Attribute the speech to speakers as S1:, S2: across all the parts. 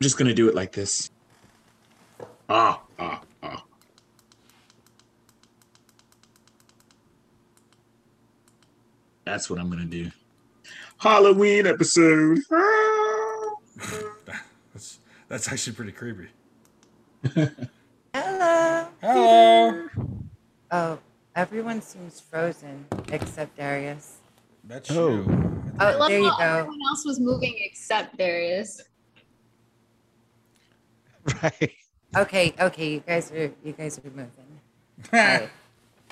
S1: just gonna do it like this. Ah, ah, ah. That's what I'm gonna do. Halloween episode. Ah.
S2: That's that's actually pretty creepy.
S3: Hello.
S2: Hello.
S3: Oh, everyone seems frozen except Darius.
S2: That's
S4: Oh.
S2: you.
S3: Oh,
S5: I love
S3: there you
S5: how
S3: go.
S5: everyone else was moving except Darius.
S4: Right.
S3: Okay, okay, you guys are you guys are moving.
S2: it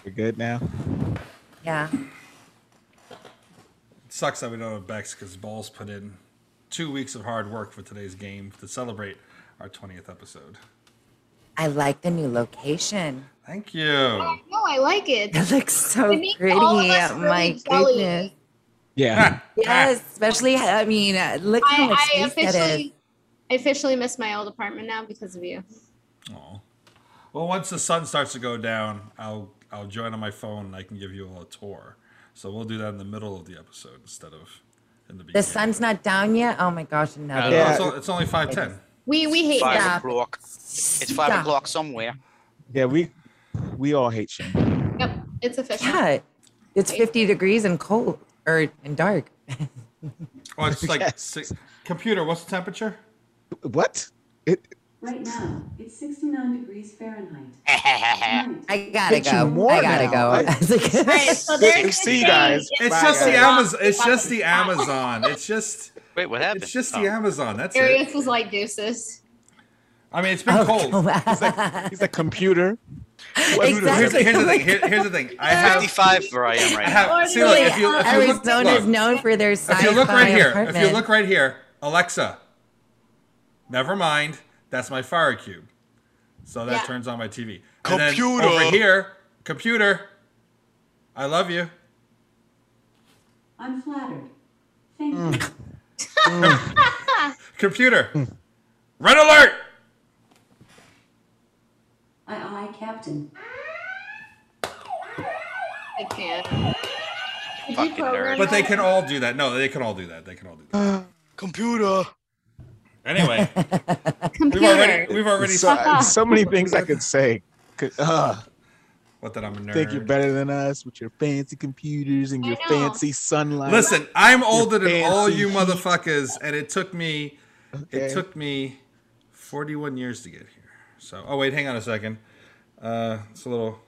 S4: We're good now.
S3: Yeah.
S2: sucks that we don't have Bex because Balls put in two weeks of hard work for today's game to celebrate our 20th episode.
S3: I like the new location.
S2: Thank you.
S5: No, I like it.
S3: It looks so
S5: It makes
S3: pretty.
S5: all of us
S3: oh
S5: really
S3: my
S5: jelly.
S3: goodness.
S4: Yeah.
S3: Yes, especially I mean, uh, look how much
S5: I, I
S3: space that is.
S5: officially, I officially miss my old apartment now because of you.
S2: Aw. Well, once the sun starts to go down, I'll I'll join on my phone and I can give you all a tour. So we'll do that in the middle of the episode instead of in the
S3: The
S2: beginning.
S3: sun's not down yet. Oh my gosh,
S2: No,
S3: another.
S2: no, it's,
S4: Yeah.
S2: o- it's only five ten.
S5: We we hate
S6: Five
S5: that.
S3: Stop.
S6: o'clock. It's five
S3: Stop.
S6: o'clock somewhere.
S4: Yeah, we we all hate Shane.
S5: Yep, it's official.
S3: Yeah, it's 50 degrees and cold or and dark.
S2: Oh, it's like
S4: Yes.
S2: six. Computer, what's the temperature?
S4: What? It
S7: Right now, it's 69 degrees Fahrenheit. Tonight,
S3: Eh, I gotta
S4: Get you
S3: go.
S4: more
S3: I gotta
S4: now.
S3: go.
S4: I-
S3: It's like-
S5: All right, so
S4: Good
S5: there's
S4: to
S5: the
S4: see you
S5: thing.
S4: guys.
S2: It's
S4: Bye,
S2: just the
S4: guys.
S2: Amazon. It's just the Amazon. It's just
S6: Wait, what happened?
S2: it's just
S6: Oh.
S2: the Amazon. That's it.
S5: Darius was like deuces.
S2: I mean, it's been cold.
S3: Oh, come
S2: It's like-
S4: he's a computer.
S2: here's,
S3: Exactly.
S2: here's the thing. Here- here's the thing. I have.
S6: 55 where I am right
S2: I
S6: now.
S2: have. See, look. If you, if you look,
S3: Arizona is
S2: look,
S3: known for their sci-fi
S2: if you look right here,
S3: apartment.
S2: if you look right here, Alexa. Never mind. That's my fire cube. So that
S5: Yeah.
S2: turns on my TV. And then
S6: Computer.
S2: over here, computer. I love you.
S7: I'm flattered. Thank you.
S3: Mm.
S2: Computer. Red alert.
S7: Aye, aye, Captain.
S5: I can't. Did you
S6: Fucking
S5: program
S6: nerd.
S2: But they
S5: that?
S2: can all do that. No, they can all do that. They can all do that.
S6: Computer.
S2: Anyway, we've
S5: computer.
S2: already we've already
S4: So, so many things I could say. Could- Uh,
S2: what that I'm a nerd.
S4: think you're better than us with your fancy computers and your
S5: I know.
S4: fancy sunlight.
S2: Listen, I'm older than all
S4: fancy
S2: you
S4: heat.
S2: motherfuckers, and it took me it
S4: Okay.
S2: took me 41 years to get here. So, oh wait, hang on a second. Uh, it's a little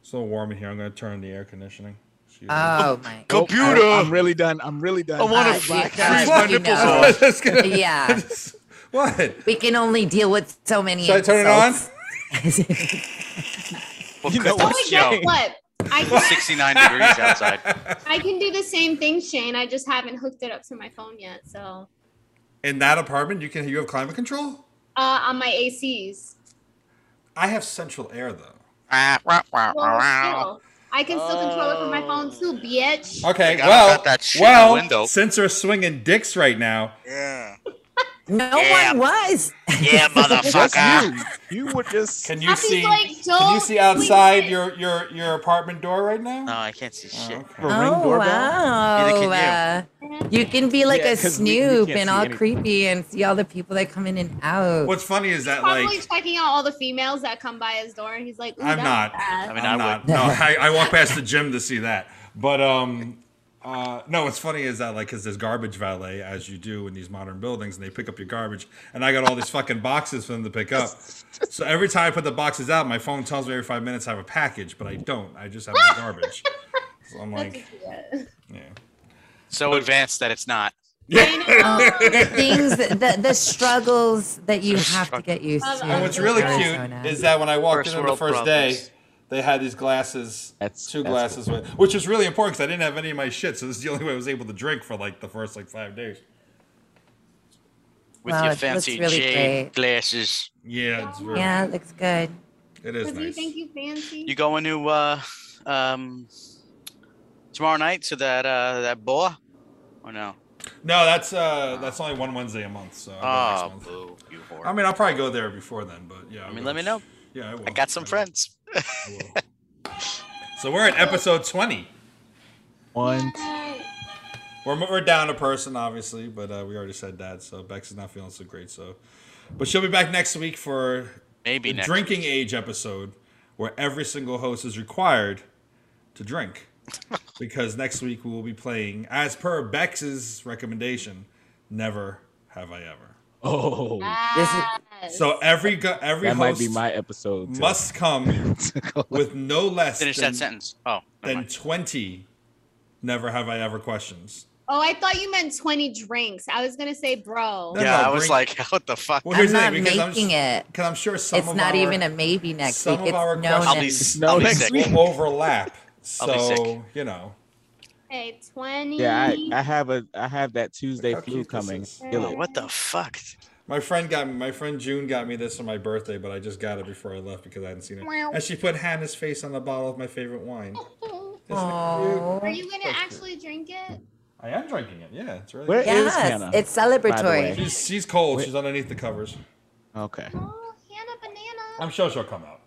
S2: it's a little warm in here. I'm gonna turn on the air conditioning. Excuse me.
S3: oh my.
S4: Nope,
S6: Computer.
S4: I, am really done. I'm really
S2: Oh,
S4: done.
S6: I wanna
S3: God,
S6: freak
S3: you guys,
S6: my
S3: you
S6: nipples
S3: know.
S6: off.
S2: Just gonna-
S3: Yeah,
S2: what?
S3: we can only deal with so many.
S2: Should I turn it on?
S3: it
S6: Well,
S4: You know
S5: But
S6: Christmas, yo,
S5: Oh, guess what? I
S6: it's
S5: can,
S6: 69 degrees outside.
S5: I can do the same thing, Shane. I just haven't hooked it up to my phone yet. So
S2: In that apartment, you can you have climate control?
S5: uh, on my ACs.
S2: I have central air though.
S6: Ah, wah, wah, wah, wah.
S5: Well, still, I can still control it from my phone too, bitch.
S2: Okay,
S6: Like, I
S2: well,
S6: got that shit in the
S2: well,
S6: window.
S2: since they're swinging dicks right now,
S6: Yeah.
S3: no
S6: Yeah.
S3: one was.
S6: Yeah,
S4: Just
S6: motherfucker.
S4: you. You would just.
S2: can you
S5: Happy's
S2: see?
S5: like,
S2: Can
S5: "Don't
S2: you see
S5: do
S2: outside
S5: it."
S2: your your your apartment door right now?
S6: No, I can't see
S2: Oh,
S6: shit.
S2: okay.
S4: have a ring
S3: Oh
S4: doorbell.
S3: wow!
S6: Neither
S3: Uh, you can be like
S4: Yeah,
S3: a
S4: 'cause we- we
S3: snoop
S4: can't
S3: and
S4: see
S3: all
S4: anything.
S3: creepy and see all the people that come in and out.
S2: What's funny is that
S5: Probably
S2: like
S5: checking out all the females that come by his door, and he's like, "Ooh,
S2: I'm
S5: that's
S2: not.
S5: bad."
S2: I
S6: I mean,
S2: am
S6: I
S2: not.
S6: would.
S2: No, I, I walk past the gym to see that. But um, uh, no. What's funny is that like, cause there's garbage valet as you do in these modern buildings, and they pick up your garbage, and I got all these fucking boxes for them to pick up. So every time I put the boxes out, my phone tells me every five minutes I have a package, but I don't. I just have my garbage. So I'm like, yeah.
S6: So advanced that it's not.
S3: Um, the things, the the struggles that you have to get used to.
S2: And what's really
S3: Arizona.
S2: cute is that when I walked
S6: First
S2: in on the
S6: world
S2: first
S6: problems.
S2: day, they had these glasses,
S4: That's-
S2: two
S4: that's
S2: glasses, with, which is really important because I didn't have any of my shit, so this is the only way I was able to drink for like the first like five days.
S6: With
S3: Wow,
S6: your
S3: it looks
S6: fancy
S3: really
S6: jade
S3: great.
S6: glasses.
S2: Yeah, it's very,
S3: yeah, it looks good.
S2: it is
S5: Because you
S2: nice.
S5: think you fancy?
S6: You going to uh um tomorrow night to that uh that boar? Or no?
S2: No, that's uh, that's only one Wednesday a month, so I'll
S6: Oh,
S2: go next month.
S6: boo, you whore.
S2: I mean, I'll probably go there before then, but yeah. I'll
S6: I mean,
S2: go
S6: let me
S2: next-
S6: know.
S2: Yeah, I will.
S6: I got some
S2: will.
S6: friends.
S2: I will. so we're at episode twenty.
S4: One,
S2: We're, we're down a person, obviously, but uh, we already said that. So Bex is not feeling so great. So, but she'll be back next week for
S6: Maybe
S2: the
S6: next.
S2: drinking age episode, where every single host is required to drink, because next week we will be playing, as per Bex's recommendation, "Never Have I Ever."
S8: Oh,
S5: Yes.
S2: So every go- every
S8: that might
S2: host
S8: be my episode. too.
S2: must come with no less
S6: Finish
S2: than,
S6: that sentence. Oh, never
S2: than
S6: mind.
S2: twenty. Never have I ever questions.
S5: oh, I thought you meant 20 drinks. I was gonna say, bro.
S2: No,
S6: yeah,
S2: no,
S6: I was
S2: bring-
S6: like, what the fuck?
S2: Well,
S3: I'm
S2: here's
S3: not
S2: the thing, because I'm
S3: making it.
S2: Because I'm sure some
S3: It's
S2: of
S3: not
S2: our-
S3: even a maybe next
S2: some
S3: week.
S2: of
S3: It's
S2: our
S3: known.
S2: questions-
S6: I'll be,
S3: and-
S6: s-
S4: No,
S6: I'll be
S4: next
S6: sick.
S4: week.
S2: will overlap.
S6: I'll be sick.
S2: So you know,
S5: Okay, 20.
S8: Yeah, I, I have a I have that Tuesday
S2: how
S8: flu
S2: cute this
S8: coming.
S2: is.
S8: Feel it.
S6: What the fuck?
S2: my friend got me, my friend June got me this for my birthday, but I just got it before I left because I hadn't seen it.
S5: Meow.
S2: And she put Hannah's face on the bottle of my favorite wine. Isn't it cute?
S3: Aw.
S5: Are you gonna actually drink it?
S2: I am drinking it. Yeah, it's really.
S4: Where-
S2: good.
S3: Yes,
S8: Hannah,
S3: it's
S8: way.
S3: celebratory.
S2: She's, she's cold. She's underneath the covers.
S4: Okay.
S5: Oh, Hannah Banana.
S2: I'm sure she'll come out.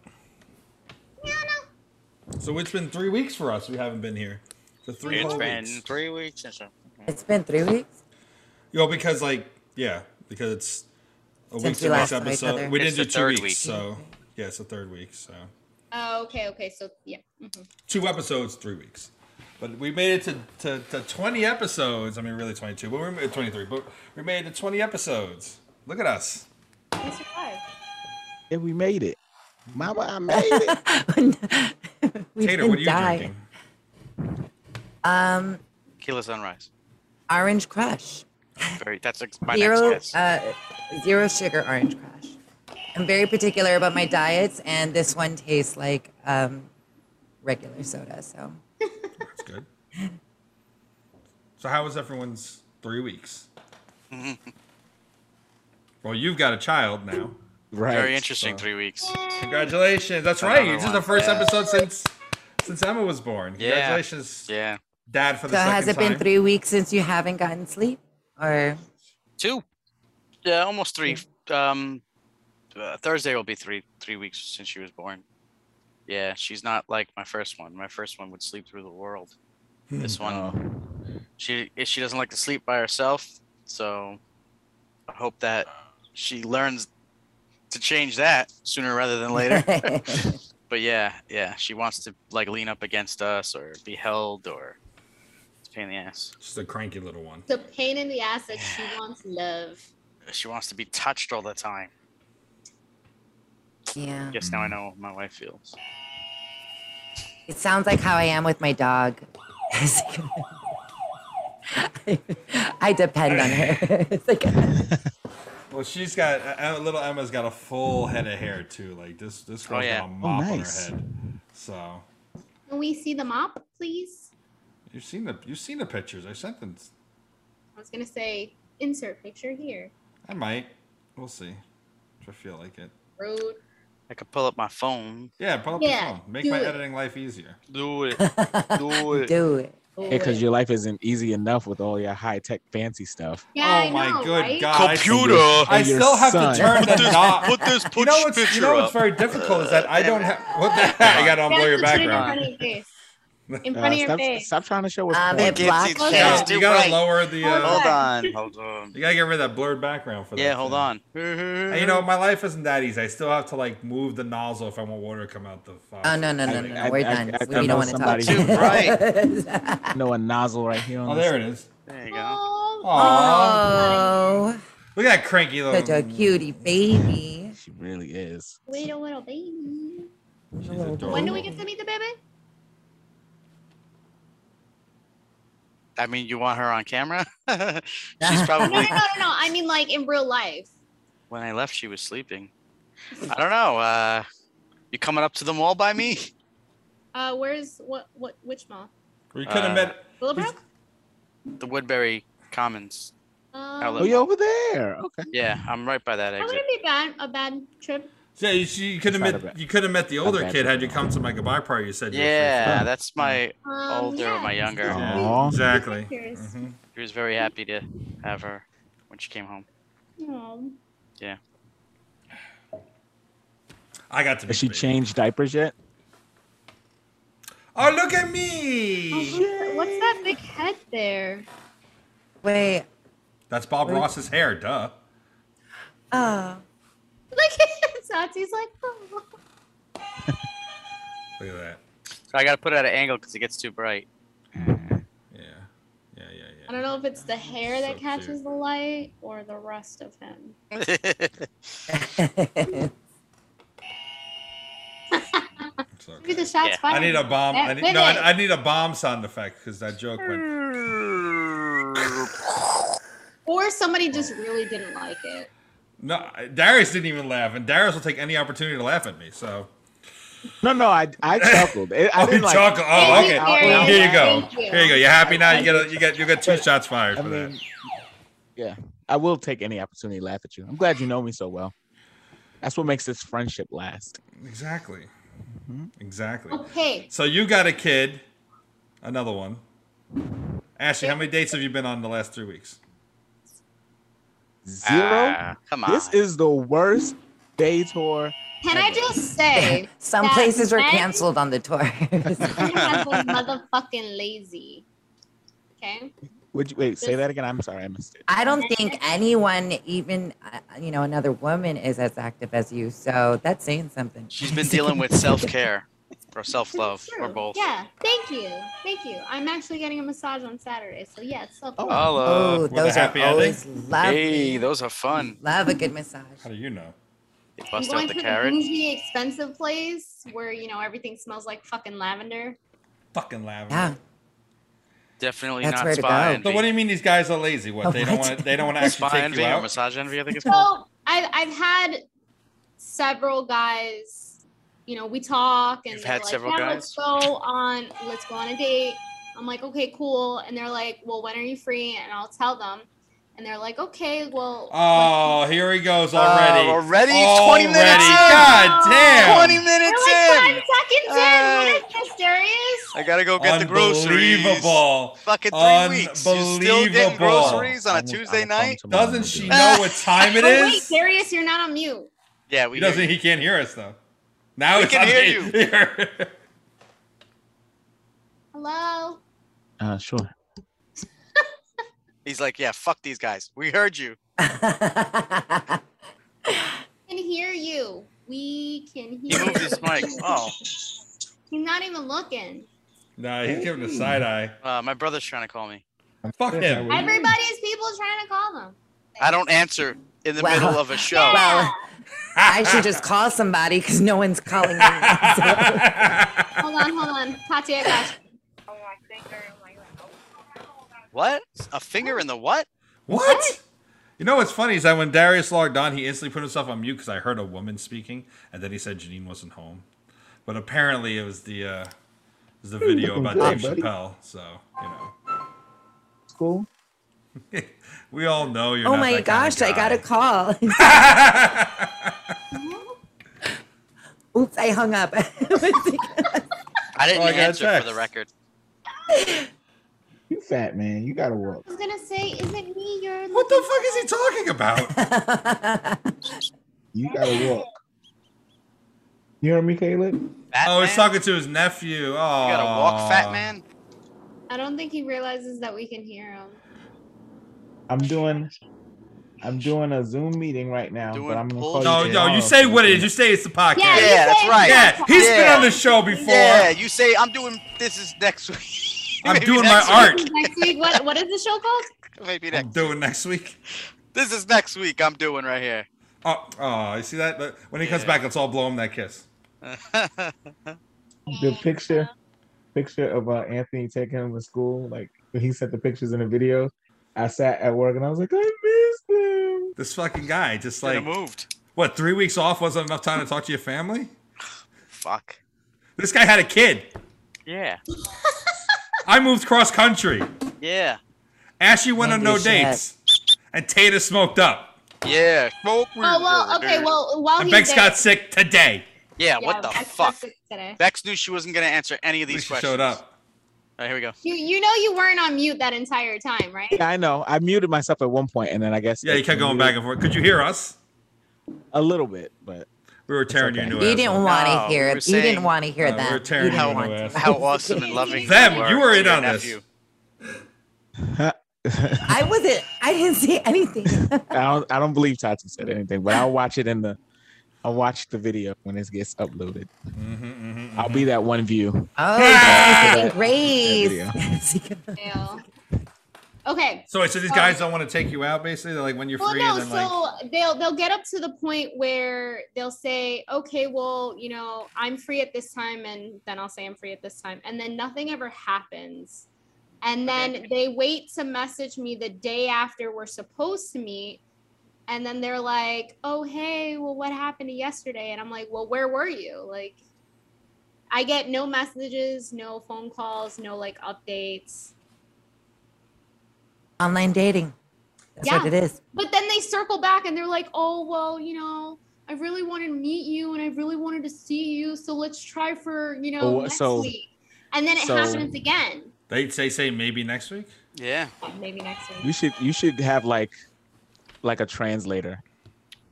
S5: Hannah.
S2: So it's been three weeks for us. We haven't been here for three
S6: It's
S2: whole
S6: been
S2: weeks.
S6: three weeks since. I-
S3: It's been three weeks.
S2: You know, because like yeah, because it's a week
S3: Since we
S2: to next
S3: last saw each
S2: episode.
S3: other.
S2: We didn't
S6: It's
S2: do
S6: the
S2: two
S6: third
S2: weeks,
S6: week.
S2: so yeah, it's the third week. So
S5: Oh, okay, okay. So yeah. mhm.
S2: two episodes, three weeks. But we made it to, to, to 20 episodes. I mean, really 22, but we're 23. But we made it to 20 episodes. Look at us.
S5: We survived.
S4: Yeah, we made it. Mama, I made it.
S3: We
S2: Tater,
S3: didn't
S2: what are you
S3: die.
S2: drinking?
S3: Um,
S6: Kila Sunrise.
S3: Orange Crush.
S6: Very. That's like my
S3: zero,
S6: next guess.
S3: uh, zero sugar Orange Crush. I'm very particular about my diets, and this one tastes like um, regular soda. So
S2: That's good. So how was everyone's three weeks? well, you've got a child now.
S4: Right.
S6: Very interesting. Three weeks.
S2: Congratulations. That's
S6: Another
S2: right. This is the
S6: one.
S2: first episode since since Emma was born.
S6: Yeah.
S2: Congratulations,
S6: Yeah.
S2: Dad, for the
S3: So
S2: second
S3: has it
S2: time.
S3: been three weeks since you haven't gotten sleep? Or
S6: Two. Yeah, almost three. Um, uh, Thursday will be three three weeks since she was born. Yeah, she's not like my first one. My first one would sleep through the world. This one, she if she doesn't like to sleep by herself. So, I hope that she learns to change that sooner rather than later. but yeah, yeah, she wants to like lean up against us or be held or it's a pain in the ass.
S2: She's a cranky little one.
S5: The pain in the ass that she wants love.
S6: She wants to be touched all the time.
S3: yeah,
S6: Yes, now I know how my wife feels.
S3: it sounds like how I am with my dog. I depend on her. It's like
S2: Well, she's got uh, little Emma's got a full head of hair too. Like this, this girl's
S6: yeah.
S2: got a mop
S4: Oh, nice.
S2: on her head. So
S5: Can we see the mop, please?
S2: you've seen the you've seen the pictures. I sent them.
S5: I was gonna say insert picture here.
S2: I might. We'll see. If I feel like it.
S5: Rude.
S6: I could pull up my phone.
S2: Yeah, pull up
S5: Yeah,
S2: the phone. Make
S5: do
S2: my
S5: it.
S2: editing life easier.
S6: Do it.
S4: Do it.
S3: do it.
S8: because your life isn't easy enough with all your high tech fancy stuff.
S5: Yeah,
S2: oh
S5: I
S2: my
S5: know,
S2: good
S5: right?
S2: god!
S8: Computer.
S2: I,
S4: And your
S2: still have
S4: son.
S2: to turn the knob.
S6: this
S2: You know what's you know what's very difficult is that I don't have. What the I gotta
S5: You
S2: unblur your
S5: have to turn
S2: background.
S5: In
S4: Uh,
S5: front of your face. In front
S4: stop,
S5: of your face.
S4: stop trying to show us.
S3: Um,
S4: porn.
S3: it blocks
S6: It's
S5: it.
S2: You
S5: Yeah,
S6: just
S2: gotta,
S6: too
S2: you gotta
S6: bright.
S2: lower the.
S6: Hold
S2: Uh,
S6: on, hold on.
S2: you gotta get rid of that blurred background for that.
S6: Yeah, hold
S2: thing.
S6: on.
S2: And, you know, my life isn't that easy. I still have to like move the nozzle if I want water to come out the. Faucet.
S3: Oh no no no no! no.
S8: I-
S3: We're
S8: I-
S3: done.
S8: I-
S3: we
S8: I
S3: don't
S8: know
S3: want to talk.
S8: somebody
S6: who- Dude,
S8: You know a nozzle right here on
S2: Oh,
S8: this.
S2: there it is.
S6: There you go.
S5: Oh,
S2: Aww.
S3: oh,
S2: Look at that cranky little.
S3: such a cutie baby.
S8: She really is.
S5: little little baby.
S2: She's
S5: When do
S2: adorable.
S5: we get to meet the baby?
S6: I mean, you want her on camera? She's
S5: No, no,
S6: probably
S5: no, no, no. I mean, like in real life.
S6: when I left, she was sleeping. I don't know. Uh, you coming up to the mall by me?
S5: Uh, where's what? What? Which mall?
S2: We could have
S6: Uh,
S2: met.
S5: Willowbrook.
S6: The Woodbury Commons.
S5: Um,
S4: Oh, you over there? Okay.
S6: Yeah, I'm right by that
S5: that
S6: exit.
S5: wouldn't be bad. A bad trip.
S2: Yeah, you, you could have
S8: It's not a
S2: met.
S8: bad-
S2: You could have met the older
S8: bad
S2: kid had you
S8: background.
S2: come to my goodbye party. You said. you were free
S6: Yeah, that's my
S5: Um,
S6: older or
S5: yeah.
S6: my younger.
S2: for-
S8: Aw.
S2: Yeah, exactly.
S5: Pictures.
S2: Mhm.
S6: He was very happy to have her when she came home.
S2: Mm-hmm.
S5: Aw.
S6: Yeah.
S2: I got to. Be
S8: Has she
S2: big.
S8: changed diapers yet?
S2: Oh, look at me!
S3: Oh,
S5: Oh, What's that big head there?
S3: Wait.
S2: That's Bob Ross's hair, duh.
S3: Oh.
S5: Look at Satsy's like, oh.
S2: Look at that.
S6: So I gotta put it at an angle because it gets too bright.
S2: Yeah. Yeah, yeah, yeah.
S5: I don't know if it's the hair that
S2: So
S5: catches
S2: cute.
S5: the light or the rest of him.
S2: It's okay.
S5: Maybe the shots
S6: Yeah.
S5: fired.
S2: I need a bomb.
S5: That
S2: I need,
S5: with
S2: no,
S5: it.
S2: I, I need a bomb sound effect because that joke went.
S5: or somebody just really didn't like it.
S2: No, Darius didn't even laugh, and Darius will take any opportunity to laugh at me. So
S8: No, no, I I chuckled. It, I
S2: oh, you
S8: didn't like.
S2: chuckle. Oh,
S5: Thank
S2: okay.
S5: you, Darius.
S2: Here you go.
S5: Thank you.
S2: Here you go. You happy now? You get a, you get you get two shots fired
S8: I
S2: for that.
S8: mean, yeah, I will take any opportunity to laugh at you. I'm glad you know me so well. That's what makes this friendship last.
S2: Exactly. Exactly.
S5: Okay.
S2: So you got a kid, another one. Ashley, how many dates have you been on the last three weeks?
S8: Zero.
S6: Ah, come on.
S8: This is the worst day tour.
S5: Can I just say
S3: Some
S5: that
S3: places were
S5: men
S3: canceled on the tour.
S5: have been motherfucking lazy. Okay.
S8: Would you wait? Say
S5: This-
S8: that again. I'm sorry, I missed it.
S3: I don't think anyone, even uh, you know, another woman, is as active as you. So that's saying something.
S6: She's been dealing with self care or self love or
S5: True.
S6: both.
S5: Yeah. Thank you. Thank you. I'm actually getting a massage on Saturday. So, yes. so-
S8: Oh.
S3: Oh,
S6: Holla.
S2: with a
S3: those are
S2: happy ending?
S3: always lovely.
S6: Hey, those are fun.
S3: Love a good massage.
S2: How do you know?
S6: They
S5: I'm
S6: bust
S5: going
S6: out
S5: to
S6: the
S5: the
S6: carrot.
S5: bougie, expensive place where, you know, everything smells like fucking lavender.
S2: Fucking lavender.
S3: Yeah.
S6: Definitely
S3: That's
S6: not
S3: where to go.
S6: spy envy.
S2: So what do you mean these guys are lazy? What they don't
S3: What?
S2: want? They don't want to actually
S6: spy
S2: take
S6: envy
S2: you
S6: or
S2: out.
S6: massage envy? I think it's called.
S5: So I've I've had several guys. You know, we talk and
S6: You've
S5: they're
S6: had
S5: like,
S6: several
S5: yeah, let's go
S6: guys?
S5: on let's go on a date. I'm like, okay, cool. And they're like, well, when are you free? And I'll tell them. And they're like, okay, well.
S2: Oh, here he goes already.
S6: Oh, already? 20 minutes
S2: Already.
S6: in.
S2: God damn.
S6: 20
S5: we're
S6: minutes
S5: like
S6: in.
S5: five seconds in.
S2: Uh,
S5: What is this, Darius?
S6: I gotta go get the groceries.
S2: Unbelievable.
S6: Fucking three weeks. You still
S2: Unbelievable.
S6: getting groceries on
S8: I
S6: a
S8: will- I will
S6: Tuesday
S8: come
S6: night?
S8: tomorrow
S2: Doesn't
S8: and
S2: she
S8: do
S6: Ah.
S8: that.
S2: know what time it
S5: Oh, wait,
S2: is?
S5: Darius, you're not on mute.
S6: Yeah, we
S2: He
S6: hear
S2: doesn't. He can't hear us though. Now
S6: We
S2: it's
S6: can
S2: on
S6: hear
S2: me.
S5: Hello.
S8: Uh, sure.
S6: He's like, yeah, fuck these guys. We heard you.
S5: We can hear you. We can
S6: He
S5: hear
S6: moved his
S5: you.
S6: mic. Oh,
S5: He's not even looking.
S2: nah, he's giving a side eye.
S6: uh, my brother's trying to call me.
S2: Fuck him.
S5: Everybody's people trying to call them.
S6: I don't answer in the
S3: Wow.
S6: middle of a show.
S3: Well, I should just call somebody because no one's calling me.
S5: Hold on, hold on. Tati, I got you.
S6: What? A finger in the what?
S2: What? You know what's funny is that when Darius logged on, he instantly put himself on mute because I heard a woman speaking, and then he said Janine wasn't home. But apparently, it was the uh, it was the video about
S4: good,
S2: Dave
S4: buddy.
S2: Chappelle. So you know,
S4: Cool.
S2: we all know you're.
S3: oh
S2: not
S3: my
S2: that kind of
S3: gosh, I got a
S2: guy.
S3: call. Oops, I hung up.
S6: I didn't
S2: Oh, I got a
S6: answer for the
S2: text.
S6: record.
S4: You fat man. You gotta walk.
S5: I was gonna say, is it me you're
S2: What the fuck is he talking about?
S4: You gotta walk. You hear me, Caleb?
S6: Fat
S2: oh, he's
S6: man?
S2: talking to his nephew. Oh, you
S6: You gotta walk, fat man.
S5: I don't think he realizes that we can hear him.
S4: I'm doing. I'm doing a Zoom meeting right now,
S6: Doing
S4: but I'm gonna call
S6: pull-
S4: you
S2: No, no,
S4: tomorrow
S2: you
S6: Oh,
S2: say
S4: so
S2: what it
S4: can-
S2: is. You say it's the podcast.
S5: Yeah,
S6: Yeah,
S5: you
S6: that's
S5: say
S6: right.
S2: Yeah, he's been
S6: Yeah.
S2: on the show before.
S6: Yeah, you say I'm doing this is next week.
S2: I'm
S6: Maybe
S2: doing
S6: next
S2: my
S6: week.
S5: Next week, what what is the show called?
S6: Maybe
S2: I'm
S6: next.
S2: doing next week.
S6: This is next week. I'm doing right here.
S2: Oh, oh, you see that? Look, When he comes
S6: Yeah.
S2: back, let's all blow him that kiss.
S4: the picture picture of uh, Anthony taking him to school, like when he sent the pictures in the video. I sat at work and I was like, I missed him.
S2: This fucking guy, just
S6: Shoulda
S2: like
S6: moved.
S2: what? Three weeks off wasn't enough time to talk to your family.
S6: Fuck.
S2: This guy had a kid.
S6: Yeah.
S2: I moved cross country.
S6: Yeah.
S2: Ashley went on
S3: Maybe
S2: no
S3: she
S2: dates, and Tata smoked up,
S6: Yeah. Smoke weed.
S5: Oh well, okay. Well, while
S2: and
S5: he's
S2: Bex
S5: there-
S2: got sick today.
S6: Yeah,
S5: Yeah,
S6: what the
S5: Bex got
S6: fuck?
S5: sick Today.
S6: Bex knew she wasn't gonna answer any of
S2: At
S6: these
S2: least she
S6: questions.
S2: showed up.
S6: All right, here we go.
S5: You you know you weren't on mute that entire time, right?
S8: Yeah, I know. I muted myself at one point, and then I guess
S2: Yeah, you
S8: it
S2: kept going back
S8: muted
S2: and forth. Could you hear us?
S8: a little bit, but
S2: We were tearing
S8: okay.
S2: you into
S3: you didn't
S2: asshole.
S3: want to
S6: No,
S3: hear
S6: we
S3: it.
S6: were
S3: you
S6: saying-
S3: didn't want to hear
S2: No, uh, we
S3: that.
S2: were tearing
S3: you
S2: him
S3: didn't
S2: into
S3: want
S2: ass.
S3: to.
S6: How awesome and loving.
S2: Them,
S6: were
S2: you were
S6: to
S2: in
S6: your
S2: on this.
S6: nephew.
S3: I wasn't. I didn't see anything.
S8: I don't I don't believe Tati said anything, but I'll watch it in the I'll watch the video when it gets uploaded.
S6: Mm-hmm,
S8: I'll be that one view.
S3: oh,
S2: Yeah.
S3: yeah.
S8: That
S3: Grace.
S5: Ew. Okay.
S2: So wait, so these guys don't want to take you out basically? They're like when you're
S5: Well,
S2: free
S5: no.
S2: and then like
S5: So they'll they'll get up to the point where they'll say, "Okay, well, you know, I'm free at this time," and then I'll say, "I'm free at this time," and then nothing ever happens. And then they wait to message me the day after we're supposed to meet. And then they're like, oh, hey, well, what happened to yesterday? And I'm like, well, where were you? Like, I get no messages, no phone calls, no like updates.
S3: Online dating. That's what
S5: Yeah.
S3: it is.
S5: But then they circle back and they're like, oh, well, you know, I really wanted to meet you and I really wanted to see you. So let's try for, you know,
S8: Oh,
S5: next
S8: so-
S5: week. And then it
S8: so-
S5: happens again.
S2: they say say maybe next week?
S6: Yeah.
S5: Maybe next week.
S8: You should you should have like like a translator.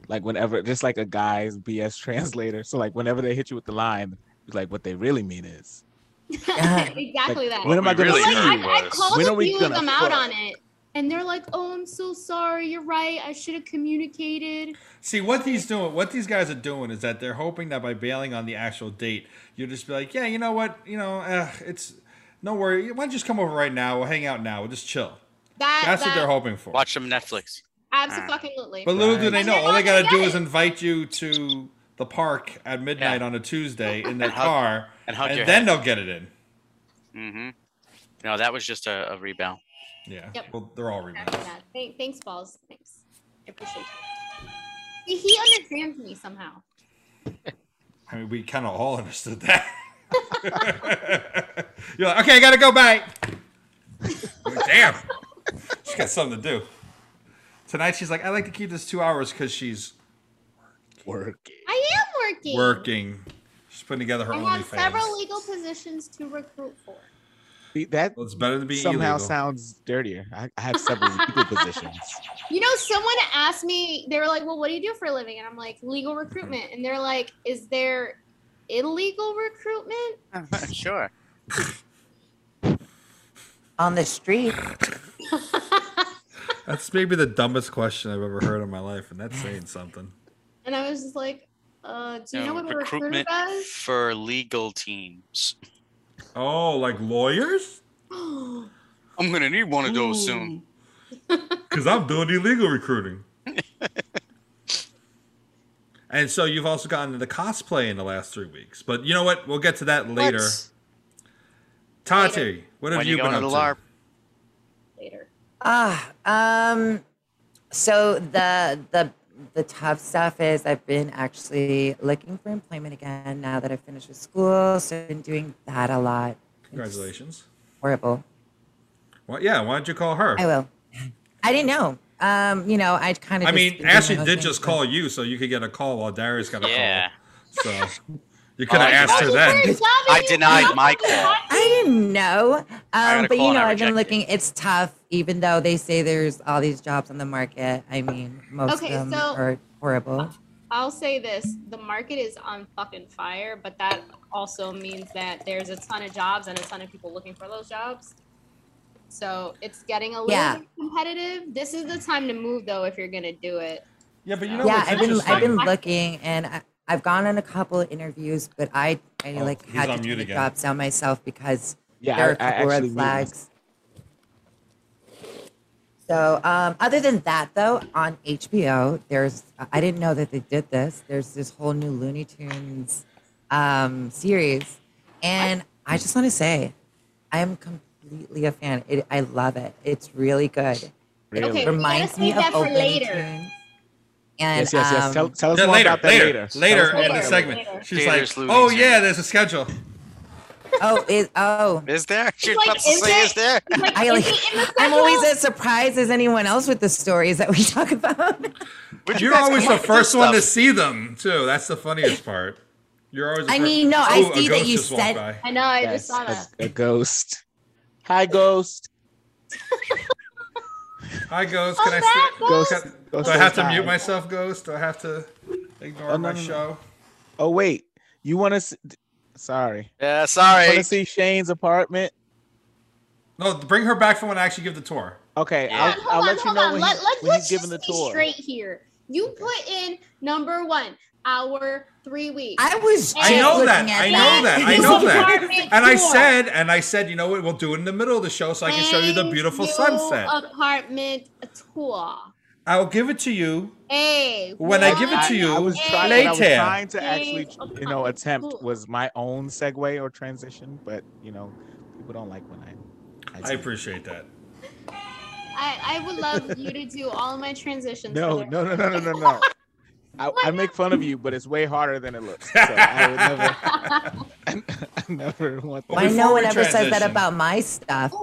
S8: Like whenever just like a guy's BS translator. So like whenever they hit you with the line, it's like what they really mean is
S3: Yeah.
S8: like,
S5: exactly that.
S8: when am
S6: What
S8: I
S6: we
S8: gonna
S6: really
S5: Like,
S8: see
S6: mean
S8: you?
S5: I've, I've
S6: was-
S5: called
S8: When
S5: a
S8: are we
S5: few of
S8: gonna
S5: them out
S8: fuck?
S5: on it, and they're like, "Oh, I'm so sorry. You're right. I should have communicated."
S2: See what he's doing. What these guys are doing is that they're hoping that by bailing on the actual date, you'll just be like, yeah, you know what, you know, uh, it's no worry. Why don't you just come over right now? We'll hang out now. We'll just chill.
S5: That
S2: That's what
S5: that,
S2: they're hoping for.
S6: Watch some Netflix.
S5: Absolutely.
S2: But little do they
S5: And
S2: know,
S5: they're
S2: all they
S5: not
S2: gotta
S5: gonna
S2: do
S5: get
S2: is
S5: it.
S2: invite you to the park at midnight
S6: Yeah.
S2: on a Tuesday in their
S6: And hug-
S2: car,
S6: and hug your
S2: then they'll get it in.
S6: Mm-hmm. No, that was just a, a rebound.
S2: Yeah.
S5: Yep.
S2: Well, they're all
S5: After
S2: rebounds.
S5: that. Thank, thanks, balls. Thanks. I appreciate you. He understands me somehow.
S2: I mean, we kind of all understood that. You're like, okay, I gotta go. Bye. Like, Damn, she's got something to do tonight. She's like, I like to keep this two hours because she's
S8: work.
S5: I am working.
S2: working. She's putting together her
S5: I have several e-
S2: OnlyFans.
S5: legal positions to recruit for.
S8: See, that
S2: Well, it's better to be
S8: somehow
S2: illegal.
S8: sounds dirtier. I, I have several equal positions.
S5: You know, someone asked me, they were like, Well, what do you do for a living? And I'm like, Legal recruitment. And they're like, Is there illegal recruitment?
S6: sure.
S3: On the street.
S2: That's maybe the dumbest question I've ever heard in my life, and that's saying something.
S5: And I was just like, uh, Do you know
S6: No,
S5: what a recruiter
S6: recruitment
S5: does?
S6: for legal teams.
S2: Oh, like lawyers?
S6: I'm gonna need one of those soon.
S2: Because I'm doing illegal recruiting. and so you've also gotten into cosplay in the last three weeks. But you know what? We'll get to that later. Tati, what have
S6: When
S2: you
S6: you
S2: been
S6: going to
S2: up
S6: the
S2: to?
S6: LARP?
S5: Later.
S3: Ah, um, so the the the tough stuff is I've been actually looking for employment again now that I finished with school. So I've been doing that a lot. It's
S2: Congratulations.
S3: Horrible.
S2: Well, yeah, why don't you call her?
S3: I will. I didn't know. Um, you know, I kind of.
S2: I mean, Ashley did just call you, so you could get a call while Darius got a
S6: Yeah. Oh,
S2: call. So you could have
S6: I
S2: asked her
S5: You
S2: then.
S5: were jobbing
S6: I
S5: me
S6: denied
S5: out.
S6: my call.
S3: I didn't know.
S6: got
S3: Um,
S6: a
S3: but
S6: call
S3: you
S6: and
S3: know,
S6: I
S3: I've been
S6: rejected
S3: looking. It's tough, even though they say there's all these jobs on the market. I mean, most
S5: Okay,
S3: of them
S5: so-
S3: are horrible.
S5: I'll say this the market is on fucking fire, but that also means that there's a ton of jobs and a ton of people looking for those jobs. So it's getting a little
S3: Yeah.
S5: bit competitive. This is the time to move though if you're gonna do it.
S2: Yeah, but you know
S5: No,
S3: yeah,
S2: what's
S3: I've been
S2: interesting?
S3: I've been looking and I, I've gone on a couple of interviews, but I I
S2: Oh,
S3: like
S2: he's
S3: had
S2: on
S3: to
S2: mute
S3: turn the
S2: again.
S3: jobs down myself because
S8: Yeah,
S3: there
S8: I-
S3: are a
S8: I
S3: couple red
S8: actually muted myself.
S3: flags. So um, other than that, though, on HBO, there's I didn't know that they did this. There's this whole new Looney Tunes um, series, and I just want to say, I am completely a fan. It, I love it. It's really good.
S8: Really?
S5: Okay,
S3: It
S5: we gotta
S3: reminds me
S5: save
S3: of
S5: that for
S3: old Looney
S5: later.
S3: Tunes. And
S8: Yes, yes, yes.
S3: um,
S8: Tell, tell us
S2: Yeah,
S8: more
S2: later,
S8: about that later.
S2: later,
S8: Tell us
S2: later,
S8: more
S2: in the
S8: about that
S2: segment.
S5: later.
S2: She's
S6: Theaters
S2: like,
S6: losing
S2: "Oh
S6: soon."
S2: yeah, there's a schedule."
S3: Oh, is oh.
S6: Is there? You're
S5: like,
S6: about to
S5: is
S6: say,
S5: there?
S6: is there?
S5: Like,
S3: I like,
S5: is it in the
S3: I'm
S5: schedule?
S3: always as surprised as anyone else with the stories that we talk about.
S6: Where'd you
S2: You're
S6: guys
S2: always
S6: come
S2: the
S6: up with this
S2: first one to
S6: stuff?
S2: see them too. That's the funniest part. You're always. The
S3: I
S2: first.
S3: mean, no, I
S2: Ooh, a
S3: see that
S2: ghost
S3: you
S2: just walked
S3: said-
S2: by.
S5: I know, I just
S8: Yes,
S5: saw that.
S8: a, a ghost. Hi, ghost.
S2: Hi, ghost.
S5: Oh,
S2: Can
S5: that
S2: I
S5: ghost.
S2: see?
S8: Ghost- ghost
S2: Do I have to
S8: outside.
S2: mute myself, ghost? Do I have to ignore
S8: Oh, no,
S2: my
S8: no, no.
S2: show?
S8: Oh wait, you want to? Sorry,
S6: Yeah,
S8: want
S6: sorry.
S8: to see Shane's apartment?
S2: No, bring her back for when I actually give the tour.
S8: Okay,
S6: Yeah.
S8: I'll, I'll let you know when, he-
S5: Let, let,
S8: when
S5: let's
S8: he's giving the
S5: just be
S8: tour.
S5: straight here. You put in number one, our three weeks.
S3: I was.
S5: I
S3: just
S5: know
S3: looking
S2: that,
S3: at
S2: I know that, I
S3: This
S2: know
S3: is
S2: that.
S5: Apartment
S2: And I
S5: tour.
S2: said, and I said, you know what? We'll do it in the middle of the show so I can show you the
S5: Thank
S2: beautiful
S5: you,
S2: sunset.
S5: Apartment tour.
S2: I'll give it to you
S5: Hey,
S2: when I give it to
S5: one
S2: you
S8: I was trying. what I
S5: Later.
S8: was trying to actually,
S5: Dang.
S8: you know, attempt
S5: Cool.
S8: was my own segue or transition, but you know, people don't like when I.
S2: I
S8: do.
S2: appreciate that.
S5: I, I would love you to do all my transitions.
S8: No,
S5: for
S8: no, no, no, no, no, no. I, I make fun of you, but it's way harder than it looks. So I
S5: that.
S8: would never, I never want
S2: Well,
S3: Why
S2: before
S3: no
S2: we
S3: one ever says that
S2: transition-
S3: about my stuff?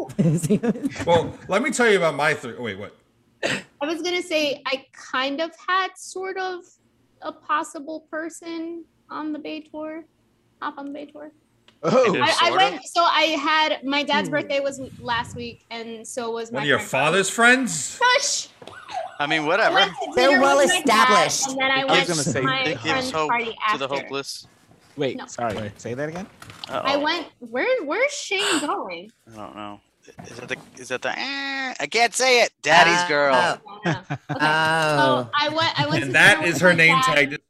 S2: Well, let me tell you about my three. Oh, wait, what?
S5: I was gonna say I kind of had sort of a possible person on the Bay tour. Hop on the Bay tour.
S8: Oh,
S6: Yeah,
S5: I, I
S6: sorta.
S5: went. So I had my
S8: Hmm.
S5: dad's birthday was last week, and so was my
S2: One of your
S5: friend's.
S2: father's friends?
S5: Shush!
S6: I mean,
S5: I
S6: whatever.
S5: went to
S3: They're
S5: dinner
S3: well
S5: with my dad,
S3: established.
S5: And then I,
S8: I was
S5: went
S8: gonna
S5: to
S8: say,
S5: my
S8: they
S6: It
S8: gives
S6: gives
S5: friend's
S6: hope
S5: party
S6: to
S5: after.
S6: the hopeless.
S8: wait,
S5: No.
S8: sorry.
S2: Wait.
S8: Say that again.
S5: I
S6: Uh-oh.
S5: went. Where Where's Shane going?
S6: I don't know. Is that the? Is that the? eh, I can't say it. Daddy's
S5: Uh,
S6: girl.
S3: Oh,
S5: Yeah. Okay.
S3: oh.
S5: So I went. I went. to
S2: And that
S5: dinner
S2: is
S5: with
S2: her
S5: my
S2: name
S5: dad.
S2: tag.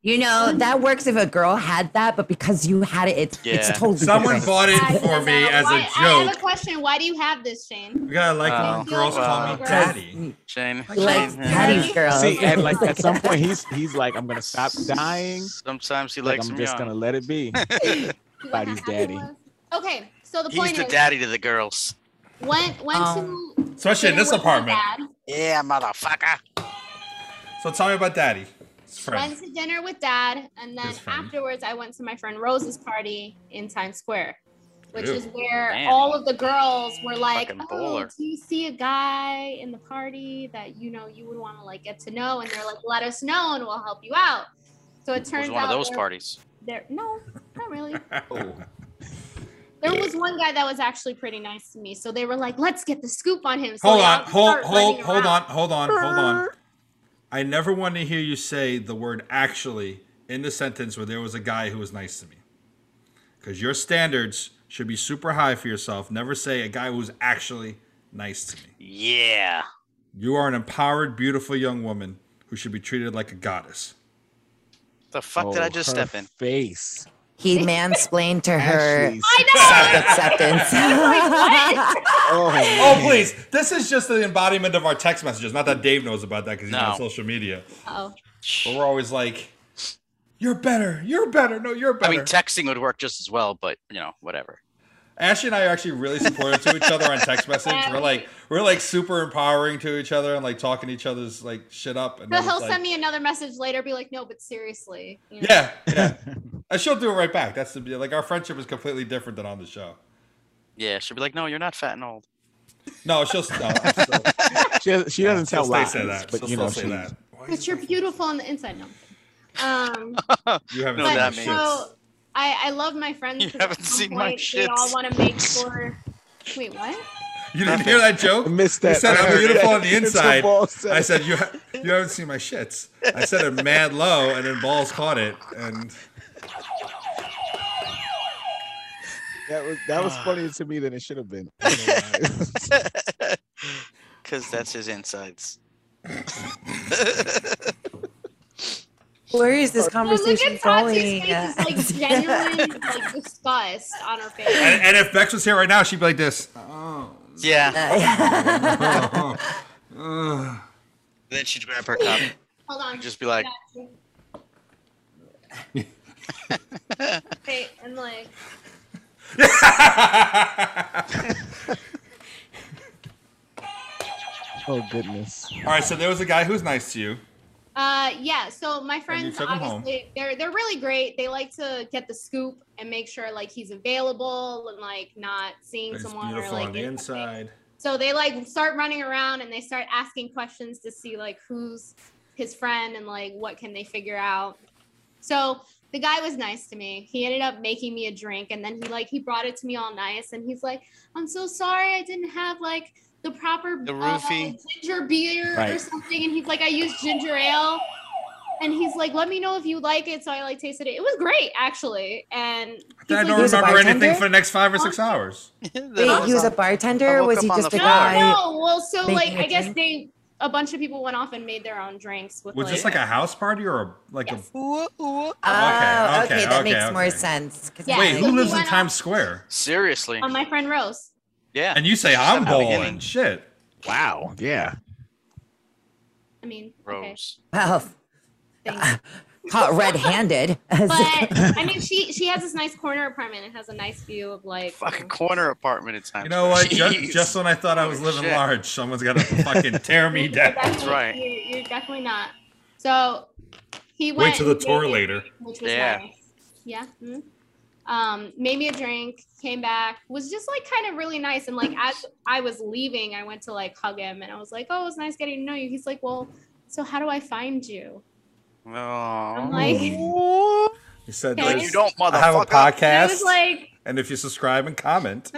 S3: you know that works if a girl had that, but because you had it, it's it's
S6: Yeah.
S3: totally
S2: Someone
S3: different.
S2: bought it
S5: I
S2: for
S5: said,
S2: me
S5: "Now,
S2: as
S5: why-
S2: a
S5: I have a
S2: joke. Uh,
S5: question. Why do you have this, Shane?
S2: We gotta like
S6: Wow.
S2: when girls call me
S6: Wow.
S2: daddy.
S6: Shane.
S3: He likes
S6: Shane, eh.
S3: daddy's girls.
S8: See, and like at some point, he's he's like, I'm gonna stop dying.
S6: Sometimes he
S8: Like
S6: likes
S8: I'm
S6: him
S8: just
S6: young.
S8: gonna let it be.
S5: See what
S8: Body's
S5: happened
S8: daddy.
S5: was- Okay, so the
S6: He's
S5: point
S6: the
S5: is,
S6: daddy to the girls.
S5: went went
S3: Um,
S5: to
S2: Especially in
S5: dinner
S2: this
S5: with my
S2: apartment.
S5: dad,
S6: Yeah, motherfucker.
S2: So tell me about daddy. It's friend.
S5: Went to dinner with dad, and then
S2: His friend.
S5: afterwards, I went to my friend Rose's party in Times Square, which
S2: Ew.
S5: is where
S6: Man.
S5: all of the girls were like,
S6: Fucking
S5: "Oh,
S6: bowler.
S5: do you see a guy in the party that you know you would want to like get to know?" And they're like, "Let us know, and we'll help you out." So it
S6: It
S5: turns
S6: was one of
S5: out
S6: those
S5: there-
S6: parties.
S5: there no, not really.
S2: Oh.
S5: Oh, There was one guy that was actually pretty nice to me, so they were like, "Let's get the scoop on him." So
S2: Hold
S5: we
S2: on,
S5: all
S2: hold,
S5: start
S2: hold,
S5: running
S2: hold on,
S5: around.
S2: hold on, hold on. I never want to hear you say the word actually in the sentence where there was a guy who was nice to me. Because your standards should be super high for yourself. Never say a guy who's actually nice to me.
S6: Yeah.
S2: You are an empowered, beautiful young woman who should be treated like a goddess.
S6: The fuck did
S8: Oh,
S6: I just
S8: her
S6: step in?
S8: Face.
S3: he mansplained to her
S8: Ashley's-
S3: self acceptance.
S8: Oh,
S2: Oh,
S8: man.
S2: please. This is just the embodiment of our text messages. Not that Dave knows about that because he's on
S6: No.
S2: social media.
S5: Oh,
S2: But we're always like, you're better. You're better. No, you're
S6: I
S2: better.
S6: mean, texting would work just as well, but you know, whatever.
S2: Ashley and I are actually really supportive to each other on text message. We're like we're like super empowering to each other and like talking each other's like shit up. And
S5: so
S2: then it's
S5: he'll
S2: like,
S5: send me another message later, be like, "No, but seriously." you know?
S2: Yeah, yeah. and she'll do it right back. That's the like our friendship is completely different than on the show.
S6: Yeah, she'll be like, "No, you're not fat and old."
S2: No, she'll no, she'll-
S8: She, doesn't- she doesn't
S2: she'll
S8: tell
S2: stay
S8: lies,
S2: say that.
S8: but
S2: she'll
S8: you
S2: still
S8: know
S2: say
S8: she-
S2: that. Why
S5: But
S2: is-
S5: you're beautiful on the inside. No. I'm kidding. Um,
S2: You haven't
S6: No,
S2: seen
S5: but
S6: that
S2: my
S6: means-
S2: shit.
S5: so I, I love my friends.
S6: You
S5: 'cause at
S6: haven't
S5: some
S6: seen my
S5: point They all
S6: shits.
S5: want to make sure. Wait, what?
S2: You didn't hear that joke?
S8: I missed that.
S2: You said
S8: I
S2: I'm
S8: heard
S2: beautiful
S8: that.
S2: on the
S8: It's a
S2: inside.
S8: ball set.
S2: I said you ha- you haven't seen my shits. I said it mad low, and then balls caught it. And
S8: that was that was funnier to me than it should have been. I don't know why.
S6: Because that's his insides.
S3: Where is this
S5: Well, look
S3: conversation
S5: at Tati's
S3: going?
S5: face. It's like genuine like, disgust on her face.
S2: and, and if Bex was here right now, she'd be like this.
S6: Yeah.
S3: Uh,
S6: Then she'd grab her cup and
S5: Hold on.
S6: just be like,
S5: Wait, and like.
S8: Oh goodness.
S2: All right, so there was a guy who was nice to you.
S5: Uh, yeah. So my friends,
S2: took him home.
S5: obviously, they're they're really great. They like to get the scoop and make sure like he's available and like not seeing
S2: He's
S5: someone or
S2: beautiful
S5: like
S2: on the
S5: getting something.
S2: inside.
S5: So they like start running around and they start asking questions to see like who's his friend and like what can they figure out. So the guy was nice to me. He ended up making me a drink and then he like he brought it to me all nice and he's like, I'm so sorry I didn't have like the proper
S6: The
S5: uh,
S6: roofie.
S5: ginger beer or
S8: Right.
S5: something. And he's like, I used ginger ale. and he's like, "Let me know if you like it." So I like tasted it. It was great, actually. And he's
S2: I don't
S5: like,
S3: He's a
S2: remember anything
S3: bartender?
S2: for the next five or six hours.
S6: Then I
S3: Wait, he was a
S6: on- I
S3: bartender? Or
S6: woke
S3: was he
S6: up on
S3: just a
S6: the
S5: no,
S6: floor.
S3: guy?
S5: no. Well, so
S3: Making
S5: like
S3: a
S5: I guess
S3: drink?
S5: they a bunch of people went off and made their own drinks with
S2: Was
S5: like,
S2: this like a house party or a like
S5: Yes.
S2: a?
S6: Ooh, ooh.
S2: Okay,
S3: Oh, okay,
S2: okay,
S3: that
S2: okay,
S3: makes more
S2: okay.
S3: sense. 'cause
S5: Yeah,
S2: Wait,
S3: I'm
S5: so
S2: who
S5: he
S3: like-
S2: lives in
S5: went out-
S2: Times Square?
S6: Seriously.
S5: on my friend Rose.
S6: yeah.
S2: And you say I'm
S6: At the beginning.
S2: bowling? Shit.
S8: Wow. Yeah.
S5: I mean, okay,
S6: Rose.
S3: Well,
S5: thanks.
S3: caught red-handed. as-
S5: But I mean, she she has this nice corner apartment. It has a nice view of like. you
S6: Fucking
S5: know.
S6: corner apartment in Times
S2: You know what?
S6: Square.
S2: Just,
S6: Jeez.
S2: just when I thought I was
S6: Holy
S2: living
S6: shit.
S2: large, someone's got to fucking tear me
S5: You're
S2: down.
S5: definitely-
S6: right.
S5: You're, you're definitely not. So he went.
S2: Wait till the
S5: and
S2: tour
S5: made a
S2: later.
S5: drink, Which was
S6: Yeah.
S5: nice. Yeah. mhm. Um, made me a drink, came back, was just like kind of really nice. And like as I was leaving, I went to like hug him and I was like, Oh, it was nice getting to know you. He's like, Well, so how do I find you? I'm
S6: Oh.
S5: like,
S2: He said,
S5: Okay.
S2: "There's-
S6: You don't,
S2: I have a
S6: motherfucker.
S5: I
S2: podcast,
S5: was like,
S2: and if you subscribe and comment,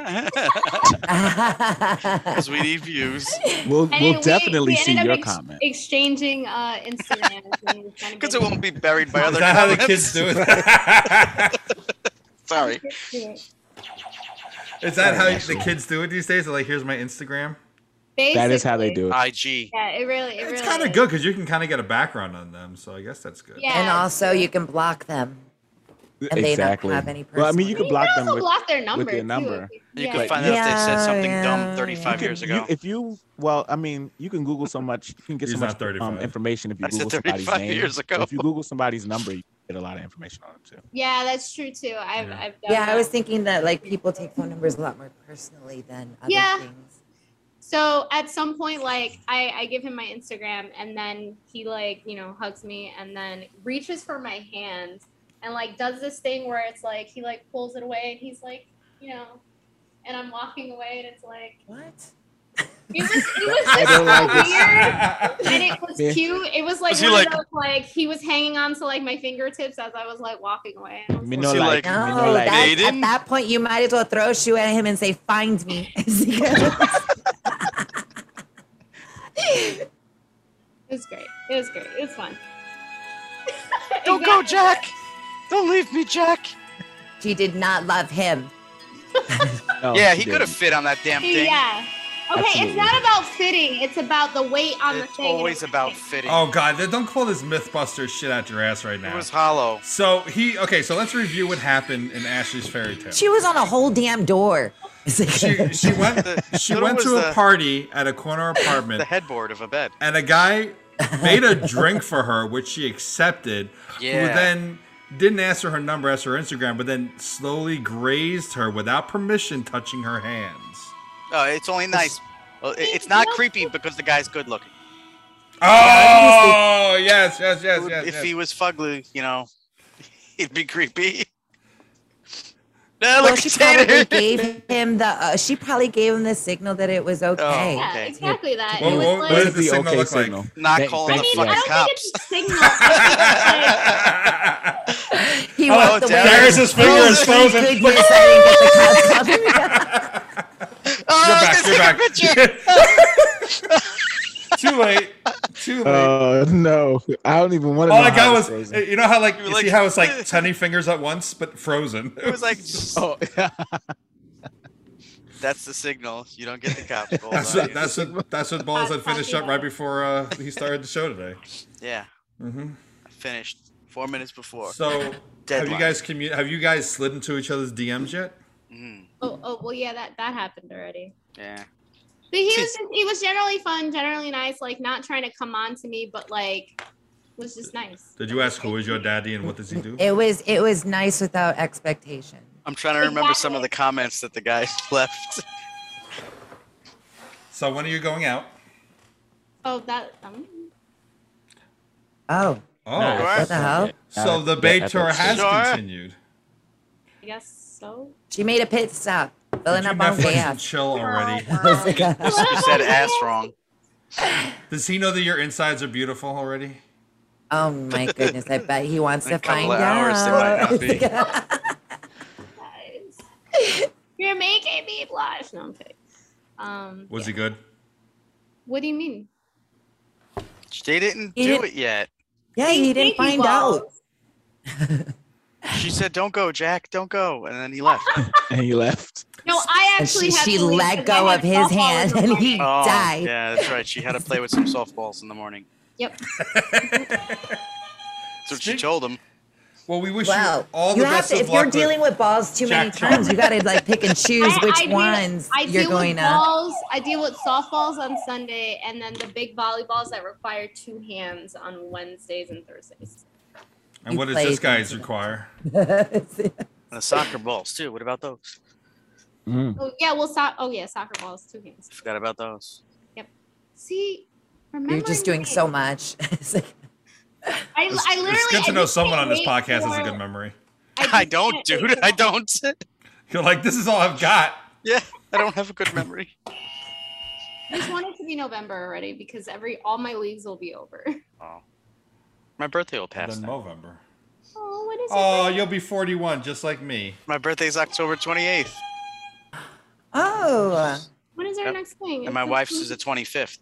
S6: Because we need views.
S8: We'll
S5: and
S8: we'll
S5: we-
S8: definitely
S5: we
S8: see
S5: ended
S8: your
S5: up ex-
S8: comment.
S5: Exchanging uh, Instagram.
S6: Because it won't be buried by
S2: is
S6: other
S2: that how the kids
S6: comments.
S2: do it?
S6: Sorry.
S2: is that how the kids do it these days? They're like, here's my Instagram.
S8: That is how they do it.
S6: IG.
S5: Yeah, it really, it
S2: It's
S5: really
S2: kind of
S5: is.
S2: good because you can kind of get a background on them, so I guess that's good.
S5: Yeah.
S3: and also, you can block them. And they don't
S8: exactly.
S3: have any
S8: well, I mean, you
S5: You
S8: could
S5: can
S8: block
S5: also
S8: them with.
S5: block their number.
S8: your
S5: too,
S8: number.
S5: if
S6: You
S5: yeah.
S6: can find out if they
S3: Yeah,
S6: said something
S3: yeah,
S6: dumb 35
S3: yeah.
S6: years
S8: you-
S6: ago.
S8: if you well, I mean, you can Google so much. You can get
S2: He's
S8: so
S2: not
S8: much
S2: 35.
S8: um, information if you
S6: I said
S8: Google somebody's
S6: 35
S8: name.
S6: years ago.
S8: If you Google somebody's number, you get a lot of information on it too.
S5: yeah, that's true too. I've,
S2: Yeah.
S5: I've done
S3: Yeah, I
S5: that.
S3: was thinking that like people take phone numbers a lot more personally than other
S5: Yeah.
S3: things.
S5: So at some point, like I, I give him my Instagram, and then he like you know hugs me, and then reaches for my hand, and like does this thing where it's like he like pulls it away, and he's like you know, and I'm walking away, and it's like
S3: What?
S5: it was it was
S8: I
S5: just
S8: don't like
S5: so
S8: this.
S5: weird. And it was
S8: Yeah.
S5: cute. It was like
S6: Was he
S5: one
S6: like-
S5: of those, like he was hanging on to like my fingertips as I was like walking away. And I was
S8: Me
S5: like,
S8: no
S6: See,
S8: like,
S6: like-
S8: me
S3: No,
S8: no like.
S3: that-
S6: Aiden?
S3: at that point, you might as well throw a shoe at him and say, "Find me."
S5: It was great. It was great. It was fun.
S6: Don't go, Jack! Don't leave me, Jack!
S3: she did not love him.
S8: No,
S6: yeah,
S8: she
S6: he could have
S8: Oh, didn't.
S6: fit on that damn thing.
S5: Yeah. Okay,
S8: Absolutely.
S5: it's not about fitting. It's about the weight on the
S6: It's
S5: thing. and
S6: always
S5: everything.
S6: about fitting.
S2: Oh God, don't pull this MythBuster shit out your ass right
S6: it
S2: now.
S6: was hollow.
S2: So he okay. So let's review what happened in Ashley's fairy tale.
S3: She was on a whole damn door.
S2: she, she went
S6: The-
S2: she
S6: so
S2: went
S6: was
S2: to a
S6: the-
S2: party at a corner apartment
S6: The headboard of a bed.
S2: and a guy made a drink for her which she accepted who
S6: Yeah.
S2: then didn't ask her her number asked her instagram but then slowly grazed her without permission touching her hands
S6: Oh, it's only nice. Well, it- it's not creepy because the guy's good looking.
S2: oh yes yes yes
S6: It would-
S2: yes,
S6: if
S2: yes.
S6: he was fugly, you know, it'd be creepy.
S3: well,
S6: No, look
S3: she
S6: at
S3: probably
S6: Tanner.
S3: gave him the. Uh, she probably gave him the signal that it was
S5: Oh.
S3: okay.
S5: Yeah,
S6: Okay.
S5: exactly that.
S2: Well,
S5: it was
S2: well,
S5: like,
S2: what
S8: What
S2: does
S8: is
S2: the
S8: the
S2: signal
S8: okay
S2: look like?
S8: signal?
S6: Not
S8: Thank-
S6: calling
S5: I
S8: thank
S6: the
S5: mean,
S8: you.
S5: I
S6: fucking
S5: don't think
S6: cops.
S5: it's a signal. I think
S3: He
S2: Oh,
S3: walked away.
S2: there's his finger
S3: Oh,
S2: is
S3: thank
S2: frozen.
S3: goodness I didn't get the cops up.
S2: you're
S6: Oh,
S2: back
S6: this
S2: you're
S6: is
S2: back
S6: a picture.
S2: too late too late
S8: Uh,
S4: Oh no, I don't even want to.
S2: all
S4: know
S2: I
S4: how
S2: got was
S4: this goes.
S2: you know how like
S6: You
S2: you,
S6: were
S2: see
S6: like-
S2: how it's like twenty fingers at once but frozen.
S6: It was like,
S8: Oh,
S6: that's the signal. You don't get the cops. Hold
S2: that's
S6: on.
S2: what that's what that's what balls had finished up right before uh, he started the show today.
S6: yeah,
S2: hmm
S6: I finished four minutes before.
S2: So have you
S6: Deadline.
S2: guys commu- have you guys slid into each other's DMs yet?
S6: Mhm,
S5: oh, oh, well, yeah, that that happened already.
S6: yeah.
S5: But he was he was generally fun, generally nice, like not trying to come on to me, but like was just nice.
S2: Did you ask who is your daddy and what does he do?
S3: It was. It was nice without expectation.
S6: I'm trying to remember some of the comments that the guy left.
S2: So when are you going out?
S5: Oh, that um,
S3: Oh,
S2: Oh,
S6: Alright.
S3: what the hell?
S2: so the Bay Tour has
S6: Sure.
S2: continued.
S5: I guess so.
S3: She made a pit stop, filling
S2: Did you
S3: up on
S2: Netflix and
S3: gas.
S2: chill already.
S6: You said ass wrong.
S2: Does he know that your insides are beautiful already?
S3: Oh my goodness! I bet he wants
S6: In a
S3: to
S6: couple
S3: find
S6: of hours, there might
S3: out.
S6: not be.
S5: Guys. You're making me blush. No, I'm kidding. Um,
S2: Was he good?
S5: what do you mean?
S6: They didn't
S3: He
S6: do
S3: didn't-
S6: it yet.
S3: Yeah, he didn't find out.
S6: She said, "Don't go, Jack. Don't go," and then he left.
S8: and he left.
S5: No, I
S3: And
S5: actually
S3: she,
S5: had
S3: she
S5: to leave
S3: let
S5: 'cause I
S3: go
S5: had
S3: of his
S5: softball in
S3: hand
S5: the
S3: and
S5: morning.
S3: he
S6: Oh,
S3: died.
S6: yeah, that's right. She had to play with some softballs in the morning.
S5: Yep.
S6: That's what she told him.
S2: Well, we wish you
S3: Wow.
S2: all the
S3: you have
S2: best
S3: to,
S2: of
S3: if
S2: luck.
S3: you're dealing with balls too many
S2: Jack
S3: times, you got to like pick and choose
S5: I-
S3: which
S5: I deal-
S3: ones
S5: I
S3: you're
S5: deal
S3: going
S5: with
S3: to.
S5: balls. I deal with softballs on Sunday, and then the big volleyballs that require two hands on Wednesdays and Thursdays.
S2: and what does
S3: You
S2: this
S3: played
S2: guy's require?
S6: And the soccer balls too. What about those?
S3: Hmm.
S8: Mm.
S5: Oh yeah, well, so- oh yeah, soccer balls, two hands.
S6: Forgot about those.
S5: See, remember
S3: you're just doing so much. It's like-
S5: I,
S2: It's,
S5: I
S2: it's
S5: literally.
S2: good to
S5: I
S2: know
S5: just
S2: someone
S5: can't
S2: on this
S5: wait
S2: podcast has a
S5: for-
S2: good memory.
S5: just
S6: I don't,
S5: can't wait
S6: dude. I
S5: for-
S6: don't.
S2: You're like, this is all I've got.
S6: yeah, I don't have a good memory.
S5: I just want it to be November already because every all my leagues will be over.
S6: Oh, my birthday will pass.
S2: Then
S6: now.
S2: November.
S5: Oh, what is
S2: Oh,
S5: it?
S2: you'll be 41, just like me.
S6: My birthday's October 28th,
S3: oh,
S5: When is our
S6: Yep.
S5: next thing?
S6: and my wife's is the 25th.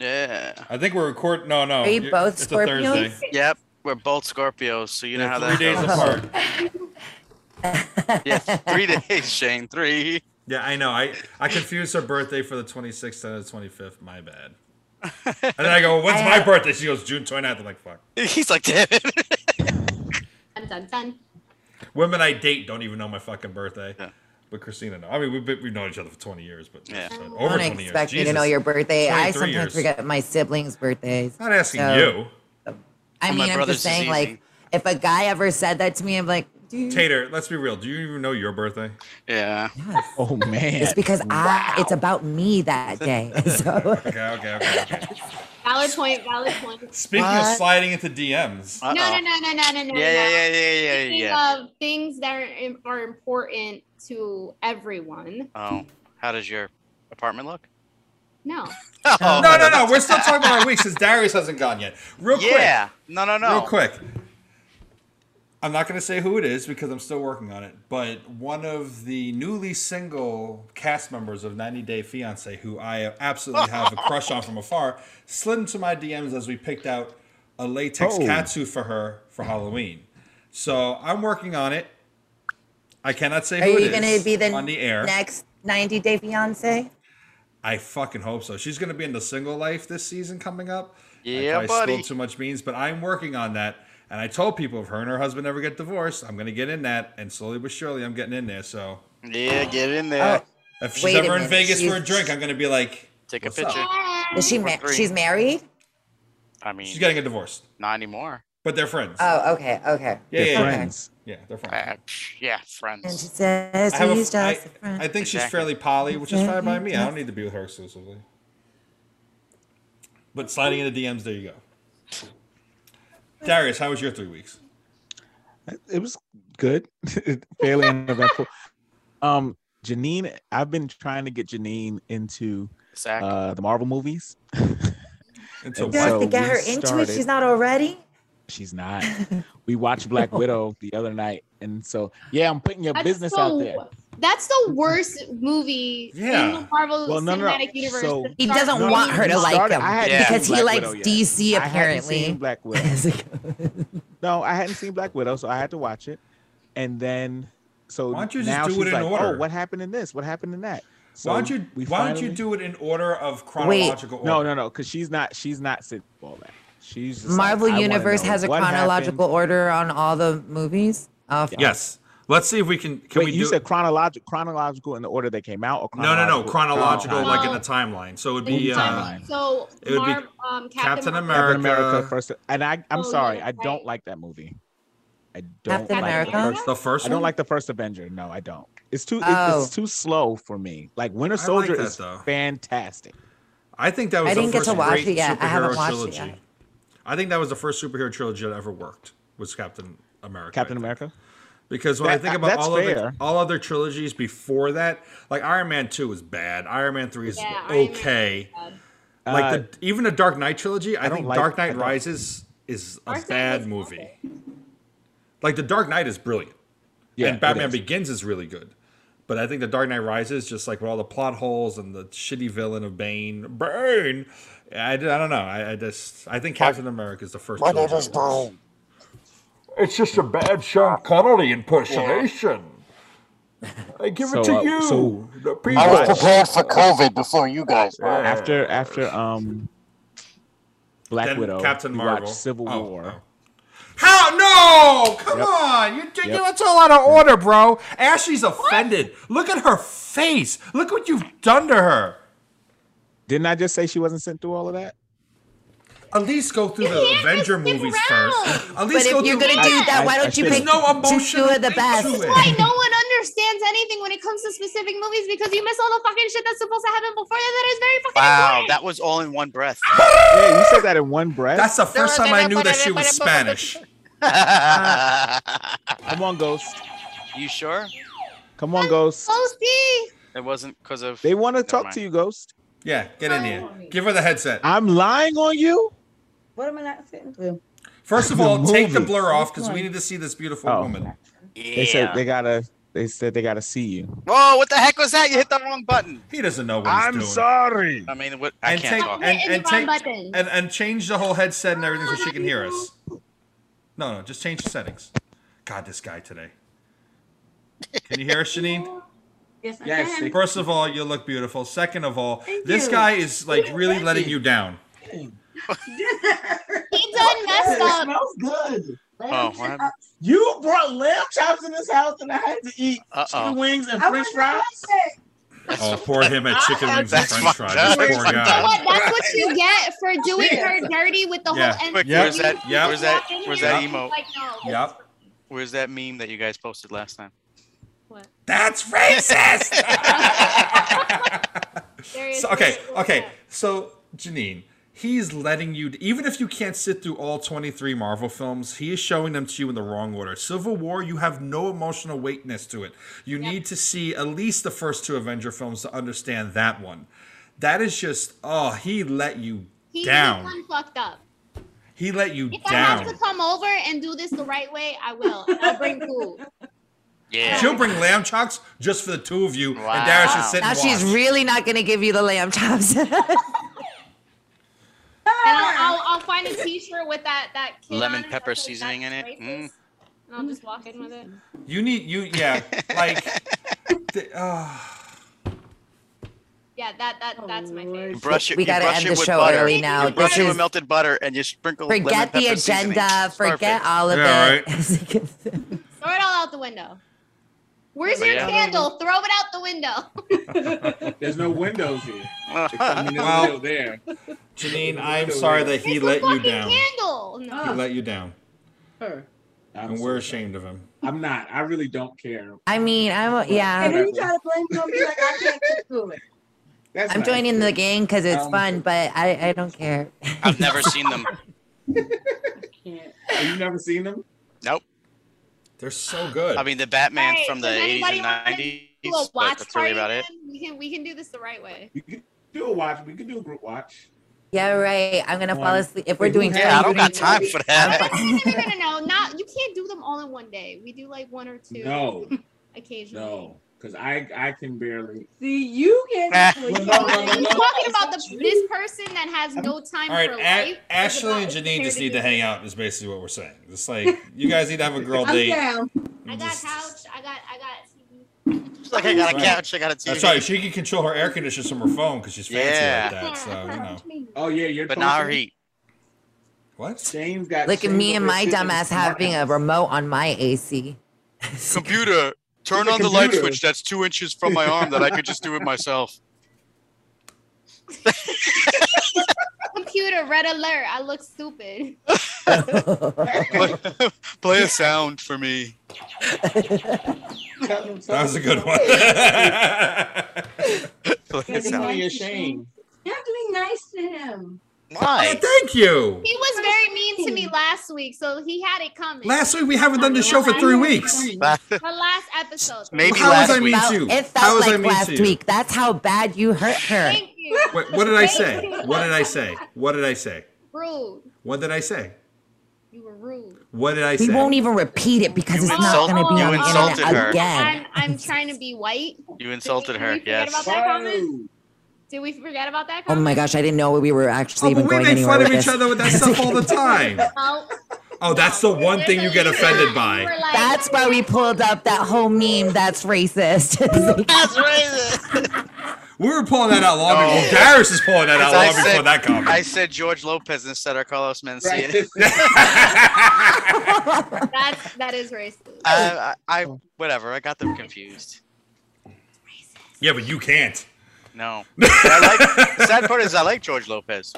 S6: Yeah.
S2: I think we're recording. No, no.
S3: Are you
S2: you're-
S3: both
S2: It's a Thursday.
S3: Scorpios?
S6: Yep. We're both Scorpios, so you know how
S2: They're
S6: that
S2: three days
S6: goes.
S2: apart.
S6: Yeah, three days, Shane. Three.
S2: Yeah, I know. I, I confused her birthday for the 26th and the 25th. My bad. And then I go, when's
S3: I
S2: my
S3: have-
S2: birthday? She goes, June 29th. I'm like, fuck.
S6: He's like, damn it.
S5: Dun, dun, dun.
S2: Women I date don't even know my fucking birthday.
S6: Yeah.
S2: But Christina, know. I mean, we've, been, we've known each other for 20 years, but
S6: Yeah.
S2: but
S3: I
S2: over
S3: "Oh, don't
S2: 20
S3: expect
S2: years.
S3: me to know
S2: Jesus.
S3: your birthday. I
S2: 23
S3: sometimes
S2: years.
S3: forget my siblings' birthdays.
S2: Not asking
S3: So,
S2: you.
S3: I
S6: Well, my
S3: mean, I'm
S6: brother's is
S3: just saying,
S6: easy.
S3: like, if a guy ever said that to me, I'm like, dude,
S2: Tater, let's be real. Do you even know your birthday?
S6: Yeah.
S3: yes.
S8: Oh man.
S3: it's because I, it's about me that day. So
S2: Okay, okay, okay. okay.
S5: Valid point. Valid point.
S2: Speaking of
S3: What?
S2: sliding into DMs,
S5: No,
S6: Uh-oh.
S5: no, no, no, no, no, no.
S6: Yeah,
S5: no.
S6: yeah, yeah, yeah, yeah,
S5: Speaking
S6: yeah.
S5: of things that are, im- are important to everyone.
S6: Oh, how does your apartment look?
S5: No.
S6: Oh,
S2: no, no, no. We're still talking about our week since Darius hasn't gone yet. Real quick.
S6: Yeah. No, no, no.
S2: Real quick. I'm not going to say who it is because I'm still working on it, but one of the newly single cast members of 90 Day Fiance, who I absolutely have a crush on from afar, slid into my DMs as we picked out a latex
S8: Oh.
S2: catsuit for her for Halloween. So I'm working on it. I cannot say
S3: are
S2: who it
S3: you going to
S2: is
S3: be the,
S2: on the air.
S3: next 90 Day Fiance?
S2: I fucking hope so. She's gonna be in the single life this season coming up.
S6: Yeah,
S2: I probably
S6: buddy.
S2: spilled too much beans, but I'm working on that. And I told people if her and her husband ever get divorced, I'm gonna get in that. And slowly but surely, I'm getting in there. So
S6: Yeah, get in there.
S3: Oh,
S2: if she's
S3: Wait a
S2: ever in
S3: minute,
S2: Vegas for a
S3: she's-
S2: drink, I'm gonna be like,
S6: Take a
S2: What's up?
S6: picture.
S3: Is she ma-
S6: three.
S3: she's married?
S6: I mean,
S2: she's getting a divorce,
S6: not anymore.
S2: but they're friends.
S3: Oh, okay, okay.
S2: yeah,
S8: They're
S2: yeah, yeah,
S8: friends.
S2: yeah, they're friends.
S6: Uh, yeah,
S3: And she
S6: friends.
S3: says
S2: I, have a-
S3: he's
S2: I-
S3: just a friend.
S2: I think she's
S6: Exactly.
S2: fairly poly, which is fine by me. I don't need to be with her exclusively. But sliding into DMs, there you go. Darius, how was your three weeks?
S8: It was good. Fairly uneventful. Um, Janine, I've been trying to get Janine into
S6: Zach.
S8: uh the Marvel movies.
S2: Into
S8: And
S3: you have
S8: so
S3: to get
S8: we
S3: her into
S8: started-
S3: it. She's not already.
S8: She's not. We watched Black Widow the other night, and so yeah, I'm putting your
S5: That's
S8: business
S5: the-
S8: out there.
S5: That's the worst movie in
S2: Yeah.
S5: the Marvel
S8: Well, no, no, no.
S5: Cinematic Universe.
S8: So-
S5: that
S3: He
S5: starts
S3: doesn't
S5: with
S3: want
S5: me.
S3: her to
S8: you
S3: like
S8: started-
S3: him
S8: I hadn't
S6: Yeah.
S8: seen
S3: because he
S8: Black
S3: likes
S8: Widow yet.
S3: DC
S8: I hadn't seen
S3: apparently.
S8: Black Widow.
S3: It's like-
S8: No, I hadn't seen Black Widow, so I had to watch it. And then, so
S2: Why don't you just
S8: now
S2: do it
S8: she's
S2: in
S8: like,
S2: order?"
S8: "Oh, what happened in this? What happened in that?" So
S2: why don't you
S8: we
S2: why don't you
S8: finally-
S2: do it in order of chronological
S8: No,
S2: order?
S8: no, no, because she's not. She's not sitting for all that. She's just like,
S3: Marvel
S8: "I wanna
S3: Universe
S8: know
S3: has a
S8: what happened."
S3: chronological order on all the movies. Uh, f-
S2: Yes. Let's see if we can can
S8: Wait,
S2: we
S8: you
S2: do
S8: said chronological, chronological in the order they came out, or
S2: No, no, no, chronological
S8: Oh.
S2: like in a timeline. So it would be uh,
S8: Timeline.
S5: So
S2: it would be
S5: Marv- um,
S2: Captain
S5: Captain
S2: America.
S8: Uh, Captain America first, and I, I'm
S5: Oh,
S8: sorry,
S5: yeah,
S8: I don't
S5: right.
S8: like that movie. I don't
S3: Captain
S8: like
S3: America?
S8: the first.
S2: the first
S8: I don't
S2: one?
S8: like the first Avenger. No, I don't. It's too. it-
S3: Oh.
S8: It's too slow for me. Like Winter
S2: like
S8: Soldier
S2: that,
S8: is
S2: though.
S8: fantastic.
S2: I think that was
S3: I
S2: the
S3: didn't get
S2: first
S3: to watch
S2: great
S3: it yet.
S2: superhero
S3: I haven't watched it
S2: trilogy.
S3: yet.
S2: I think that was the first superhero trilogy that ever worked was Captain America.
S8: Captain
S2: I think.
S8: America.
S2: Because when I
S8: That- uh,
S2: think about
S8: that's
S2: all other
S8: fair.
S2: all other trilogies before that, like Iron Man 2 is bad. Iron Man 3 is
S5: Yeah, Iron Man
S2: okay.
S5: bad.
S2: Like
S8: Uh,
S2: the, even the Dark Knight trilogy, I,
S8: don't
S2: think
S8: like-
S2: Dark
S8: I
S2: Knight
S8: don't-
S2: Rises is a
S5: Dark Knight
S2: bad
S5: was
S2: movie.
S5: awful.
S2: Like the Dark Knight is brilliant.
S8: Yeah,
S2: and Batman
S8: it is.
S2: Begins is really good. But I think The Dark Knight Rises, just like with all the plot holes and the shitty villain of Bane, Bane, I, I don't know. I, I just I think
S9: My-
S2: Captain America is the first.
S9: My
S2: Joker.
S9: name is Brian. It's just a bad Sean Connery impersonation. I give
S8: So,
S9: it to
S8: uh,
S9: you.
S8: so-
S9: the
S8: I
S9: people.
S8: was
S9: prepared for COVID before you guys.
S10: Oh,
S8: after after um Black
S2: Then
S8: Widow,
S2: Captain
S8: we
S2: Marvel.
S8: watched Civil
S2: Oh,
S8: War.
S2: oh. How? No! Come
S8: Yep.
S2: on! You, you
S8: Yep.
S2: that's all out of order, bro. Ashley's offended. Look at her face. Look what you've done to her.
S8: Didn't I just say she wasn't sent through all of that?
S2: At least go through
S5: You
S2: the
S5: can't
S2: Avenger
S5: just skip
S2: movies
S5: around.
S2: first. At
S3: But
S2: least go
S3: if you're
S2: through.
S3: gonna
S5: Yeah.
S3: do that, why
S8: I- I
S3: don't you
S8: feel-
S3: pick
S2: There's no
S3: just
S2: emotion.
S3: two of the
S2: into
S3: best?
S2: it.
S5: Why no one understands anything when it comes to specific movies because you miss all the fucking shit that's supposed to happen before you that is very fucking
S6: Wow,
S5: important.
S6: that was all in one breath.
S8: Yeah, you said that in one breath.
S2: That's the first time I knew that she was Spanish.
S8: Come on, Ghost.
S6: you sure?
S8: Come on, Ghost.
S5: Ghosty.
S6: It wasn't because of.
S8: They want to
S6: Never
S8: talk
S6: mind.
S8: to you, Ghost.
S2: Yeah, get in here. Give her the headset.
S8: I'm lying on you.
S11: What am I not sitting through?
S2: First of
S8: The
S2: all, take the
S8: movie.
S2: blur off because we need to see this beautiful
S8: Oh.
S2: woman.
S6: Yeah.
S8: They said they gotta. They said they gotta see you.
S6: Whoa, Oh, what the heck was that? You hit the wrong button.
S2: He doesn't know what he's
S9: I'm
S2: doing.
S9: sorry.
S6: I mean, what? I
S2: And
S6: can't
S2: take-
S6: talk.
S2: and-
S5: Hitting
S2: and
S5: the wrong
S2: take-
S5: button.
S2: and and change the whole headset and everything so she can hear us. No, no, just change the settings. God, this guy today. Can you hear us, Janine?
S11: Yes, I
S8: Yes,
S11: can.
S2: First of all, you look beautiful. Second of all,
S11: Thank
S2: this
S11: you.
S2: guy is like really letting you down.
S5: he done messed up.
S4: smells good.
S6: Oh, what happened?
S4: You brought lamb chops in this house, and I had to eat
S6: Uh
S4: chicken
S6: oh.
S4: wings and
S11: I
S4: French
S11: wouldn't
S4: fries.
S2: Oh, poor him at chicken wings and
S6: That's
S2: french
S6: fucked
S2: fries.
S6: up.
S2: This poor
S5: You
S6: That's
S5: know
S2: guy.
S5: what? That's what you get for doing her dirty with the
S2: Yeah.
S5: whole. And
S6: Quick,
S2: Yep.
S6: where's that?
S2: Yep.
S6: Where's that? Where's that
S2: Yep.
S6: emote?
S5: Like, no.
S2: Yep.
S6: Where's that meme that you guys posted last time?
S2: That's racist.
S5: There is-
S2: so, okay, okay. So, Janine, he's letting you, even if you can't sit through all 23 Marvel films, he is showing them to you in the wrong order. Civil War, you have no emotional weightness to it. You need to see at least the first two Avenger films to understand that one. That is just, oh, he let you
S5: He
S2: down.
S5: done fucked up.
S2: He let you
S5: If I
S2: down.
S5: have to come over and do this the right way, I will. And I'll bring food.
S6: Yeah.
S2: She'll bring lamb chops just for the two of you,
S6: Wow.
S2: and Darius is sitting.
S3: Now she's really not gonna give you the lamb chops.
S5: And I'll, I'll, I'll find a T-shirt with that that kid
S6: Lemon
S5: on it
S6: pepper
S5: that says
S6: seasoning
S5: that's
S6: in it.
S5: racist.
S6: Mm.
S5: And I'll just walk in with it.
S2: You need you yeah like. the, ah.
S5: Yeah, that that that's my favorite.
S6: Brush it.
S3: We
S6: you
S3: gotta
S6: brush
S3: end
S6: it
S3: the
S6: with
S3: show
S6: butter.
S3: early now.
S6: You brush
S3: This
S6: it with
S3: is-
S6: melted butter and you sprinkle. lemon
S3: forget the
S6: pepper
S3: agenda.
S6: seasoning.
S3: Forget
S6: Perfect.
S3: all of
S2: Yeah,
S3: it.
S5: Throw it all out the window. Where's
S6: But
S5: your
S6: yeah.
S5: candle? Throw it out the window.
S10: There's no windows here. I mean, there's
S2: Wow.
S10: a window there.
S2: Janine, I'm sorry that he
S5: It's
S2: let
S5: a
S2: you
S5: fucking
S2: down.
S5: candle. No.
S2: He let you down,
S11: Her.
S10: I'm
S2: and we're
S10: so sorry.
S2: ashamed of him.
S10: I'm not. I really don't care.
S3: I mean, I'm
S11: And
S3: yeah.
S11: then you try to blame it on me like I can't get through it.
S10: That's
S3: I'm
S10: not
S3: joining the
S10: fair.
S3: gang because it's
S10: Um,
S3: fun, but I, I don't care.
S6: I've never seen them.
S11: Can't.
S10: Have you never seen them?
S6: Nope.
S2: They're so good.
S6: I mean, the Batman
S5: Hey,
S6: from the
S5: does
S6: 80s
S5: anybody
S6: and
S5: wanna
S6: 90s.
S5: Do a
S6: but
S5: watch
S6: that's really
S5: party.
S6: about it.
S5: then? We can we can do this the right way.
S10: You can do a watch. We can do a group watch.
S3: Yeah, right. I'm gonna fall
S10: Um,
S3: asleep if we're
S10: yeah,
S3: doing.
S6: Yeah, I don't got
S3: 23
S6: time for that.
S5: no, no, no, no, no, not you can't do them all in one day. We do like one or two
S10: No,
S5: occasionally.
S10: no, because I I can barely.
S11: See, you can't.
S10: Well, no, no, no,
S5: You're
S10: no.
S5: talking about the, this person that has no time
S2: all right,
S5: for
S2: A-
S5: life.
S2: Ashley and Janine just need to hang out. Is basically what we're saying. It's like you guys need to have a girl
S11: I'm
S2: date.
S11: down.
S5: I got
S2: Just-
S5: couch. I got. I got. TV.
S6: It's like I got a
S2: Right.
S6: couch, I got a TV.
S2: That's right. She can control her air conditioners from her phone because she's fancy
S6: Yeah.
S2: like that. So uh, you know
S10: Oh yeah, you're.
S6: But not her
S10: toasting.
S6: heat.
S2: what?
S10: Shane's got.
S3: Look at
S10: Shane's
S3: me and
S10: over
S3: my
S10: here
S3: dumbass
S10: sitting in the
S3: having a
S10: corner.
S3: remote on my AC.
S6: Computer, turn
S10: It's a
S6: on the light
S10: computer.
S6: switch that's two inches from my arm that I could just do it myself.
S5: Computer red alert. I look stupid.
S6: Play, play a sound for me.
S10: Tell him
S2: That was a good
S10: something.
S2: one.
S6: Play a
S10: It's
S6: sound.
S10: only a shame.
S11: You have to be nice to him.
S6: Why?
S2: Thank you.
S5: He was very mean to me last week, so he had it coming.
S2: Last week we haven't done the show for three weeks.
S5: the last episode.
S6: Maybe
S2: How was
S6: last
S2: I
S6: week.
S2: mean
S3: Felt-
S2: to you?
S3: It
S2: How
S3: felt
S2: was I
S3: like
S2: mean
S3: last
S2: to you?
S3: week. That's how bad you hurt her.
S5: Thank you.
S2: Wait, what did I say? What did I say? What did I say?
S5: Rude.
S2: What did I say?
S5: You were rude.
S2: What did I
S3: We
S2: say?
S3: won't even repeat it because
S6: You
S3: it's
S6: insult-
S3: not going to be
S6: you
S3: on the
S6: insulted
S3: internet
S6: her.
S3: again.
S5: I'm, I'm trying to be white.
S6: You insulted her.
S5: Did we forget
S6: Yes.
S5: about that comment?
S10: Whoa.
S5: Did we forget about that?
S3: Oh my gosh, I didn't know we were actually
S2: Oh,
S3: even
S2: but we
S3: going
S2: make
S3: anywhere
S2: fun of
S3: with
S2: each
S3: this.
S2: other with that stuff all the time.
S5: No.
S2: Oh, that's the one thing you get offended by.
S3: That's why we pulled up that whole meme. That's racist.
S6: that's racist.
S2: We were pulling that out long
S6: No.
S2: before. Darius is pulling that out
S6: As I
S2: long before
S6: said-
S2: that comment.
S6: I said George Lopez instead of Carlos Mencia.
S5: That's that is racist.
S6: I, I, I, whatever. I got them confused.
S2: Yeah, but you can't.
S6: No. But I like, the sad part is I like George Lopez.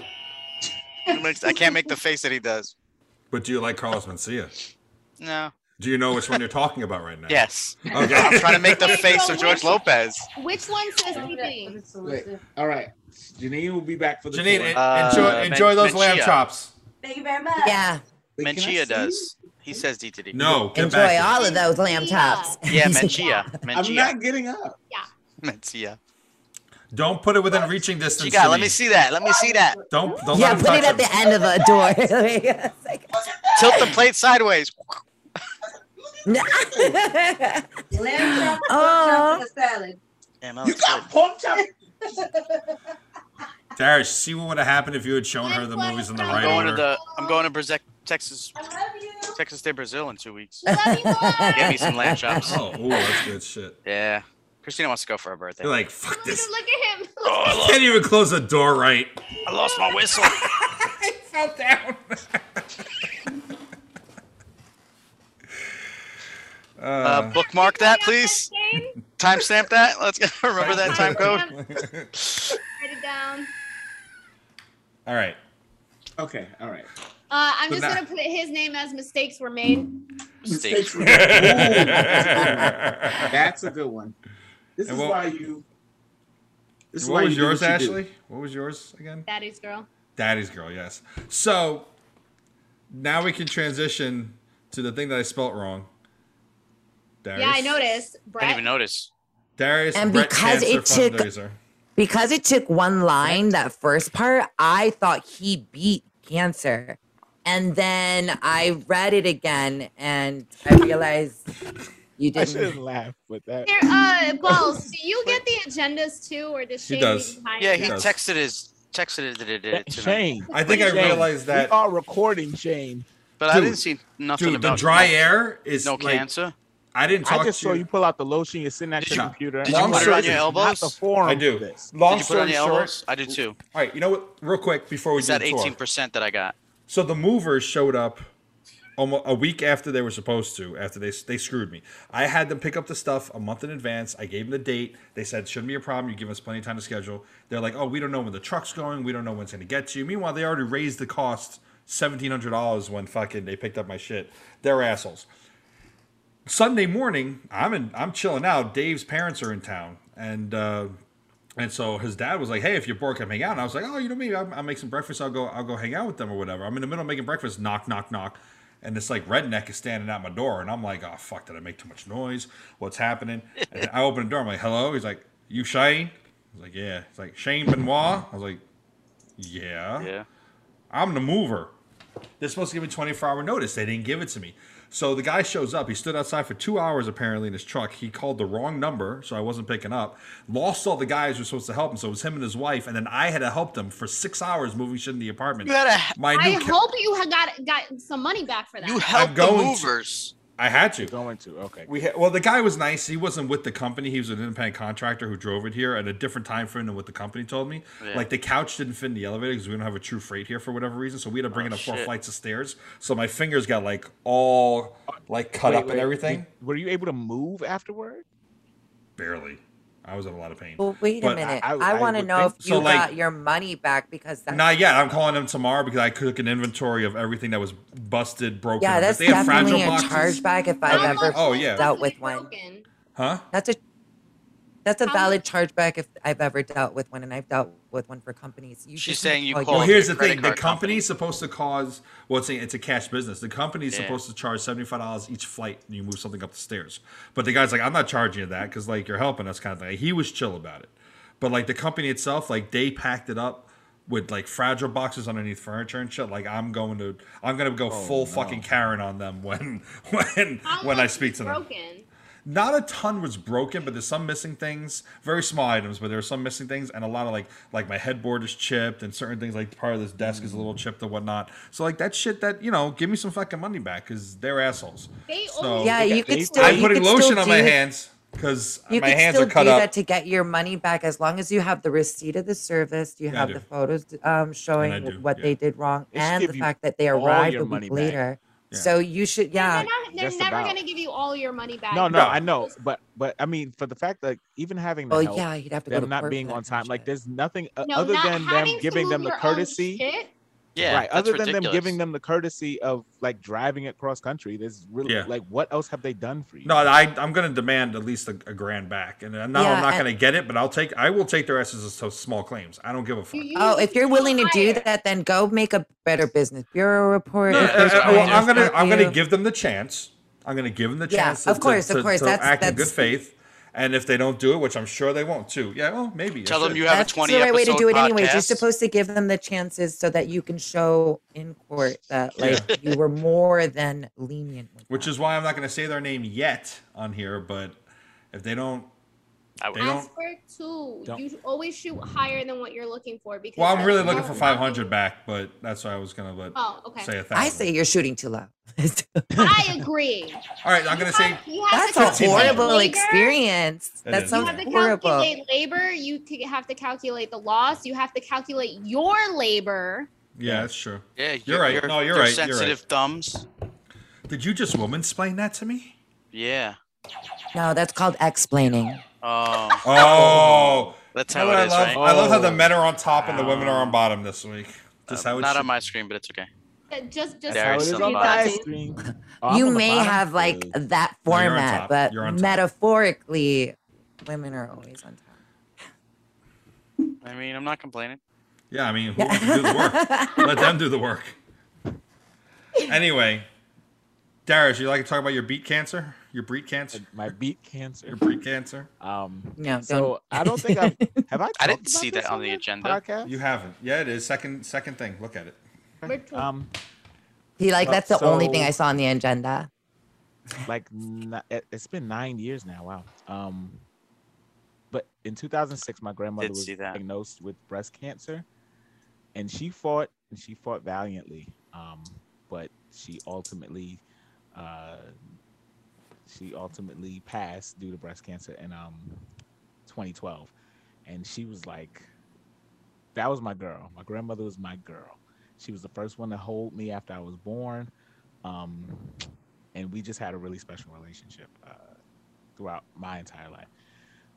S6: I can't make the face that he does.
S2: But do you like Carlos Mencia?
S6: No.
S2: Do you know which one you're talking about right now?
S6: Yes.
S2: Okay.
S6: I'm trying to make the face of George Lopez.
S5: Which one says anything?
S10: Wait, all right. Janine will be back for the
S2: Janine,
S10: tour.
S2: en- enjoy- Uh, enjoy Men- those lamb Menchia. chops.
S11: Thank you very much.
S3: Yeah.
S10: Wait, can I
S6: Mencia
S10: see?
S6: does. He says D to D.
S2: No, get
S3: Enjoy
S2: back.
S3: all of those lamb chops.
S6: Yeah, Mencia.
S10: I'm
S6: Mencia.
S10: not getting up.
S6: Mencia.
S2: Don't put it within reaching distance.
S6: She got.
S2: to
S6: Let me see that. Let me see that.
S2: Don't don't
S3: yeah,
S2: let him
S3: put it
S2: touch
S3: at
S2: him.
S3: the end of a door. It's like-
S6: Tilt the plate sideways.
S3: No.
S11: Lamb chop,
S3: Oh.
S11: pork chop, and a salad.
S6: Damn,
S10: You got pork chop.
S2: Darius, see what would have happened if you had shown her the movies in the
S6: I'm
S2: right
S6: going to
S2: order.
S6: the. I'm going to Brazec, Texas. Texas Day Brazil in two weeks.
S2: Get
S6: Get me some lamb chops.
S2: Oh, ooh, that's good shit.
S6: Yeah. Christina wants to go for her birthday.
S2: You're like, fuck this.
S5: Look at him.
S6: Oh,
S2: I can't even close the door right.
S6: I lost my whistle.
S2: I fell down.
S6: Uh, bookmark that, please. Timestamp that. Let's go. remember that time code.
S5: Write it down.
S2: All right.
S10: Okay, all right.
S5: Uh, I'm
S2: So
S5: just
S2: now-
S5: gonna put his name as mistakes were made.
S10: Mistakes were made. Ooh, that's a good one. This
S2: And
S10: is
S2: what-
S10: why you. This is why
S2: what was
S10: you do
S2: yours,
S10: what you do.
S2: Ashley? What was yours again?
S5: Daddy's girl.
S2: Daddy's girl, yes. So now we can transition to the thing that I spelt wrong. Darius.
S5: Yeah, I noticed.
S6: Didn't
S5: Brett.
S6: even notice.
S2: Darius
S3: And
S2: Brett
S3: because
S2: Cancer
S3: it took-
S2: fundraiser.
S3: because it took one line, that first part, I thought he beat cancer. And then I read it again and I realized you
S8: I
S3: didn't.
S8: shouldn't laugh, but that.
S5: Here, uh, balls. Do you get the agendas too, or does
S2: She
S5: Shane?
S2: does.
S5: leave behind
S6: Yeah,
S5: it?
S6: he
S2: does.
S6: texted his texted it, it, it, it to me.
S8: Shane.
S2: I think I
S8: Shane,
S2: realized that-
S8: We are recording, Shane.
S6: But I
S2: Dude,
S6: didn't see nothing
S2: Dude,
S6: about
S2: the dry
S6: no,
S2: air is
S6: no
S2: like,
S6: cancer.
S2: I didn't talk
S8: I just
S2: to
S8: saw you pull out the lotion. You're sitting at
S6: Did
S8: your
S6: you-
S8: computer.
S6: did
S2: you
S8: and I'm
S2: put it
S8: like,
S2: on your
S8: this is not
S6: elbows?
S8: the forum
S2: I
S8: for
S2: do.
S8: this.
S2: Long
S6: Did you put it on
S2: story
S6: your
S2: short,
S6: elbows? I do too.
S2: All right, you know what? Real quick before we
S6: It's
S2: do
S6: that
S2: the tour.
S6: eighteen percent that I got.
S2: So the movers showed up almost a week after they were supposed to. After they they screwed me, I had them pick up the stuff a month in advance. I gave them the date. They said shouldn't be a problem. You give us plenty of time to schedule. They're like, oh, we don't know when the truck's going. We don't know when it's going to get to you. Meanwhile, they already raised the cost seventeen hundred dollars when fucking they picked up my shit. They're assholes. Sunday morning, I'm in, I'm chilling out. Dave's parents are in town, and uh, and so his dad was like, "Hey, if you're bored, come hang out." And I was like, "Oh, you know, maybe I'll, I'll make some breakfast. I'll go, I'll go hang out with them or whatever." I'm in the middle of making breakfast. Knock, knock, knock, and this like redneck is standing at my door, and I'm like, "Oh fuck, did I make too much noise? What's happening?" And I open the door. I'm like, "Hello." He's like, "You Shane?" I was like, "Yeah." He's like, "Shane Benoit?" I was like, "Yeah."
S6: Yeah.
S2: I'm the mover. They're supposed to give me 24 hour notice. They didn't give it to me. So the guy shows up. He stood outside for two hours apparently in his truck. He called the wrong number, so I wasn't picking up. Lost all the guys who were supposed to help him. So it was him and his wife, and then I had to help them for six hours moving shit in the apartment.
S6: You had
S2: My
S5: I
S2: new ca-
S5: hope you had got got some money back for that.
S6: You helped the
S2: going to-
S6: movers.
S2: I had to.
S8: You're going to. Okay.
S2: We had, well, the guy was nice. He wasn't with the company. He was an independent contractor who drove it here at a different time frame than what the company told me.
S6: Yeah.
S2: Like the couch didn't fit in the elevator because we don't have a true freight here for whatever reason. So we had to bring
S6: Oh,
S2: it up four
S6: shit.
S2: flights of stairs. So my fingers got like all like cut
S8: Wait,
S2: up and
S8: wait,
S2: everything.
S8: did- were you able to move afterward?
S2: Barely. I was in a lot of pain.
S3: Well, wait
S2: But
S3: a minute.
S8: I-
S3: I,
S8: I
S3: want to
S8: would
S3: know if
S2: think- so,
S3: you
S2: like-
S3: got your money back because that's
S2: Not yet. I'm calling them tomorrow because I took an inventory of everything that was busted, broken.
S3: yeah,
S2: But
S3: that's
S2: they have fragile
S3: definitely a
S2: boxes.
S3: chargeback if I've
S5: How
S3: ever
S5: much
S2: Oh,
S5: was
S2: yeah.
S3: dealt with
S5: possibly
S3: one.
S5: broken?
S2: Huh?
S3: That's a that's a
S5: How
S3: valid chargeback if I've ever dealt with one, and I've dealt with one for companies. You
S6: She's
S3: just
S6: saying you
S3: call your-
S6: called
S2: Well, here's the
S6: your credit
S2: thing: the
S6: card company.
S2: company's supposed to cause. Well, it's a, it's a cash business. The company's
S6: Yeah.
S2: supposed to charge seventy five dollars each flight, and you move something up the stairs. But the guy's like, "I'm not charging you that because like you're helping us," kind of thing. He was chill about it, but like the company itself, like they packed it up with like fragile boxes underneath furniture and shit. Like I'm going to,
S6: Oh,
S2: I'm gonna go full fucking Karen on them when when
S5: How
S2: when I
S5: much was
S2: speak to them.
S5: Broken.
S2: Not a ton was broken, but there's some missing things. Very small items, but there are some missing things, and a lot of like like my headboard is chipped, and certain things like part of this desk is a little chipped and whatnot. So like that shit that you know, give me some fucking money back because they're assholes.
S5: They
S2: So,
S3: Yeah, you could still-
S2: I'm
S3: you
S2: putting
S3: could still
S2: lotion on my
S3: do-
S2: hands because
S3: You
S2: my
S3: can
S2: hands
S3: still
S2: are cut
S3: do
S2: up.
S3: that to get your money back as long as you have the receipt of the service, you
S2: Yeah, I
S3: have
S2: do.
S3: the photos um, showing
S2: do,
S3: what they did wrong,
S8: They should
S3: and
S8: give
S3: the
S8: you
S3: fact that they
S8: all
S3: arrived
S8: your
S3: a
S8: money
S3: week
S8: back.
S3: later. So you should, yeah.
S5: They're, not, they're
S8: That's
S5: never
S8: about-
S5: going to give you all your money back.
S8: No, no, I know, but but I mean, for the fact that even having the
S3: Oh,
S8: help,
S3: yeah, you'd have to go
S8: them
S3: to
S8: not
S3: work
S8: being
S3: for that
S8: on time, like there's nothing uh,
S5: No,
S8: other
S5: not
S8: than them
S5: having to
S8: giving
S5: move
S8: them the
S5: your own
S8: courtesy.
S5: shit.
S6: Yeah,
S8: right.
S6: that's
S8: Other than them
S6: ridiculous.
S8: giving them the courtesy of like driving it cross country, there's really
S2: Yeah.
S8: like what else have they done for you?
S2: No, I, I'm going to demand at least a, a grand back, and I'm not,
S3: Yeah,
S2: I'm not
S3: and-
S2: going to get it, but I'll take. I will take their asses as so- small claims. I don't give a fuck.
S3: Oh, if you're willing to do that, then go make a better business bureau report.
S2: No,
S3: if there's
S2: uh, uh, well,
S3: minors
S2: I'm gonna
S3: with
S2: I'm gonna
S3: you.
S2: give them the chance. I'm gonna give them the
S3: Yeah,
S2: chance.
S3: of
S2: to,
S3: course,
S2: to,
S3: of course.
S2: To
S3: That's-
S2: act in good
S3: that's-
S2: faith, and if they don't do it, which I'm sure they won't, too. Yeah, well, maybe. I
S6: Tell them
S2: should.
S6: you have a
S3: That's
S6: 20
S3: the right way to
S6: episode
S3: do it, anyways. You're
S6: podcast.
S3: supposed to give them the chances so that you can show in court that
S2: Yeah.
S3: like you were more than lenient. With
S2: Which is why I'm not gonna say their name yet on here. But if they don't,
S6: I
S2: they don't.
S5: Ask for 2
S2: don't-
S5: You always shoot higher than what you're looking for because.
S2: Well, I'm
S5: that's
S2: really looking
S5: not
S2: for
S5: money.
S2: 500 back, but that's why I was gonna let
S5: Oh, okay.
S2: say a thousand.
S3: I say you're shooting too low.
S5: I agree.
S2: All right, I'm gonna say.
S5: You have
S3: That's
S5: to
S3: a
S5: calculate
S3: horrible
S5: labor.
S3: experience.
S2: It is.
S3: That
S5: You
S3: sounds
S5: have to
S3: horrible.
S5: calculate labor. You c- have to calculate the loss. You have to calculate your labor.
S2: Yeah, that's true.
S6: Yeah,
S2: You're right. No, you're
S6: your
S2: right, you're right.
S6: Sensitive thumbs.
S2: Did you just woman explain that to me?
S6: Yeah.
S3: No, that's called explaining.
S6: Oh,
S2: Oh,
S6: that's
S2: You know
S6: how
S2: what
S6: it
S2: I
S6: is,
S2: love?
S6: right?
S2: I love how the
S8: Oh.
S2: men are on top and the women are on bottom this week. Just how it
S6: Uh, Not
S2: should
S6: on my screen, but it's okay.
S5: Uh, Just, just
S6: That's how it is on
S5: you
S6: my
S5: guys-
S8: screen.
S3: you may have like that
S2: No, you're on
S3: format,
S2: top.
S3: but
S2: You're on top.
S3: metaphorically, women are always on top.
S6: I mean, I'm not complaining.
S2: Yeah, I mean, who wants to do the work? Let them do the work. Anyway, Darius, you like to talk about your beat cancer? Your breed cancer?
S8: my beat cancer.
S2: Your breed cancer?
S8: Um,
S3: No,
S8: so I don't think I've have I. talked
S6: I didn't see
S8: about this
S6: that on the
S8: the
S6: agenda.
S8: Podcast?
S2: You haven't. Yeah, it is. Second second thing. Look at it.
S5: Virtual.
S8: um,
S3: He like
S8: Uh,
S3: that's the only thing
S8: so-
S3: I saw on the agenda.
S8: like n- it- it's been nine years now. Wow. Um, but in 2006, my grandmother
S6: Did
S8: was
S6: see that.
S8: diagnosed with breast cancer, and she fought and she fought valiantly. Um, but she ultimately, uh, she ultimately passed due to breast cancer in um 2012, and she was like, that was my girl. My grandmother was my girl. She was the first one to hold me after I was born. Um, and we just had a really special relationship uh, throughout my entire life.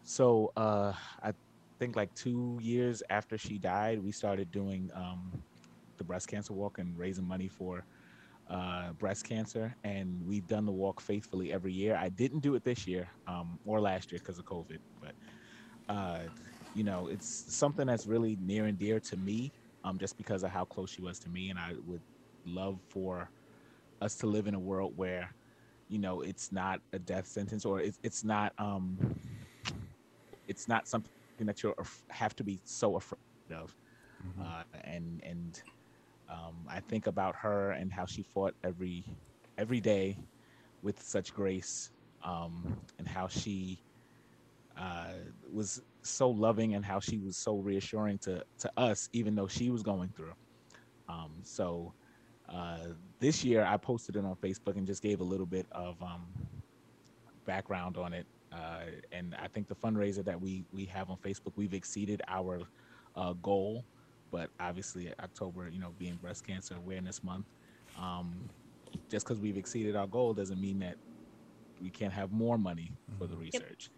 S8: So uh, I think like two years after she died, we started doing um, the breast cancer walk and raising money for uh, breast cancer, and we've done the walk faithfully every year. I didn't do it this year um, or last year because of COVID, but uh, you know, it's something that's really near and dear to me, um, just because of how close she was to me, and I would love for us to live in a world where you know it's not a death sentence or it's, it's not um it's not something that you are have to be so afraid of uh, and and um, i think about her and how she fought every every day with such grace um, and how she uh, was so loving and how she was so reassuring to to us even though she was going through um, so uh, this year I posted it on Facebook and just gave a little bit of um, background on it. Uh, and I think the fundraiser that we we have on Facebook, we've exceeded our uh, goal, but obviously October, you know, being Breast Cancer Awareness Month, um, just because we've exceeded our goal doesn't mean that we can't have more money for the research.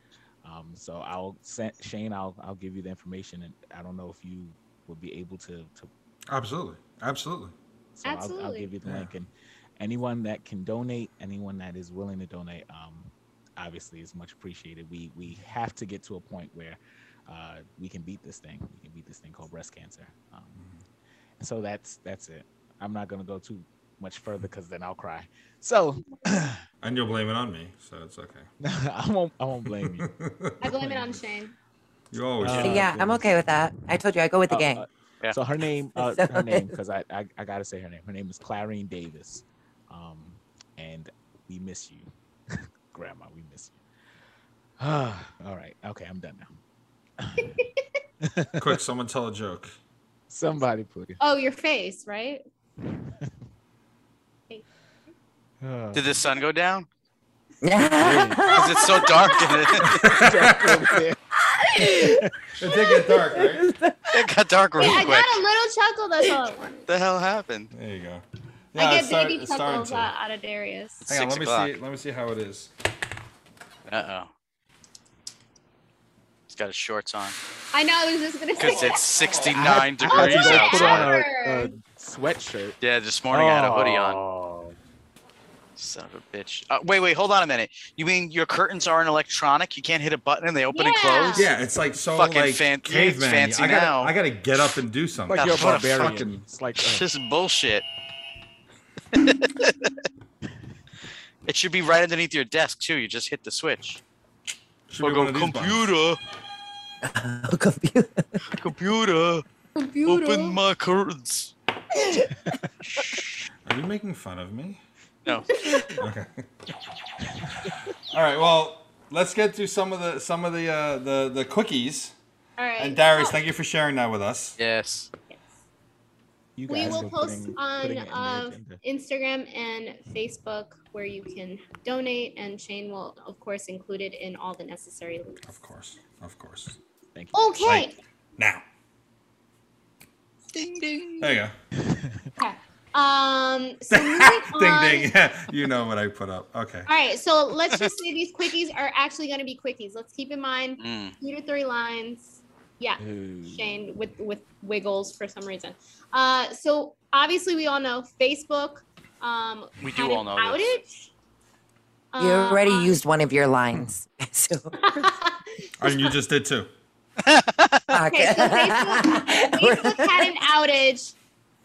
S8: Um, so I'll send Shane, I'll I'll give you the information, and I don't know if you would be able to to
S2: Absolutely. Absolutely.
S8: so I'll, I'll
S5: Absolutely.
S8: give you the
S2: Yeah.
S8: link. And anyone that can donate, anyone that is willing to donate, um, obviously is much appreciated. We we have to get to a point where uh, we can beat this thing. We can beat this thing called breast cancer. Um,
S2: Mm-hmm.
S8: so that's that's it. I'm not gonna go too much further because then I'll cry. So
S2: And you'll blame it on me, so it's okay.
S8: I won't I won't blame you.
S5: I blame it on Shane.
S2: You always
S8: Uh,
S3: So, yeah, I'm
S8: goodness.
S3: okay with that. I told you I go with the
S8: Oh,
S3: gang.
S8: uh,
S6: Yeah.
S8: So her name, uh,
S3: So-
S8: her name, because I, I I gotta say her name. Her name is Clarine Davis, um, and we miss you, Grandma. We miss you. All right. Okay, I'm done now.
S2: Quick, someone tell a joke.
S8: Somebody, please.
S5: Oh, your face, right?
S6: Did the sun go down?
S3: Because
S6: it's so dark in it.
S2: it did get dark, right?
S6: It got dark real
S5: Yeah, I
S6: quick.
S5: got a little chuckle. That's all I wanted.
S6: What the hell happened?
S2: There you go.
S5: I get
S2: it's start-
S5: baby
S2: it's starting
S5: chuckles
S2: to.
S5: out out of Darius.
S2: Hang on, let
S6: Six
S2: me
S6: o'clock.
S2: see. Let me see how it is.
S6: Uh oh. He's got his shorts on
S5: I know. I was just gonna say.
S6: because it's
S8: I
S6: 69
S8: had- I had to
S6: degrees
S8: go put on
S6: outside.
S8: a, a sweatshirt.
S6: Yeah, this morning I had a hoodie
S2: Oh.
S6: on. Son of a bitch. Uh, wait, wait, hold on a minute. You mean your curtains aren't electronic? You can't hit a button and they open and close?
S2: Yeah, it's like so
S6: Fucking
S2: like
S6: fan- yeah, it's
S2: caveman.
S6: fancy
S2: I gotta,
S6: now.
S2: I gotta get up and do something.
S6: Like you're a
S2: What
S6: barbarian.
S2: fucking-
S8: It's like
S6: This is bullshit. it should be right underneath your desk too. You just hit the switch.
S2: Should be one of these
S6: computer. computer.
S5: Computer.
S6: Open my curtains.
S2: Are you making fun of me?
S6: No.
S2: okay. All right. Well, let's get to some of the some of the uh, the the quickies.
S5: All right.
S2: And Darius, thank you for sharing that with us.
S6: Yes.
S8: You
S5: we
S8: guys
S5: will
S8: were
S5: post
S8: putting-
S5: on
S8: putting it in the
S5: uh,
S8: agenda.
S5: Instagram and Facebook where you can donate, and Shane will, of course, include it in all the necessary links.
S2: Of course. Of course.
S8: Thank you.
S5: Okay.
S2: Right. Now.
S5: Ding ding.
S2: There you go.
S5: Um. So moving on.
S2: ding ding. Yeah, you know what I put up. Okay.
S5: All right. So let's just say these quickies are actually going to be quickies. Let's keep in mind
S6: Mm.
S5: two to three lines. Yeah. Shane with with wiggles for some reason. Uh, so obviously we all know Facebook. Um,
S6: We
S5: had
S6: do all
S5: an
S6: know
S5: outage.
S3: You already
S5: Uh,
S3: used one of your lines. So,
S2: And you just did too.
S3: fuck.
S5: Okay, so Facebook, Facebook had an outage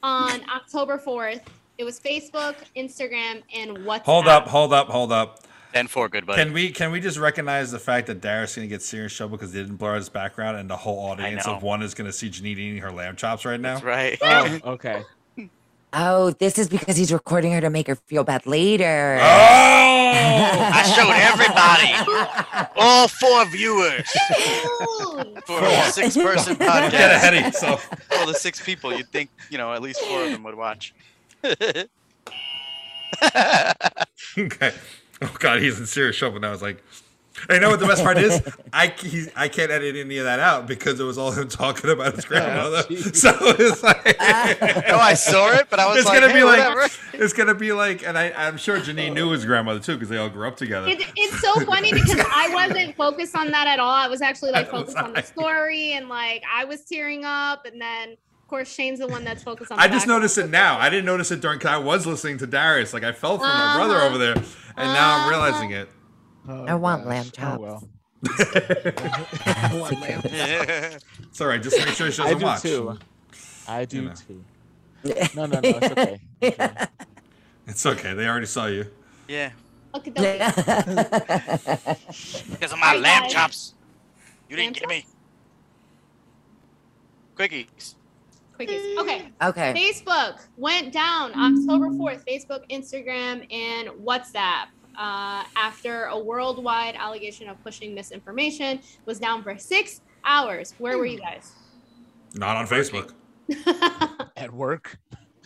S5: on October fourth. It was Facebook, Instagram, and WhatsApp.
S2: Hold up. Hold up. Hold up.
S6: Ten four, good buddy.
S2: Can we can we just recognize the fact that Darius is gonna get serious trouble because they didn't blur his background and the whole audience
S6: know.
S2: of one is gonna see Janine eating her lamb chops right now?
S6: That's right.
S8: Oh, okay.
S3: oh, this is because he's recording her to make her feel bad later.
S2: Oh!
S6: I showed everybody, all four viewers,
S5: Ooh,
S6: for a six-person podcast.
S2: Get ahead of yourself.
S6: Well, the six people, you'd think you know at least four of them would watch.
S2: okay. Oh God, he's in serious trouble now. It's like, and you know what the best part is? I c- he's, I can't edit any of that out because it was all him talking about his grandmother. so it's like,
S6: No, I saw it, but I was
S2: it's
S6: like,
S2: gonna
S6: "Hey,
S2: be like,
S6: whatever."
S2: it's gonna be like, and I, I'm sure Janine knew his grandmother too because they all grew up together.
S5: It, it's so funny because I wasn't focused on that at all. I was actually like focused on the story and like I was tearing up. And then, of course, Shane's the one that's focused on. The
S2: I just
S5: back-
S2: noticed it now. I didn't notice it during because I was listening to Darius. Like I fell for my brother
S5: Uh-huh.
S2: over there, and now
S8: Uh-huh.
S2: I'm realizing it.
S3: I want lamb
S8: Oh,
S3: chops.
S8: well.
S2: It's all right. Just make sure she
S8: I
S2: doesn't
S8: do
S2: watch.
S8: too. I do
S2: know.
S8: too. No, no, no. It's okay. okay.
S2: It's okay. They already saw you.
S6: yeah,
S5: Okie dokie.
S6: because of my
S5: Hey,
S6: lamb
S5: guys.
S6: chops. You didn't
S5: Lamb
S6: get me. Quickies.
S5: Quickies. Okay.
S3: okay.
S5: Facebook went down October 4th. Facebook, Instagram, and WhatsApp. Uh, after a worldwide allegation of pushing misinformation was down for six hours. Where
S3: Hmm.
S5: were you guys?
S2: Not on Facebook.
S8: At work.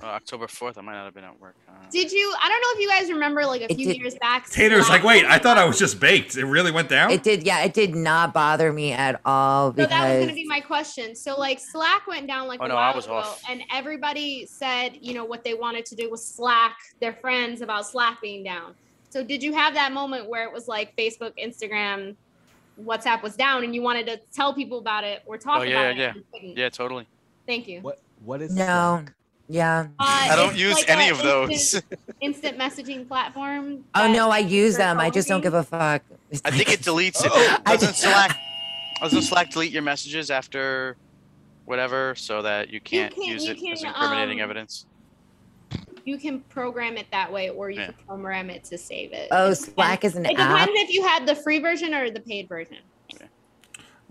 S6: Uh, October fourth. I might not have been at work. Uh,
S5: Did you? I don't know if you guys remember, like a
S3: It
S5: few
S3: did-
S5: years back.
S2: Tater's like,
S5: Slack-
S2: wait, I thought I was just baked. It really went down.
S3: It did, yeah, it did not bother me at all
S5: So
S3: because
S5: that was going to be my question. So like Slack went down like
S6: Oh,
S5: a
S6: no, I
S5: while
S6: was
S5: ago,
S6: off.
S5: and everybody said you know what they wanted to do was Slack their friends about Slack being down. So did you have that moment where it was like Facebook, Instagram, WhatsApp was down, and you wanted to tell people about it or talk
S6: Oh, yeah,
S5: about
S6: yeah,
S5: it? Yeah,
S6: yeah, totally.
S5: Thank you.
S8: What? What is?
S3: no, yeah.
S5: Uh,
S6: I don't
S5: it's
S6: use
S5: like
S6: any
S5: a
S6: of those.
S5: Instant, instant messaging platform.
S3: Oh
S5: that-
S3: no, I use
S5: for
S3: them. I just don't give a fuck.
S6: I think it deletes it.
S5: Oh.
S3: I
S6: Doesn't
S3: did-
S6: Slack? Doesn't Slack delete your messages after whatever, so that you can't,
S5: can't-
S6: use
S5: you
S6: it as
S5: can,
S6: incriminating
S5: um,
S6: evidence?
S5: you can program it that way, or you
S6: Yeah.
S5: can program it to save it.
S3: Oh,
S5: It depends-
S3: Slack is an
S5: It
S3: app.
S5: depends if you had the free version or the paid version.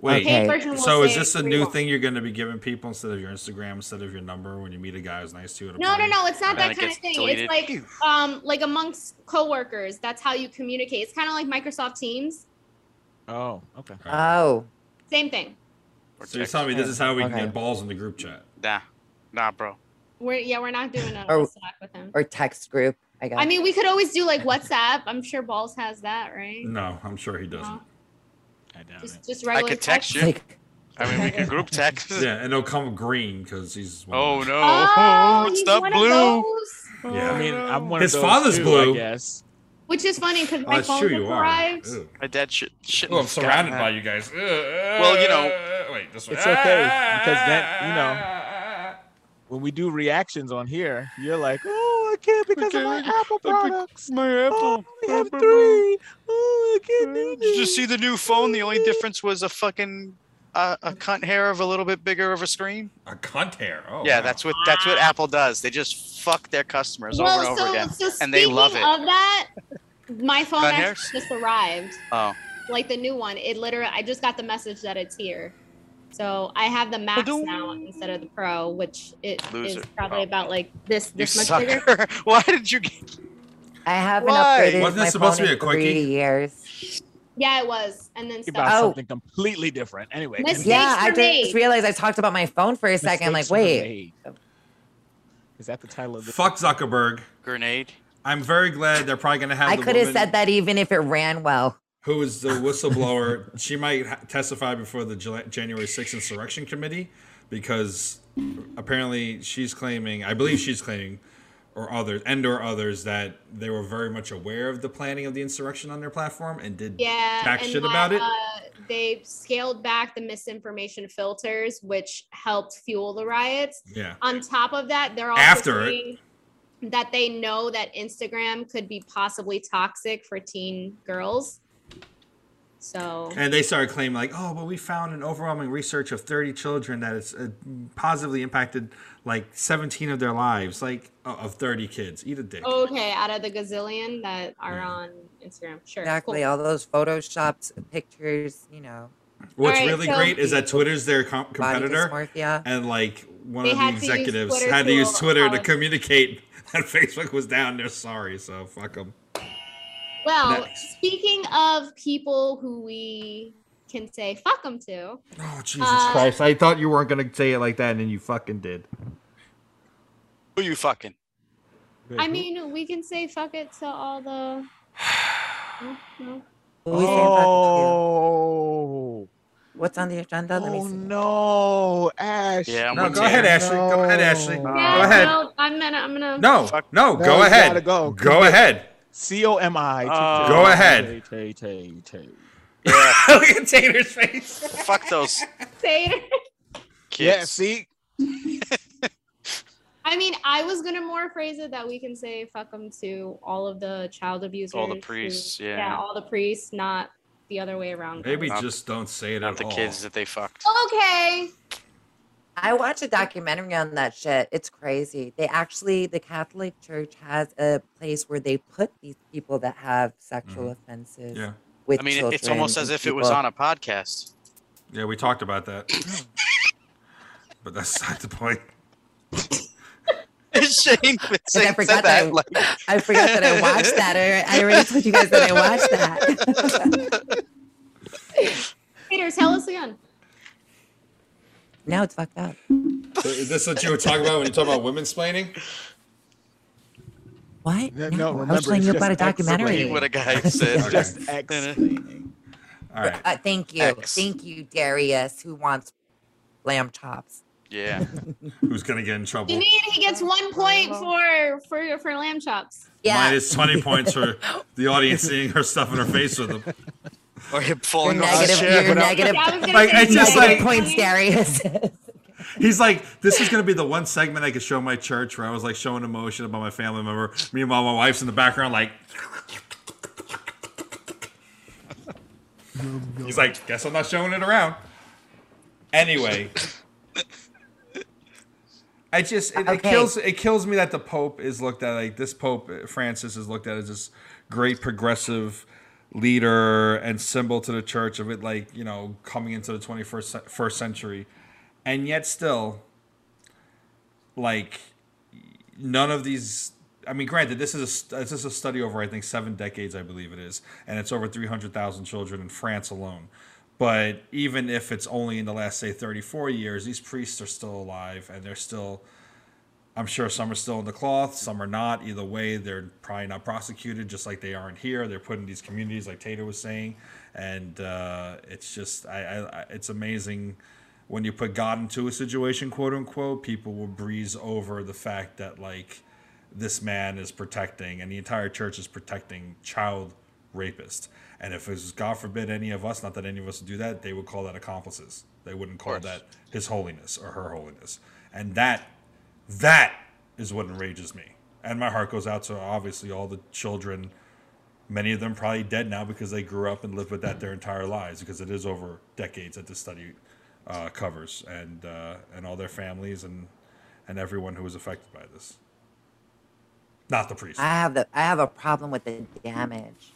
S2: Wait.
S3: Okay.
S5: Paid version will
S2: So is
S5: say
S2: this a
S5: three
S2: new
S5: lines.
S2: thing you're going to be giving people instead of your Instagram, instead of your number when you meet a guy who's nice to you? at a
S5: No, no,
S2: party?
S5: no. It's not
S6: Then
S5: that
S6: it
S5: kind of
S6: gets
S5: thing.
S6: deleted.
S5: It's like um, like amongst coworkers. That's how you communicate. It's kind of like Microsoft Teams.
S8: Oh, okay.
S3: Oh.
S5: Same thing.
S2: So you're telling me this is how we can get balls in the group chat?
S6: Nah, nah, bro.
S5: We're yeah, we're not doing it
S3: Or-
S5: on Slack with him.
S3: Or text group. I got
S5: I mean, we could always do like WhatsApp. I'm sure Balls has that, right?
S2: No, I'm sure he doesn't.
S5: Uh-huh.
S8: I doubt
S5: Just, just
S6: I
S5: regular.
S6: could text you. I mean, we could group text.
S2: Yeah, and it'll come green because he's.
S6: Oh no!
S5: Oh,
S6: it's
S5: he's
S6: not
S5: one of
S6: blue.
S5: those?
S2: Yeah,
S8: I mean, I'm one
S2: His
S8: of those
S2: father's
S8: too,
S2: blue.
S8: I guess.
S5: Which is funny because my
S2: Oh,
S5: phone
S2: sure
S5: just
S2: you are.
S5: arrived.
S2: Ew.
S6: My dad should. should
S2: Oh, I'm surrounded by you guys. Uh,
S6: Well, you know,
S2: wait, this way.
S8: It's okay because that you know when we do reactions on here, you're like, oh, I can't because of my Apple products. Oh,
S6: My Apple.
S8: I have three. Oh, I can't do
S6: Did
S8: this.
S6: you see the new phone? The only difference was a fucking uh, a cunt hair of a little bit bigger of a screen.
S2: A cunt hair. Oh,
S6: yeah,
S2: wow.
S6: that's what that's what Apple does. They just fuck their customers
S5: Well,
S6: over and
S5: so-
S6: over again,
S5: so
S6: and they love it.
S5: speaking Of that, my phone
S6: Got
S5: actually just arrived,
S6: oh,
S5: like the new one. It literally, I just got the message that it's here. So I have the Max now instead of the Pro, which it is
S6: Loser.
S5: probably about like this
S6: Oh. you
S5: this much bigger.
S6: sucker! Why did you? get
S3: I haven't
S6: Why?
S3: upgraded
S2: Wasn't
S3: my
S2: this supposed
S3: phone
S2: to be
S3: in
S2: a quickie?
S3: three years. Oh,
S5: Yeah, it was, and then
S8: about
S5: stuff.
S8: something completely different. Anyway,
S5: Oh. Miss-
S8: and
S3: Yeah,
S5: Mistakes
S3: I
S5: were
S3: just
S5: made.
S3: realized I talked about my phone for a second.
S8: mistakes
S3: Like,
S8: were
S3: wait.
S8: made. Is that the title of the
S2: Fuck Zuckerberg.
S6: Grenade.
S2: I'm very glad they're probably gonna have.
S3: I
S2: the
S3: could have
S2: woman
S3: said that even if it ran well.
S2: Who is the whistleblower? she might ha- testify before the Jul- January 6th insurrection committee because apparently she's claiming, I believe she's claiming, or others and or others that they were very much aware of the planning of the insurrection on their platform and did
S5: Yeah,
S2: back
S5: and
S2: shit
S5: that,
S2: about it.
S5: Uh, they scaled back the misinformation filters, which helped fuel the riots.
S2: yeah.
S5: on top of that, they're also
S2: After it.
S5: saying that they know that Instagram could be possibly toxic for teen girls. So
S2: And they started claiming like, oh, but we found an overwhelming research of 30 children that it's uh, positively impacted like 17 of their lives, like uh, of 30 kids. Eat a dick.
S5: okay, out of the gazillion that are on Instagram, sure,
S3: Exactly.
S5: cool.
S3: All those photoshops, pictures, you know,
S2: What's
S5: All right,
S2: really
S5: so-
S2: great is that Twitter's their com-
S3: body
S2: competitor.
S3: dysmorphia.
S2: and like one
S5: They
S2: of the
S5: had to use
S2: executives
S5: Twitter
S2: had to
S5: to
S2: use Twitter to
S5: apologize.
S2: communicate that Facebook was down. They're sorry, so fuck them.
S5: Well,
S2: Next.
S5: speaking of people who we can say fuck them to,
S2: Oh Jesus
S5: Uh,
S2: Christ! I thought you weren't gonna say it like that, and then you fucking did.
S6: Who you fucking?
S2: Mm-hmm.
S5: I mean, we can say fuck it to all the. No, no.
S3: What we saying about
S8: Oh,
S3: the- What's on the agenda? Let me
S8: oh
S3: see.
S8: no, Ash.
S6: Yeah, I'm
S2: No,
S6: with
S2: go
S6: you.
S2: ahead, Ashley. Go ahead,
S8: No.
S2: Ashley.
S8: Yeah,
S2: go
S5: Yeah,
S2: ahead.
S5: no, I'm gonna, I'm gonna.
S2: No,
S6: Fuck.
S2: no,
S8: No,
S2: go
S8: you gotta
S2: ahead.
S8: go.
S2: Go, ahead.
S8: C O M I.
S6: Oh.
S2: Go ahead.
S8: Tay, tay, tay.
S6: Yeah,
S2: Look at Tater's face.
S6: fuck those
S5: Say it.
S6: kids.
S8: Yeah, see,
S5: I mean, I was gonna more phrase it that we can say fuck them to all of the child abusers,
S6: All the
S5: who-
S6: priests, yeah.
S5: yeah, all the priests, not the other way around.
S2: Maybe
S6: Not-
S2: just don't say it
S6: Not
S2: at
S6: the
S2: all.
S6: kids that they fucked.
S5: Okay.
S3: I watched a documentary on that shit. It's crazy. They actually, the Catholic Church has a place where they put these people that have sexual offenses
S2: Yeah,
S3: with
S6: I mean,
S3: children
S6: it's almost as
S3: and
S6: if it was
S3: people.
S6: on a podcast.
S2: yeah, we talked about that, but that's not the point.
S6: Shane,
S3: I
S6: Shane said
S3: forgot that I-
S6: that. Like,
S3: I forgot that I watched that. Or I already told you guys that I watched that.
S5: Peter, tell us again.
S3: now it's fucked up.
S2: Is this what you were talking about when you talk about women's planning?
S3: What?
S8: No,
S3: No,
S8: no,
S3: I
S8: remember,
S3: was telling
S8: it's
S3: you about a
S8: just excellent.
S3: documentary.
S6: what a guy
S8: it's
S6: said.
S8: just
S2: Okay.
S8: explaining.
S2: All right.
S3: Uh, thank you.
S6: X.
S3: Thank you, Darius, who wants lamb chops.
S6: Yeah.
S2: Who's gonna get in trouble?
S5: Janine, he gets one point for for for lamb chops.
S3: Yeah.
S2: Minus 20 points for the audience seeing her stuffing her face with them.
S6: Or him
S3: you're
S6: falling off the
S3: negative.
S6: chair.
S3: You're
S8: without-
S3: negative.
S5: Yeah, I was gonna
S2: Like,
S5: say
S2: it's just
S3: negative
S2: like-
S3: points, Darius.
S2: He's like, this is going to be the one segment I could show my church where I was like showing emotion about my family member. Meanwhile, my wife's in the background, like, he's like, guess I'm not showing it around. Anyway. I just it, it
S3: Okay.
S2: kills it kills me that the Pope is looked at like this Pope Francis is looked at as this great progressive leader and symbol to the church of it like you know coming into the 21st cen- first century and yet still like none of these I mean, granted, this is a, this is a study over I think seven decades, I believe it is, and it's over three hundred thousand children in France alone. But even if it's only in the last say thirty four years, these priests are still alive, and they're still. I'm sure some are still in the cloth, some are not. Either way, they're probably not prosecuted, just like they aren't here. They're put in these communities, like Tater was saying, and uh, it's just, I, I, I- it's amazing when you put God into a situation, quote unquote. People will breeze over the fact that like this man is protecting, and the entire church is protecting child rapists. And if it was God forbid any of us, not that any of us would do that, they would call that accomplices. They wouldn't call that His Holiness or Her Holiness, and that that is what enrages me. And my heart goes out to obviously all the children, many of them probably dead now because they grew up and lived with that their entire lives because it is over decades that this study uh, covers and uh, and all their families and and everyone who was affected by this. Not the priest.
S3: I have the I have a problem with the damage.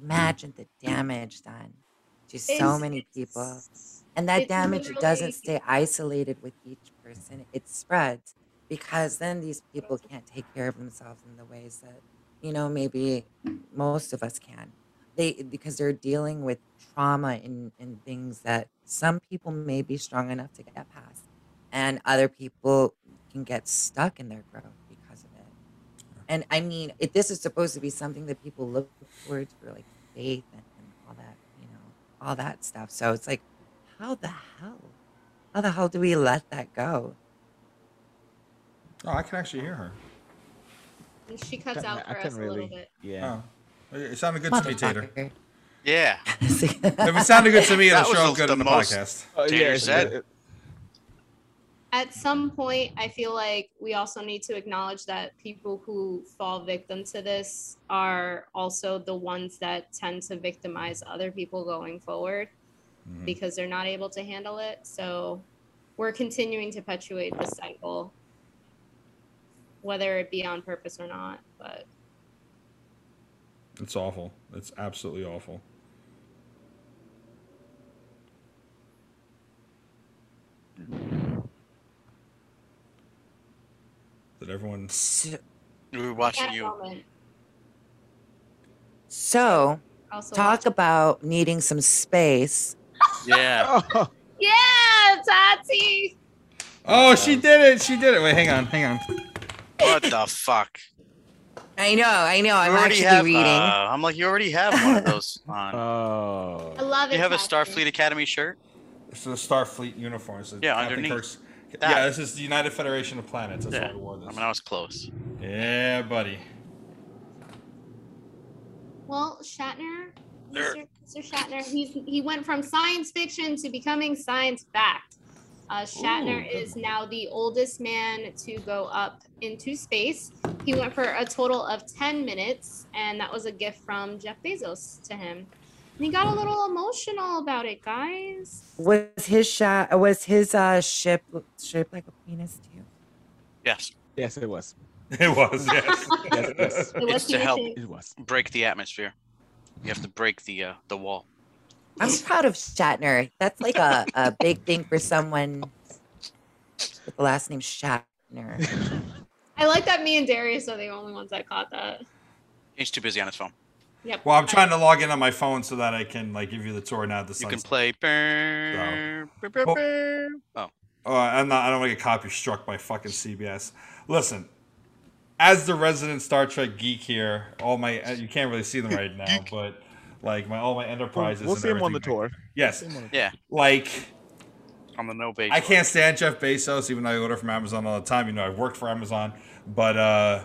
S3: Imagine the damage done to so
S11: It's-
S3: many people. And that
S11: it's
S3: damage
S11: literally-
S3: doesn't stay isolated with each person. It spreads because then these people can't take care of themselves in the ways that, you know, maybe most of us can. They because they're dealing with trauma and, and things that some people may be strong enough to get past and other people can get stuck in their growth because of it. And I mean, it, this is supposed to be something that people look towards for like faith and, and all that, you know, all that stuff. So it's like, how the hell, how the hell do we let that go?
S2: Oh, I can actually hear her.
S5: She cuts
S8: Couldn't-
S5: out for us a little bit.
S8: Yeah.
S2: Oh. It sounded good to me, Tater.
S3: If
S6: Yeah.
S2: it sounded good to me, it'll
S6: That was
S2: show up good
S6: the
S2: in the
S6: most
S2: podcast.
S6: Oh, yeah, Tater it's said. good.
S5: At some point, I feel like we also need to acknowledge that people who fall victim to this are also the ones that tend to victimize other people going forward because they're not able to handle it. So we're continuing to perpetuate the cycle, whether it be on purpose or not. But
S2: It's awful. It's absolutely awful. Did everyone?
S6: We were watching
S5: At
S6: you.
S5: moment,
S3: So
S5: Also
S3: talk about needing some space.
S6: Yeah.
S5: yeah, Tati.
S2: Oh, she did it! She did it! Wait, hang on, hang on.
S6: What the fuck?
S3: I know, I know. I'm
S6: You
S3: actually
S6: have,
S3: reading.
S6: uh, I'm like, you already have one of those on.
S8: Oh.
S5: I love
S6: You
S5: it,
S6: have a
S5: Patrick.
S6: Starfleet Academy shirt?
S2: It's the Starfleet uniform. It's
S6: Yeah,
S2: Captain
S6: underneath.
S2: Kirk's-
S6: That.
S2: Yeah, this is the United Federation of Planets. That's
S6: Yeah.
S2: why we wore this.
S6: I mean, I was close.
S2: Yeah, buddy.
S5: Well, Shatner, Mr.
S6: Nerd.
S5: Mr. Shatner, he's he went from science fiction to becoming science fact. Uh, Shatner
S11: Ooh, good
S5: is now the oldest man to go up into space. He went for a total of 10 minutes, and that was a gift from Jeff Bezos to him. And he got a little emotional about it, guys.
S3: Was his shot? Was his uh, ship shaped like a penis too?
S6: Yes.
S8: Yes, it was.
S2: It was, yes.
S8: yes, yes.
S5: It was
S6: it's to help
S5: penetrating.
S6: break the atmosphere. You have to break the uh, the wall.
S3: I'm proud of Shatner. That's like a, a big thing for someone with the last name Shatner.
S5: I like that me and Darius are the only ones that caught that.
S6: He's too busy on his phone.
S5: Yep.
S2: Well, I'm trying to log in on my phone so that I can like give you the tour now. This
S6: You can play. burr, burr, burr, burr. Oh.
S2: Oh, I'm not. I don't want to get copy struck by fucking CBS. Listen, as the resident Star Trek geek here, all my uh, you can't really see them right now, but like my all my enterprises.
S8: We'll
S2: and
S8: see him on the
S2: everything-
S8: tour.
S2: Yes.
S6: Yeah.
S2: Like.
S6: On the no bait.
S2: I can't stand Jeff Bezos, even though I order from Amazon all the time. You know, I've worked for Amazon, but uh,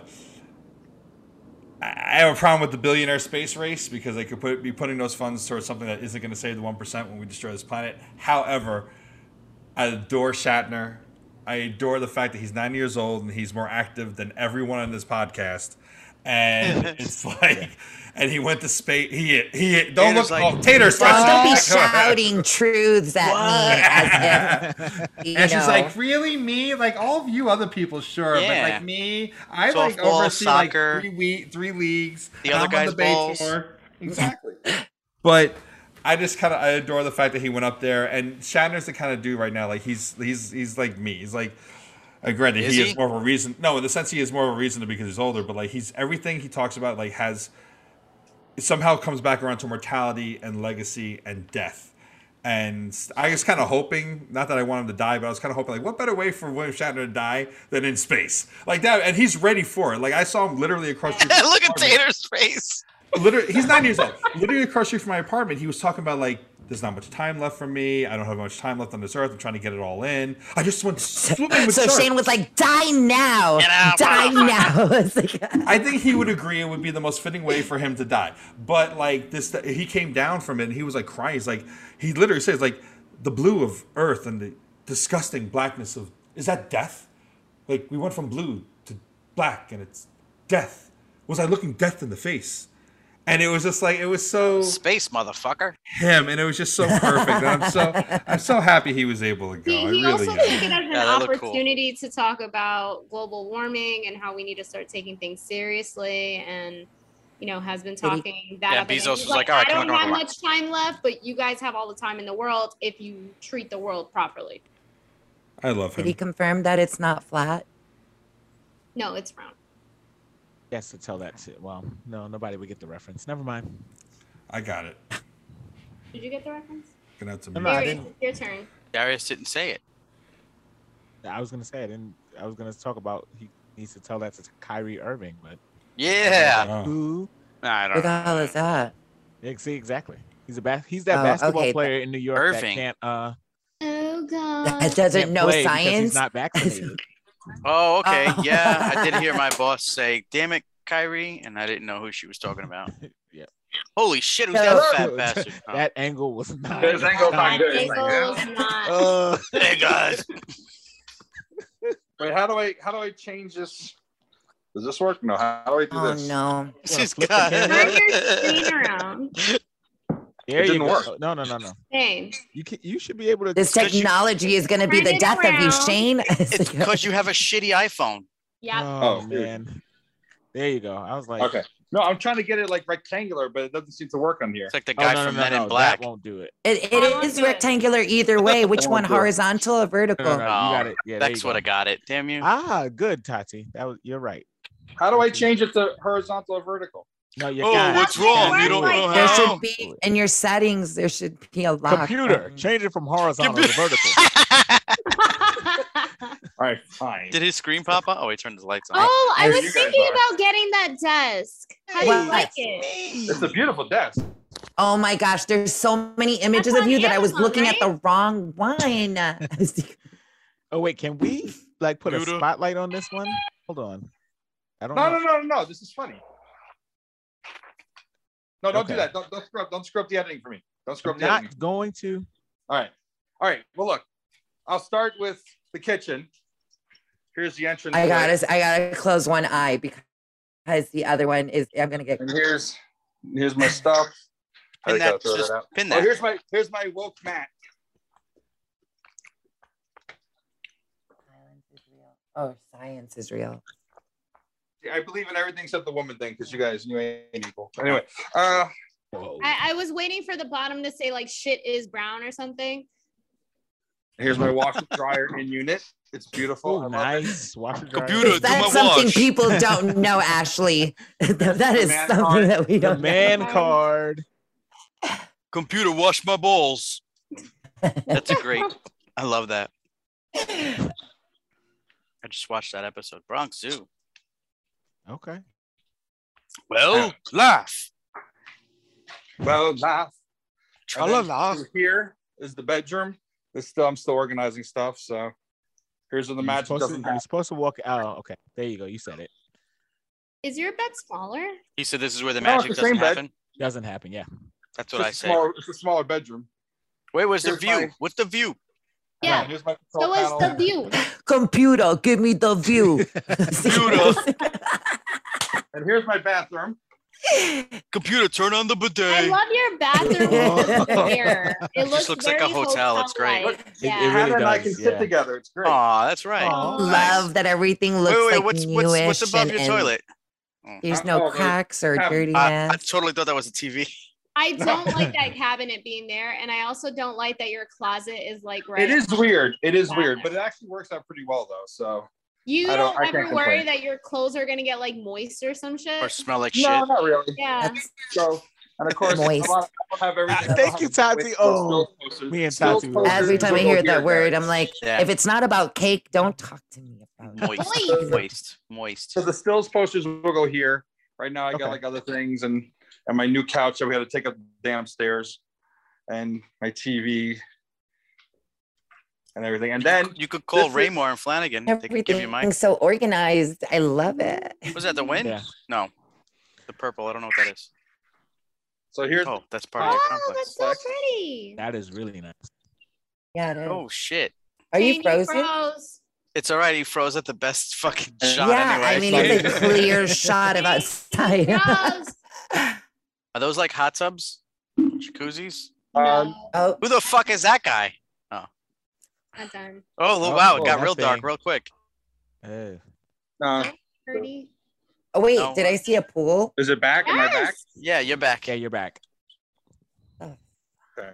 S2: I I have a problem with the billionaire space race because they could put, be putting those funds towards something that isn't going to save the one percent when we destroy this planet. However, I adore Shatner. I adore the fact that he's 90 years old and he's more active than everyone on this podcast. And it's like, and he went to space. He he don't look.
S6: Tater's like-
S2: oh, Tater, stop!
S3: Don't be
S2: stop.
S3: shouting truths at me as if you
S2: and she's
S3: know.
S2: like, really me? Like all of you other people, sure,
S6: Yeah.
S2: but like me, I like
S6: Softball,
S2: oversee
S6: soccer.
S2: like three we- three leagues.
S6: The
S2: and
S6: other
S2: I'm on
S6: guy's
S2: the bay
S6: balls.
S2: floor. But I just kind of I adore the fact that he went up there, and Shatner's the kind of dude right now. Like he's he's he's like me. He's like. I grant that
S6: Is
S2: Uh, he,
S6: he?
S2: is more of a reason. No, in the sense he is more of a reason to because he's older, but like he's everything he talks about like has it somehow comes back around to mortality and legacy and death. And I was kind of hoping, not that I want him to die, but I was kind of hoping, like, what better way for William Shatner to die than in space? Like that, and he's ready for it. Like I saw him literally across. the
S6: Look at Tater's face.
S2: literally he's nine years old literally across the street from my apartment he was talking about like there's not much time left for me i don't have much time left on this earth i'm trying to get it all in i just went swimming with
S3: so
S2: sharks.
S3: Shane was like, die now. Die now. It's like,
S2: i think he would agree it would be the most fitting way for him to die but like this he came down from it and he was like crying he's like he literally says like the blue of earth and the disgusting blackness of is that death like we went from blue to black and it's death was i looking death in the face and it was just like it was so
S6: Space motherfucker.
S2: him, and it was just so perfect. and I'm so I'm so happy he was able to go. I
S5: he also
S2: really
S5: took
S2: am.
S5: it as an
S2: Yeah, that looked cool.
S5: opportunity to talk about global warming and how we need to start taking things seriously and you know has been
S6: Did he-
S5: talking that
S6: Yeah,
S5: up and
S6: Bezos
S5: he's
S6: was like, "All right,
S5: i
S6: come
S5: don't
S6: on, go on,
S5: have
S6: go on."
S5: much time left but you guys have all the time in the world if you treat the world properly
S2: I love
S3: Did he confirm that it's not flat?
S5: no it's round
S8: Yes, to tell that to. Well, no, nobody would get the reference. Never mind.
S2: I got it.
S5: did you get the reference
S2: Good out to
S8: No, no, I
S5: Darius,
S8: didn't.
S5: your turn
S6: Darius didn't say it.
S8: I was gonna say I didn't. I was gonna talk about he needs to tell that to Kyrie Irving, but
S6: Yeah.
S8: who?
S6: Nah, I
S3: Who the hell is that?
S8: Yeah, see, exactly. He's a bas- He's that
S3: Oh,
S8: basketball
S3: okay,
S8: player
S3: that-
S8: in New York
S6: Irving.
S8: that can't. Uh,
S5: oh god
S3: That doesn't
S8: can't
S3: know
S8: play because
S3: science.
S8: He's not vaccinated.
S6: Oh, okay.
S3: Oh.
S6: Yeah, I did hear my boss say, "Damn it, Kyrie," and I didn't know who she was talking about.
S8: Yeah.
S6: Holy shit, who's
S8: Yeah,
S6: that
S8: that's
S6: fat
S8: good.
S6: bastard? Oh.
S8: that angle was not.
S9: His angle not good. He's like,
S5: Bagel is not
S12: Oh.
S8: Uh,
S6: Hey guys.
S9: Wait, how do I how do I change this? Does this work? No. How do I do
S3: Oh
S9: this?
S3: no.
S6: She's
S8: flip the
S6: got
S8: camera?
S5: turn your screen around
S8: there
S9: It
S8: you
S9: didn't
S8: go.
S9: work.
S8: No, no, no, no.
S5: hey
S8: You can. You should be able to.
S3: This technology is going to be
S5: Turn
S3: the
S5: it
S3: death of you,
S5: around.
S3: Shane. It's
S6: It's
S3: like,
S6: because you have a shitty iPhone.
S5: yeah
S8: Oh,
S9: Oh, dude.
S8: man. There you go. I was like, oh,
S9: Okay. No, I'm trying to get it like rectangular, but it doesn't seem to work on here.
S6: It's like the
S8: oh,
S6: guy
S8: no, no,
S6: from
S8: no,
S6: Men
S8: no,
S6: in Black.
S8: That won't do it.
S3: it,
S5: Oh,
S3: it is
S5: good.
S3: rectangular either way. Which
S9: Oh,
S3: one,
S9: good.
S3: horizontal or vertical?
S8: No, no, no,
S6: Oh,
S8: you got it. Yeah, there
S6: That's
S8: you
S6: what
S8: go.
S6: I got it. Damn you.
S8: Ah, good, Tati. That was. You're right.
S9: How do I change it to horizontal or vertical?
S8: No, you
S6: Oh,
S8: got it.
S6: what's
S8: You got
S6: wrong?
S8: it.
S6: You don't
S8: Wait,
S6: know
S3: There
S6: how?
S3: should be in your settings. There should be a lock.
S8: Computer,
S3: button.
S8: change it from horizontal to vertical.
S9: All right, fine.
S6: Did his screen pop up? Oh, he turned his lights on.
S5: oh i
S3: There
S5: was
S9: you guys
S5: thinking
S9: are.
S5: about getting that desk how do you
S3: Well,
S5: like it
S9: It's a beautiful desk.
S3: Oh my gosh, there's so many images
S5: That's
S3: of you
S5: on
S3: that I was
S5: Amazon,
S3: looking at
S5: right?
S3: the wrong one.
S8: Oh wait, can we like put a
S6: Computer.
S8: spotlight on this one? Hold on. I don't
S9: No, no,
S8: know.
S9: no, no, Oh, no. This is funny. No, don't
S8: Okay.
S9: do that. Don't, don't screw up. Don't screw up the editing for me. Don't screw up
S8: I'm
S9: the editing.
S8: not going to.
S9: All right. All right. Well, look, I'll start with the kitchen. Here's the entrance.
S3: I gotta, I gotta close one eye because the other one is. I'm gonna get.
S9: And here's here's my stuff. I
S6: Pin
S9: gotta
S6: that.
S9: throw
S6: Just
S9: that out.
S6: pin
S9: Oh,
S6: that.
S9: here's my here's my woke mat.
S3: Oh, science is real.
S9: I believe in everything except the woman thing because you guys you ain't equal. Anyway, uh,
S5: I, I was waiting for the bottom to say like shit is brown or something.
S9: here's my washer dryer in unit. It's beautiful. I
S8: Oh,
S9: love it.
S8: nice. Washer dryer.
S6: Computer. Dude, do
S3: That's
S6: my
S3: something
S6: wash.
S3: people don't know, Ashley. that is
S9: man
S3: something
S9: card.
S3: that we
S8: The
S3: don't. know.
S8: man card.
S6: Computer, wash my balls. That's a great. I love that. I just watched that episode, Bronx Zoo.
S8: Okay.
S6: Well, laugh.
S9: Well, laugh. And
S6: Tra
S9: then
S6: la
S9: through Here is the bedroom. It's still I'm still organizing stuff. So here's where the
S8: You're
S9: magic
S8: supposed, to,
S9: doesn't
S8: you're
S9: happen.
S8: supposed to walk out. Okay. There you go. You said it.
S5: Is your bed smaller?
S6: He said this is where the
S9: No, it's the
S6: magic doesn't
S9: same bed.
S6: happen.
S8: Doesn't happen. Yeah.
S9: It's
S6: That's what I
S9: just a
S6: say.
S9: smaller, it's a smaller bedroom.
S6: Where was the
S9: Here's
S6: view?
S9: my-
S6: What's the view?
S5: Yeah.
S9: Now, Here's my
S5: So
S9: control
S5: is
S9: panel.
S5: the view.
S3: Computer, give me the view.
S6: Computer.
S9: And here's my bathroom.
S6: Computer, turn on the bidet.
S5: I love your bathroom mirror. It
S6: Just
S5: looks,
S6: looks like a
S5: very
S6: hotel. It's great.
S5: hotel-like.
S8: It- it
S5: Yeah.
S8: really-
S9: Hannah and I
S8: does,
S9: can
S8: yeah.
S9: sit together. It's great.
S6: Aw, that's right.
S8: Aw.
S6: Nice.
S3: Love that everything looks
S6: Wait, wait,
S3: like
S6: what's
S3: newish
S6: what's what's above your
S3: and, and
S6: toilet?
S3: There's
S9: Oh,
S3: no
S9: there's-
S3: cracks or
S9: I-
S3: dirty
S6: I, I
S3: ass.
S6: totally thought that was a TV.
S5: I don't like that cabinet being there, and I also don't like that your closet is like right.
S12: It is
S5: across
S12: weird. It is
S5: the
S12: weird,
S5: bathroom.
S12: but it actually works out pretty well though. So
S5: You
S12: I
S5: don't,
S12: don't- I
S5: ever
S12: can't
S5: worry
S12: complain.
S5: that your clothes are gonna get like moist or some shit,
S6: or smell like
S5: No,
S6: shit.
S5: not
S12: really.
S5: Yeah.
S12: So, and of course,
S3: Moist.
S12: I will have everything.
S8: Ah, Thank you, Tati. Oh, me and Tati. were-
S3: Every time I hear that word, I'm like,
S6: Yeah.
S3: if it's not about cake, don't talk to me about it.
S6: Moist. Moist. Moist.
S12: So the stills posters will go here. Right now, I
S6: Okay.
S12: got like other things and and my new couch that we had to take up the damn stairs, and my TV and everything. And then
S6: you could call
S12: this is-
S6: Raymore and Flanagan. They could give you mine.
S3: Everything's so organized. I love it.
S6: Was that the wind?
S3: Yeah.
S6: No, the purple. I don't know what that is.
S12: So here's
S6: oh, that's part of the
S5: Oh,
S6: complex.
S5: that's so pretty.
S8: That is really nice.
S3: Yeah, it is.
S6: Oh shit!
S3: Are you
S5: Jamie
S3: frozen?
S5: froze.
S6: It's all right. He froze at the best fucking shot.
S3: Uh, yeah,
S6: anyway.
S3: I mean, it's a clear shot of outside.
S6: Are those like hot tubs, jacuzzis?
S12: Um,
S3: oh,
S6: Who the fuck is that guy?
S5: Not done.
S6: Oh,
S8: Oh,
S6: wow! It got
S8: that
S6: real dark
S8: thing.
S6: real quick.
S8: Hey.
S5: Pretty.
S3: oh, wait,
S6: No. uh,
S3: did I see a pool?
S12: uh, Is it back? Am I back?
S5: Yes.
S6: Yeah, you're back.
S8: Yeah, you're back.
S12: Okay.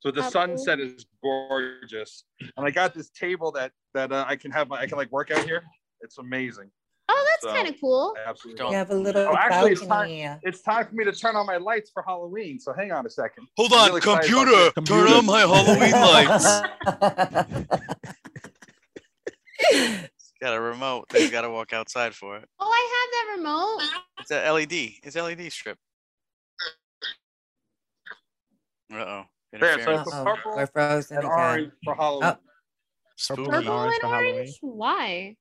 S12: So the
S5: Uh,
S12: sunset is gorgeous, and I got this table that that uh, I can have. My, I can like work out here. It's amazing.
S5: Oh, that's
S12: So- uh,
S5: kind of cool.
S12: I absolutely
S6: Don't-
S3: You have a little
S12: Oh, actually, it's
S3: balcony.
S12: It's time for me to turn on my lights for Halloween. So hang on a second.
S6: Hold
S12: I'm
S6: on,
S12: really excited about
S6: computer.
S12: this.
S6: Turn on my Halloween lights. It's got a remote. They got to walk outside for it.
S5: Oh, I have that remote.
S6: It's a LED. It's LED strip. Uh oh.
S12: There, so it's
S3: Uh-oh,
S12: purple
S3: we're frozen
S12: and
S3: again.
S12: orange for Halloween
S3: Oh.
S8: Purple
S6: Spooky.
S8: and
S5: Purple
S8: orange
S5: and
S8: for Halloween.
S5: orange. Why?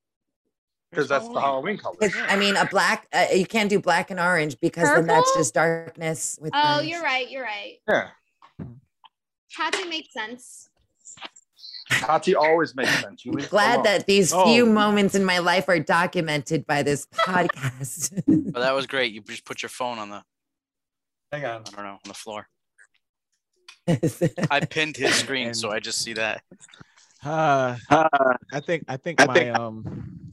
S12: because that's the Halloween color.
S3: 'Cause, I mean, a black, uh, you can't do black and orange because then that's
S5: Purple?
S3: just darkness. With
S5: Oh,
S3: orange.
S5: you're right. You're right.
S12: Yeah,
S5: Had to make sense.
S12: Tati always makes sense. You leave her
S3: Glad
S12: alone.
S3: that these
S8: Oh.
S3: few moments in my life are documented by this podcast.
S6: But that was great. You just put your phone on the
S12: Hang on.
S6: I don't know on the floor. I pinned his screen, so I just see that.
S8: Uh, I think I think my um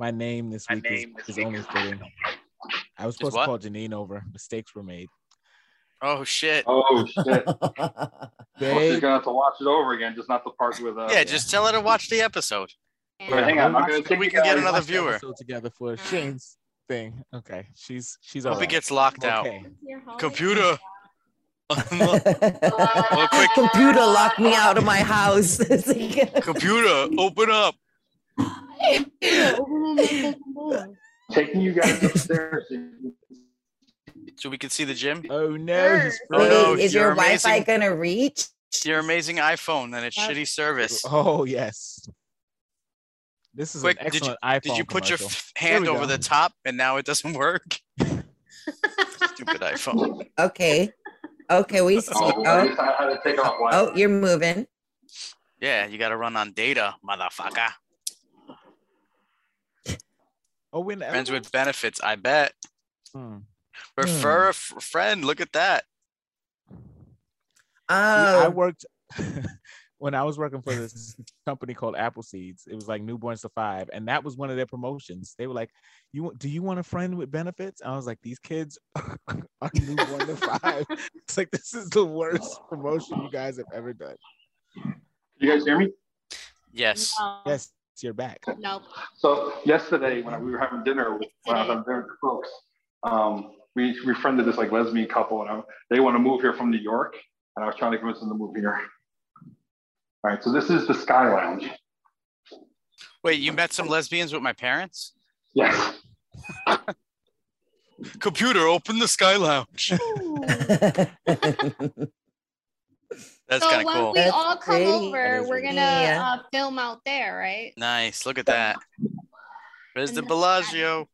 S8: my name this week is, is only fitting. I was supposed to
S6: what?
S8: call Janine over. Mistakes were made.
S6: Oh shit.
S12: Oh shit! Well, she's
S8: They,
S12: gonna have to watch it over again, just not the part with.
S8: Oh,
S12: Uh,
S6: yeah, just tell her to watch the episode.
S12: But hang on, I'm gonna
S8: We
S12: take
S6: can
S12: you
S6: get
S12: guys-
S6: another
S8: watched the
S6: viewer.
S8: episode together for Shane's thing. Okay, she's she's all
S6: Hope it
S8: right.
S6: gets locked out.
S8: Okay.
S5: Your holiday-
S6: Computer.
S3: The computer locked me out of my house. It's like-
S6: Computer, open up.
S5: Oh,
S12: taking you guys upstairs.
S6: So we can see the gym.
S8: Oh no, he's
S5: Sure.
S6: Oh,
S3: Wait,
S6: no,
S3: is your
S6: you're
S3: Wi Fi
S6: amazing.
S3: gonna reach?
S6: Your amazing iPhone and its shitty service.
S8: Oh yes. This is
S6: Quick,
S8: an
S6: did you-
S8: excellent iPhone.
S6: Did you put your
S8: commercial.
S6: f- hand
S8: There we
S6: over
S8: go.
S6: the top and now it doesn't work? Stupid iPhone.
S3: Okay. Okay, we see.
S12: Oh, I
S3: Oh,
S12: just had to take off. Why?
S3: oh, you're moving.
S6: Yeah, you got to run on data, motherfucker.
S8: Oh, when
S6: Friends with benefits, I bet.
S8: Hmm.
S6: Refer a f- friend. Look at that.
S8: Yeah, I
S3: Oh,
S8: worked when I was working for this company called Apple Seeds. It was like newborns to five, and that was one of their promotions. They were like, "You want- do you want a friend with benefits?" And I was like, "These kids are newborn to five. It's like this is the worst promotion you guys have ever done.
S12: You guys hear me?
S6: Yes.
S5: No.
S8: Yes, you're back.
S5: Nope.
S12: So yesterday, when we were having dinner with when I was having dinner with the folks, um, we befriended this like lesbian couple, and I, they want to move here from New York, and I was trying to convince them to move here. All right, so this is the Sky Lounge.
S6: Wait, you met some lesbians with my parents?
S12: Yes.
S6: Computer, open the Sky Lounge. That's
S5: so
S6: kind of
S5: when
S6: cool.
S5: we
S3: That's
S5: all come
S3: pretty.
S5: over,
S6: That is
S5: we're gonna
S3: Yeah.
S5: uh, film out there, right?
S6: Nice. Look at that. There's the
S5: And the-
S6: Bellagio.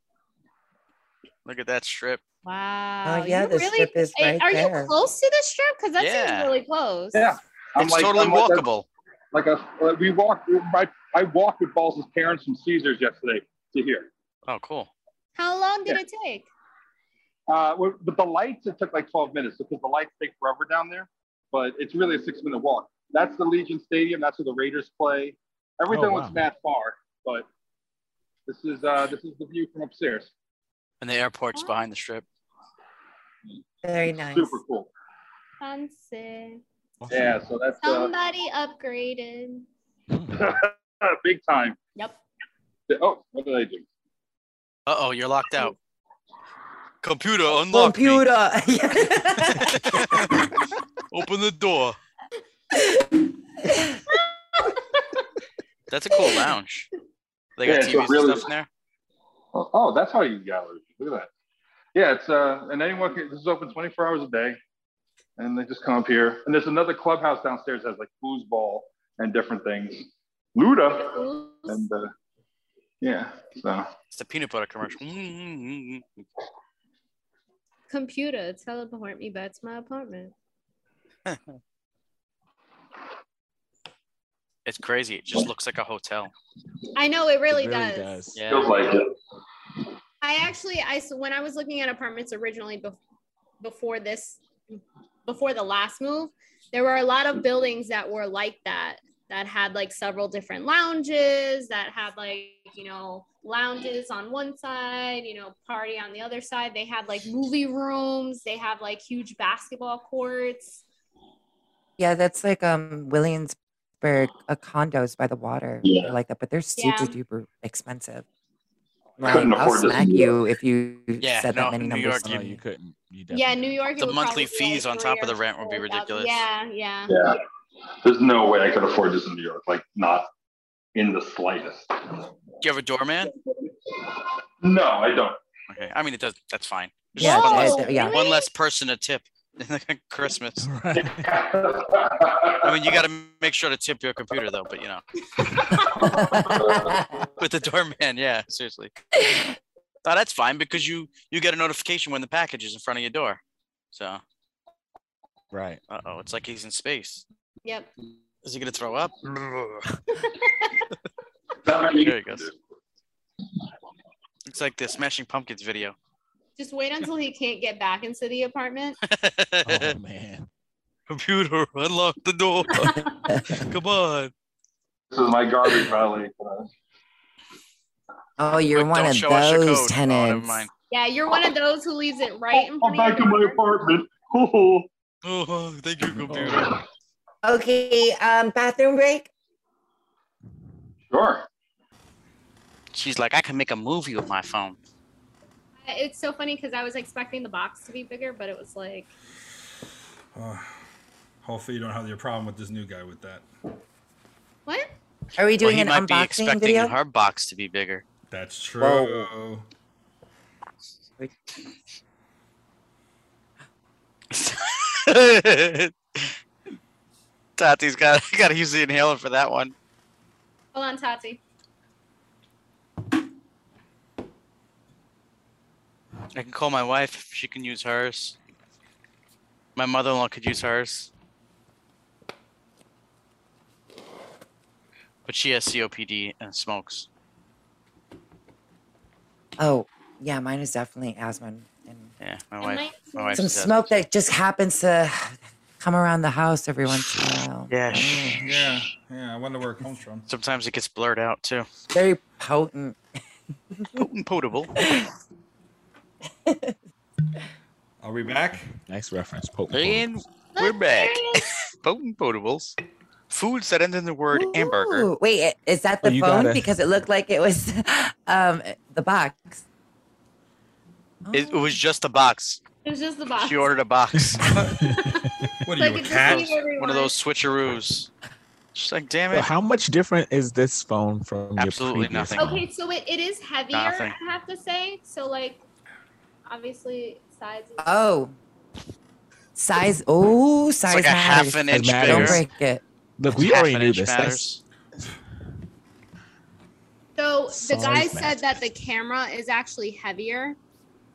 S6: Look at that strip.
S5: Wow.
S3: Oh, yeah,
S5: you
S3: the strip is
S5: eh,
S3: right
S5: Are
S3: there.
S5: you close to the strip? Because that
S6: Yeah.
S5: seems really close.
S12: Yeah. I'm
S6: It's
S12: like-
S6: totally
S12: I'm like a-
S6: walkable.
S12: Like a, like we walked. My, I walked with Balls' parents from Caesars yesterday to here.
S6: Oh, cool.
S5: How long did it take?
S12: Uh, with, with the lights, it took like 12 minutes because the lights take forever down there. But it's really a six-minute walk. That's the Legion Stadium. That's where the Raiders play. Everything
S8: Oh,
S12: looks
S8: wow.
S12: mad far, but this is uh, this is the view from upstairs.
S6: And the airport's behind the strip.
S3: Very nice.
S12: Super cool.
S5: Fancy.
S12: Yeah, so that's uh,
S5: Somebody upgraded.
S12: big time.
S5: Yep.
S12: Oh, what did I do?
S6: Uh oh, you're locked out. Computer, unlock. me.
S3: Computer.
S6: Open the door. That's a cool lounge. They got
S12: Yeah, it's a
S6: TVs
S12: really-
S6: and stuff in there.
S12: Oh, oh, that's how you gallery. Look at that. Yeah, it's uh, and anyone can. This is open 24 hours a day, and they just come up here. And there's another clubhouse downstairs that has like foosball and different things. Luda, and uh, yeah, so
S6: It's the peanut butter commercial. Mm-hmm. That's
S5: Computer, teleport me back to my apartment.
S6: It's crazy. It just looks like a hotel.
S5: I know it really, does.
S6: Yeah.
S12: Feels like it.
S5: I actually, I s- when I was looking at apartments originally bef- before this, before the last move, there were a lot of buildings that were like that, that had like several different lounges, that had like you know lounges on one side, you know party on the other side. They had like movie rooms. They have like huge basketball courts.
S3: Yeah, that's like um Williamsburg, uh, condos by the water.
S5: Yeah.
S3: they're Like that, but they're
S5: Yeah.
S3: super duper expensive.
S5: Couldn't
S3: I'll
S5: afford this in
S3: smack
S5: New
S3: you if you
S6: Yeah,
S3: said
S6: no,
S3: that many
S6: New
S3: numbers.
S6: York,
S3: to
S6: you-
S3: me.
S6: you
S8: couldn't. Oh, You
S5: Yeah, New York. it
S6: The
S5: would
S6: monthly
S5: probably be,
S6: fees
S5: like,
S6: on top of
S5: three
S6: the
S5: or
S6: rent would be ridiculous.
S5: Yeah, yeah.
S12: yeah. There's no way I could afford this in New York. Like not in the slightest.
S6: Do you have a doorman?
S12: No, I don't.
S6: Okay. I mean, it does. That's fine. Just
S12: Yeah,
S6: one,
S12: it's-
S6: less,
S12: yeah.
S6: one less person to tip in Christmas. I mean, you got to make sure to tip your computer though, but you know. With the doorman, yeah, seriously. No, that's fine because you you get a notification when the package is in front of your door. So.
S8: Right.
S6: Uh oh, it's like he's in space.
S5: Yep.
S6: Is he gonna throw up?
S12: there
S6: he goes. It's like the Smashing Pumpkins video.
S5: Just wait until he can't get back into the apartment.
S8: oh man.
S6: Computer, unlock the door. Come on.
S12: This is my garbage valet. uh,
S3: Oh, you're one
S12: don't
S3: of
S12: show us your
S3: those
S12: code. Oh, never
S3: tenants.
S12: mind.
S5: Yeah, you're one of those who leaves it right in
S12: I'm
S5: front of
S12: back to my apartment. Oh,
S6: thank you,
S8: Oh.
S6: computer.
S11: Okay, um, bathroom break.
S12: Sure.
S6: She's like, I can make a movie with my phone.
S5: It's so funny because I was expecting the box to be bigger, but it was like,
S2: Uh, hopefully, you don't have your problem with this new guy with that.
S5: what?
S3: Are we
S6: he
S3: doing
S6: might
S3: an
S6: be
S3: unboxing
S6: expecting
S3: video?
S6: her box to be bigger.
S2: That's true.
S3: Whoa.
S6: Tati's got got to use the inhaler for that one.
S5: Hold on, Tati.
S6: I can call my wife. if She can use hers. My mother-in-law could use hers. But she has COPD and smokes.
S3: Oh, yeah, mine is definitely asthma. And
S6: Yeah, my wife. My wife
S3: some
S6: does.
S3: smoke that just happens to come around the house every once in a while.
S6: Yeah.
S2: Yeah, yeah. I wonder where it comes from.
S6: Sometimes it gets blurred out too.
S3: Very potent.
S6: Potent potable.
S2: Are we back?
S8: Nice reference. Pope.
S6: And we're back. Potent potables. Foods that end in the word hamburger.
S3: Ooh, wait, i- is that the
S6: Oh, you
S3: phone?
S6: gotta-
S3: Because it looked like it was um the box. Oh.
S6: It, it was just a box.
S5: It's just the box.
S6: She ordered a box.
S2: what
S5: are you, Like, a it's just cat? you, everyone.
S6: One of those switcheroos. She's like, damn
S8: So
S6: it.
S8: how much different is this phone from
S6: Absolutely
S8: your previous
S6: nothing.
S8: phone?
S5: Okay, so it, it is heavier,
S8: Nothing.
S5: I have to say. So, like, obviously, size is.
S3: Oh. Size. Oh, size
S6: like a half
S3: matters.
S6: an It inch
S3: Don't
S6: matters.
S3: break it.
S8: Look, we
S6: Half
S8: already
S6: an
S8: knew
S6: inch
S8: this. That's,
S5: So, the
S8: Size
S5: guy
S2: matters.
S5: said that the camera is actually heavier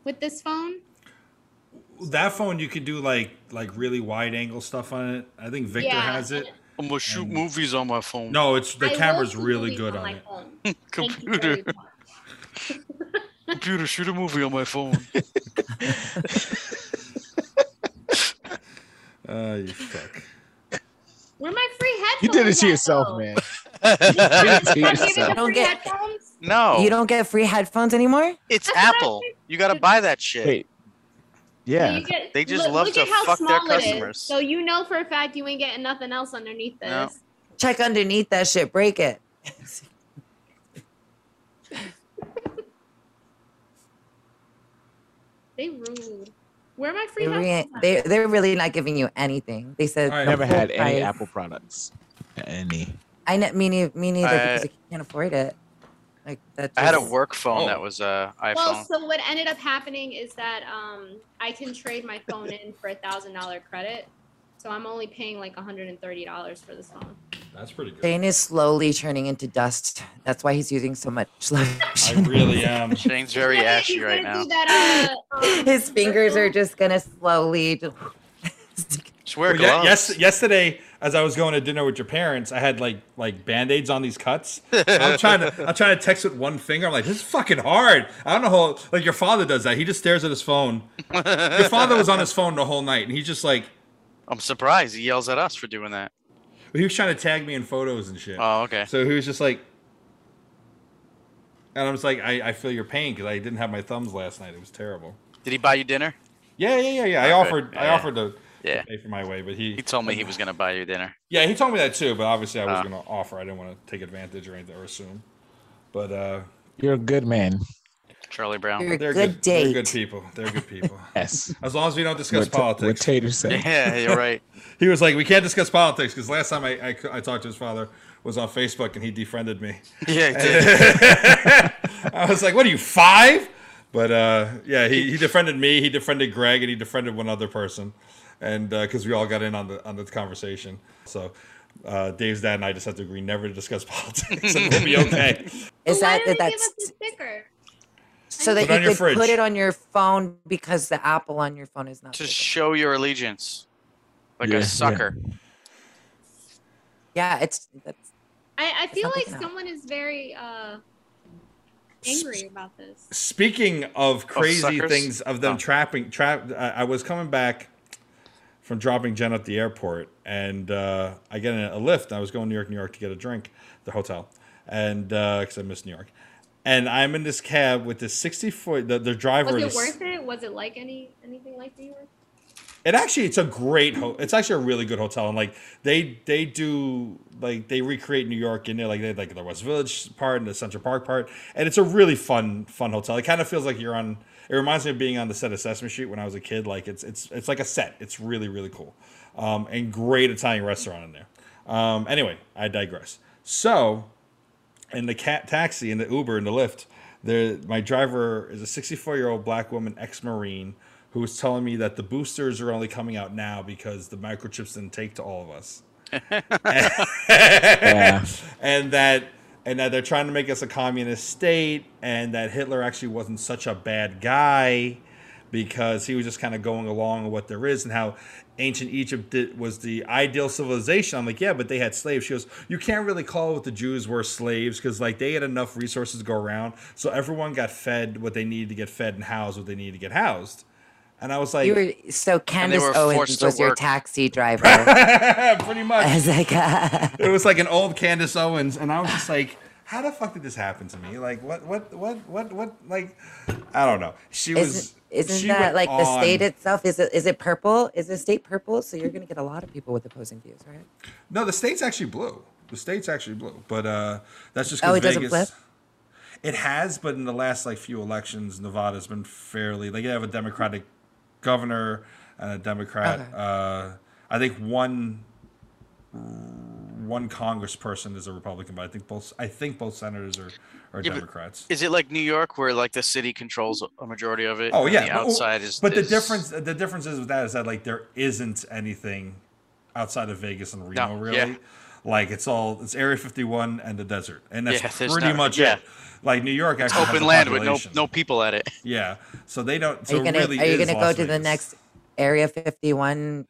S5: with this phone.
S2: That phone you could do like like really wide angle stuff on it. I think Victor
S5: Yeah.
S2: has it.
S6: I'm gonna shoot movies on my phone.
S2: No, it's the
S5: I will
S2: camera's
S5: do
S2: really
S5: movies
S2: good on
S5: my
S2: it.
S5: phone. Thank you very
S6: Computer. Computer, shoot a movie on my phone.
S2: Uh, you fuck.
S5: Where are my free headphones?
S8: you did it to
S5: at,
S8: yourself,
S5: though?
S8: man.
S3: it to
S5: You're not giving
S3: yourself.
S5: the
S3: Don't
S5: free
S3: get-
S5: headphones?
S6: No.
S3: You don't get free headphones anymore?
S6: It's Apple. You gotta buy that shit.
S8: Wait, Yeah.
S5: You get-
S6: They just
S5: look-
S6: love
S5: look
S6: to
S5: at how
S6: fuck their
S5: small it is.
S6: customers.
S5: So you know for a fact you ain't getting nothing else underneath this.
S6: No.
S3: Check underneath that shit. Break it.
S5: They rude. Where am I free?
S3: They
S5: house?
S3: re- they, they're really not giving you anything. They said
S8: I
S3: the
S8: never
S3: full
S8: had any
S3: price.
S8: Apple products. Any.
S3: I ne- me, neither, me neither because
S6: I-
S3: you can't afford it. Like that.
S6: I had a
S3: just-
S6: work phone
S3: Oh.
S6: that was a iPhone.
S5: Well, so what ended up happening is that um, I can trade my phone in for a thousand dollar credit, so I'm only paying like hundred and thirty dollars for this phone.
S2: That's pretty good.
S3: Shane is slowly turning into dust. That's why he's using so much lotion.
S2: I really am.
S6: Shane's very ashy right now.
S5: uh,
S3: His fingers are just gonna slowly. Just,
S6: Swear
S2: Well, ye-
S6: gloves.
S2: yes, yesterday, as I was going to dinner with your parents, I had like like band aids on these cuts. I'm trying to I'm trying to text with one finger. I'm like, this is fucking hard. I don't know how like your father does that. He just stares at his phone. Your father was on his phone the whole night, and he's just like,
S6: I'm surprised he yells at us for doing that.
S2: he was trying to tag me in photos and shit.
S6: Oh, okay.
S2: So he was just like, and I was like, I, I feel your pain because I didn't have my thumbs last night. It was terrible.
S6: Did he buy you dinner?
S2: Yeah, yeah, yeah, yeah. I
S6: Okay.
S2: offered I
S6: Yeah.
S2: offered to, to
S6: Yeah.
S2: pay for my way, but he
S6: He told me he was gonna buy you dinner.
S2: Yeah, he told me that too, but obviously I was
S6: Ah.
S2: going to offer. I didn't want to take advantage or anything or assume. But uh,
S8: You're a good man.
S6: Charlie Brown.
S2: they're good. They're good people. They're good people.
S8: Yes.
S2: As long as we don't discuss
S8: What ta-
S2: politics.
S8: what Tater said.
S6: Yeah, you're right.
S2: he was like, we can't discuss politics because last time I, I c- I talked to his father was on Facebook and he defriended me.
S6: Yeah, he
S2: did. I was like, what are you five? But uh, yeah, he, he defriended me. He defriended Greg and he defriended one other person, and because we all got in on the on the conversation. So uh, Dave's dad and I just have to agree never to discuss politics, and we'll be okay.
S3: Is that that
S5: Why did they give
S3: that's
S5: us the sticker?
S3: so
S2: Put it
S3: that
S2: on
S3: you
S2: your
S3: could put
S2: fridge.
S3: it on your phone because the Apple on your phone is not.
S6: To show your allegiance, like
S8: Yeah,
S6: a
S8: yeah.
S6: sucker.
S3: Yeah, it's that's
S5: I, I feel
S3: not
S5: like
S3: good enough.
S5: someone is very uh, angry about this.
S2: Speaking of crazy
S6: suckers?
S2: things of them trapping trap, I, I was coming back from dropping Jen at the airport, and uh, I get in a lift. I was going to New York, New York to get a drink, the hotel, and because I missed New York, and I'm in this cab with this 60 foot. The, the driver
S5: Was it
S2: is-
S5: worth it? Was it like any anything like New York?
S2: It actually, it's a great. Ho- it's actually a really good hotel, and like they they do like they recreate New York in there, like they had, like the West Village part and the Central Park part, and it's a really fun fun hotel. It kind of feels like you're on. It reminds me of being on the set of Sesame Street when I was a kid. Like it's it's it's like a set. It's really really cool, um, and great Italian restaurant in there. Um, anyway, I digress. So in the cat taxi in the Uber in the Lyft, there my driver is a 64 year old black woman ex Marine who was telling me that the boosters are only coming out now because the microchips didn't take to all of us. and that and that they're trying to make us a communist state and that Hitler actually wasn't such a bad guy because he was just kind of going along with what there is and how ancient Egypt did, was the ideal civilization. I'm like, yeah, but they had slaves. She goes, you can't really call what the Jews were slaves because like they had enough resources to go around, so everyone got fed what they needed to get fed and housed what they needed to get housed. And I was like,
S3: you were so Candace
S2: were forced
S3: Owens
S2: to
S3: was your
S2: work.
S3: taxi driver.
S2: pretty much.
S3: I was like, uh,
S2: it was like an old Candace Owens, and I was just like, how the fuck did this happen to me? Like, what, what, what, what, what? Like, I don't know. She was.
S3: isn't, isn't
S2: she
S3: that
S2: went
S3: like the
S2: on-
S3: state itself? Is it is it purple? Is the state purple? So you're gonna get a lot of people with opposing views, right?
S2: No, the state's actually blue. The state's actually blue, but uh, that's just
S3: Oh,
S2: because
S3: it doesn't
S2: Vegas.
S3: flip?
S2: It has, but in the last like few elections, Nevada's been fairly. Like, they have a Democratic governor and a Democrat.
S3: Okay.
S2: Uh, I think one one Congressperson is a Republican, but I think both. I think both senators are are
S6: Yeah, but
S2: Democrats.
S6: Is it like New York where like the city controls a majority of it?
S2: Oh
S6: and
S2: yeah,
S6: The
S2: but-
S6: outside is
S2: But
S6: is-
S2: the difference, the difference is with that is that like there isn't anything outside of Vegas and Reno really.
S6: yeah.
S2: Like it's all it's Area 51 and the desert, and that's
S6: Yeah, there's
S2: pretty
S6: not-
S2: much
S6: yeah.
S2: it. Like New York
S6: It's
S2: actually has
S6: open
S2: a
S6: land with no
S2: population.
S6: no people at it.
S2: Yeah, so they don't.
S3: Are
S2: So
S3: you gonna
S2: it really
S3: are you
S2: is
S3: gonna go
S2: Las
S3: to the
S2: Vegas.
S3: next Area 51?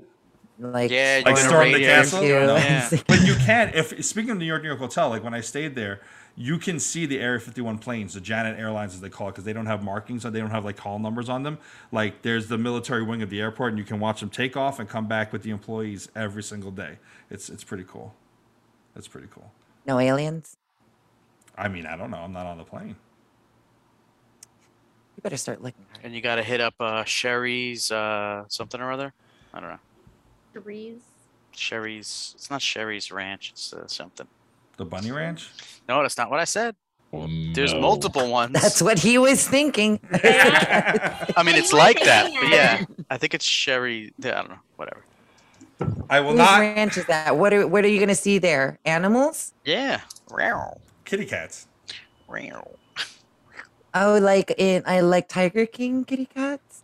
S3: Like
S6: Yeah,
S2: like
S3: going
S2: storm the
S3: raid
S2: castle.
S3: into-
S2: But you can if speaking of New York New York Hotel, like when I stayed there, you can see the Area 51 planes, the Janet Airlines as they call it, because they don't have markings or they don't have like call numbers on them. Like there's the military wing of the airport, and you can watch them take off and come back with the employees every single day. It's it's pretty cool. That's pretty cool.
S3: no aliens.
S2: I mean, I don't know. I'm not on the plane.
S3: You better start licking.
S6: And you got to hit up uh, Sherry's uh, something or other. I don't know.
S5: Breeze.
S6: Sherry's. It's not Sherry's Ranch. It's uh, something.
S2: The Bunny Ranch?
S6: No, that's not what I said.
S8: Oh,
S6: There's multiple ones.
S3: That's what he was thinking.
S6: I mean, it's like that, but yeah, I think it's Sherry. I don't know. Whatever.
S2: I will
S3: Whose
S2: not.
S3: ranch is that? What are What are you going to see there? Animals?
S6: Yeah. Row.
S2: Kitty cats.
S6: Row.
S3: Oh, like in I like Tiger King kitty cats.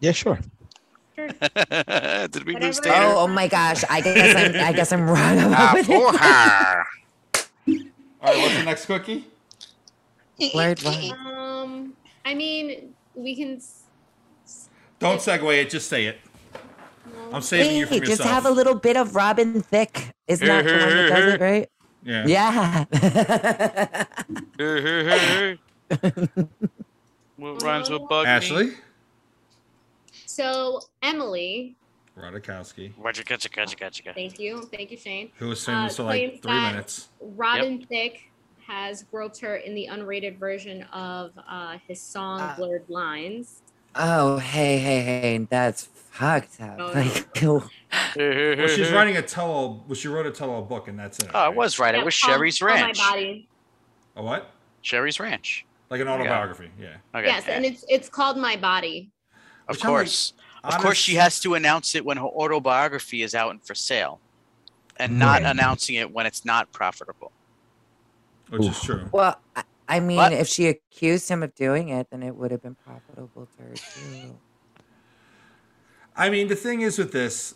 S8: Yeah, sure.
S6: Did we lose Tater?
S3: Oh, oh my gosh! I guess I'm, I guess I'm wrong
S2: Ah,
S3: about it.
S2: All right, what's the next cookie?
S3: Blurred line.
S5: Um, I mean, we can. s-
S2: Don't segue it. Just say it. I'm saving you from
S3: Hey,
S2: yourself.
S3: just have a little bit of Robin Thicke. Is not the one that does it, right?
S2: Yeah.
S3: Yeah.
S6: what rhymes with bug?
S2: Ashley
S5: So Emily,
S2: Rodakowski,
S6: Roger, gotcha, gotcha, gotcha, gotcha.
S5: thank you, thank you, Shane.
S2: who was famous
S3: Uh,
S2: for like
S5: claims
S2: three
S5: that
S2: minutes.
S5: Robin Thicke has groped her in the unrated version of uh, his song
S3: Ah.
S5: "Blurred Lines."
S3: oh, hey, hey, hey! That's fucked up.
S5: Oh,
S3: like,
S2: Well, she's writing a tell-all. Well, she wrote a tell-all book, and that's it.
S6: Mm-hmm. Oh, I was right. It was Sherry's
S5: on,
S6: Ranch.
S5: On my body.
S2: A what?
S6: Sherry's Ranch.
S2: Like an
S6: Okay.
S2: autobiography. Yeah.
S6: Okay.
S5: Yes, and it's it's called "My Body."
S6: Of
S2: Which I'm like,
S6: course. of course, she has to announce it when her autobiography is out and for sale and not
S3: Right.
S6: announcing it when it's not profitable.
S2: Which is true.
S3: well, I, I mean,
S6: What?
S3: if she accused him of doing it, then it would have been profitable to her too.
S2: I mean, the thing is with this,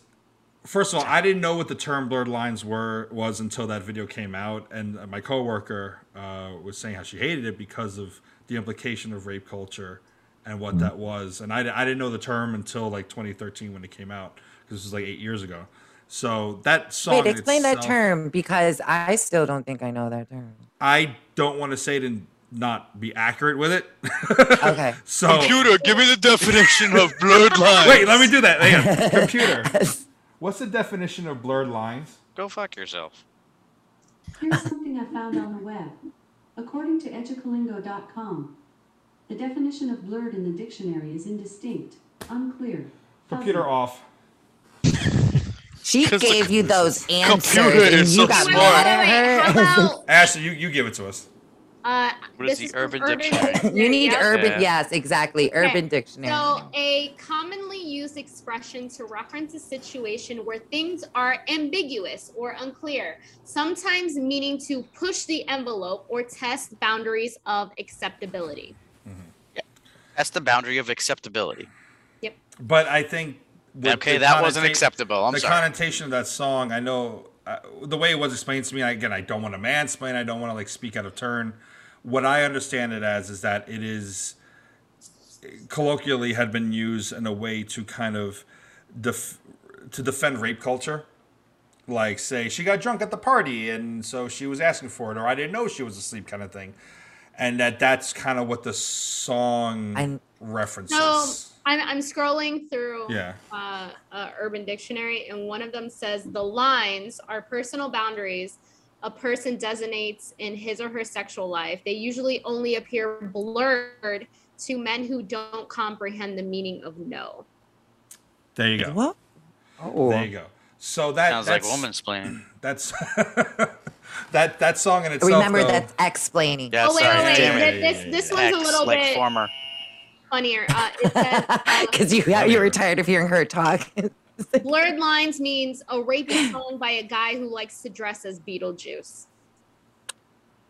S2: first of all, I didn't know what the term blurred lines were was until that video came out, and uh, my coworker uh, was saying how she hated it because of the implication of rape culture and what that was, and I, di- I didn't know the term until like 2013 when it came out because this was like eight years ago. So that song.
S3: Wait, explain that
S2: itself-
S3: term because I still don't think I know that term.
S2: I don't want to say it and not be accurate with it.
S3: Okay.
S2: So
S6: Computer, give me the definition of blurred lines.
S2: Wait, let me do that. Hang on. Computer. What's the definition of blurred lines?
S6: Go fuck yourself.
S7: Here's something I found on the web. According to educalingo.com, the definition of blurred in the dictionary is indistinct, unclear.
S2: Computer off.
S3: She gave you those answers,
S2: computer
S3: and
S2: is
S3: you
S2: so
S3: got
S2: smart.
S3: mad at her.
S2: Ashley, you, you give it to us.
S5: Uh,
S2: What
S5: is
S2: is
S5: this
S2: the Urban
S3: you need
S5: yeah?
S3: urban,
S2: Yeah.
S3: yes, exactly,
S5: Okay,
S3: urban dictionary.
S5: So, a commonly used expression to reference a situation where things are ambiguous or unclear, sometimes meaning to push the envelope or test boundaries of acceptability.
S6: That's the boundary of acceptability.
S2: But I think. with
S6: Okay,
S2: the
S6: that wasn't
S2: connota-
S6: acceptable. I'm
S2: the
S6: sorry.
S2: connotation of that song, I know uh, the way it was explained to me. I, again, I don't want to mansplain. I don't want to like speak out of turn. What I understand it as is that it is colloquially had been used in a way to kind of def- to defend rape culture. Like, say she got drunk at the party, and so she was asking for it, or I didn't know she was asleep, kind of thing. And that that's kind of what the song references.
S5: So, I'm, I'm scrolling through
S2: Yeah.
S5: uh, uh, Urban Dictionary, and one of them says the lines are personal boundaries a person designates in his or her sexual life. They usually only appear blurred to men who don't comprehend the meaning of no.
S2: There you go.
S3: What?
S6: Oh.
S2: There you go. So that
S6: Sounds like
S2: that's, Oh,
S6: woman's playing.
S2: That's that that song in itself.
S3: Remember,
S2: though,
S3: that's explaining.
S2: Yeah, Oh, wait, sorry. wait, wait, Damn it.
S5: Th- This, this one's a little bit funnier. Uh, it says
S3: Because you, yeah, you were tired of hearing her talk.
S5: Blurred Lines means a rape is song by a guy who likes to dress as Beetlejuice.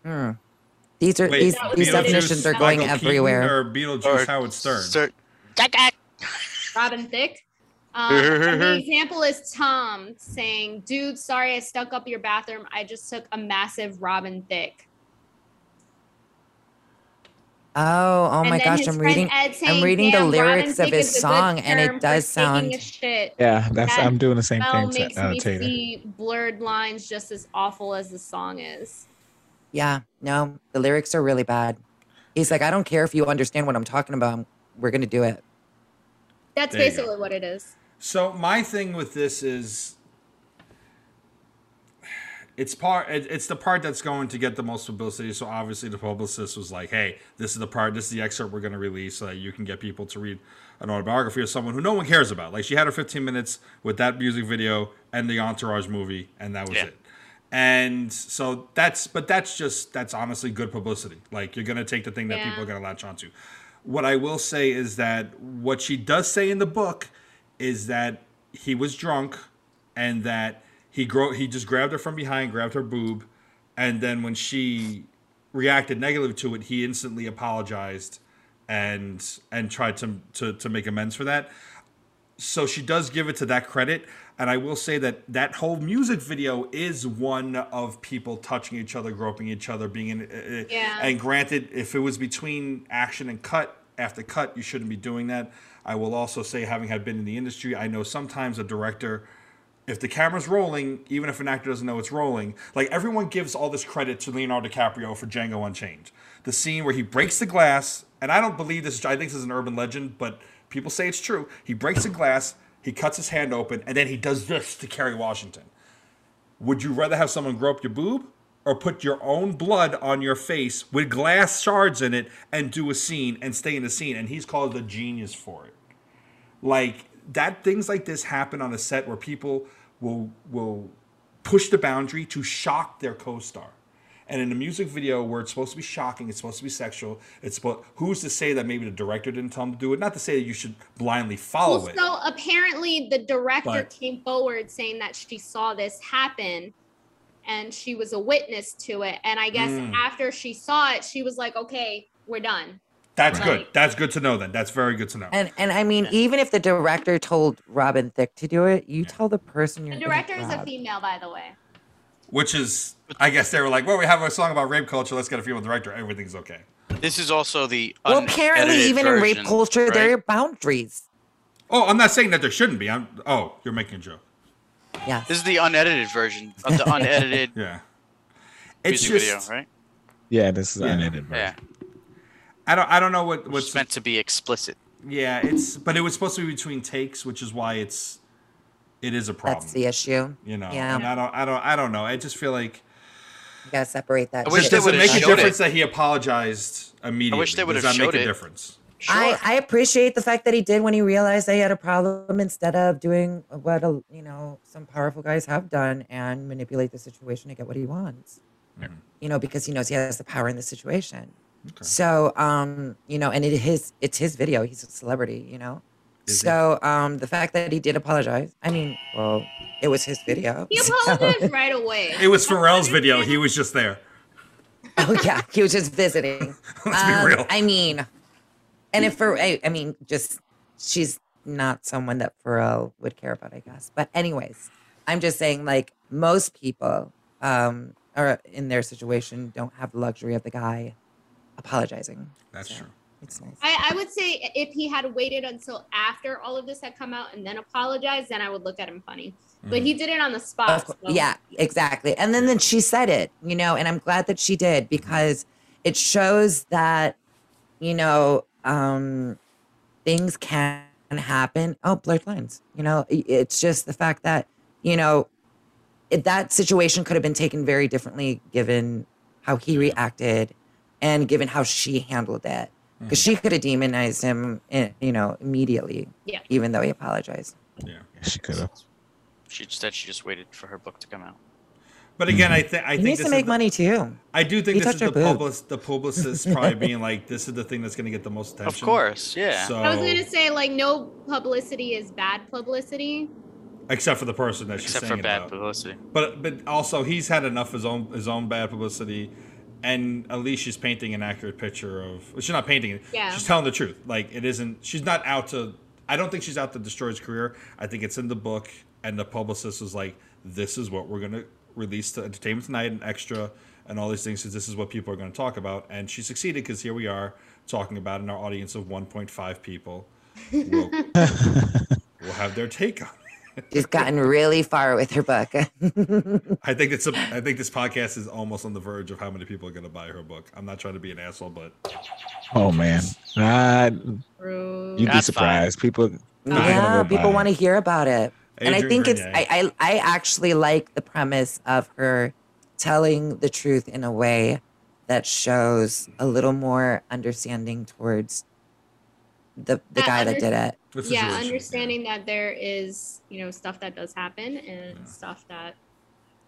S3: Hmm. These are
S2: Wait,
S3: these, these
S2: Beetlejuice,
S3: definitions are going
S2: Michael Keaton,
S3: everywhere.
S2: Or Beetlejuice, Howard Stern.
S5: Robin Thicke. Um, and the example is Tom saying, "Dude, sorry I stuck up your bathroom. I just took a massive Robin Thicke."
S3: Oh, oh
S5: And
S3: my
S5: then
S3: gosh!
S5: his
S3: I'm
S5: friend
S3: reading.
S5: Ed
S3: I'm
S5: saying,
S3: reading the
S5: "Damn, Robin
S3: lyrics of
S5: Thicke
S3: his
S5: is a good
S3: song, and
S5: term
S3: it
S5: for
S3: does
S5: taking
S3: sound.
S5: a shit.
S8: Yeah, that's
S5: That
S8: I'm doing the same
S5: spell
S8: thing.
S5: makes
S8: To, uh,
S5: me
S8: Tater.
S5: see blurred lines just as awful as the song is.
S3: Yeah, no, the lyrics are really bad. He's like, I don't care if you understand what I'm talking about. I'm- We're gonna do it.
S5: That's
S2: There you go.
S5: basically what it is.
S2: So my thing with this is it's part it, it's the part that's going to get the most publicity so obviously the publicist was like hey this is the part this is the excerpt we're going to release so that you can get people to read an autobiography of someone who no one cares about like she had her 15 minutes with that music video and the entourage movie and that was
S6: Yeah.
S2: it and so that's but that's just that's honestly good publicity like you're going to take the thing that
S6: Yeah.
S2: people are going to latch onto what i will say is that what she does say in the book is that he was drunk and that he gro- he just grabbed her from behind, grabbed her boob, and then when she reacted negatively to it, he instantly apologized and and tried to to, to make amends for that. So she does give it to that credit, and I will say that that whole music video is one of people touching each other, groping each other, being in. Uh, uh,
S13: Yeah.
S2: And granted, if it was between action and cut after cut, you shouldn't be doing that. I will also say, having had been in the industry, I know sometimes a director if the camera's rolling, even if an actor doesn't know it's rolling, like everyone gives all this credit to Leonardo DiCaprio for Django Unchained. The scene where he breaks the glass, and I don't believe this, is- I think this is an urban legend, but people say it's true. He breaks the glass, he cuts his hand open, and then he does this to Kerry Washington. Would you rather have someone grope your boob or put your own blood on your face with glass shards in it and do a scene and stay in the scene? And he's called a genius for it like that things like this happen on a set where people will will push the boundary to shock their co-star and in a music video where it's supposed to be shocking it's supposed to be sexual it's supposed who's to say that maybe the director didn't tell him to do it not to say that you should blindly follow it
S5: So apparently, the director
S2: But-
S5: came forward saying that she saw this happen, and she was a witness to it. And I guess
S2: Mm.
S5: after she saw it, she was like, "Okay, we're done."
S2: that's good that's good to know then that's very good to know
S3: And and I mean, even if the director told Robin Thicke to do it, you tell the person you're
S5: The
S3: gonna
S5: director is a
S3: grab.
S5: female, by the way.
S2: which is i guess they were like well we have a song about rape culture let's get a female director everything's okay
S6: This is also the
S3: Well, apparently,
S6: unedited
S3: even in rape
S6: version,
S3: culture,
S6: right?
S3: there are boundaries.
S2: oh i'm not saying that there shouldn't be i'm oh you're making a joke
S3: Yeah.
S6: This is the unedited version of the unedited
S2: yeah. It's
S6: music
S2: just-
S6: video, right?
S8: Yeah, this is uh, unedited.
S6: Yeah.
S2: I don't. I don't know what what's
S6: meant to be explicit.
S2: Yeah, it's but it was supposed to be between takes, which is why it's it is a problem.
S3: That's the issue.
S2: you know,
S3: Yeah.
S2: and I don't, I don't, I don't know. I just feel like
S3: You gotta separate that.
S2: does,
S3: shit.
S2: does it make a difference that he apologized immediately?
S6: they would've
S2: does that
S6: showed
S2: make a
S6: it.
S2: difference?
S3: I, I appreciate the fact that he did when he realized that he had a problem instead of doing what a, you know some powerful guys have done and manipulate the situation to get what he wants. You know, because he knows he has the power in the situation. So, um, you know, and it his it's his video. He's a celebrity, you know.
S2: Is he?
S3: so, um, the fact that he did apologize, I mean, well, it was his video.
S5: He
S3: so-
S5: apologized right away.
S2: It was Pharrell's video. He was just there.
S3: Oh yeah, he was just visiting.
S2: Let's be
S3: Um,
S2: real.
S3: I mean, and if for I, I mean, just she's not someone that Pharrell would care about, I guess. But anyways, I'm just saying, like most people um are in their situation, don't have the luxury of the guy apologizing.
S2: That's true.
S3: It's nice.
S5: I, I would say if he had waited until after all of this had come out and then apologized, then I would look at him funny. But
S2: Hmm.
S5: he did it on the spot.
S3: Of cour-
S5: so-
S3: Yeah, exactly. And then, then she said it, you know, and I'm glad that she did because it shows that, you know, um, things can happen. Oh, blurred lines. You know, I- it's just the fact that, you know, it, that situation could have been taken very differently given how he reacted and given how she handled
S2: Mm.
S3: it. Because she could have demonized him, eh, you know, immediately,
S5: Yeah.
S3: even though he apologized.
S2: Yeah.
S8: She could have.
S6: She said she just waited for her book to come out.
S2: But again, I think I
S3: He
S2: think
S3: needs
S2: this
S3: to
S2: is
S3: make
S2: the-
S3: money too.
S2: I do think
S3: He
S2: this
S3: touched
S2: is
S3: her
S2: the
S3: boob.
S2: public, the publicist probably being like, this is the thing that's going to get the most attention.
S6: course, yeah.
S2: So,
S5: I was gonna say like no publicity is bad publicity.
S2: except for the person that she's
S6: Except for
S2: saying
S6: bad
S2: about.
S6: publicity.
S2: But but also he's had enough his own his own bad publicity, and at least she's painting an accurate picture of. well, she's not painting it.
S13: Yeah.
S2: She's telling the truth. Like it isn't. She's not out to. I don't think she's out to destroy his career. I think it's in the book, and the publicist was like, "This is what we're gonna release to Entertainment Tonight and Extra and all these things because this is what people are gonna talk about." And she succeeded because here we are talking about it in our audience of 1.5 people. We'll, will have their take on. it.
S3: She's gotten really far with her book.
S2: I think it's a, I think this podcast is almost on the verge of how many people are going to buy her book. I'm not trying to be an asshole, but
S8: Oh man, nah, you'd be
S2: That's fine.
S8: surprised. People,
S3: yeah, people want to hear about it. and I
S2: Adrian
S3: think it's
S2: Grenier.
S3: I, I I actually like the premise of her telling the truth in a way that shows a little more understanding towards the the guy that did it.
S5: yeah, understanding that there is, you know, stuff that does happen and stuff that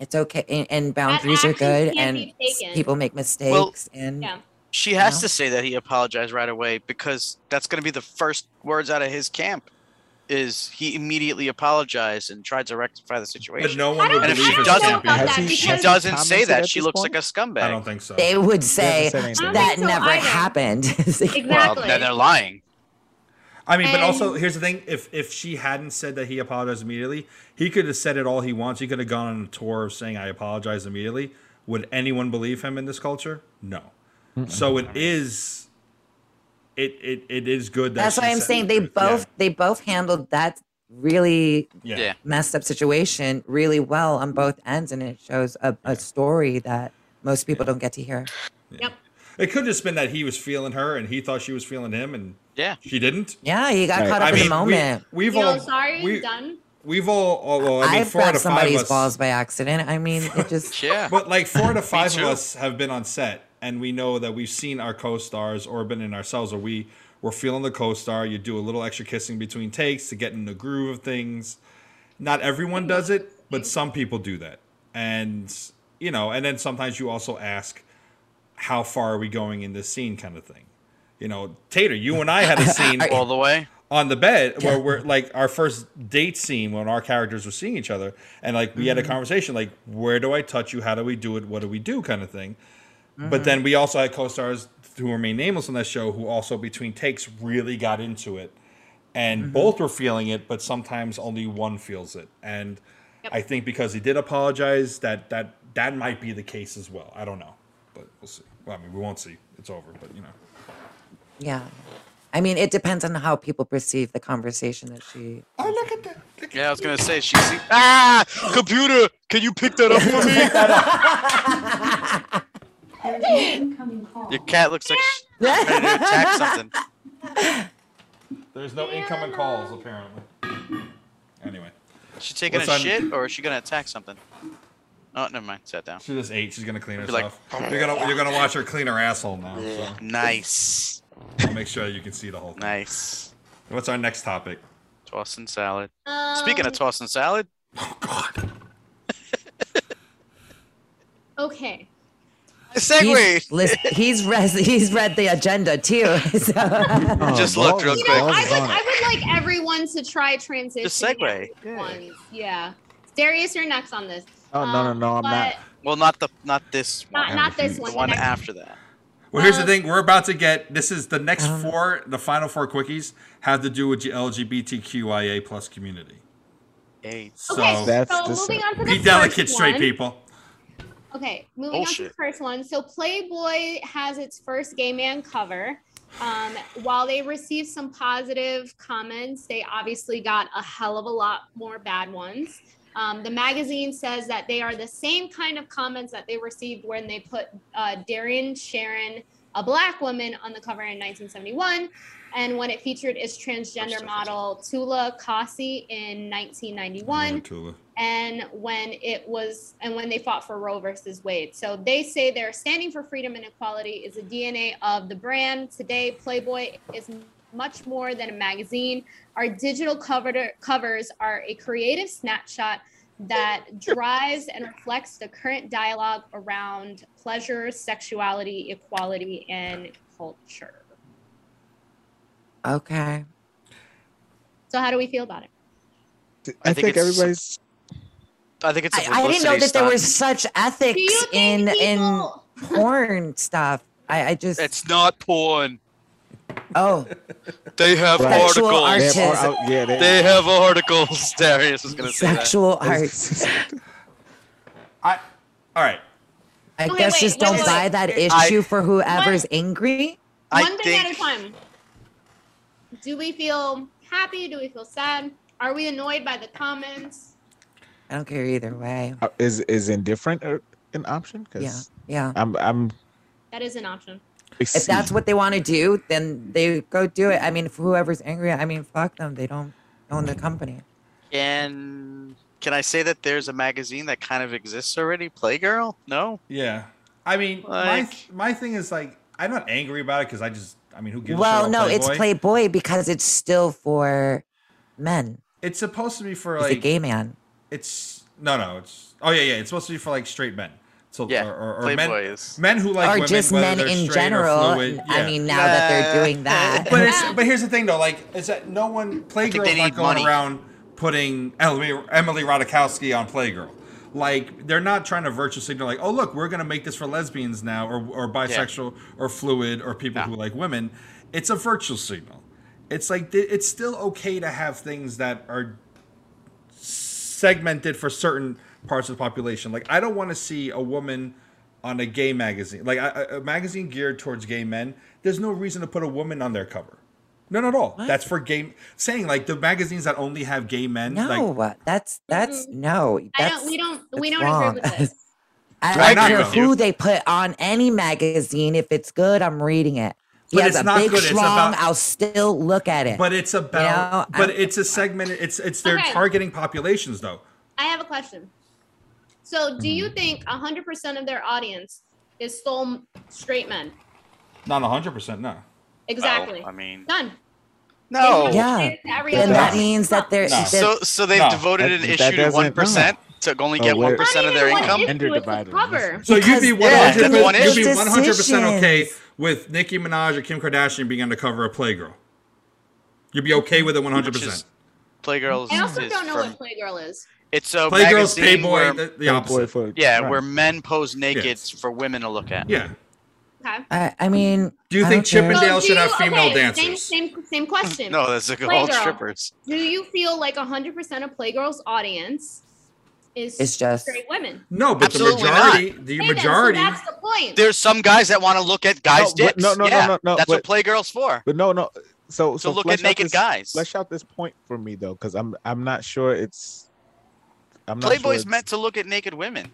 S3: It's okay, and, and boundaries are
S5: action
S3: good,
S5: can't
S3: and
S5: be
S3: s-
S5: taken.
S3: people make mistakes.
S6: Well-
S3: and
S5: yeah.
S6: She has to say that he apologized right away because that's going to be the first words out of his camp. Is he immediately apologized and tried to rectify the situation?
S2: no one would
S6: And if
S2: believe
S6: she
S2: his
S6: doesn't,
S2: campaign. Has he-
S6: she
S2: has he
S6: doesn't say
S2: commented
S6: that.
S2: at
S6: She
S2: this
S6: looks
S2: point?
S6: like a scumbag. I don't
S2: think so.
S3: They would say
S2: said anything.
S3: that
S2: I don't think so
S3: never
S2: either.
S3: happened. exactly.
S6: Well, then they're lying.
S2: I mean, but also
S6: And-
S2: here's the thing: if if she hadn't said that he apologized immediately, he could have said it all he wants. He could have gone on a tour of saying "I apologize immediately." Would anyone believe him in this culture? No. So it is. It it, it is good. That
S3: That's
S2: she
S3: why I'm
S2: said
S3: saying
S2: the
S3: they
S2: truth.
S3: both
S2: Yeah.
S3: they both handled that really
S2: Yeah. Yeah.
S3: messed up situation really well on both ends, and it shows a, a story that most people don't get to hear.
S2: It could just been that he was feeling her and he thought she was feeling him, and
S6: yeah,
S2: she didn't.
S3: Yeah, he got caught up in the moment.
S2: We, we've
S5: you know,
S2: all
S5: sorry,
S2: we,
S5: done.
S2: we've all. Oh, well, I mean,
S3: have
S2: four out
S3: grabbed
S2: of five of
S3: somebody's
S2: us.
S3: balls by accident. I mean, it just
S6: yeah.
S2: But like four to
S3: Me
S2: five of
S3: too.
S2: us have been on set, and we know that we've seen our co-stars or been in ourselves, or we were feeling the co-star. You do a little extra kissing between takes to get in the groove of things. Not everyone does it, but some people do that, and you know. And then sometimes you also ask, "How far are we going in this scene?" kind of thing. You know, Tater, you and I had a scene
S6: all the way
S2: on the bed where we're like our first date scene when our characters were seeing each other and like we had a
S6: Mhm.
S2: conversation like where do I touch you how do we do it what do we do kind of thing
S6: Mhm.
S2: but then we also had co-stars who remain nameless on that show who also between takes really got into it and
S6: Mhm.
S2: both were feeling it but sometimes only one feels it and I think because he did apologize that that that might be the case as well I don't know but we'll see well I mean we won't see it's over but you know
S3: yeah. I mean, it depends on how people perceive the conversation that she.
S2: Oh, look at that.
S6: Yeah, I was gonna say she. See- ah, computer, can you pick that up for me?
S7: There is no incoming call.
S6: Your cat looks like she's ready to attack something.
S2: There's no incoming calls apparently. Anyway,
S6: Is she taking
S2: What's
S6: a
S2: on-
S6: shit or is she gonna attack something? Oh, never mind. Sat down.
S2: She just ate. She's gonna clean
S6: Be like-
S2: herself. you're gonna you're gonna watch her clean her asshole now. So.
S6: Nice.
S2: I'll make sure you can see the whole thing.
S6: Nice.
S2: What's our next topic?
S6: Toss and salad. Speaking of toss and salad.
S5: Um, Okay.
S3: He's, listen, he's, res- he's read the agenda too. So.
S6: Just looked real
S5: You
S6: quick.
S5: know, I would I would like everyone to try transitioning.
S6: segue.
S5: at Once. Yeah. Darius, you're next on this.
S6: Oh
S5: no, no, I'm not.
S6: Well, not the not this
S5: Not-
S6: one.
S5: not this
S6: The
S5: one, the
S6: one
S5: next
S6: after that.
S2: Well,
S5: Uh,
S2: here's the thing. We're about to get this is the next
S5: um,
S2: four, the final four quickies have to do with the LGBTQIA plus community.
S6: Eight.
S2: So,
S5: Okay, That's so the moving on to the
S2: be
S5: first
S2: delicate, straight
S5: one.
S2: people.
S5: Okay, moving on to the
S2: Bullshit.
S5: first one. So Playboy has its first gay man cover. Um, while they received some positive comments, they obviously got a hell of a lot more bad ones. Um, the magazine says that they are the same kind of comments that they received when they put uh, Darian Sharon, a black woman, on the cover in 1971, and when it featured its transgender model Tula Kasi in 1991
S2: Tula.
S5: and when it was and when they fought for Roe versus Wade. So they say they're standing for freedom and equality is the DNA of the brand. Today, Playboy is much more than a magazine. Our digital cover covers are a creative snapshot that drives and reflects the current dialogue around pleasure, sexuality, equality, and culture.
S3: Okay.
S5: So how do we feel about it?
S6: I,
S3: think it's-
S4: everybody's.
S6: I think it's. a
S3: I didn't know that
S6: publicity
S3: there
S6: stunt.
S3: was such ethics in in porn stuff. I, I just
S6: It's not porn.
S3: oh
S6: They have
S3: Right. Sexual artists.
S6: articles.
S3: They have
S4: ar- yeah, they-
S6: They have articles. Darius was gonna say that.
S3: sexual arts.
S2: All right.
S3: I
S5: Okay,
S3: guess
S5: wait,
S3: just
S5: wait,
S3: don't
S5: wait,
S3: buy
S5: wait.
S3: that
S5: I-
S3: issue for whoever's angry.
S5: One thing at a time. Do we feel happy? Do we feel sad? Are we annoyed by the comments?
S3: I don't care either way.
S8: Uh, Is is indifferent a- an option? 'Cause
S3: Yeah, yeah.
S8: I'm I'm
S5: That is an option.
S3: If that's what they want to do, then they go do it. I mean, if whoever's angry, I mean, fuck them. They don't own the company.
S6: Can Can I say that there's a magazine that kind of exists already? Playgirl? No.
S2: Yeah. I mean, my, th- my thing is like, I'm not angry about it because I just, I mean, who gives a
S3: well,
S2: shit?
S3: no,
S2: about
S3: it's Playboy because it's still for men.
S2: It's supposed to be for
S3: He's
S2: like
S3: a gay man.
S2: It's no, no. It's oh yeah, yeah. It's supposed to be for like straight men. So
S6: Yeah,
S2: or, or, or
S6: Playboy
S2: men,
S6: is-
S2: men who like
S3: or
S2: women,
S3: just
S2: whether
S3: men
S2: they're
S3: in
S2: straight or
S3: general.
S2: fluid.
S3: I
S2: Yeah.
S3: mean, now that they're doing that.
S2: but it's, but here's the thing though, like is that no one Playgirl's not
S6: need
S2: going
S6: money.
S2: around putting Emily, Emily Ratajkowski on Playgirl. Like they're not trying to virtue signal like, oh look, we're gonna make this for lesbians now, or or bisexual, or fluid, or people who like women. It's a virtue signal. It's like th- it's still okay to have things that are segmented for certain parts of the population. Like I don't want to see a woman on a gay magazine, like a, a- a magazine geared towards gay men. There's no reason to put a woman on their cover. None at all. That's for gay. Saying like the magazines that only have gay men.
S3: No,
S2: like,
S3: that's that's no.
S5: I
S3: That's
S5: don't. We don't. We
S3: it's
S5: don't
S3: wrong.
S5: agree with this.
S3: I
S2: Why
S3: don't
S2: not,
S3: care
S2: though?
S3: who they put on any magazine. If it's good, I'm reading it. If he
S2: But
S3: has
S2: it's
S3: a
S2: not
S3: big
S2: good, it's
S3: schlong,
S2: about-
S3: I'll still look at it.
S2: but it's about. but it's a segment. It's it's they're
S5: Okay.
S2: targeting populations though.
S5: I have a question. So, do
S3: Mm.
S5: you think 100% of their audience is still straight men?
S2: Not hundred percent. No.
S5: Exactly.
S6: Oh, I mean,
S5: None.
S6: No.
S3: Oh, yeah,
S5: Every
S3: then
S5: other
S3: that
S5: one.
S3: means that they're,
S2: No.
S3: they're
S6: So so they've
S2: No.
S6: devoted an
S2: That- that
S6: issue to
S2: doesn't-
S6: one percent to only
S2: Oh,
S6: get
S2: where-
S6: one percent of their
S5: Not even
S6: income.
S5: one issue, it's the cover.
S2: So you'd be
S3: Because-
S2: one
S6: Yeah,
S2: hundred.
S6: that's one
S2: You'd be
S3: issue.
S2: one hundred percent
S3: Decisions.
S2: okay with Nicki Minaj or Kim Kardashian being on the cover of Playgirl. You'd be okay with it one hundred
S6: Which
S2: percent.
S6: is- Playgirls.
S5: I also
S6: is
S5: don't know
S6: from-
S5: what Playgirl is.
S6: It's a
S2: Playgirls,
S6: magazine
S2: Playboy,
S6: where,
S2: the- the opposite.
S4: for-
S6: yeah,
S2: right.
S6: where men pose naked for women to look at.
S2: Yeah.
S5: Okay.
S3: I, I mean,
S2: Do you
S3: I
S2: think
S3: don't care.
S2: Chippendale
S5: do
S2: should have
S5: you-
S2: female
S5: okay,
S2: dancers?
S5: Same, same, same question.
S6: No, that's like all
S5: Playgirl.
S6: strippers.
S5: Do you feel like 100% of Playgirl's audience is
S6: It's just-
S5: straight women?
S2: No, but
S6: Absolutely
S2: the
S6: not.
S2: majority, the
S5: Hey, then, so
S2: majority.
S5: that's the point.
S6: There's some guys that want to look at guys'
S8: No, but-
S6: dicks.
S8: no, no, no,
S6: yeah,
S8: no, no,
S6: That's
S8: but-
S6: what Playgirl's for.
S8: But no, no. So so
S6: look
S8: flesh
S6: at
S8: out
S6: naked
S8: this-
S6: guys.
S8: Flesh out this point for me though, because I'm I'm not sure it's. I'm not sure
S6: Playboy's
S8: it's-
S6: meant to look at naked women.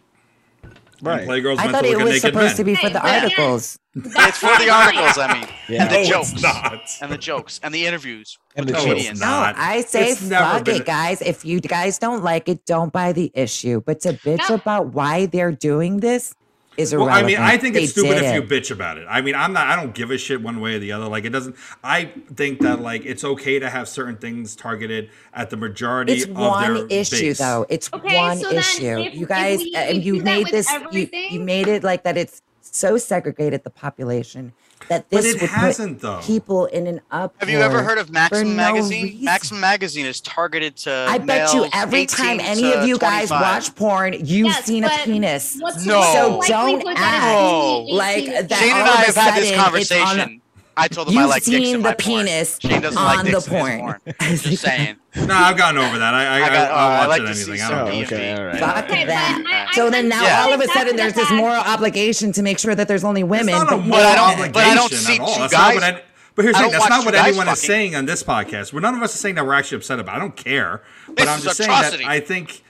S8: right.
S2: Playgirl's
S3: I thought it was supposed to be for the
S6: yeah.
S3: articles.
S6: It's for the articles, I mean,
S8: Yeah.
S6: and the
S8: No, it's
S6: jokes,
S2: Oh, not. Oh,
S6: and the jokes, and the interviews
S8: And
S6: with
S8: the jokes.
S6: comedians.
S3: No, I say
S2: It's never
S3: fuck
S2: been
S3: it,
S2: a-
S3: guys. If you guys don't like it, don't buy the issue. But to bitch about why they're doing this is
S2: Well, I
S3: irrelevant.
S2: mean, I think it's
S3: They
S2: stupid
S3: did
S2: if you
S3: it.
S2: bitch about it. I mean, I'm not. I don't give a shit one way or the other. Like it doesn't. I think that like it's okay to have certain things targeted at the majority.
S3: It's
S2: of
S3: one
S2: their
S3: issue,
S2: base.
S3: though. It's
S5: Okay,
S3: one
S5: so then
S3: issue.
S5: if-
S3: you
S5: if
S3: guys,
S5: we-
S3: and
S5: if
S3: you
S5: you do that
S3: made
S5: with
S3: this. You, you
S5: everything-
S3: made it like that. It's so segregated the population that
S2: But
S3: this
S2: it
S3: would
S2: hasn't,
S3: put
S2: though.
S3: people in an uproar.
S6: Have you ever heard of
S3: for
S6: Maxim
S3: no
S6: magazine?
S3: reason.
S6: Maxim magazine is targeted to.
S3: I bet you
S6: males
S3: every
S6: 18
S3: time any
S6: to
S3: of you guys
S6: 25.
S3: watch porn, you've
S5: Yes,
S3: seen a
S5: but
S3: penis.
S5: what's-
S6: No.
S3: So
S6: what's
S3: don't
S5: likelihood that
S3: act
S5: it's only 18
S3: like
S5: to
S3: that.
S5: 25?
S6: Shane
S3: all
S6: and
S3: of a
S6: I have had this
S3: sudden it's on-
S6: conversation. I told him I
S3: You've
S6: like dicks in
S3: seen
S6: my
S3: the
S6: porn.
S3: penis
S6: Shane doesn't
S3: on
S6: like
S3: the
S6: dicks in his
S3: porn.
S6: porn. Just saying.
S2: No, I've gotten over that. I I,
S6: I
S2: I,
S6: got-
S2: I'll
S6: oh,
S2: watch
S6: I like
S2: it
S6: to see
S2: anything.
S6: some
S2: I don't
S6: Oh, okay,
S2: care.
S6: alright.
S3: Fuck
S5: Okay, but
S3: that.
S5: I-
S3: so
S5: I-
S3: then now
S5: Yeah.
S3: all of a
S5: That's
S3: sudden
S5: the
S3: there's this
S5: fact.
S3: moral obligation to make sure that there's only women.
S2: It's not a
S3: but
S2: moral
S3: yet-
S2: obligation
S6: but I don't see
S2: at all.
S6: two
S2: That's not what
S6: guys-
S2: I, but here's
S6: I
S2: the thing.
S6: don't
S2: That's
S6: watch
S2: not
S6: two
S2: what
S6: guys
S2: anyone is
S6: fucking.
S2: saying on this podcast. We're none of us is saying that we're actually upset about. it. I don't care.
S6: This
S2: but I'm
S6: is
S2: just saying
S6: atrocity.
S2: that I think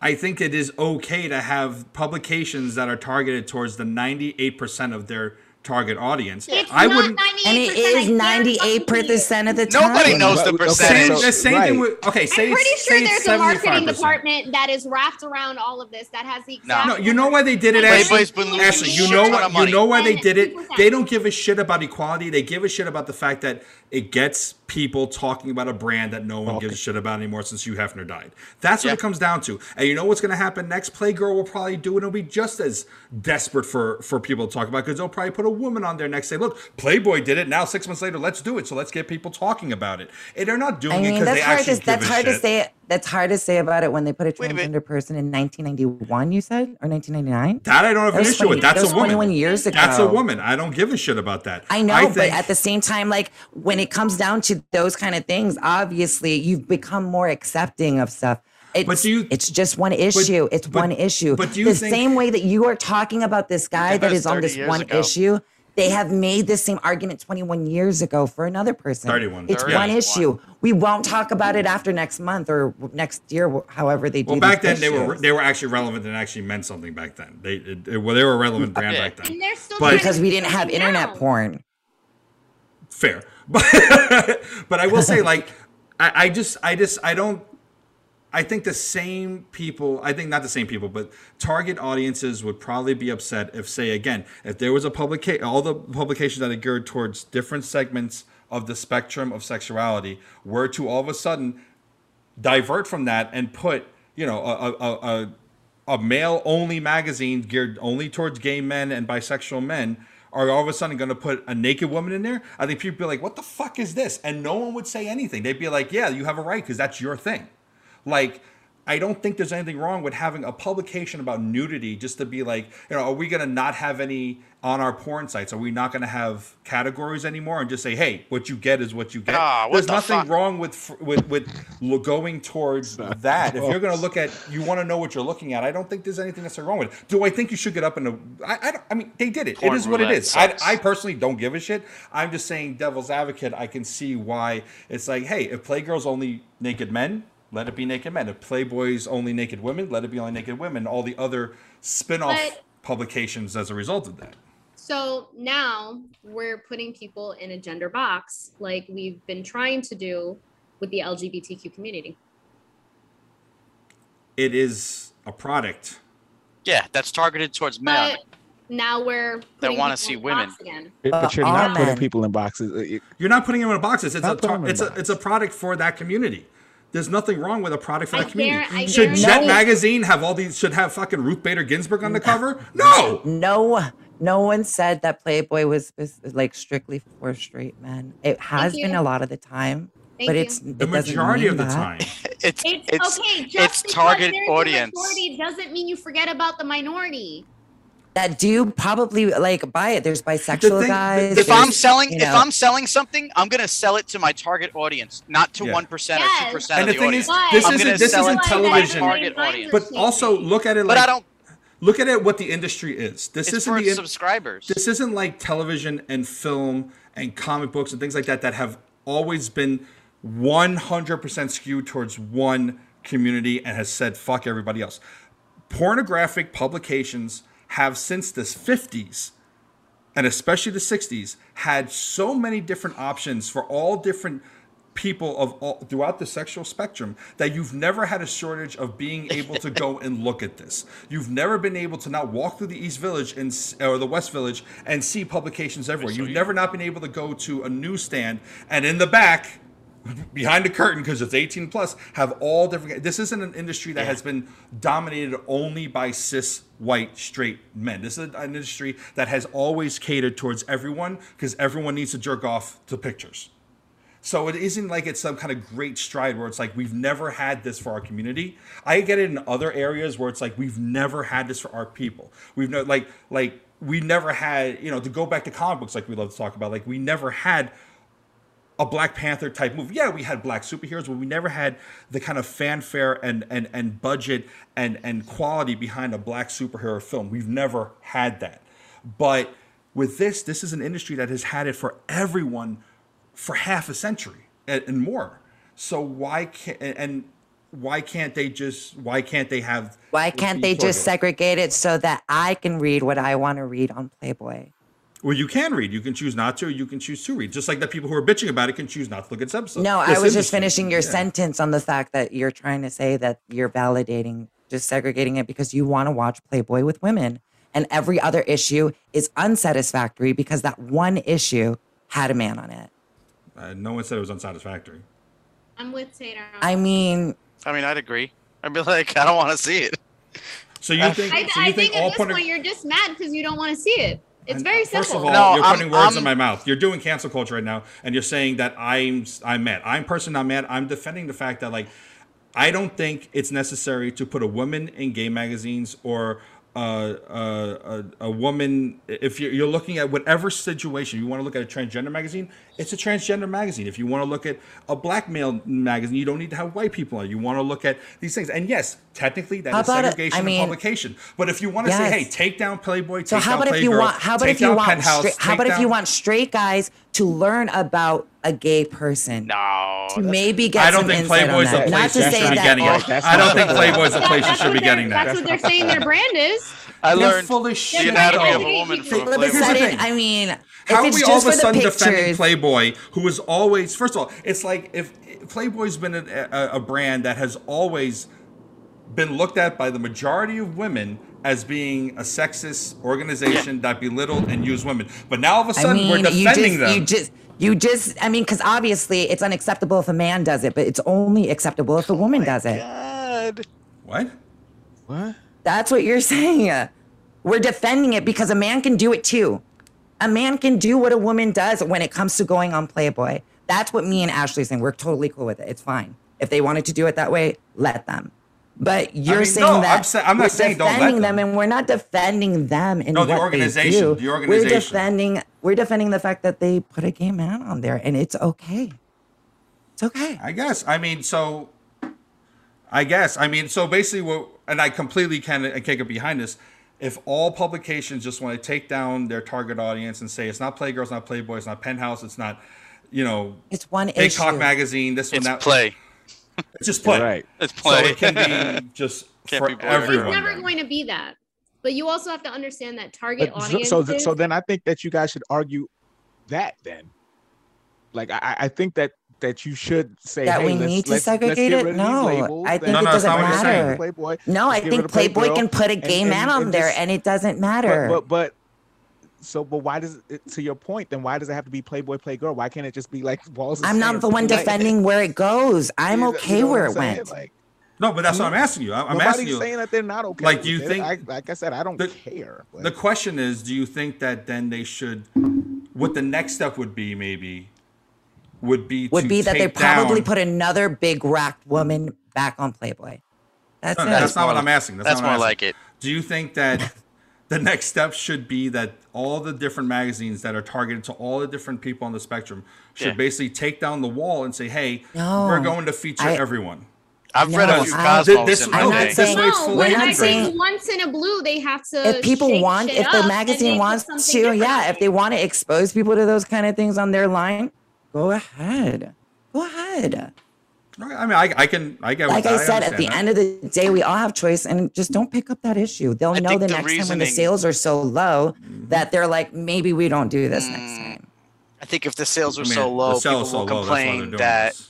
S2: I think it is okay to have publications that are targeted towards the 98 percent of their target audience.
S3: It's
S2: I
S3: not
S2: wouldn't.
S3: and it is 98 percent of the time.
S6: Nobody knows the
S8: But- okay,
S6: percentage.
S8: so-
S2: Same- the same thing with okay. Say
S5: I'm
S2: it's-
S5: pretty sure
S2: say it's
S5: there's a marketing
S2: 75%.
S5: department that is wrapped around all of this that has the exact.
S2: No, you know why they did it, Ashley.
S6: Playboy's been losing
S2: Ashley, you
S6: shit
S2: know
S6: ton
S2: what?
S6: of
S2: You
S6: money.
S2: know why they did it.
S5: 10%.
S2: They don't give a shit about equality. They give a shit about the fact that it gets people talking about a brand that no one gives a shit about anymore since Hugh Hefner died. That's what
S6: Yeah.
S2: it comes down to. And you know what's going to happen next? Playgirl will probably do it. It'll be just as desperate for for people to talk about because they'll probably put a woman on there next. Say, look, Playboy did it. Now six months later, let's do it. So let's get people talking about it. And they're not doing
S3: I
S2: it
S3: mean,
S2: because
S3: that's
S2: they
S3: hard,
S2: actually
S3: to,
S2: give
S3: that's
S2: a
S3: hard to
S2: shit.
S3: say. That's hard to say about it when they put a
S6: Wait a minute.
S3: transgender person in 1991. You said or 1999?
S2: That I don't have an
S3: That was
S2: issue with.
S3: 20
S2: That's
S3: that
S2: a
S3: was
S2: woman.
S3: 21 years ago.
S2: That's a woman. I don't give a shit about that.
S3: I know, but
S2: think-
S3: at the same time, like when it comes down to those kind of things, obviously you've become more accepting of stuff. It's,
S2: do you-
S3: it's just one issue. it's
S2: but-
S3: one issue.
S2: but do you
S3: the
S2: think-
S3: same way that you are talking about this guy
S6: That
S3: that
S6: was
S3: is on
S6: 30
S3: this
S6: years
S3: one
S6: ago.
S3: issue, they have made this same argument 21 years ago for another person.
S2: 31.
S3: It's
S2: Yeah.
S3: one issue. We won't talk about it after next month or next year, however they do.
S2: Well, back
S3: these
S2: then they were
S3: issues.
S2: they were actually relevant and actually meant something back then. They it, it- well, they were a relevant brand
S6: Yeah.
S2: back then.
S5: And they're still
S2: But-
S5: trying to
S3: because we didn't
S5: figure
S3: have
S5: it
S3: internet
S5: out.
S3: porn.
S2: Fair, but but I will say like I, I just I just I don't I think the same people, I think not the same people, but target audiences would probably be upset if, say, again, if there was a publication, all the publications that are geared towards different segments of the spectrum of sexuality were to all of a sudden divert from that and put, you know, a, a, a, a male only magazine geared only towards gay men and bisexual men are all of a sudden going to put a naked woman in there. I think people be like, what the fuck is this? And no one would say anything. They'd be like, yeah, you have a right because that's your thing. Like, I don't think there's anything wrong with having a publication about nudity just to be like, you know, are we going to not have any on our porn sites? Are we not going to have categories anymore and just say, hey, what you get is what you get?
S6: Ah, what
S2: there's
S6: the
S2: nothing
S6: fuck?
S2: wrong with with with lo- going towards that. If you're going to look at, you want to know what you're looking at. I don't think there's anything necessarily wrong with it. Do I think you should get up in a? I, I, don't, I mean, they did it.
S6: Porn
S2: it is what it
S6: roulette
S2: is. I,
S6: sucks.
S2: I personally don't give a shit. I'm just saying, devil's advocate. I can see why it's like, hey, if Playgirls only naked men, let it be naked men. If Playboys only naked women, let it be only naked women. All the other spin-off
S5: But-
S2: publications as a result of that.
S5: So now we're putting people in a gender box like we've been trying to do with the LGBTQ community.
S2: It is a product.
S6: Yeah, that's targeted towards men.
S5: But now we're putting
S6: wanna
S5: people
S6: see
S5: in a box
S6: women.
S5: again.
S8: But, but
S5: Uh,
S8: you're
S2: all
S8: not putting
S2: men.
S8: people in boxes. Uh, you-
S2: You're not putting them in boxes. It's
S8: Not
S2: a
S8: putting them
S2: tar-
S8: in
S2: it's a it's a product for that community. There's nothing wrong with a product for
S5: I
S2: that community.
S5: guar- I
S2: should
S5: guarantee-
S2: Jet magazine have all these? Should have fucking Ruth Bader Ginsburg on the cover? No.
S3: No, no one said that Playboy was spec- like strictly for straight men. It has
S5: you.
S3: been a lot of the time,
S5: Thank
S3: but
S5: you.
S3: it's
S2: The majority of the time.
S6: It's
S5: It's,
S6: it's
S5: okay. Just
S6: it's
S5: because
S6: target
S5: there's a
S6: audience.
S5: majority doesn't mean you forget about the minority.
S3: that do probably like buy it. There's bisexual
S2: thing- the-
S3: guys.
S2: the-
S6: if I'm
S3: there's,
S6: selling
S3: you
S6: if
S3: know-
S6: I'm selling something, I'm gonna sell it to my target audience, not to
S2: Yeah.
S6: one percent
S5: Yes.
S6: or two
S2: And
S6: percent of
S2: the
S6: the,
S2: thing
S6: audience.
S2: is, this
S6: I'm
S2: isn't
S6: gonna
S2: this
S6: sell
S2: isn't
S6: it to my
S2: television.
S6: target audience.
S2: But also look at it
S6: But
S2: like
S6: I don't.
S2: look at it what the industry is. This
S6: It's
S2: isn't
S6: for
S2: the in-
S6: subscribers.
S2: this isn't like television and film and comic books and things like that that have always been 100% skewed towards one community and has said fuck everybody else. Pornographic publications have since the 50s and especially the 60s had so many different options for all different people of all throughout the sexual spectrum that you've never had a shortage of being able to go and look at this you've never been able to not walk through the east village and s- or the west village and see publications everywhere you've never not been able to go to a newsstand and in the back behind the curtain because it's 18 plus have all different this isn't an industry that has been dominated only by cis white straight men this is an industry that has always catered towards everyone because everyone needs to jerk off to pictures so it isn't like it's some kind of great stride where it's like we've never had this for our community. I get it in other areas where it's like we've never had this for our people. We've no like like we never had you know to go back to comic books like we love to talk about like we never had a Black Panther type movie. Yeah, we had black superheroes, but we never had the kind of fanfare and and and budget and and quality behind a black superhero film. We've never had that. But with this, this is an industry that has had it for everyone for half a century and, and more. So why can't and- and why can't they just why can't they have
S3: why can't they just
S2: segment?
S3: segregate it so that I can read what I want to read on Playboy?
S2: Well, you can read. You can choose not to. You can choose to read. Just like the people who are bitching about it can choose not to look at this episode.
S3: No, I
S2: This
S3: was just
S2: industry.
S3: finishing your
S2: Yeah.
S3: sentence on the fact that you're trying to say that you're validating just segregating it because you want to watch Playboy with women. And every other issue is unsatisfactory because that one issue had a man on it.
S2: Uh, no one said it was unsatisfactory.
S5: I'm with Tatum.
S3: I mean,
S6: I mean, I'd agree. I'd be like, I don't want to see it.
S2: So you think?
S5: I,
S2: so you
S5: I
S2: think,
S5: think
S2: all
S5: at this
S2: porno-
S5: point you're just mad because you don't want to see it. It's very simple.
S2: uh, First of all,
S6: No,
S2: you're
S6: I'm-
S2: putting words in
S6: I'm-
S2: my mouth. You're doing cancel culture right now, and you're saying that I'm I'm mad. I'm personally not mad. I'm defending the fact that like I don't think it's necessary to put a woman in gay magazines or uh, uh, a, a woman. If you're, you're looking at whatever situation you want to look at a transgender magazine, it's a transgender magazine. If you want to look at a black male magazine, you don't need to have white people on. it. You want to look at these things, and yes, technically that is
S3: How about it-
S2: segregation
S3: I
S2: and
S3: mean-
S2: publication. But if you want to
S3: Yes.
S2: say, hey, take down Playboy,
S3: so
S2: take
S3: how
S2: down
S3: about if you
S2: Playgirl,
S3: want? How about
S2: take
S3: if you
S2: down
S3: want?
S2: Penthouse,
S3: Straight, how
S2: take
S3: about if you
S2: down-
S3: want straight guys to learn about a gay person?
S6: No,
S3: to maybe get.
S2: I don't
S3: some
S2: think
S3: insight on
S2: Playboy's
S3: that.
S2: a place
S3: Not
S2: you
S3: to say
S2: should be
S3: that
S2: getting
S3: all-
S2: it. I don't think Playboy's a place you
S5: That's
S2: should be
S5: what
S2: getting
S5: they're-
S2: that.
S5: That's what they're saying their brand is.
S6: I
S2: They're
S6: learned
S2: full of
S6: the
S2: shit,
S6: anatomy of
S2: though.
S6: a woman from a
S3: All of a
S2: Here's the
S6: Playboy.
S3: sudden,
S2: thing.
S3: I mean,
S2: How
S3: if
S2: are
S3: it's
S2: we all
S3: just
S2: of a
S3: for the
S2: sudden defending
S3: pictures,
S2: Playboy, who is always, first of all, it's like if Playboy's been a, a, a brand that has always been looked at by the majority of women as being a sexist organization that belittled and used women. But now all of a sudden we're defending
S3: you just,
S2: them.
S3: You just, you just, I mean, because obviously it's unacceptable if a man does it, but it's only acceptable if a woman does it.
S6: God.
S2: What? What?
S3: That's what you're saying. We're defending it because a man can do it too. A man can do what a woman does when it comes to going on Playboy. That's what me and Ashley saying. We're totally cool with it. It's fine. If they wanted to do it that way, let them. But you're
S2: mean,
S3: saying
S2: no,
S3: that
S2: I'm sa- I'm not
S3: we're
S2: saying don't let
S3: defending them. and we're not defending them in
S2: No, the
S3: what they
S2: organization,
S3: do.
S2: the organization.
S3: We're defending. We're defending the fact that they put a gay man on there, and it's okay. It's okay.
S2: I guess. I mean, so I guess. I mean, so basically, what, and I completely can I can't get behind this. If all publications just want to take down their target audience and say it's not Playgirl, it's not Playboy, it's not Penthouse, it's not, you know,
S3: it's one
S2: Big Talk
S3: issue.
S2: magazine, this
S6: It's
S2: one, that
S6: play.
S2: It's just play.
S8: Right.
S6: It's play.
S2: So it can be just
S6: Can't
S2: for
S6: be boring.
S5: It's
S2: everyone.
S5: never going to be that. But you also have to understand that target
S8: But so,
S5: audience.
S8: so, so then I think that you guys should argue that then. Like I, I- I think that that you should say
S3: That
S8: hey,
S3: we
S8: let's-
S3: need to
S8: let's- let's get
S3: segregate it?
S8: rid of these
S3: No,
S8: labels
S3: I
S8: and-
S3: think No, it no, that's doesn't not what you're saying. matter.
S8: Playboy,
S3: No, I
S8: let's get rid
S3: think
S8: of
S3: Playboy
S8: Playgirl
S3: can put a
S8: and-
S3: gay
S8: and-
S3: man on there,
S8: just-
S3: and it doesn't
S8: but-
S3: matter.
S8: But, but so but why does it to your point then why does it have to be Playboy Playgirl? Why can't it just be like walls? of
S3: I'm
S8: Sand
S3: not the one
S8: Play?
S3: defending where it goes. I'm
S8: You know- you
S3: okay
S8: know what
S3: where
S8: I'm
S3: it
S8: saying?
S3: went.
S8: Like,
S2: No, but that's what I'm asking you. I- I'm
S8: nobody's
S2: asking you.
S8: saying that they're not okay.
S2: Like,
S8: with
S2: do you
S8: it.
S2: think-
S8: I, like I said, I don't
S2: the-
S8: care. Like,
S2: The question is, do you think that then they should, what the next step would be, maybe, would be
S3: Would
S2: to
S3: be that they
S2: take down-
S3: probably put another big racked woman back on Playboy. That's
S2: No,
S3: it.
S2: that's not what I'm asking. That's,
S6: That's
S2: not what I'm
S6: more
S2: asking.
S6: like it.
S2: Do you think that the next step should be that all the different magazines that are targeted to all the different people on the spectrum should
S6: Yeah.
S2: basically take down the wall and say, "Hey,
S3: No.
S2: we're going to feature
S3: I-
S2: everyone."
S6: I've read
S3: No,
S6: it with
S3: I-
S6: Cosmo.
S2: This-
S6: in
S2: I'm
S6: one
S2: not
S6: day.
S3: saying-
S2: This
S5: no,
S2: way
S5: when
S2: it's
S5: I say
S2: different.
S5: once in a blue, they have to.
S3: if people
S5: shake
S3: want,
S5: shit
S3: if
S5: up
S3: the
S5: and
S3: magazine
S5: they
S3: wants
S5: put something
S3: to, yeah,
S5: different.
S3: if they want to expose people to those kind of things on their line, go ahead. Go ahead.
S2: Okay, I mean, I, I can, I get.
S3: Like
S2: what,
S3: I said, at
S2: understand
S3: the
S2: that.
S3: end of the day, we all have choice and just don't pick up that issue. They'll
S6: I
S3: know
S6: think
S3: the,
S6: the
S3: next time when the
S6: reasoning-
S3: sales are so low
S6: Mm-hmm.
S3: that they're like, maybe we don't do this
S6: Mm.
S3: next time.
S6: I think if the sales are
S2: I mean,
S6: so
S2: the
S6: low,
S2: sales
S6: people
S2: so
S6: will
S2: low, that's why they're
S6: complain
S2: doing
S6: that
S2: this.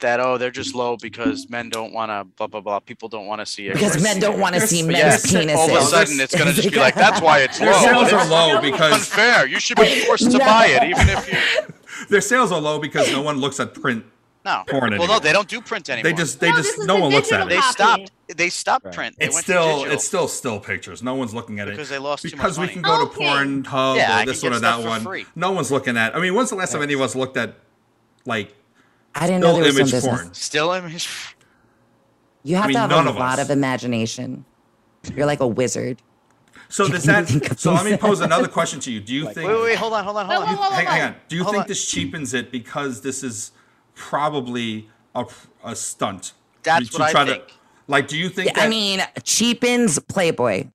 S6: that oh they're just low because men don't want to blah blah blah. People don't want to see it.
S3: Because men don't want to see
S6: But
S3: men's penises.
S6: All of a sudden, it's gonna just be like that's why it's
S2: Their
S6: low.
S2: sales
S6: It's
S2: are low because
S6: unfair. You should be forced to
S3: No.
S6: buy it, even if you
S2: their sales are low because no one looks at print.
S6: no.
S2: Porn
S6: well,
S2: anymore.
S6: no, they don't do print anymore.
S2: They just, they
S5: No, this
S2: just,
S5: is
S2: no
S5: the
S2: one looks at it.
S5: digital
S6: they
S5: Copy.
S6: stopped. They stopped print. They
S2: It's
S6: went to
S2: still,
S6: digital.
S2: it's still still pictures. No one's looking at it
S6: Because they lost too much
S2: because we
S6: money.
S2: can go
S5: Okay.
S2: to Pornhub
S6: Yeah, I
S2: or
S6: can
S2: this one
S6: get
S2: or that
S6: stuff for
S2: one.
S6: free.
S2: No one's looking at. I mean, when's the last time any of us looked at like
S3: I didn't know
S2: still
S3: there was some
S2: image
S3: business.
S2: porn?
S6: still, I mean,
S3: You have
S2: mean,
S3: to have
S2: none
S3: a
S2: of
S3: lot
S2: us.
S3: of imagination. You're like a wizard.
S2: So does
S3: You
S2: that?
S3: think of
S2: So let me
S3: these-
S2: pose another question to you. Do you
S8: Like-
S2: think?
S6: wait, wait, wait, hold on, hold on, hold
S5: Whoa, whoa,
S6: on.
S5: whoa, whoa,
S2: hang, hang
S5: whoa.
S2: on. Do you
S6: Hold
S2: think
S6: on.
S2: this cheapens it because this is probably a, a stunt?
S6: That's
S2: to
S6: what I
S2: try to-
S6: think.
S2: like, do you think?
S3: I
S2: that-
S3: mean, cheapens Playboy.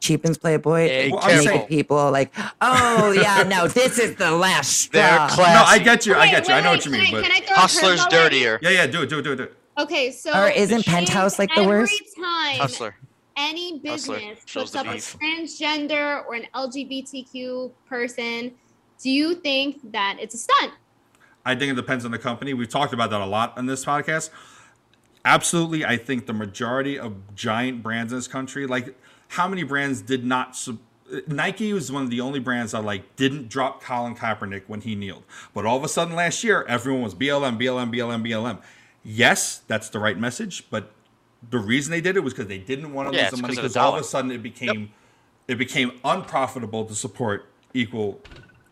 S3: Cheapens Playboy.
S6: Hey,
S2: Well, I'm
S3: naked
S2: saying-
S3: people are like, oh yeah, no, this is the last
S6: They're
S3: straw.
S6: classy.
S2: no, I get you. I
S5: Wait,
S2: get you.
S5: wait,
S2: I know
S5: wait,
S2: what you
S5: can
S2: mean.
S5: I-
S2: But
S5: can I throw a
S6: Hustlers
S5: curveball at you?
S6: dirtier.
S2: yeah, yeah, do it, do it, do it, do it.
S5: Okay, so
S3: Or isn't
S5: if
S3: Penthouse like the
S5: every
S3: worst?
S5: time
S6: Hustler.
S5: any
S6: Hustler
S5: business
S6: shows
S5: puts
S6: the
S5: up a
S6: beef.
S5: transgender or an LGBTQ person, do you think that it's a stunt?
S2: I think it depends on the company. We've talked about that a lot on this podcast. Absolutely, I think the majority of giant brands in this country, like how many brands did not sub- Nike was one of the only brands that like didn't drop Colin Kaepernick when he kneeled. But all of a sudden last year, everyone was BLM, BLM, BLM, BLM. Yes, that's the right message, but the reason they did it was because they didn't want to
S6: Yeah,
S2: lose
S6: it's
S2: the money
S6: 'cause of the
S2: because all of
S6: dollar.
S2: a sudden it became it became unprofitable to support equal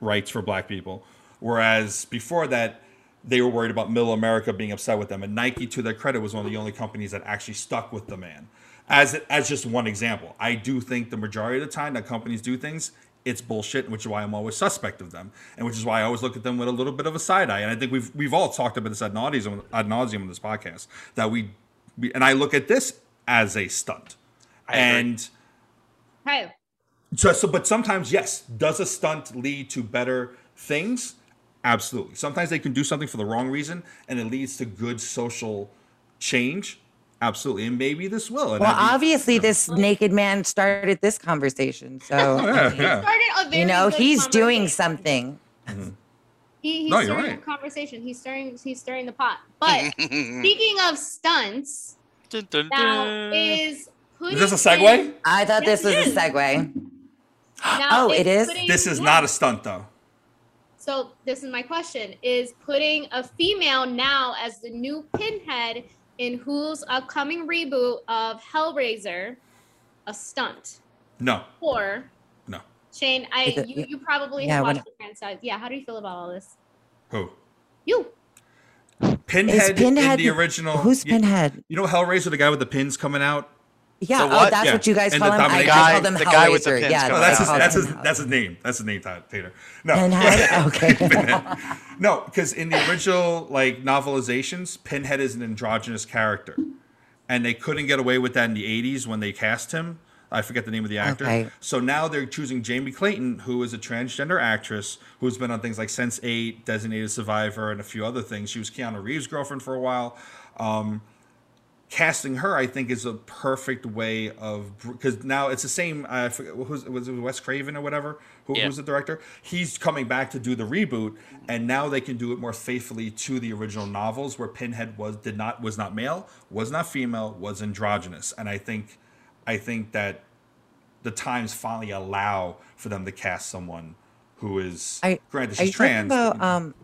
S2: rights for black people. Whereas before that, they were worried about middle America being upset with them. And Nike, to their credit, was one of the only companies that actually stuck with the man. As, as just one example, I do think the majority of the time that companies do things, it's bullshit, which is why I'm always suspect of them, and which is why I always look at them with a little bit of a side eye. And I think we've we've all talked about this ad nauseum ad nauseum on this podcast that we, we and I look at this as a stunt, and
S5: Hey,
S2: so, so, but sometimes, yes, does a stunt lead to better things? Absolutely. Sometimes they can do something for the wrong reason, and it leads to good social change. Absolutely, and maybe this will. And
S3: Well,
S2: I'd be-
S3: obviously, this naked man started this conversation, so
S2: Yeah, yeah.
S5: started a very
S3: you know
S5: good
S3: he's doing
S2: Mm-hmm.
S5: conversation.
S3: something.
S5: He, he's
S2: No, you're
S5: stirring
S2: right.
S5: the conversation. He's stirring. He's stirring the pot. But speaking of stunts, now is putting in-
S3: I thought
S5: Yes,
S3: this
S5: it
S3: was
S5: is.
S3: a segue.
S5: Now
S3: oh,
S5: it's
S3: it is.
S5: putting-
S2: This is not a stunt though.
S5: So this is my question: Is putting a female now as the new pinhead in Who's upcoming reboot of Hellraiser a stunt,
S2: No.
S5: or
S2: No.
S5: Shane? I
S2: Is it-
S5: you, you probably
S2: yeah,
S5: have
S2: when-
S5: watched the franchise. Yeah. How do you feel about all this?
S2: Who?
S5: You.
S2: Pinhead,
S3: Pinhead-
S2: in the original.
S3: who's
S2: you-
S3: Pinhead?
S2: You know Hellraiser, the guy with the pins coming out.
S3: Yeah, The oh, what? that's what you guys
S2: And
S3: call
S2: the
S3: him? I- I
S2: Domination-
S3: call them The guy with the Hellraiser, pins yeah,
S2: no,
S3: coming
S2: that's
S3: out.
S2: his,
S3: I
S2: that's
S3: call
S2: his that's his name. That's his name, Ta- Tater. No,
S3: Pinhead?
S2: okay. no, because in the original like novelizations, Pinhead is an androgynous character, and they couldn't get away with that in the '80s when they cast him. I forget the name of the actor.
S3: Okay.
S2: So now they're choosing Jamie Clayton, who is a transgender actress who's been on things like Sense Eight, Designated Survivor, and a few other things. She was Keanu Reeves' girlfriend for a while. Um, casting her, I think, is a perfect way of because now it's the same. I forget who's was it Wes Craven or whatever who
S6: Yeah.
S2: who's the director. He's coming back to do the reboot, and now they can do it more faithfully to the original novels where Pinhead was did not was not male, was not female, was androgynous, and I think, I think that the times finally allow for them to cast someone who is
S3: I,
S2: granted
S3: are you
S2: she's trans.
S3: talking about? Um,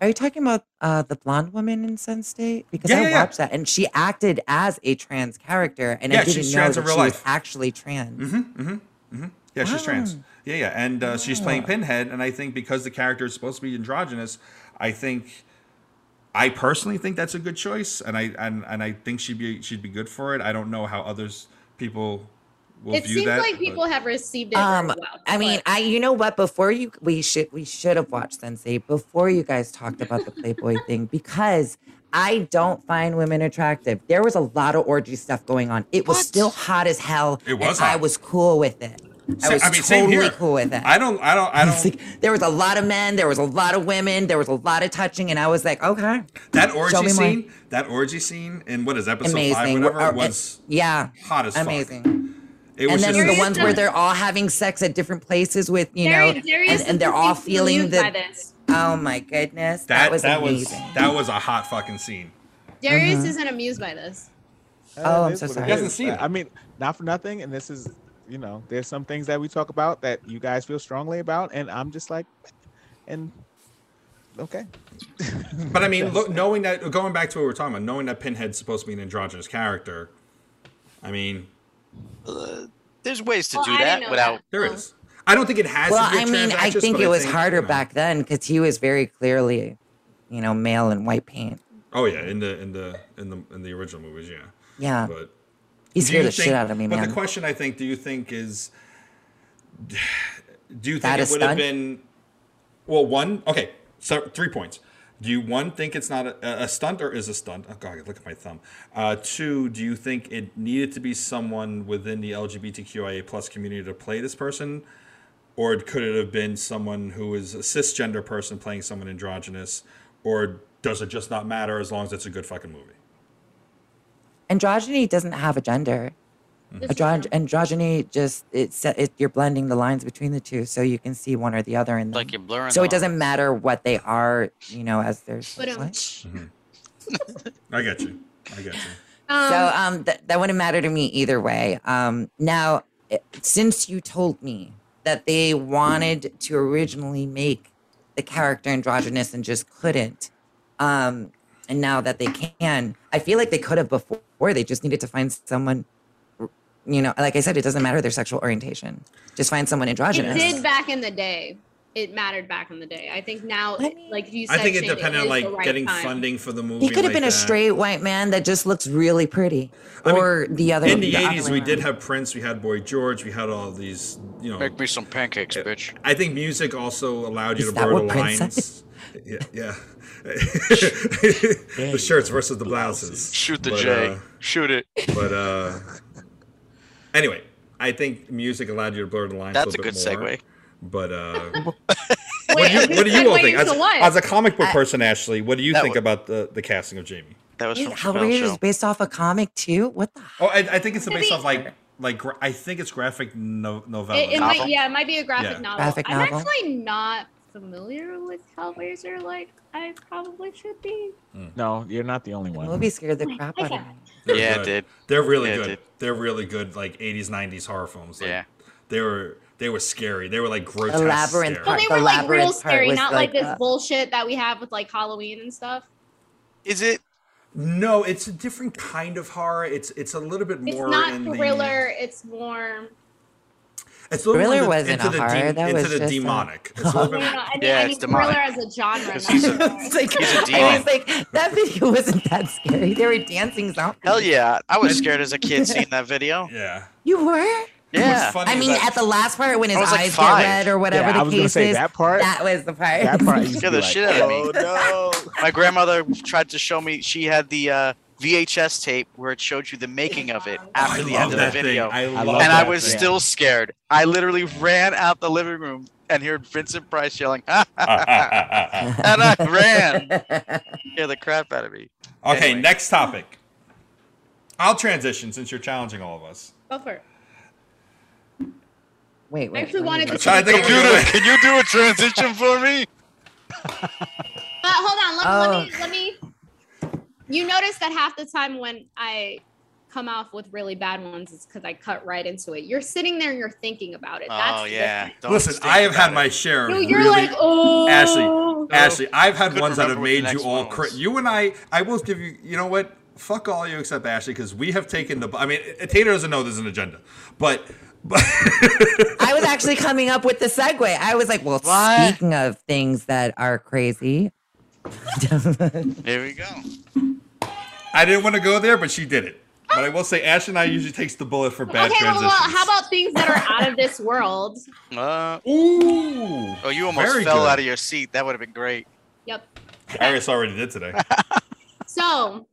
S3: are you talking about uh, the blonde woman in Sense State? Because
S2: Yeah,
S3: I
S2: yeah, yeah.
S3: watched that, and she acted as a trans character, and
S2: Yeah,
S3: I didn't
S2: she's
S3: know
S2: trans
S3: that
S2: in real
S3: she
S2: life.
S3: was actually trans.
S2: Mm-hmm. Mm-hmm. Mm-hmm. Yeah, she's trans.
S3: Wow.
S2: Yeah, yeah, and uh, she's playing
S3: Wow.
S2: Pinhead, and I think because the character is supposed to be androgynous, I think, I personally think that's a good choice, and I and, and I think she'd be she'd be good for it. I don't know how others people will
S5: it
S2: view
S5: seems
S2: that.
S5: like
S2: but-
S5: people have received it
S3: Um,
S5: very well.
S3: I mean, I you know what? Before you, we should we should have watched Sensei before you guys talked about the Playboy thing because I don't find women attractive. There was a lot of orgy stuff going on. It was still hot as hell.
S2: It was
S3: And I
S2: hot.
S3: was cool with it.
S2: Sa-
S3: I was
S2: I mean, same
S3: totally
S2: here.
S3: cool with it.
S2: I don't. I don't. I don't.
S3: There was a lot of men. There was a lot of women. There was a lot of touching, and I was like, okay,
S2: that
S3: show
S2: orgy
S3: me more.
S2: scene. That orgy scene in what is episode five,
S3: Amazing.
S2: whatever,
S3: Or- or-
S2: was
S3: yeah,
S2: hot as fuck.
S3: amazing.
S2: It was
S3: and then
S2: just
S3: the ones where they're all having sex at different places with you
S5: There-
S3: know,
S5: there
S3: and,
S5: is
S3: and they're all feeling the.
S5: by this.
S3: Oh my goodness, that,
S2: that
S3: was
S2: that was
S3: amazing.
S2: that was a hot fucking scene.
S5: Darius
S3: Mm-hmm.
S8: Mhm.
S5: isn't amused by this.
S3: Oh,
S8: it
S3: I'm
S8: is
S3: so
S8: what it
S3: sorry.
S8: is.
S3: Hasn't seen
S8: Uh, I mean, not for nothing. And this is, you know, there's some things that we talk about that you guys feel strongly about, and I'm just like, and okay.
S2: But I mean, look, knowing that, going back to what we were talking about, knowing that Pinhead's supposed to be an androgynous character, I mean,
S6: There's ways to
S2: Well, I
S6: do
S2: didn't
S6: that
S2: know
S6: without.
S2: there is. I don't think it has.
S3: Well,
S2: to be a
S3: I mean,
S2: trans
S3: I
S2: actress,
S3: think
S2: but
S3: it was harder
S2: you know-
S3: back then because he was very clearly, you know, male in white paint.
S2: Oh yeah, in the in the in the in the original movies, yeah.
S3: Yeah.
S2: But
S3: He
S2: do
S3: scared
S2: you
S3: the shit
S2: think-
S3: out of me,
S2: But
S3: man.
S2: the question I think, do you think is, do you think
S3: That
S2: it
S3: is
S2: would have
S3: stunt?
S2: been, well, one okay, so three points. Do you one think it's not a, a stunt or is a stunt? Oh god, look at my thumb. Uh, two, do you think it needed to be someone within the LGBTQIA plus community to play this person, or could it have been someone who is a cisgender person playing someone androgynous, or does it just not matter as long as it's a good fucking movie?
S3: androgyny doesn't have a gender.
S2: This is
S3: Andro- androgyny just it's it, you're blending the lines between the two, so you can see one or the other in them.
S6: Like you're blurring
S3: so
S6: the
S3: it doesn't matter what they are, you know, as their
S5: But um,
S3: what?
S2: I get you. I get you.
S3: so
S5: Um,
S3: um, th- that wouldn't matter to me either way. Um, now, i- since you told me that they wanted to originally make the character androgynous and just couldn't, um, and now that they can, I feel like they could have before. They just needed to find someone, r- you know, like I said, it doesn't matter their sexual orientation. Just find someone
S5: it
S3: androgynous.
S5: did back in the day. It mattered back in the day. I think now, like you said,
S2: I think it
S5: Shane,
S2: depended
S5: is
S2: on like
S5: the right
S2: getting
S5: time.
S2: funding for the movie.
S3: He could
S2: like
S3: have
S2: uh,
S3: been a
S2: that.
S3: straight white man that just looks really pretty, or the other.
S2: In the
S3: other
S2: eighties,
S3: way
S2: we
S3: around.
S2: did have Prince, we had Boy George, we had all these. You know,
S6: Make me some pancakes, bitch.
S2: I think music also allowed you
S6: Is
S2: to
S6: that
S2: blur
S6: what
S2: the
S6: Prince said?
S2: lines. Yeah, yeah. the shirts versus the blouses.
S6: Shoot the
S2: But,
S6: J.
S2: uh,
S6: Shoot it.
S2: but uh, anyway, I think music allowed you to blur the lines.
S6: That's
S2: a, little
S6: a
S2: bit
S6: good
S2: more,
S6: segue.
S2: But uh,
S5: Wait,
S2: what, do
S5: are we
S2: you, what do you all think?
S5: segueing
S2: As,
S5: to what?
S2: as a comic book
S5: I-
S2: person, Ashley, what do you
S6: That
S2: think
S6: wa-
S2: about the, the casting of Jamie?
S6: That was
S3: Wait,
S6: from
S3: Hellraiser
S6: Chappelle's
S3: is
S6: show.
S3: based off a comic too. What the?
S2: Oh, I, I think it's
S5: Could
S2: based
S5: be-
S2: off like like gra- I think it's graphic no, novella.
S5: It, it might, yeah, it might be a graphic
S2: Yeah.
S5: novel.
S2: Graphic
S5: I'm
S2: novel?
S5: actually not familiar with Hellraiser like I probably should be.
S8: No, you're not the only one.
S3: movie scared the crap out of me.
S2: They're
S6: Yeah, it
S2: good.
S6: did.
S2: They're really
S6: Yeah, it
S2: good.
S6: did.
S2: They're really good, like '80s, '90s horror films. Like,
S6: Yeah.
S2: they were they were scary. They were like grotesque.
S3: The labyrinth
S2: scary.
S5: Well, they were like real
S3: labyrinth part
S5: scary,
S3: was
S5: not
S3: like,
S5: like, this
S3: uh,
S5: bullshit that we have with like Halloween and stuff.
S6: Is it?
S2: No, it's a different kind of horror. It's it's a little bit
S5: It's
S2: more.
S5: not
S2: in
S5: thriller. It's more.
S2: The, it's a little more
S3: Thriller
S2: the-
S3: wasn't
S2: into
S3: a
S2: the
S3: horror, that
S2: into
S3: was
S2: the
S3: just a-
S2: demonic. It's a
S5: No,
S2: little
S5: no,
S2: bit.
S5: I mean,
S6: Yeah,
S5: I
S6: it's
S5: mean
S6: demonic.
S5: thriller as a genre.
S6: Because
S5: not
S6: he's a-
S5: horror.
S3: It's like,
S6: He's a
S3: I
S6: demon.
S3: was like, that video wasn't that scary. They were dancing zombies.
S6: Hell yeah! I was scared as a kid seeing that video.
S2: Yeah.
S3: You were?
S6: Yeah.
S2: funny
S3: I
S2: is
S3: mean,
S2: that-
S3: at the last part when his
S6: I was, like,
S3: eyes
S6: five.
S3: get red or whatever
S8: Yeah,
S3: the
S8: I was
S3: case
S8: gonna say
S3: is,
S8: that part.
S3: that was the part.
S8: That part. you
S6: Scared the
S8: like,
S6: shit out of me.
S8: Oh no.
S6: My grandmother tried to show me. She had the uh, VHS tape where it showed you the making of it after
S2: I
S6: the
S2: love
S6: end of the
S2: that thing.
S6: video.
S2: I love
S8: love
S6: and I
S2: that
S6: was
S2: thing.
S6: still scared. I literally ran out the living room and heard Vincent Price yelling, ha, ha, ha, ha, and I ran. Scared the crap out of me.
S2: okay,
S6: Anyway.
S2: next topic. I'll transition since you're challenging all of us.
S5: Go for it.
S3: Wait, wait.
S5: I actually
S3: let me
S5: wanted
S3: look.
S5: to try
S2: think
S5: But
S6: Computer, can you do a transition for me?
S5: hold on, let, let me let me. You notice that half the time when I come off with really bad ones, it's because I cut right into it. You're sitting there and you're thinking about it. That's
S6: oh,
S5: the
S6: yeah. Don't
S2: Listen,
S6: think
S2: I have
S6: about
S2: had
S6: it.
S2: my share. of
S5: difference. No, you're
S2: really-
S5: like, oh,
S2: Ashley, Ashley, I've had
S6: Couldn't
S2: ones that have
S6: remember what the
S2: made you
S6: next
S2: all
S6: one
S2: cra
S6: was.
S2: You and I, I will give you. You know what? Fuck all you except Ashley because we have taken the. I mean, Tater doesn't know there's an agenda, but but
S3: I was actually coming up with the segue. I was like, well,
S6: What?
S3: speaking of things that are crazy.
S6: There we go.
S2: I didn't want to go there, but she did it. But I will say, Ash and I usually takes the bullet for bad
S5: okay, well, well,
S2: transitions.
S5: how about things that are out of this world?
S6: Uh,
S2: Ooh!
S6: oh, you almost
S2: Very
S6: fell
S2: good.
S6: out of your seat. That would have been great.
S5: Yep.
S2: Arius already did today.
S5: So,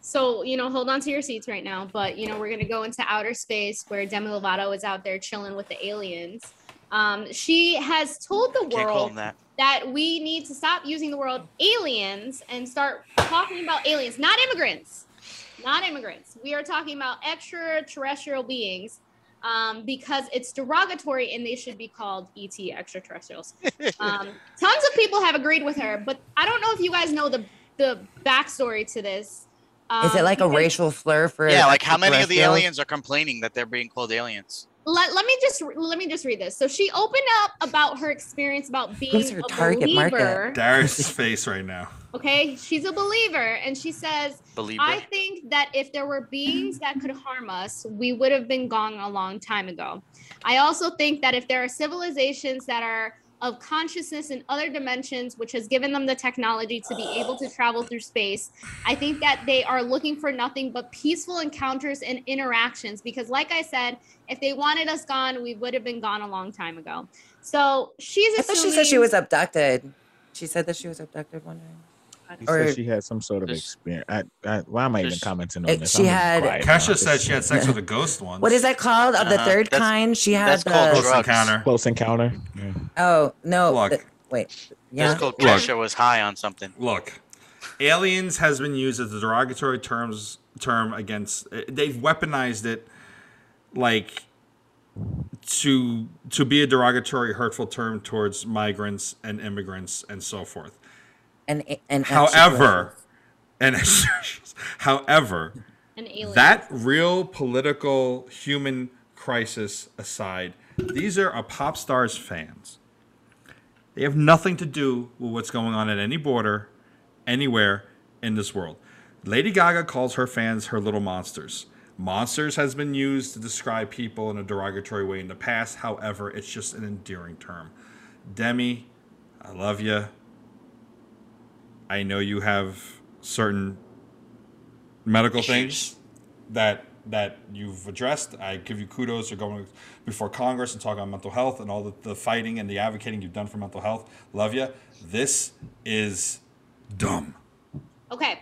S5: so you know, hold on to your seats right now. But you know, we're gonna go into outer space where Demi Lovato is out there chilling with the aliens. Um, she has told the
S6: Can't call him
S5: world
S6: that.
S5: that we need to stop using the word aliens and start talking about aliens, not immigrants, not immigrants. We are talking about extraterrestrial beings. Um, because it's derogatory and they should be called ET extraterrestrials. Um, tons of people have agreed with her, but I don't know if you guys know the the backstory to this. Um,
S3: Is it like a
S5: because-
S3: racial slur for?
S6: Yeah, like how many of the
S3: extraterrestrials?
S6: aliens are complaining that they're being called aliens?
S5: Let, let me just re- let me just read this. So she opened up about her experience about being
S3: her
S5: a
S3: target
S5: believer.
S3: market?
S2: Darius' face right now.
S5: Okay, she's a believer, and she says,
S6: Believer.
S5: "I think that if there were beings that could harm us, we would have been gone a long time ago. I also think that if there are civilizations that are of consciousness in other dimensions, which has given them the technology to be able to travel through space, I think that they are looking for nothing but peaceful encounters and interactions. Because, like I said, if they wanted us gone, we would have been gone a long time ago. So she's
S3: I thought she said she
S5: assuming-
S3: was abducted. She said that she was abducted one time.
S8: She
S3: Or-
S8: said she had some sort of
S6: There's-
S8: experience. I, I, why am I even
S6: there's-
S8: commenting
S3: It-
S8: on this?
S3: she
S8: I'm gonna be
S3: had-
S8: quiet now.
S2: Kesha
S8: This
S2: said
S8: is
S2: she had sex with a ghost once.
S3: What is that called? Of the
S6: Uh-huh,
S3: third
S6: that's-
S3: kind, she had
S6: that's called
S3: the.
S2: Close
S6: Drugs.
S2: encounter.
S8: close encounter.
S3: Oh no!
S2: Look.
S3: the- wait.
S6: That's
S3: Yeah.
S6: called
S2: Look.
S6: Kesha was high on something.
S2: Look, aliens has been used as a derogatory terms term against. eh, They've weaponized it, like to to be a derogatory, hurtful term towards migrants and immigrants and so forth.
S3: And and
S2: However, and however,
S5: an alien.
S2: that real political human crisis aside, these are a pop stars fans. They have nothing to do with what's going on at any border, anywhere in this world. Lady Gaga calls her fans her little monsters. Monsters has been used to describe people in a derogatory way in the past. However, it's just an endearing term. Demi, I love you. I know you have certain medical things that that you've addressed. I give you kudos for going before Congress and talking about mental health and all the, the fighting and the advocating you've done for mental health. Love you. This is dumb.
S5: okay.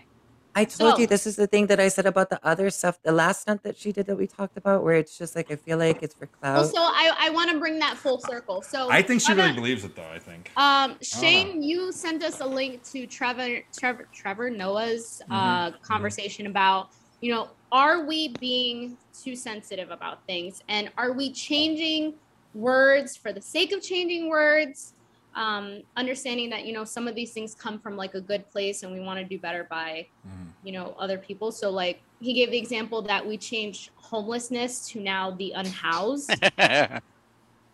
S3: I told you
S5: So-
S3: this is the thing that I said about the other stuff. The last stunt that she did that we talked about, where it's just like I feel like it's for
S5: Well,
S3: clout.
S5: so I, I want to bring that full circle. So
S2: I think she
S5: why
S2: really
S5: Oh, not-
S2: believes it though. I think.
S5: Um, Shane, you sent us a link to Trevor Trevor Trevor Noah's uh, conversation about you know are we being too sensitive about things and are we changing words for the sake of changing words? um, understanding that you know some of these things come from like a good place and we want to do better by
S2: Mm-hmm.
S5: you know other people so like he gave the example that we changed homelessness to now the unhoused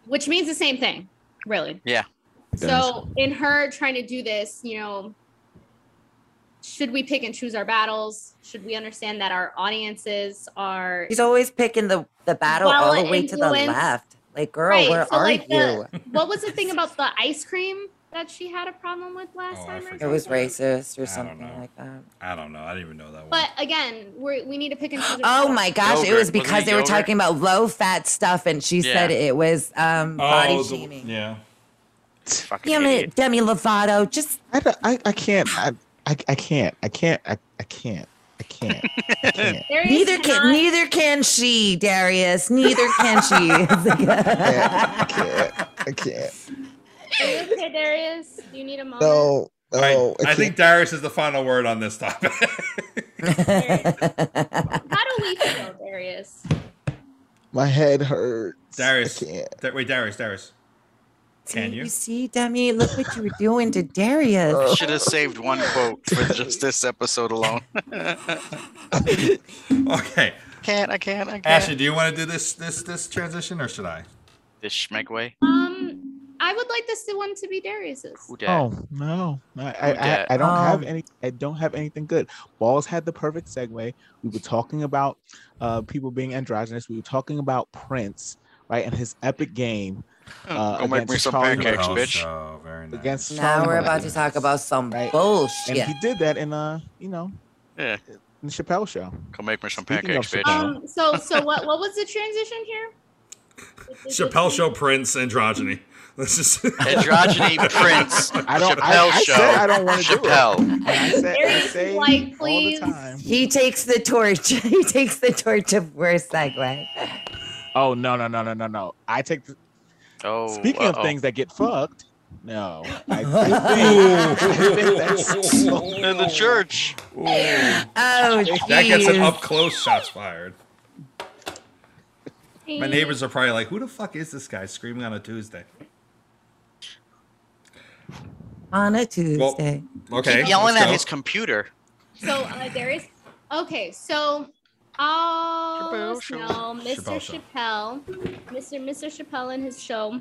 S5: which means the same thing really
S6: yeah.
S5: so in her trying to do this you know should we pick and choose our battles should we understand that our audiences are
S3: He's always picking the, the battle all the
S5: Well,
S3: way to the
S5: influence-
S3: left. Like, girl,
S5: Right,
S3: where
S5: so,
S3: are
S5: like,
S3: you?
S5: the- what was the thing about the ice cream that she had a problem with last time or
S3: It was
S5: something?
S3: racist or something like that.
S2: I don't know. I didn't even know that one.
S5: But again, we we need to pick and choose.
S3: Oh my gosh, it
S2: Yogurt.
S3: was
S2: Wasn't
S3: because
S2: it
S3: they were
S2: yogurt?
S3: talking about low fat stuff and she said
S2: Yeah.
S3: it was um, body
S2: Oh, the-
S3: shaming.
S2: yeah.
S6: Fucking
S3: Damn it, Demi Lovato. Just
S8: I, don't- I, I can't. I, I, I can't. I can't. I, I can't. I can't. I can't.
S3: neither can neither can she, Darius. Neither can she. It's like-
S8: I can't. I can't.
S5: Are you okay, Darius? Do you need a moment?
S8: No.
S2: No, Oh, I, think Darius is the final word on this topic.
S5: How do we feel, Darius?
S8: My head hurts.
S2: Darius, Da- wait, Darius, Darius. Can you?
S3: You see, Demi, look what you were doing to Darius.
S6: I should have saved one quote for just this episode alone.
S2: okay.
S6: Can't. I can't. I can't.
S2: Ashley, do you want to do this this this transition or should I?
S6: This schmegway.
S5: Um, I would like this one to be Darius's.
S8: Oh no, I I, I,
S6: dat?
S8: I don't have
S6: Um,
S8: any. I don't have anything good. Balls had the perfect segue. We were talking about uh, people being androgynous. We were talking about Prince, right, and his epic game uh,
S6: Hmm. Go make me
S8: against
S6: some
S8: Charlie
S6: pancakes,
S8: Murphy.
S6: bitch.
S2: Oh, very nice.
S8: Against
S3: Now
S8: Charlie
S3: we're about
S8: Murphy.
S3: to talk about some
S8: Right.
S3: bullshit.
S8: And he did that in uh, you know,
S6: yeah,
S8: in Chappelle show.
S6: Go make me some
S8: Speaking
S6: pancakes,
S8: of
S6: bitch.
S5: Um, so so what what was the transition here?
S2: Chappelle Show Prince Androgyny. Let's just
S6: Androgyny Prince
S8: I don't.
S6: Chappelle
S8: I, I
S6: Show.
S8: said I don't want to do
S6: Chappelle.
S8: it. I said, I
S5: Darius
S8: say
S5: is like, please.
S3: He takes the torch. he takes the torch of worst segue.
S8: Oh no no no no no no! I take. The,
S6: oh.
S8: Speaking of
S6: uh-oh.
S8: things that get fucked, no. I take things- I think that's so-
S6: in the church.
S3: Oh,
S2: that gets an
S3: jeez.
S2: up close shots fired. My
S5: Hey.
S2: neighbors are probably like, "Who the fuck is this guy screaming on a Tuesday?"
S3: On a Tuesday.
S2: Okay,
S6: Keep yelling
S2: let's
S6: at
S2: go.
S6: his computer.
S5: So uh, Darius. Okay, so all of us know Mr.
S6: Chappelle show.
S5: Chappelle, Mr. Mr. Chappelle and his show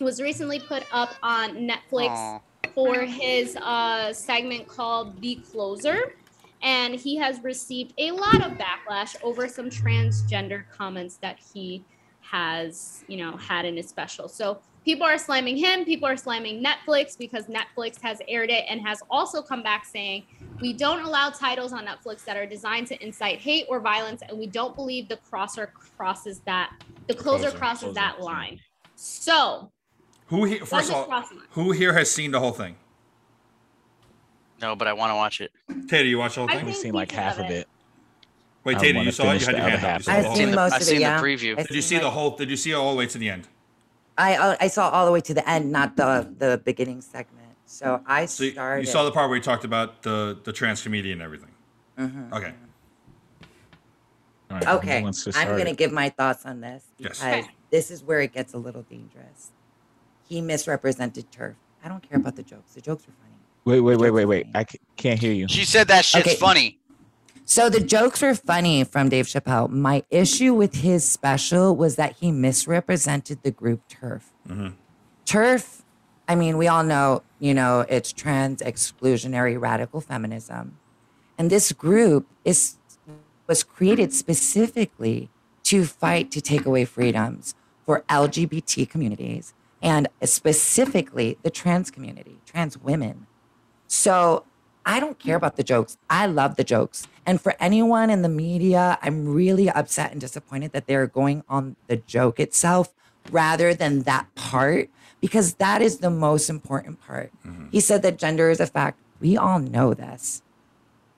S5: was recently put up on Netflix
S6: Aw.
S5: for his uh, segment called The Closer. And he has received a lot of backlash over some transgender comments that he has, you know, had in his special. So people are slamming him, people are slamming Netflix because Netflix has aired it and has also come back saying, we don't allow titles on Netflix that are designed to incite hate or violence, and we don't believe the crosser crosses that the closer,
S2: Closer,
S5: crosses
S2: closer,
S5: that line. So
S2: Who here? First of
S5: Douglas
S2: all,
S5: Rossman.
S2: who here has seen the whole thing?
S6: No, but I want to watch it.
S2: Tater, you watch the whole
S6: I
S2: thing?
S6: think I've seen, like, pieces half of of it. it.
S2: Wait,
S8: I
S2: Tater,
S8: wanna
S2: you saw it? You
S8: finish
S2: had
S8: the
S2: your
S8: other
S2: hand up.
S8: half
S2: You saw
S3: of it.
S2: the
S3: I've
S2: whole
S3: seen
S2: thing?
S3: most I've of it, seen the yeah. preview. I've
S2: Did you
S3: seen
S2: see the whole? Did you see it all the way to the end?
S3: I I saw all the way to the end, not the the beginning segment. So I
S2: So you,
S3: started.
S2: you saw the part where you talked about the the trans comedian and everything.
S8: Mm-hmm.
S3: Mhm.
S2: Okay.
S3: okay, I'm going to give my thoughts on this
S2: Yes.
S3: because
S2: Okay.
S3: this is where it gets a little dangerous. He misrepresented turf. I don't care about the jokes. The jokes were funny.
S8: Wait wait wait wait wait! I c- can't hear you.
S6: She said that shit's
S3: Okay.
S6: funny.
S3: So the jokes were funny from Dave Chappelle. My issue with his special was that he misrepresented the group turf. Turf, I mean, we all know, you know, it's trans exclusionary radical feminism. And this group is was created specifically to fight to take away freedoms for LGBT communities and specifically the trans community, trans women. So I don't care about the jokes. I love the jokes. And for anyone in the media, I'm really upset and disappointed that they're going on the joke itself rather than that part, because that is the most important part.
S2: Mm-hmm.
S3: He said that gender is a fact. We all know this.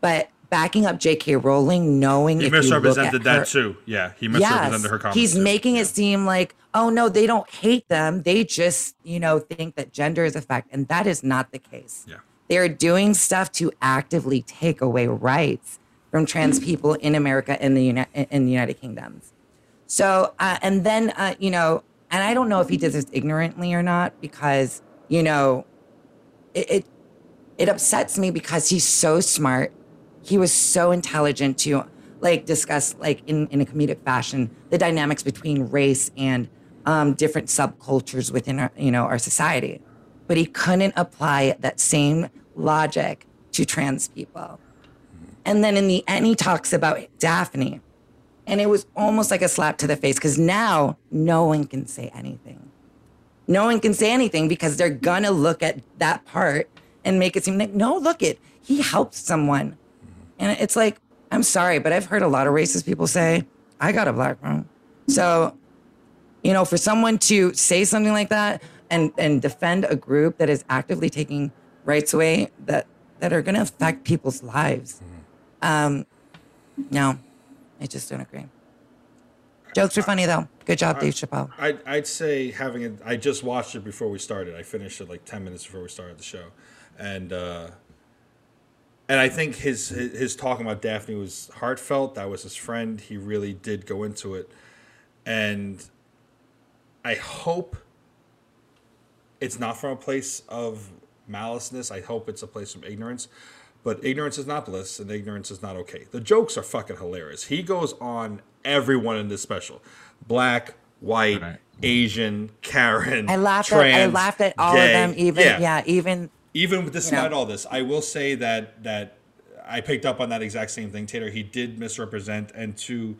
S3: But backing up J.K. Rowling, knowing
S2: He
S3: if you look at
S2: misrepresented that
S3: her-
S2: too. Yeah, he misrepresented her comments.
S3: He's
S2: too.
S3: making it seem like, oh no, they don't hate them. They just, you know, think that gender is a fact. And that is not the case.
S2: Yeah.
S3: They're doing stuff to actively take away rights from trans people in America and the Uni- in the United Kingdoms. So, uh, and then, uh, you know, and I don't know if he did this ignorantly or not because you know, it, it it upsets me because he's so smart. He was so intelligent to like discuss like in, in a comedic fashion the dynamics between race and um, different subcultures within our you know our society. But he couldn't apply that same logic to trans people. And then in the end he talks about Daphne. And it was almost like a slap to the face because now no one can say anything. No one can say anything because they're gonna look at that part and make it seem like, no, look it, he helped someone. And it's like, I'm sorry, but I've heard a lot of racist people say, I got a black room. So, you know, for someone to say something like that and and defend a group that is actively taking rights away that that are gonna affect people's lives. Um, no, I just don't agree. Jokes are funny though. Good job, Dave Chappelle.
S2: I'd, I'd say having it. I just watched it before we started. I finished it like ten minutes before we started the show, and uh, and I think his his, his talking about Daphne was heartfelt. That was his friend. He really did go into it, and I hope it's not from a place of maliceness. I hope it's a place of ignorance. But ignorance is not bliss, and ignorance is not okay. The jokes are fucking hilarious. He goes on everyone in this special black, white, Asian, Karen.
S3: I laughed at I
S2: trans,
S3: laughed at all
S2: gay.
S3: of them, even yeah, even
S2: even with this,
S3: you know.
S2: not all this, I will say that that I picked up on that exact same thing. Taylor, he did misrepresent, and to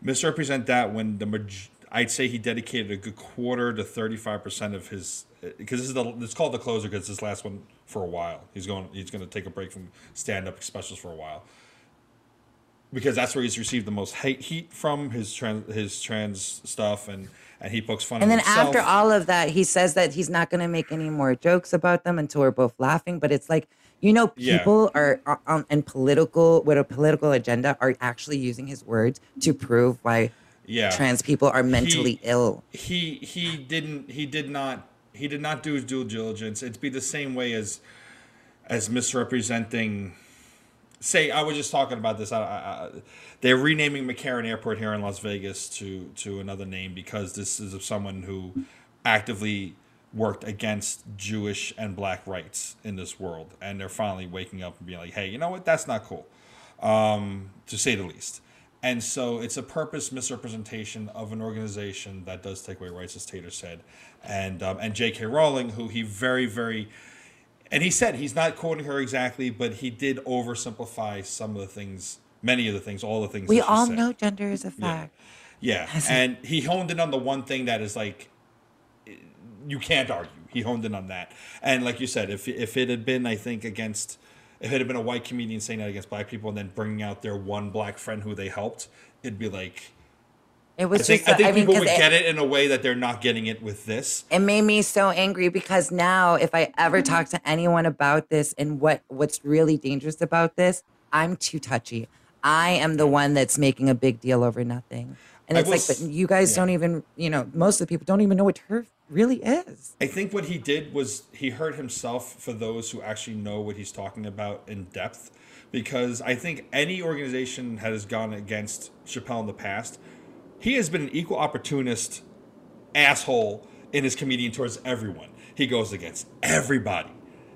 S2: misrepresent that when the maj- I'd say he dedicated a good quarter to thirty five percent of his because this is the it's called the closer because this last one for a while. He's going he's going to take a break from stand up specials for a while because that's where he's received the most hate heat from his trans his trans stuff and and he pokes fun
S3: and
S2: at
S3: then
S2: himself.
S3: after all of that, he says that he's not going to make any more jokes about them until we're both laughing. But it's like, you know,
S2: Yeah.
S3: people are, are um, and political with a political agenda are actually using his words to prove why
S2: Yeah.
S3: trans people are mentally ill.
S2: he he didn't he did not he did not do his due diligence it'd be the same way as as misrepresenting say i was just talking about this I, I, I, they're renaming mccarran airport here in las vegas to to another name because this is of someone who actively worked against jewish and black rights in this world and they're finally waking up and being like hey you know what that's not cool um, to say the least. And so it's a purpose misrepresentation of an organization that does take away rights, as Tater said, and um, and J.K. Rowling, who he very very, and he said he's not quoting her exactly, but he did oversimplify some of the things, many of the things, all the things.
S3: We
S2: that she
S3: all
S2: said.
S3: know gender is a fact.
S2: Yeah, and he honed in on the one thing that is like you can't argue. He honed in on that, and like you said, if if it had been, I think against, if it had been a white comedian saying that against black people, and then bringing out their one black friend who they helped, it'd be like
S3: It was
S2: I think,
S3: just,
S2: I think
S3: I mean,
S2: people
S3: 'cause
S2: would
S3: it-
S2: get it in a way that they're not getting it with this.
S3: it made me so angry because now if i
S2: Mm-hmm.
S3: ever talk to anyone about this and what what's really dangerous about this i'm too touchy i am the one that's making a big deal over nothing and
S2: I
S3: it's
S2: will
S3: like but
S2: s-
S3: you guys don't even you know most of the people don't even know what turf really is
S2: I think what he did was he hurt himself for those who actually know what he's talking about in depth, because I think any organization that has gone against Chappelle in the past, he has been an equal opportunist asshole in his comedian towards everyone. He goes against everybody.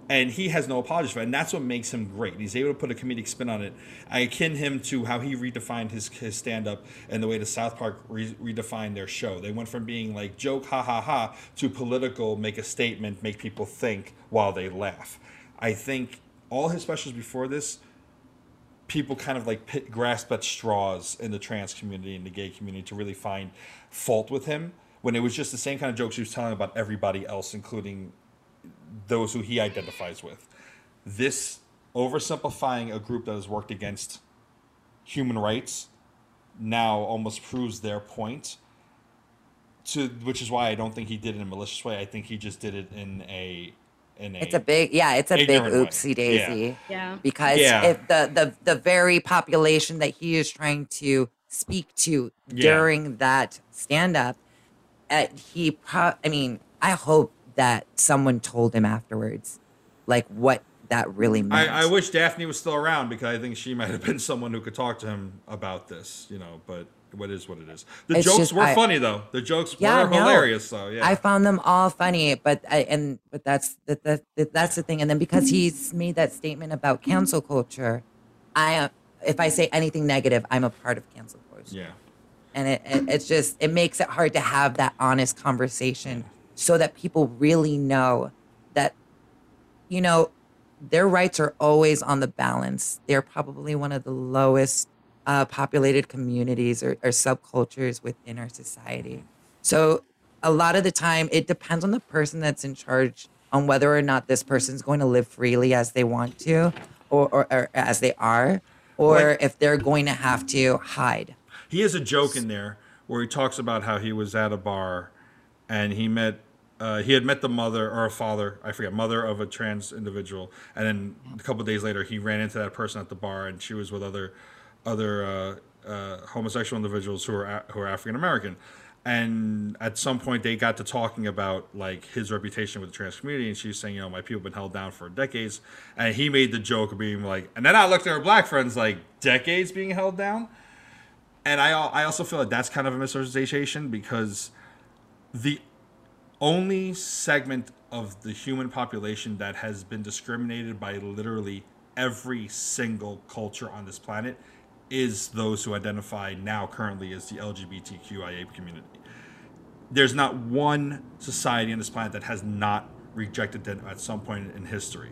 S2: And he has no apologies for it. And that's what makes him great. He's able to put a comedic spin on it. I akin him to how he redefined his, his stand up and the way the South Park re- redefined their show. They went from being like joke, ha ha ha, to political, make a statement, make people think while they laugh. I think all his specials before this, people kind of like pit, grasp at straws in the trans community and the gay community to really find fault with him when it was just the same kind of jokes he was telling about everybody else, including those who he identifies with. This oversimplifying a group that has worked against human rights now almost proves their point. To which is why I don't think he did it in a malicious way. I think he just did it in a in a.
S3: it's a big yeah it's a big
S2: ignorant way.
S3: oopsie daisy
S5: Yeah.
S3: because
S2: Yeah.
S3: if the, the the very population that he is trying to speak to
S2: Yeah.
S3: during that stand up uh, he pro- i mean i hope that someone told him afterwards like what that really meant.
S2: I, I wish Daphne was still around because I think she might have been someone who could talk to him about this, you know, but what is what it is. The
S3: It's
S2: jokes
S3: just-
S2: were
S3: I-
S2: funny though. The jokes
S3: Yeah,
S2: were
S3: no.
S2: hilarious though. Yeah.
S3: I found them all funny, but I, and but that's that, that, that that's the thing. And then because he's made that statement about cancel culture, I am if I say anything negative, I'm a part of cancel culture.
S2: yeah.
S3: and it, it it's just it makes it hard to have that honest conversation so that people really know that you know their rights are always on the balance they're probably one of the lowest uh, populated communities or, or subcultures within our society so a lot of the time it depends on the person that's in charge on whether or not this person's going to live freely as they want to or, or, or as they are or
S2: Like-
S3: if they're going to have to hide
S2: He has a joke in there where he talks about how he was at a bar and he met uh, he had met the mother or a father, I forget, mother of a trans individual, and then a couple of days later he ran into that person at the bar and she was with other other uh, uh, homosexual individuals who are a- who are African American. And at some point, they got to talking about like his reputation with the trans community, and she's saying, you know, my people have been held down for decades. And he made the joke of being like, and then I looked at her black friends like decades being held down. And I al- I also feel like that's kind of a misrepresentation because the only segment of the human population that has been discriminated by literally every single culture on this planet is those who identify now currently as the LGBTQIA community. There's not one society on this planet that has not rejected them at some point in history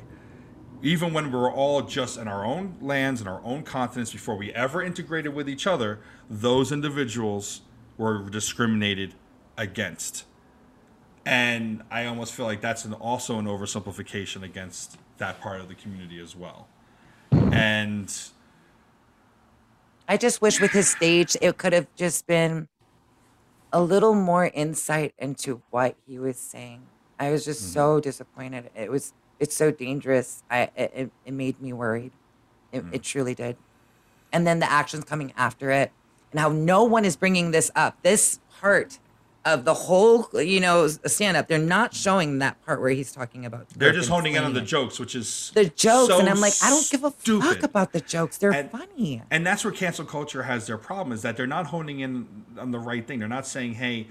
S2: even when we were all just in our own lands and our own continents before we ever integrated with each other, those individuals were discriminated against. And I almost feel like that's an, also an oversimplification against that part of the community as well. And
S3: I just wish with his stage, it could have just been a little more insight into what he was saying. I was just
S2: Mm-hmm.
S3: so disappointed. It was, it's so dangerous. I, it, it- it made me worried. It,
S2: Mm.
S3: it truly did. And then the actions coming after it and how no one is bringing this up. This part of the whole, you know, stand up, they're not showing that part where he's talking about.
S2: they're
S3: Kirk
S2: just
S3: and
S2: honing in on the
S3: explaining
S2: jokes, which is
S3: The jokes,
S2: so
S3: and I'm like, I don't give a
S2: stupid.
S3: fuck about the jokes. They're
S2: And-
S3: funny.
S2: And that's where cancel culture has their problem is that they're not honing in on the right thing. They're not saying, "Hey,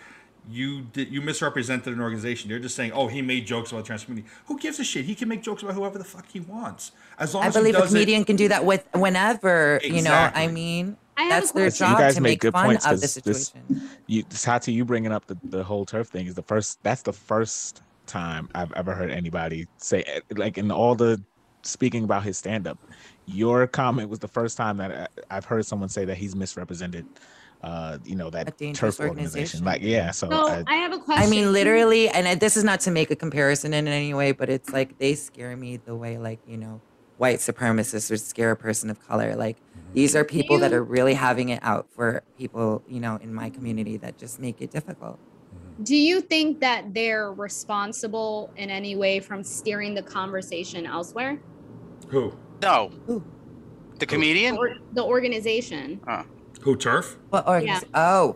S2: you did, you misrepresented an organization." They're just saying, "Oh, he made jokes about the trans community." Who gives a shit? He can make jokes about whoever the fuck he wants, as long
S3: I
S2: as he
S3: believe a
S2: does it-
S3: comedian can do that with whenever, you know. I
S2: Exactly.
S3: mean,
S5: I have a
S3: that's their
S5: question.
S3: job
S10: you guys
S3: to
S10: make
S3: make
S10: good
S3: fun
S10: points
S3: of the
S10: 'cause this-
S3: situation.
S10: you Sati, you bringing up the, the whole turf thing is the first. That's the first time I've ever heard anybody say eh, like in all the speaking about his stand up. Your comment was the first time that I, I've heard someone say that he's misrepresented. Uh, you know that
S3: dangerous
S10: turf organization. Like yeah, so
S5: So
S10: I,
S5: I have a question.
S3: I mean, literally, and I- this is not to make a comparison in any way, but it's like they scare me the way, like, you know, white supremacists would scare a person of color. Like,
S2: Mm-hmm.
S3: these are people that
S5: You-
S3: are really having it out for people, you know, in my community that just make it difficult.
S5: Do you think that they're responsible in any way from steering the conversation elsewhere?
S2: who
S6: No.
S3: Who?
S6: The comedian?
S5: Or the organization?
S6: Oh.
S2: who turf.
S3: What
S5: Yeah.
S3: organiz- Oh.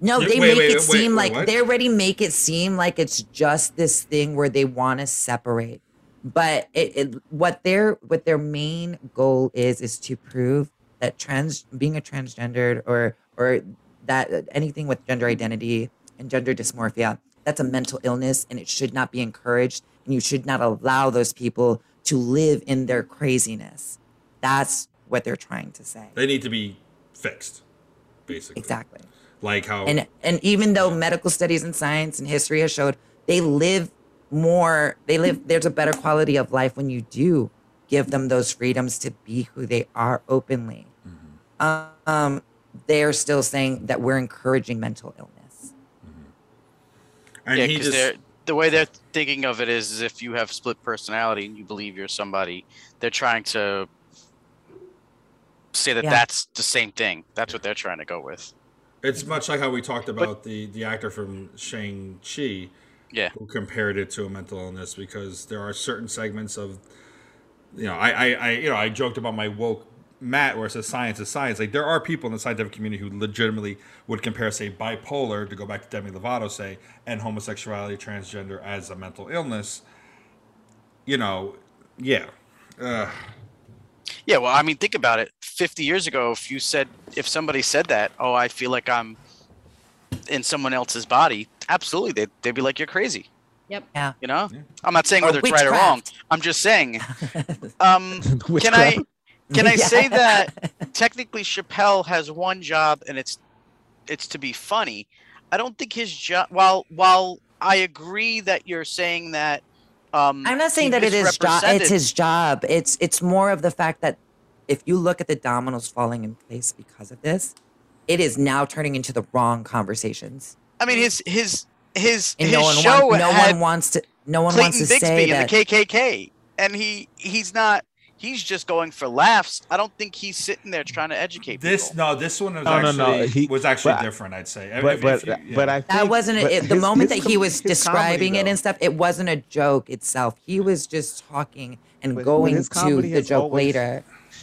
S3: No,
S2: You-
S3: they
S2: wait,
S3: make
S2: wait,
S3: it
S2: wait,
S3: seem
S2: wait,
S3: like
S2: what?
S3: they already make it seem like it's just this thing where they want to separate. But it, it what their what their main goal is is to prove that trans being a transgendered or or that uh, anything with gender identity and gender dysmorphia that's a mental illness and it should not be encouraged and you should not allow those people to live in their craziness. That's what they're trying to say.
S2: They need to be fixed, basically.
S3: Exactly.
S2: Like how
S3: And and even though medical studies and science and history has showed they live more, they live there's a better quality of life when you do give them those freedoms to be who they are openly.
S6: Mm-hmm.
S3: Um, they're still saying that we're encouraging mental illness.
S2: and
S6: yeah,
S2: he
S6: because
S2: just
S6: they're the way they're thinking of it is, is if you have split personality and you believe you're somebody, they're trying to say that
S3: Yeah.
S6: that's the same thing. That's what they're trying to go with.
S2: It's much like how we talked about the the actor from Shang Chi,
S6: Yeah.
S2: who compared it to a mental illness because there are certain segments of, you know, I, I, I you know I joked about my woke Matt where it says science is science. Like there are people in the scientific community who legitimately would compare say bipolar to go back to Demi Lovato say and homosexuality transgender as a mental illness you know, yeah. Ugh.
S6: Yeah, well, I mean, think about it. 50 years ago, if you said, if somebody said that, oh, I feel like I'm in someone else's body, absolutely, they'd, they'd be like, you're crazy.
S14: Yep. Yeah.
S6: You know, I'm not saying
S14: Or
S6: whether it's right or wrong.
S14: witchcraft.
S6: I'm just saying. Um, can I can I say
S14: Yeah.
S6: that technically Chappelle has one job and it's it's to be funny. I don't think his job. While while I agree that you're saying that. Um,
S3: I'm not
S6: he
S3: saying that it is job. It's
S6: misrepresented-
S3: his job. It's it's more of the fact that if you look at the dominoes falling in place because of this, it is now turning into the wrong conversations.
S6: I mean, his his his
S3: And
S6: his
S3: no one
S6: show
S3: wants, no
S6: had
S3: one wants to no one
S6: Clayton
S3: wants to
S6: Bixby
S3: say that.
S6: and the KKK, and he he's not. He's just going for laughs. I don't think he's sitting there trying to educate
S2: This
S6: people.
S2: no, this one was
S6: No, no,
S2: actually
S6: no,
S10: he-
S2: was actually
S10: but-
S2: different. I'd say,
S10: but-
S2: If-
S10: but-
S2: if you- yeah.
S10: but I
S3: that wasn't
S10: but
S3: it, the
S10: his-
S3: moment
S10: his
S3: that he
S10: com- his
S3: was
S10: comedy,
S3: describing it
S10: though.
S3: and stuff. It wasn't a joke itself. He was just talking and
S10: But- but
S3: going
S10: his
S3: to
S10: comedy
S3: the
S10: has
S3: joke
S10: always
S3: later.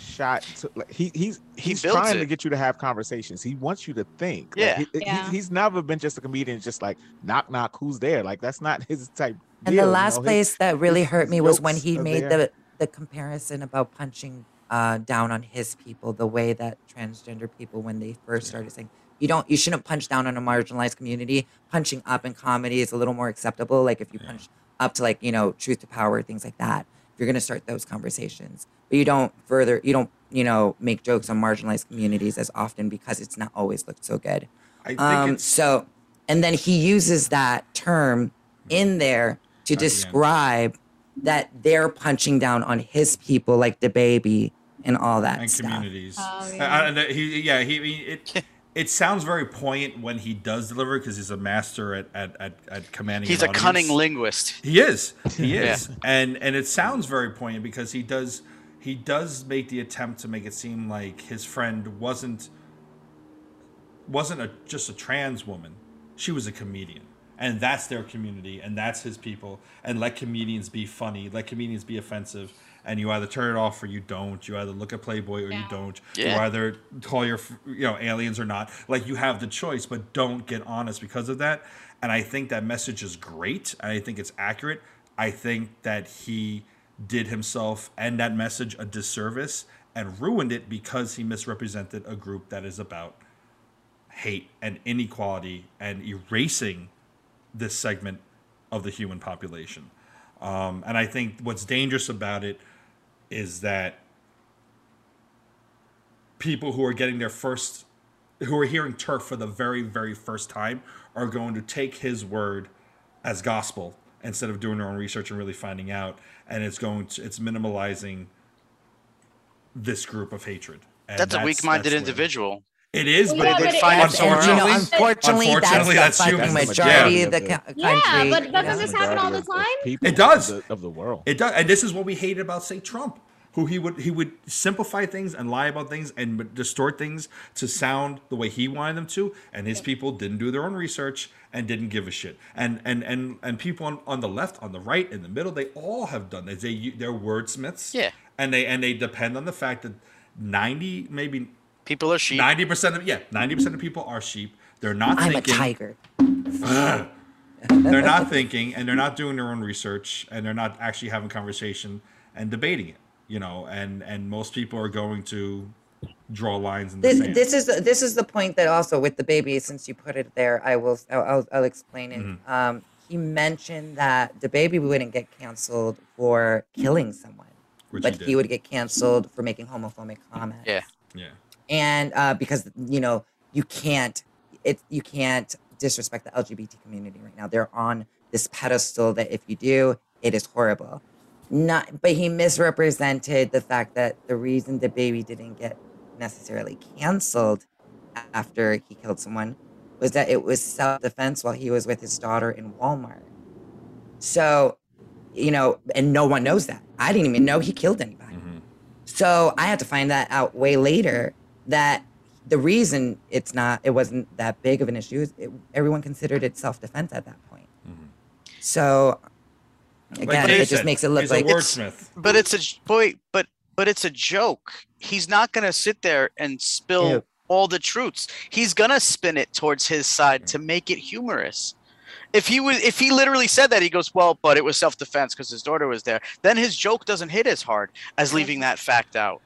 S10: shot to, like, he he's he's
S6: builds
S10: trying to
S6: it.
S10: get you to have conversations he wants you to think Like,
S6: Yeah.
S10: he- he-
S6: Yeah.
S10: he's never been just a comedian just like knock knock who's there like that's not his type
S3: And
S10: deal,
S3: the
S10: you
S3: last
S10: know, his-
S3: place that really
S10: his
S3: hurt me was when
S10: jokes
S3: he
S10: are
S3: made
S10: there.
S3: the the comparison about punching uh, down on his people, the way that transgender people, when they first started saying, you don't, you shouldn't punch down on a marginalized community. Punching up in comedy is a little more acceptable. Like if you punch up to like, you know, truth to power, things like that, you're going to start those conversations, but you don't further, you don't, you know, make jokes on marginalized communities as often because it's not always looked so good.
S2: I think
S3: Um,
S2: it's-
S3: so, and then he uses that term in there to
S2: At the end.
S3: describe that they're punching down on his people, like the baby and all that
S2: and
S3: stuff.
S2: communities. I- I- and he, yeah, he, he- it, it sounds very poignant when he does deliver because he's a master at at, at, at commanding.
S6: He's
S2: an
S6: a cunning
S2: audience.
S6: linguist.
S2: He is. He
S6: Yeah.
S2: is. And and it sounds very poignant because he does he does make the attempt to make it seem like his friend wasn't wasn't a, just a trans woman. She was a comedian. And that's their community and that's his people. And let comedians be funny, let comedians be offensive. And you either turn it off or you don't. You either look at Playboy or you don't. You
S6: Yeah.
S2: either call your, f- you know, aliens or not. Like you have the choice, but don't get honest because of that. And I think that message is great. And I think it's accurate. I think that he did himself and that message a disservice and ruined it because he misrepresented a group that is about hate and inequality and erasing this segment of the human population. Um, and I think what's dangerous about it is that people who are getting their first, who are hearing turf for the very, very first time, are going to take his word as gospel instead of doing their own research and really finding out. And it's going to, it's minimalizing this group of hatred. And
S6: That's, a weak-minded
S2: that's where-
S6: individual.
S2: It is,
S5: Well,
S2: but
S5: yeah,
S2: they
S5: but
S2: did
S5: it-
S2: find it
S5: that's-
S2: somewhere
S3: And, you know,
S2: else.
S3: unfortunately, that's the fucking
S2: humans.
S3: majority of the co-
S5: Yeah,
S3: country,
S5: but
S3: you
S5: doesn't
S3: know?
S5: this happen all the time?
S10: people
S2: It does
S10: of the, of the world
S2: It does, and this is what we hated about, say, Trump, who he would he would simplify things and lie about things and would distort things to sound the way he wanted them to, and his people didn't do their own research and didn't give a shit. And and and and people on, on the left, on the right, in the middle, they all have done this. They u- they're wordsmiths.
S6: Yeah.
S2: and they and they depend on the fact that ninety maybe
S6: people are sheep.
S2: Ninety percent of yeah, ninety percent of people are sheep. They're not.
S3: I'm a
S2: thinking,
S3: tiger.
S2: Ugh. they're not thinking and they're not doing their own research and they're not actually having conversation and debating it you know and and most people are going to draw lines in the
S3: This,
S2: sand
S3: this is the, this is the point that also with the baby since you put it there I will I'll, I'll, I'll explain it.
S2: Mhm.
S3: Um, he mentioned that the baby wouldn't get canceled for killing someone,
S2: Which he
S3: but he
S2: did.
S3: would get canceled for making homophobic comments.
S6: Yeah.
S2: yeah
S3: and uh, because you know you can't it you can't disrespect the LGBT community right now. They're on this pedestal that if you do, it is horrible. Not, but he misrepresented the fact that the reason the baby didn't get necessarily canceled after he killed someone was that it was self defense while he was with his daughter in Walmart. So, you know, and no one knows that. I didn't even know he killed anybody.
S2: Mhm.
S3: So I had to find that out way later that the reason it's not, it wasn't that big of an issue is it, everyone considered it self defense at that point. So again,
S2: Dave
S3: it just
S2: said,
S3: makes it look
S2: he's
S3: like
S2: a wordsmith
S6: But it's a j- boy. But but it's a joke. He's not gonna sit there and spill
S3: Ew.
S6: all the truths. He's gonna spin it towards his side to make it humorous. If he was, if he literally said that, he goes, "Well, but it was self-defense because his daughter was there." Then his joke doesn't hit as hard as leaving that fact out.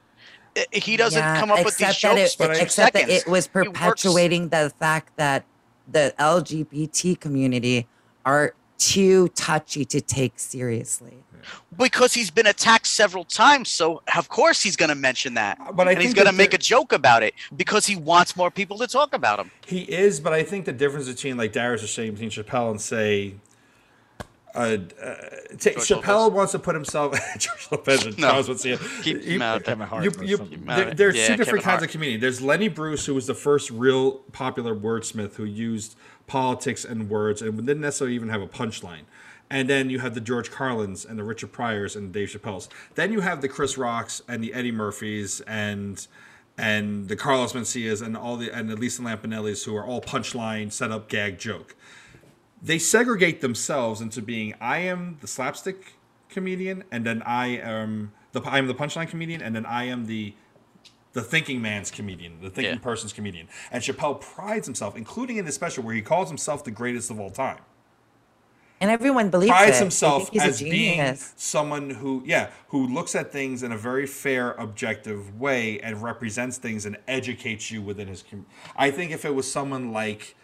S6: I- He doesn't
S3: Yeah,
S6: come up with these
S3: except that
S6: jokes
S3: it-
S6: for two
S3: except
S6: seconds.
S3: that it was
S6: He works-
S3: perpetuating the fact that the LGBT community are too touchy to take seriously.
S6: because he's been attacked several times. So of course he's going to mention that,
S2: but I
S6: and he's
S2: think
S6: going to
S2: that
S6: make
S2: the-
S6: a joke about it because he wants more people to talk about him.
S2: He is, but I think the difference between like Darius or Shane between Chappelle and say, uh, uh, t-
S6: George
S2: Chappelle wants to put himself George Lopez and
S6: No.
S2: Charles would see it.
S6: Keep him out of Kevin Hart
S2: you-
S6: or
S2: you- there-
S6: something. Keep him out of-
S2: there's
S6: Uh, yeah,
S2: two different
S6: Kevin
S2: kinds
S6: Hart.
S2: of comedian. There's Lenny Bruce, who was the first real popular wordsmith who used politics and words and didn't necessarily even have a punchline. And then you have the George Carlins and the Richard Pryors and Dave Chappelle's. Then you have the Chris Rocks and the Eddie Murphys and and the Carlos Mencias and all the and the Lisa Lampanellis who are all punchline, set up, gag, joke. They segregate themselves into being I am the slapstick comedian, and then I am the I am the punchline comedian, and then I am the the thinking man's comedian, the thinking
S6: Yeah.
S2: person's comedian. And Chappelle prides himself, including in this special where he calls himself the greatest of all time
S3: And everyone believes it.
S2: prides
S3: They
S2: himself
S3: think he's a
S2: as being
S3: genius.
S2: someone who yeah who looks at things in a very fair objective way and represents things and educates you within his community i think if it was someone like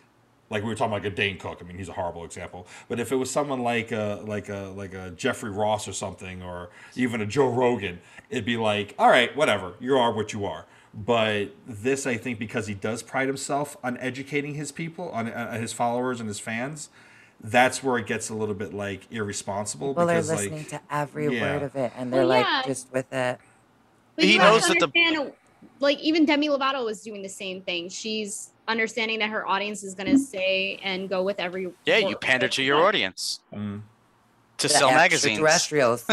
S2: like we were talking like a dane cook i mean he's a horrible example but if it was someone like a like a like a jeffrey ross or something or even a joe rogan it'd be like all right whatever you are what you are but this i think because he does pride himself on educating his people on uh, his followers and his fans that's where it gets a little bit like irresponsible
S3: People are
S2: because
S3: listening
S2: like
S3: to every
S2: yeah.
S3: word of it and they're
S5: Well, yeah.
S3: like just with it.
S5: But
S6: He
S5: you have
S6: knows
S5: to
S6: that the-
S5: understand, like even Demi Lovato was doing the same thing. She's understanding that her audience is going to say and go with every.
S6: Yeah, you
S5: word.
S6: pander to your audience
S2: mm.
S6: to
S3: The Uh,
S6: sell magazines.
S3: extraterrestrials.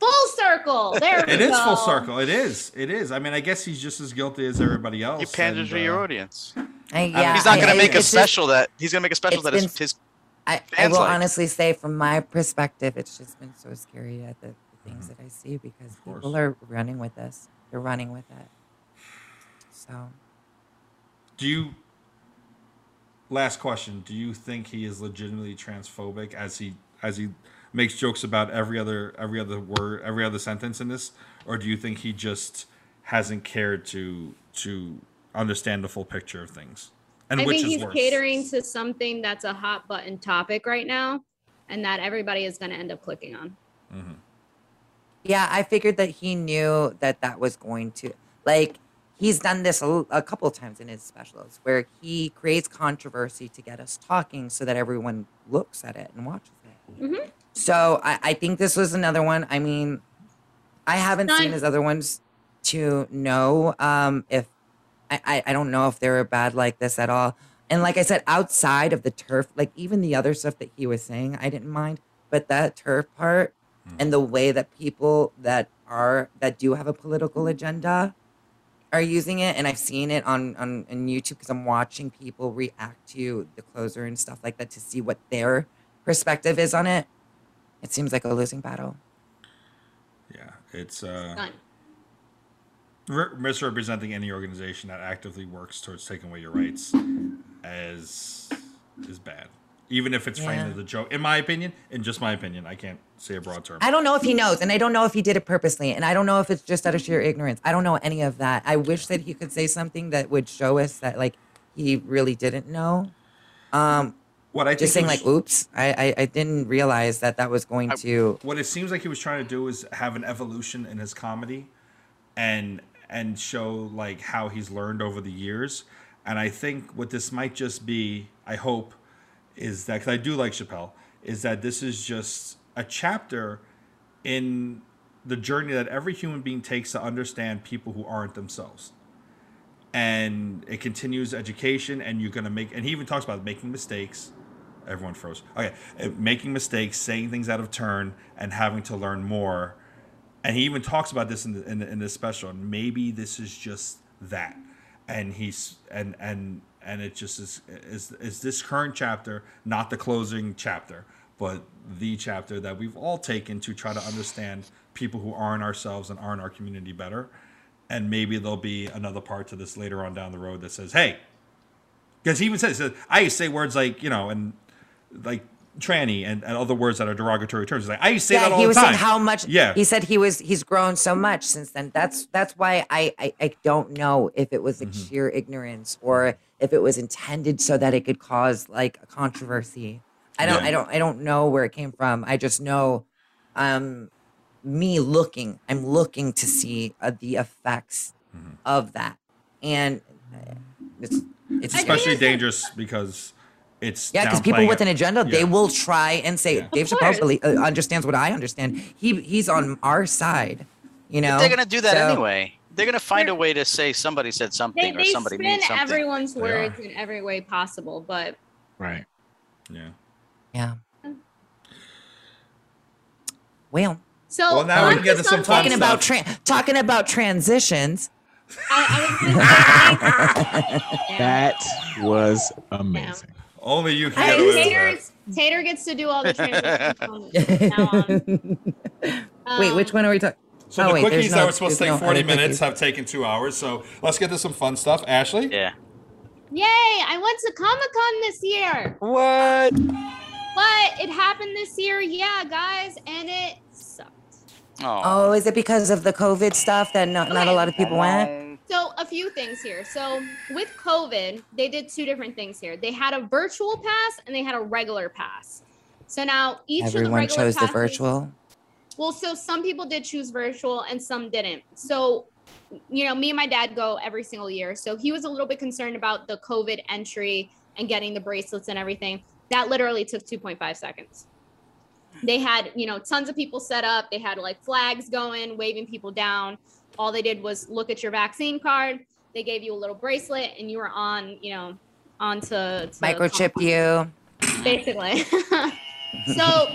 S5: Full circle. There we
S2: it is
S5: go.
S2: full circle it is it is i mean i guess he's just as guilty as everybody else
S6: You pander
S2: and,
S6: to your
S2: uh,
S6: audience.
S3: I-
S6: I mean,
S3: yeah,
S6: he's not
S3: I-
S6: going to
S3: I-
S6: make a
S3: it's just-
S6: special that he's going to make a special
S3: it's
S6: that his,
S3: been-
S6: his
S3: I, I
S6: fans
S3: will
S6: like.
S3: honestly say, from my perspective, it's just been so scary at the, the things that I see because people
S2: course.
S3: are running with this. They're running with it. So
S2: do you last question do you think he is legitimately transphobic as he as he makes jokes about every other every other word every other sentence in this or do you think he just hasn't cared to to understand the full picture of things and
S5: I
S2: which
S5: think
S2: is
S5: he's
S2: worse
S5: catering to something that's a hot button topic right now, and that everybody is going to end up clicking on.
S3: Yeah, I figured that he knew that that was going to like he's done this a, l- a couple of times in his specials where he creates controversy to get us talking so that everyone looks at it and watches it.
S5: Mhm.
S3: So I, I think this was another one. I mean, I haven't seen
S5: Son-
S3: his other ones to know um, if I, I I don't know if they were bad like this at all. And like I said, outside of the turf, like even the other stuff that he was saying, I didn't mind. But that turf part and the way that people that are that do have a political agenda are using it, and I've seen it on on, on YouTube because I'm watching people react to the closer and stuff like that to see what their perspective is on it. It seems like a losing battle.
S2: yeah it's uh
S5: Son.
S2: re- misrepresenting any organization that actively works towards taking away your rights as is bad. Even if it's framed
S3: Yeah.
S2: as a joke, in my opinion, in just my opinion, I can't say a broad term.
S3: I don't know if he knows, and I don't know if he did it purposely, and I don't know if it's just out of sheer ignorance. I don't know any of that. I wish that he could say something that would show us that like he really didn't know. Um,
S2: What I
S3: just
S2: think
S3: saying
S2: he was-
S3: like, oops, I, I I didn't realize that that was going to.
S2: what it seems like he was trying to do is have an evolution in his comedy and and show like how he's learned over the years and i think what this might just be i hope is that because i do like chappelle is that this is just a chapter in the journey that every human being takes to understand people who aren't themselves and it continues education and you're going to make and he even talks about making mistakes everyone froze okay uh, making mistakes saying things out of turn and having to learn more and he even talks about this in, the, in, the, in this special and maybe this is just that and he's and and and it just is is is this current chapter not the closing chapter but the chapter that we've all taken to try to understand people who aren't ourselves and aren't our community better and maybe there'll be another part to this later on down the road that says hey Because he even says, he says, I used to say words like, you know, and like tranny and, and other words that are derogatory terms. He's like, I used to say that all
S3: he
S2: the
S3: was
S2: time.
S3: saying how much.
S2: Yeah.
S3: he said he was he's grown so much since then. That's that's why I I, I don't know if it was like
S2: Mm-hmm.
S3: sheer ignorance or if it was intended so that it could cause like a controversy. I don't
S15: Yeah.
S3: I don't I don't know where it came from. I just know, um, me looking. I'm looking to see uh, the effects
S2: Mm-hmm.
S3: of that, and uh, it's
S2: It's
S3: it's
S2: especially dangerous because it's
S3: yeah, because people
S2: downplaying
S3: with
S2: it.
S3: an agenda,
S2: Yeah.
S3: they will try and say Dave
S2: Of course.
S3: Chappelle belie- uh, understands what I understand. He he's on our side, you know.
S6: But they're gonna do that
S3: So-
S6: anyway. They're gonna find a way to say somebody said
S5: They,
S6: something or
S5: they
S6: somebody
S5: spin
S6: means something.
S5: everyone's
S6: They
S5: words in every way possible, but
S8: Right.
S2: Yeah.
S3: Yeah. Well.
S5: So, Well, now we can get to some fun
S3: talking about
S5: stuff.
S3: tran talking about transitions.
S8: That was amazing.
S2: Only you
S5: I mean, Tater's- Tater gets to do all the transitions.
S3: wait, which one are we talking?
S2: So
S3: oh,
S2: the
S3: wait, there's
S2: quickies that
S3: no-
S2: were supposed to
S3: there's
S2: take
S3: no
S2: 40
S3: other
S2: minutes
S3: quickies.
S2: have taken two hours. So let's get to some fun stuff. Ashley?
S6: Yeah.
S5: Um, Yay! I went to Comic Con this year.
S6: What?
S5: But it happened this year, yeah, guys, and it sucked.
S3: Oh, is it because of the COVID stuff that not, not a lot of people went?
S5: So a few things here. So with COVID, they did two different things here. They had a virtual pass and they had a regular pass. So now each of the
S3: Everyone
S5: regular
S3: chose the
S5: passes,
S3: virtual.
S5: Well, so some people did choose virtual and some didn't. So, you know, me and my dad go every single year. So he was a little bit concerned about the COVID entry and getting the bracelets and everything. That literally took 2.5 seconds. They had, you know, tons of people set up. They had like flags going, waving people down. All they did was look at your vaccine card. They gave you a little bracelet and you were on, you know, onto to
S3: Microchipped you.
S5: basically. so,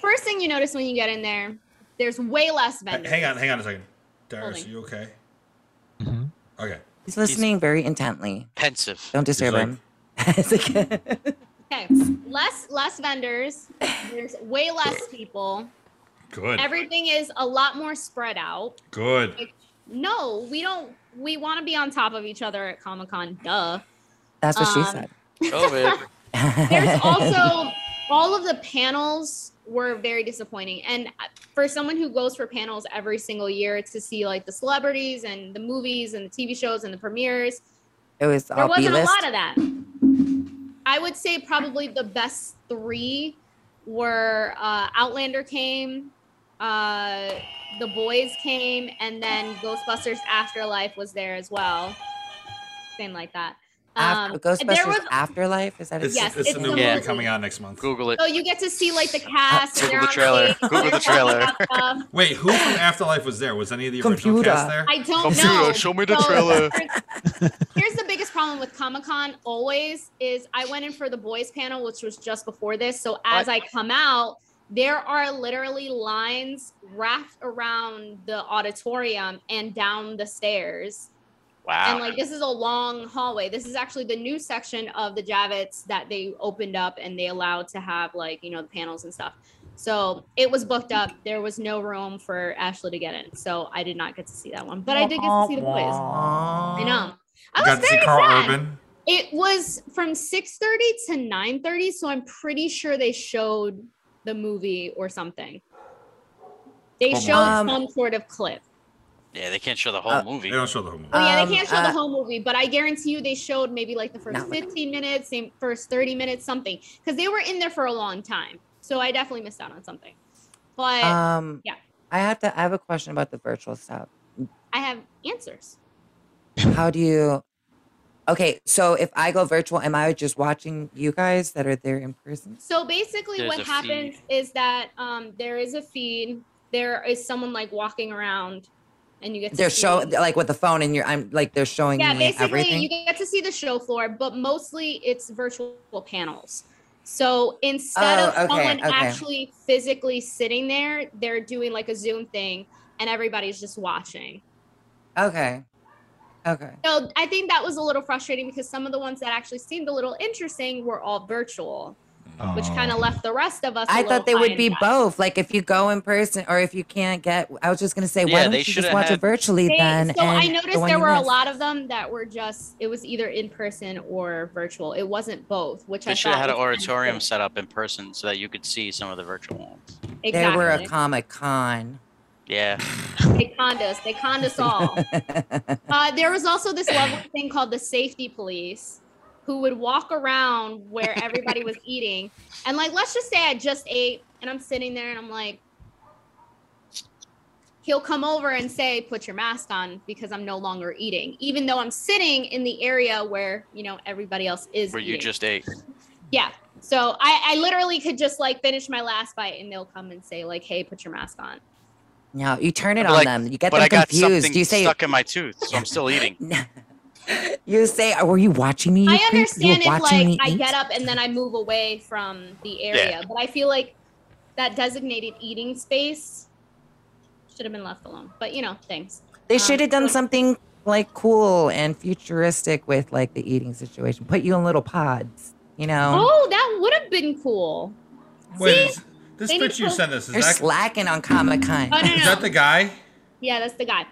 S5: first thing you notice when you get in there, there's way less vendors.
S2: Hang on, hang on a second. Darius,
S5: Holding.
S2: are you okay? Okay.
S3: He's listening very intently.
S6: Pensive.
S3: Don't disturb
S2: like-
S3: him. It's like-
S5: Okay, less less vendors. There's way less people.
S2: Good.
S5: Everything is a lot more spread out.
S2: Good.
S5: Like, no, we don't. We want to be on top of each other at Comic Con. Duh.
S3: That's what she
S5: Um,
S3: said.
S6: COVID.
S5: There's also all of the panels were very disappointing. And uh, for someone who goes for panels every single year to see like the celebrities and the movies and the TV shows and the premieres,
S3: it was
S5: there
S3: all
S5: wasn't
S3: B-list.
S5: a lot of that. I would say probably the best three were uh, Outlander came, uh, The Boys came, and then Ghostbusters Afterlife was there as well. Thing like that.
S3: After,
S5: Um,
S3: Ghostbusters
S5: there was
S3: Afterlife is that?
S5: It's- Yes,
S2: It's a new
S5: the
S2: movie
S5: movie.
S2: coming out next month.
S6: Google
S5: so you get to see like the cast.
S2: Google
S5: and they're
S2: the
S5: on
S2: trailer.
S5: stage,
S2: Google
S5: they're
S2: the
S5: talking
S2: trailer.
S5: about stuff.
S2: Wait, who from Afterlife was there? Was any of the original
S5: Computer.
S2: cast there?
S5: I don't Computer, know. show me the So- trailer. Here's the biggest problem with Comic Con always is I went in for the boys panel, which was just before this. So as I come out, there are literally lines wrapped around the auditorium and down the stairs.
S6: Wow.
S5: And like this is a long hallway. This is actually the new section of the Javits that they opened up and they allowed to have like, you know, the panels and stuff. So it was booked up. There was no room for Ashley to get in. So I did not get to see that one. But I did get to see the boys. I know. I was
S2: Got to see
S5: very
S2: Carl
S5: sad.
S2: Urban.
S5: It was from 6:30 to 9:30, so I'm pretty sure they showed the movie or something. They
S6: Hold
S5: showed
S6: on.
S5: some sort of clip.
S6: Yeah, they can't show the whole
S3: Uh,
S6: movie. They
S2: don't show the whole movie.
S5: Oh yeah, they can't show the whole movie, but I guarantee you they showed maybe like the first 15 minutes, same first 30 minutes, something, because they were in there for a long time. So I definitely missed out on something. But
S3: Um,
S5: yeah,
S3: I have to. I have a question about the virtual stuff.
S5: I have answers.
S3: How do you? Okay, so if I go virtual, am I just watching you guys that are there in person?
S5: So basically,
S3: There's
S5: what
S3: a
S5: happens is that um, there is a feed. There is someone like walking around, and you get to
S3: They're
S5: see-
S3: showing like with the phone, and you're. I'm like they're showing
S5: Yeah,
S3: me
S5: basically,
S3: everything.
S5: you get to see the show floor, but mostly it's virtual panels. So instead
S3: Oh,
S5: of
S3: okay,
S5: someone
S3: okay.
S5: actually physically sitting there, they're doing like a Zoom thing, and everybody's just watching.
S3: okay. Okay.
S5: So I think that was a little frustrating because some of the ones that actually seemed a little interesting were all virtual. which
S6: Oh.
S5: kind of left the rest of us. a
S3: I
S5: little
S3: thought they
S5: high
S3: would
S5: and
S3: be
S5: dry.
S3: both. Like if you go in person or if you can't get, I was just gonna say,
S6: Yeah,
S3: why don't
S6: they
S3: you
S6: shoulda
S3: just watch
S6: had-
S3: it virtually
S5: They-
S3: then?
S5: so I
S3: and the
S5: noticed
S3: one
S5: there
S3: you
S5: were a
S3: missed?
S5: lot of them that were just it was either in person or virtual. It wasn't both, which
S6: They
S5: I
S6: should have
S5: thought
S6: had an
S5: was
S6: auditorium set up in person so that you could see some of the virtual ones.
S3: They were a
S5: Exactly.
S3: comic con.
S6: Yeah.
S5: They conned us. They conned us all. uh, there was also this lovely thing called the safety police, who would walk around where everybody was eating, and like let's just say I just ate, and I'm sitting there, and I'm like, he'll come over and say, "Put your mask on," because I'm no longer eating, even though I'm sitting in the area where you know everybody else is.
S6: Where you
S5: eating.
S6: just ate.
S5: Yeah. So I, I literally could just like finish my last bite and they'll come and say like, "Hey, put your mask on."
S3: No, you turn it
S6: I'd be
S3: on
S6: like,
S3: them. You get
S6: but
S3: them
S6: I got
S3: confused.
S6: something
S3: You say,
S6: stuck in my tooth, so I'm still eating.
S3: you say, "Were you watching me? You
S5: I
S3: creep? You
S5: understand
S3: were
S5: if
S3: watching
S5: like
S3: me
S5: I
S3: eat?"
S5: get up and then I move away from the area,
S3: Yeah.
S5: but I feel like that designated eating space should have been left alone. But you know, things.
S3: They
S5: Um,
S3: should have done
S5: so-
S3: something like cool and futuristic with like the eating situation. Put you in little pods, you know.
S5: Oh, that would have been cool.
S2: Wait,
S5: See?
S2: this
S5: They need
S2: picture you
S5: to-
S2: sent us is
S3: They're
S2: that
S3: slacking on Comic Con.
S5: Oh, no,
S2: is that the guy?
S5: Yeah, that's the guy.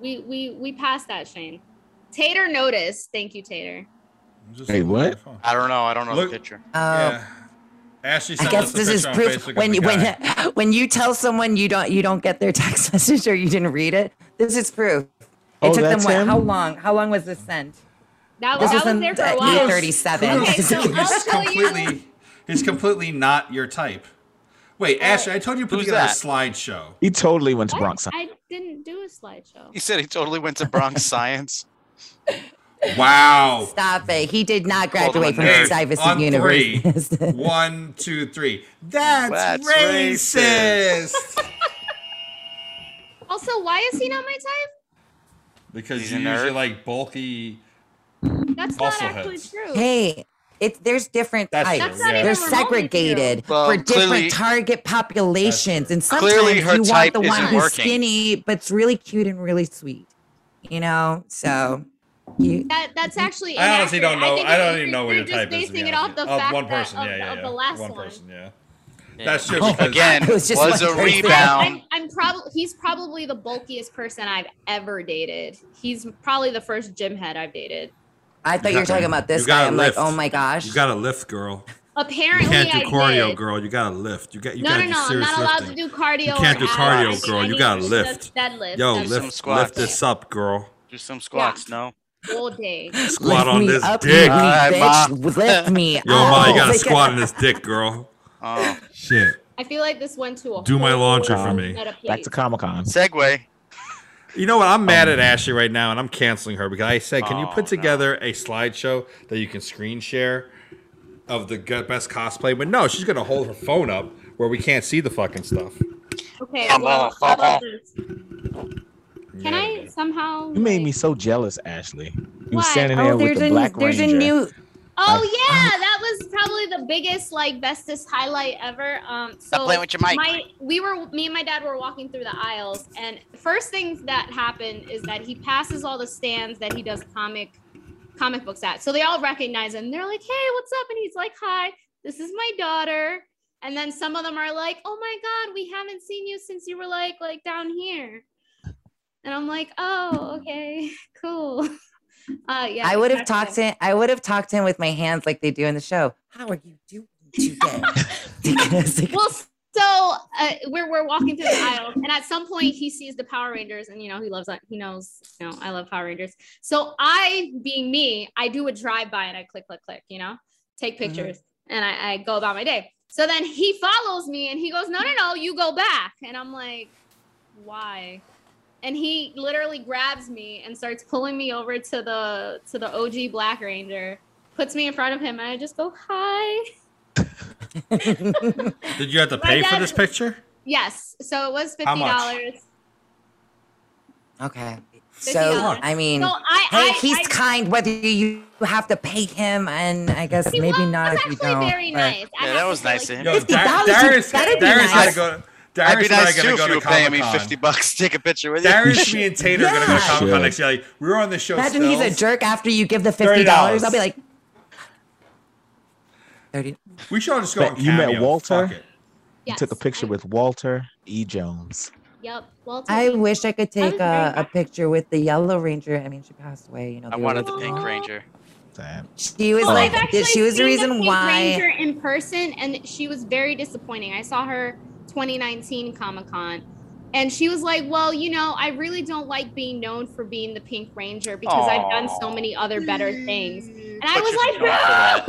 S5: We we we passed that, Shane. Tater noticed. Thank you, Tater.
S8: Hey, what?
S6: I don't know. I don't know
S2: Look-
S6: the picture.
S2: yeah. Ashley
S3: Oh. I
S2: sent
S3: guess
S2: us
S3: this
S2: a
S3: is
S2: picture
S3: proof
S2: on Facebook
S3: when
S2: of
S3: you
S2: the guy.
S3: when when you tell someone you don't you don't get their text message or you didn't read it. This is proof. It
S8: Oh,
S3: took them
S8: that's
S3: what,
S8: him?
S3: how long? How long was this sent?
S5: That
S3: This
S5: was,
S3: was
S5: that was there for
S3: in,
S5: a
S3: uh,
S5: while.
S3: 8:37.
S5: Okay, so I'll
S2: he's
S5: tell you.
S2: completely he's completely not your type. Wait, Ashley, I told you to put
S6: Who's
S2: together
S6: that?
S2: a slideshow.
S8: He totally went to
S5: What?
S8: Bronx.
S5: I didn't do a slideshow.
S6: He said he totally went to Bronx Science.
S2: Wow.
S3: Stop it. He did not
S6: Called him a
S3: graduate from
S6: nerd.
S3: Stuyvesant
S2: On
S3: University.
S2: three. One, two, three. That's,
S6: That's
S2: racist.
S5: Also, why is he not my type?
S2: Because
S6: He's
S2: you
S6: a nerd.
S2: usually like bulky
S5: That's
S2: Also
S5: not actually
S2: heads.
S5: true.
S3: Hey, it's there's different
S2: That's
S3: types.
S2: true, That's not yeah. even
S3: They're
S5: remotely true.
S3: segregated
S6: Well,
S3: for different
S6: clearly-
S3: target populations, and sometimes
S6: Clearly her
S3: you want the
S6: type
S3: one
S6: isn't
S3: who's
S6: working.
S3: skinny but's really cute and really sweet. You know, so you
S5: That that's actually.
S2: I honestly don't
S5: inaccurate.
S2: know.
S5: think
S2: I
S5: it-
S2: don't
S5: you're-
S2: even know what
S5: you're
S2: your type
S5: just
S2: is. to be
S5: basing it
S2: honest
S5: off
S2: with
S5: the
S2: you. Of
S5: fact
S2: one
S5: that-
S2: person,
S5: of
S2: yeah,
S5: the-
S2: yeah,
S5: of
S2: yeah.
S5: the last
S2: one
S5: one.
S2: person, yeah.
S6: Yeah.
S2: That's true.
S3: Oh,
S2: because-
S6: Again,
S3: It was
S6: was,
S3: just
S6: a
S3: one person.
S5: I,
S6: rebound.
S5: I'm, I'm probably he's probably the bulkiest person I've ever dated. He's probably the first gym head I've dated.
S3: I thought you were talking about this
S16: You
S3: guy.
S16: gotta
S3: I'm
S16: lift.
S3: like, oh my gosh.
S16: You gotta lift, girl. You
S5: Apparently,
S16: can't do
S5: I
S16: cardio,
S5: did.
S16: girl. You gotta lift. You got you
S5: No,
S16: gotta
S5: no,
S16: do
S5: no! I'm
S16: serious
S5: not allowed
S16: lifting.
S5: to do cardio.
S16: You can't
S5: or
S16: do cardio,
S5: abs.
S16: girl.
S5: I
S16: You
S5: need
S16: gotta
S5: to
S16: lift.
S5: just deadlift.
S16: Yo,
S5: That's
S6: some
S16: lift,
S6: squats.
S16: lift this up, girl.
S6: Do some squats. No.
S5: all day.
S16: Squat
S3: Lift
S16: on
S3: me
S16: this
S3: up, you
S16: dick.
S3: weak
S6: Alright,
S3: bitch.
S6: Ma.
S3: Lift me
S16: Yo,
S5: Oh.
S3: up.
S16: ma, you gotta
S3: Like,
S16: squat on this dick, girl.
S6: Oh,
S16: Shit.
S5: I feel like this went to a
S16: Do my
S5: whole
S16: laundry
S5: other
S16: for me.
S5: meta
S8: Back
S5: place.
S8: to Comic Con.
S6: segue.
S2: You know what? I'm mad at Ashley right now, and I'm canceling her because I said, "Can you
S6: Oh,
S2: put
S6: no.
S2: together a slideshow that you can screen share of the g- best cosplay?" But no, she's gonna hold her phone up where we can't see the fucking stuff.
S5: Okay,
S6: Come
S5: well,
S6: on,
S5: how
S6: come on.
S5: about this? Can I somehow?
S8: You made me so jealous, Ashley. You
S5: Why?
S8: were standing
S3: oh,
S8: there with
S3: there's
S8: the
S3: a
S8: Black
S3: there's a
S8: Ranger.
S3: new
S5: Oh yeah, that was probably the biggest, like, bestest highlight ever. Um, so
S6: Stop playing with your mic.
S5: My, we were, me and my dad were walking through the aisles, and the first things that happen is that he passes all the stands that he does comic, comic books at. So they all recognize him. They're like, "Hey, what's up?" And he's like, "Hi, this is my daughter." And then some of them are like, "Oh my God, we haven't seen you since you were like, like down here." And I'm like, "Oh, okay, cool." Uh, yeah.
S3: I would have
S5: exactly.
S3: talked to him, I would have talked to him with my hands like they do in the show. How are you doing today? Because, like,
S5: well so uh, we're, we're walking through the aisle and at some point he sees the power rangers and you know he loves that he knows you know i love power rangers so i being me i do a drive by and i click click click you know
S2: Mm-hmm.
S5: take pictures and I, I go about my day so then he follows me and he goes no no no you go back and i'm like why and he literally grabs me and starts pulling me over to the to the og black ranger puts me in front of him and i just go hi
S2: Did you have to
S5: My
S2: pay for
S5: dad-
S2: this picture?
S5: Yes. So it was
S2: How
S5: fifty
S2: much?
S5: dollars.
S3: okay. So
S5: $50.
S3: I mean,
S5: No, I,
S3: hey,
S5: I,
S3: he's
S5: I,
S3: kind whether you have to pay him, and I guess
S5: he
S3: maybe
S5: was
S3: not if you
S5: actually
S3: don't.
S5: very
S3: but-
S5: nice. I
S6: Yeah,
S5: have
S6: that
S5: to
S6: was
S5: say,
S6: nice
S5: like,
S6: of him.
S2: Yo, Dar-
S3: $50, you
S2: Darius,
S3: better be
S2: Darius
S3: nice.
S2: gotta go.
S6: I'd
S2: Darius
S6: be
S2: and I
S6: nice
S2: gotta
S6: too
S2: go
S6: if you
S2: to
S6: were paying me
S2: Comic-Con.
S6: fifty bucks to take a picture with you.
S2: Darius, me, and Tater are gonna go to
S3: Yeah.
S2: Comic Con next year. Like, we were on the show.
S3: Imagine he's a
S2: still.
S3: jerk after you give the fifty
S2: $30.
S3: dollars. I'll be like, 30.
S2: We should all just go on
S8: You met
S2: Cameo.
S8: Walter.
S2: Fuck it.
S3: Oh,
S8: You took a picture with Walter E. Jones.
S5: Yep. Well,
S3: I wish I could take
S5: was
S3: a,
S5: very-
S3: a picture with the Yellow Ranger. I mean, she passed away. You know,
S6: I
S3: the
S6: wanted the
S3: original.
S6: Pink Ranger.
S3: She was
S5: Oh, I've
S3: like,
S5: actually
S3: did- she was
S5: seen
S3: the reason
S5: Pink Ranger
S3: why.
S5: in person, and she was very disappointing. I saw her 2019 Comic Con, and she was like, "Well, you know, I really don't like being known for being the Pink Ranger because I've done so many other better things." And I was like,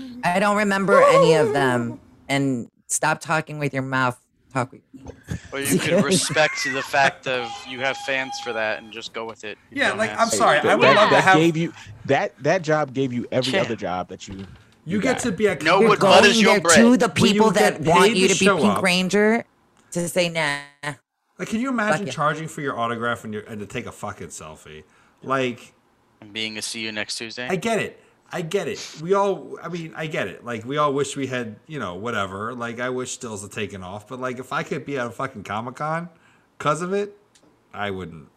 S5: "No."
S3: I don't remember any of them. And stop talking with your mouth. Talk with
S6: Or you could respect the fact of you have fans for that and just go with it. you
S2: Yeah, like,
S6: dumbass.
S2: I'm sorry, I would
S8: that,
S2: love to
S8: that
S2: have-
S8: gave you that that job gave you every
S2: Yeah.
S8: other job that you
S2: You get
S8: got.
S2: to be a
S6: No
S3: You're
S6: one
S3: going
S6: butters your
S3: there
S6: bread.
S3: to the
S2: Will you
S3: people that
S2: get
S3: want
S2: paid
S3: you
S2: to
S3: to be
S2: show
S3: Pink
S2: up?
S3: Ranger to say nah.
S2: Like, can you imagine
S3: Fuck yeah.
S2: charging for your autograph and, your, and to take a fucking selfie? Like,
S6: And being a see you next Tuesday.
S2: I get it. I get it. We all, I mean, I get it. Like, we all wish we had, you know, whatever. Like, I wish stills had taken off. But, like, if I could be at a fucking Comic Con because of it, I wouldn't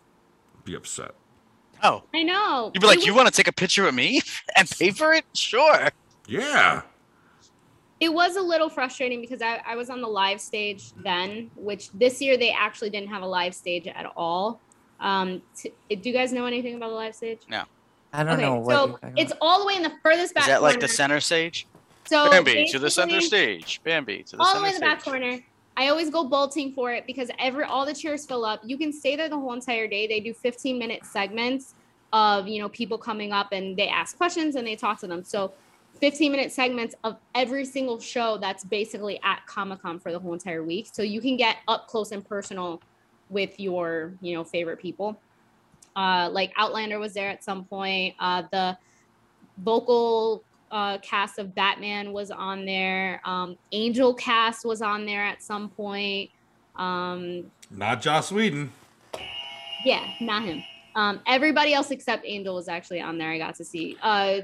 S2: be upset.
S6: Oh.
S5: I know.
S6: You'd be like, you want to take a picture with me and pay for it? Sure.
S2: Yeah.
S5: It was a little frustrating because I, I was on the live stage then, which this year they actually didn't have a live stage at all. Um, t- do you guys know anything about the live stage?
S6: No.
S3: I don't
S5: okay,
S3: know what.
S5: so it's all the way in the furthest back.
S6: Is that like the
S5: corner.
S6: center stage?
S5: So
S6: Bambi to the center
S5: Oh, basically-
S6: stage. Bambi to the
S5: all the
S6: center
S5: way in the
S6: stage.
S5: back corner. I always go bolting for it because every all the chairs fill up. You can stay there the whole entire day. They do 15 minute segments of you know people coming up and they ask questions and they talk to them. So 15 minute segments of every single show that's basically at Comic Con for the whole entire week. So you can get up close and personal with your you know favorite people. Uh, like Outlander was there at some point. Uh, the vocal uh, cast of Batman was on there. Um, Angel cast was on there at some point. Um,
S2: Not Joss Whedon.
S5: yeah, not him. Um, everybody else except Angel was actually on there. I got to see. Uh,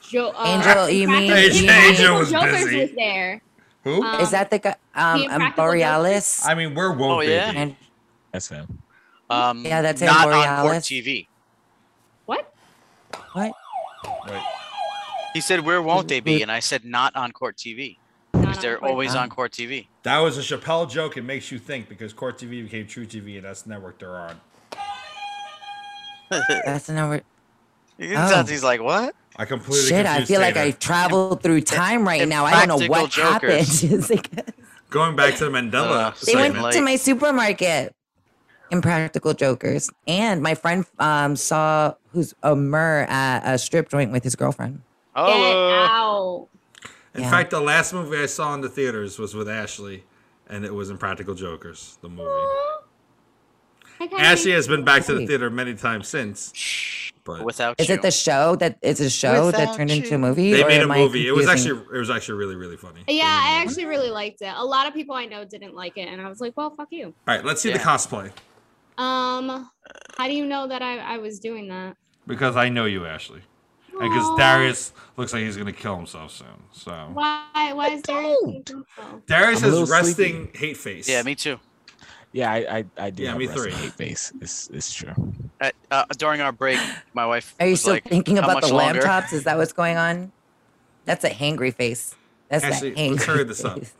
S5: jo- uh,
S3: Angel, you mean-
S5: Impractical-
S2: Angel was
S5: Jokers
S2: busy.
S5: was there.
S2: Who?
S6: Uh,
S5: Um,
S3: Is that the guy? Um, um,
S5: Impractical
S3: Borealis.
S2: I mean, where won't
S6: Oh,
S2: they
S6: yeah?
S2: be?
S3: And
S8: That's him.
S6: Um,
S3: Yeah, that's in
S6: not on Court
S3: Borealis.
S6: TV.
S5: What?
S3: What?
S6: He said, "Where won't they
S3: Mm-hmm.
S6: be?" And I said, "Not on Court TV, because they're always
S3: TV.
S6: on Court TV."
S2: That was a Chappelle joke. It makes you think because Court TV became True TV, and that's the network they're on.
S3: That's the number.
S6: He's
S3: Oh.
S6: like, "What?"
S2: I completely
S3: Shit, I
S2: confused
S3: feel like
S2: Taylor.
S3: I traveled through time right now. I don't know
S6: Impractical
S3: what
S6: Jokers.
S3: happened. It's like-
S2: Going back to the Mandela.
S6: Uh,
S3: they went
S2: segment.
S3: to my supermarket. Impractical Jokers, and my friend um, saw who's a mer at a strip joint with his girlfriend.
S5: Get out.
S2: In
S3: Yeah.
S2: fact, the last movie I saw in the theaters was with Ashley, and it was Impractical Jokers, the movie.
S5: Hi, Kylie.
S2: Ashley has been back to the
S3: Hey.
S2: theater many times since. But
S6: Without
S3: Is
S6: you.
S3: it the show that is a show
S6: Without
S3: that turned into
S6: you.
S3: a movie?
S2: they
S3: or
S2: made a
S3: am I
S2: movie. It was
S3: confusing?
S2: actually it was actually really really funny.
S5: Yeah, I actually really liked it. A lot of people I know didn't like it, and I was like, "Well, fuck you."
S2: All right, let's see the
S6: Yeah.
S2: cosplay
S5: Um, how do you know that I, I was doing that?
S2: because I know you, Ashley, and because
S5: Aw.
S2: Darius looks like he's gonna kill himself soon. So
S5: Why? Why is there?
S2: Darius
S8: I'm a
S2: is
S8: little
S2: resting hate face.
S6: Yeah, me too.
S8: Yeah, I I, I do.
S2: Yeah,
S8: have
S2: me
S8: wrestling
S2: three.
S8: Hate face. It's it's true.
S6: At, uh, during our break, my wife.
S3: Are you
S6: was
S3: still
S6: like,
S3: thinking
S6: "How
S3: about the
S6: much longer?"
S3: laptops? Is that what's going on? That's a hangry face. That's
S2: Ashley,
S3: that hangry.
S2: let's hurry this up.
S3: face.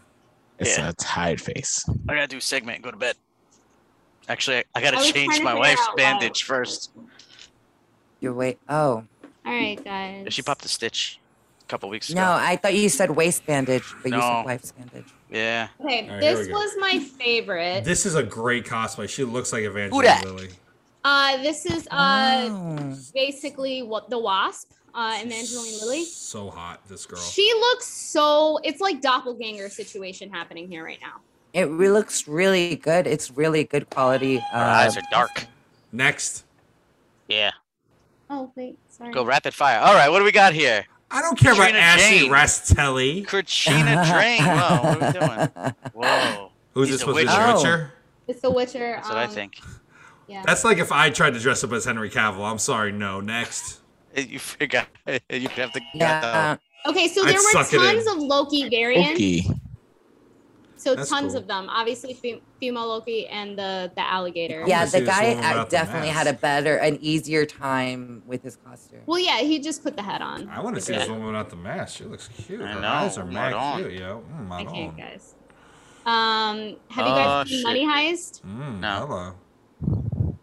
S8: It's
S6: Yeah.
S8: a tired face.
S6: I gotta do a segment and go to bed. Actually, I, I gotta
S5: I was
S6: change
S5: trying to
S6: my
S5: figure
S6: wife's
S5: out why.
S6: bandage first.
S3: You're wait. Oh
S5: All right, guys.
S6: Yeah, She popped a stitch a couple weeks ago.
S3: no, I thought you said waist bandage, but you
S6: No.
S3: said wife's bandage.
S6: Yeah.
S5: Okay,
S2: All right, here
S5: this
S2: we go.
S5: was my favorite.
S2: This is a great cosplay. She looks like
S6: Who
S2: Evangeline
S6: dat?
S2: Lilly.
S5: uh, this is uh
S3: Oh.
S5: basically what the Wasp, uh, Evangeline Lilly.
S2: So hot, this girl.
S5: She looks so. It's like doppelganger situation happening here right now.
S3: It re- looks really good. It's really good quality. Uh,
S6: Her eyes are dark.
S2: Next,
S6: Yeah.
S5: Oh wait, sorry.
S6: Go rapid fire. All right, what do we got here?
S2: I don't care about
S6: Katrina
S2: Ashley
S6: Jane.
S2: Rastelli.
S6: Katrina Drain. Whoa, what are we doing? Whoa.
S2: Who's
S6: He's
S2: this
S6: a
S2: supposed to be? The
S6: witcher.
S3: Oh.
S2: Witcher?
S5: It's The Witcher.
S6: That's what I
S5: um,
S6: think.
S5: Yeah.
S2: That's like if I tried to dress up as Henry Cavill. I'm sorry, no. Next.
S6: Uh, You forgot. You have to.
S3: yeah.
S5: okay, so
S2: I'd
S5: there were
S2: suck it
S5: tons
S2: in.
S5: of Loki variants.
S8: Okay.
S5: So
S2: That's
S5: tons
S2: cool.
S5: of them. Obviously, Fem- female Loki and the the alligator.
S3: yeah,
S2: see
S3: the
S2: this
S3: guy
S2: one without
S3: uh,
S2: the
S3: definitely
S2: mask.
S3: had a better, an easier time with his costume.
S5: Well, yeah, he just put the hat on.
S2: I want to see this
S5: Yeah.
S2: woman without the mask. She looks cute.
S6: I
S2: Her
S6: know,
S2: eyes are
S6: right
S2: mad
S6: on.
S2: cute, yo. Mm,
S5: I
S2: right
S5: can't,
S2: on.
S5: guys. Um, have you
S6: Ah,
S5: guys seen
S6: shit.
S5: Money Heist?
S2: Mm, hello.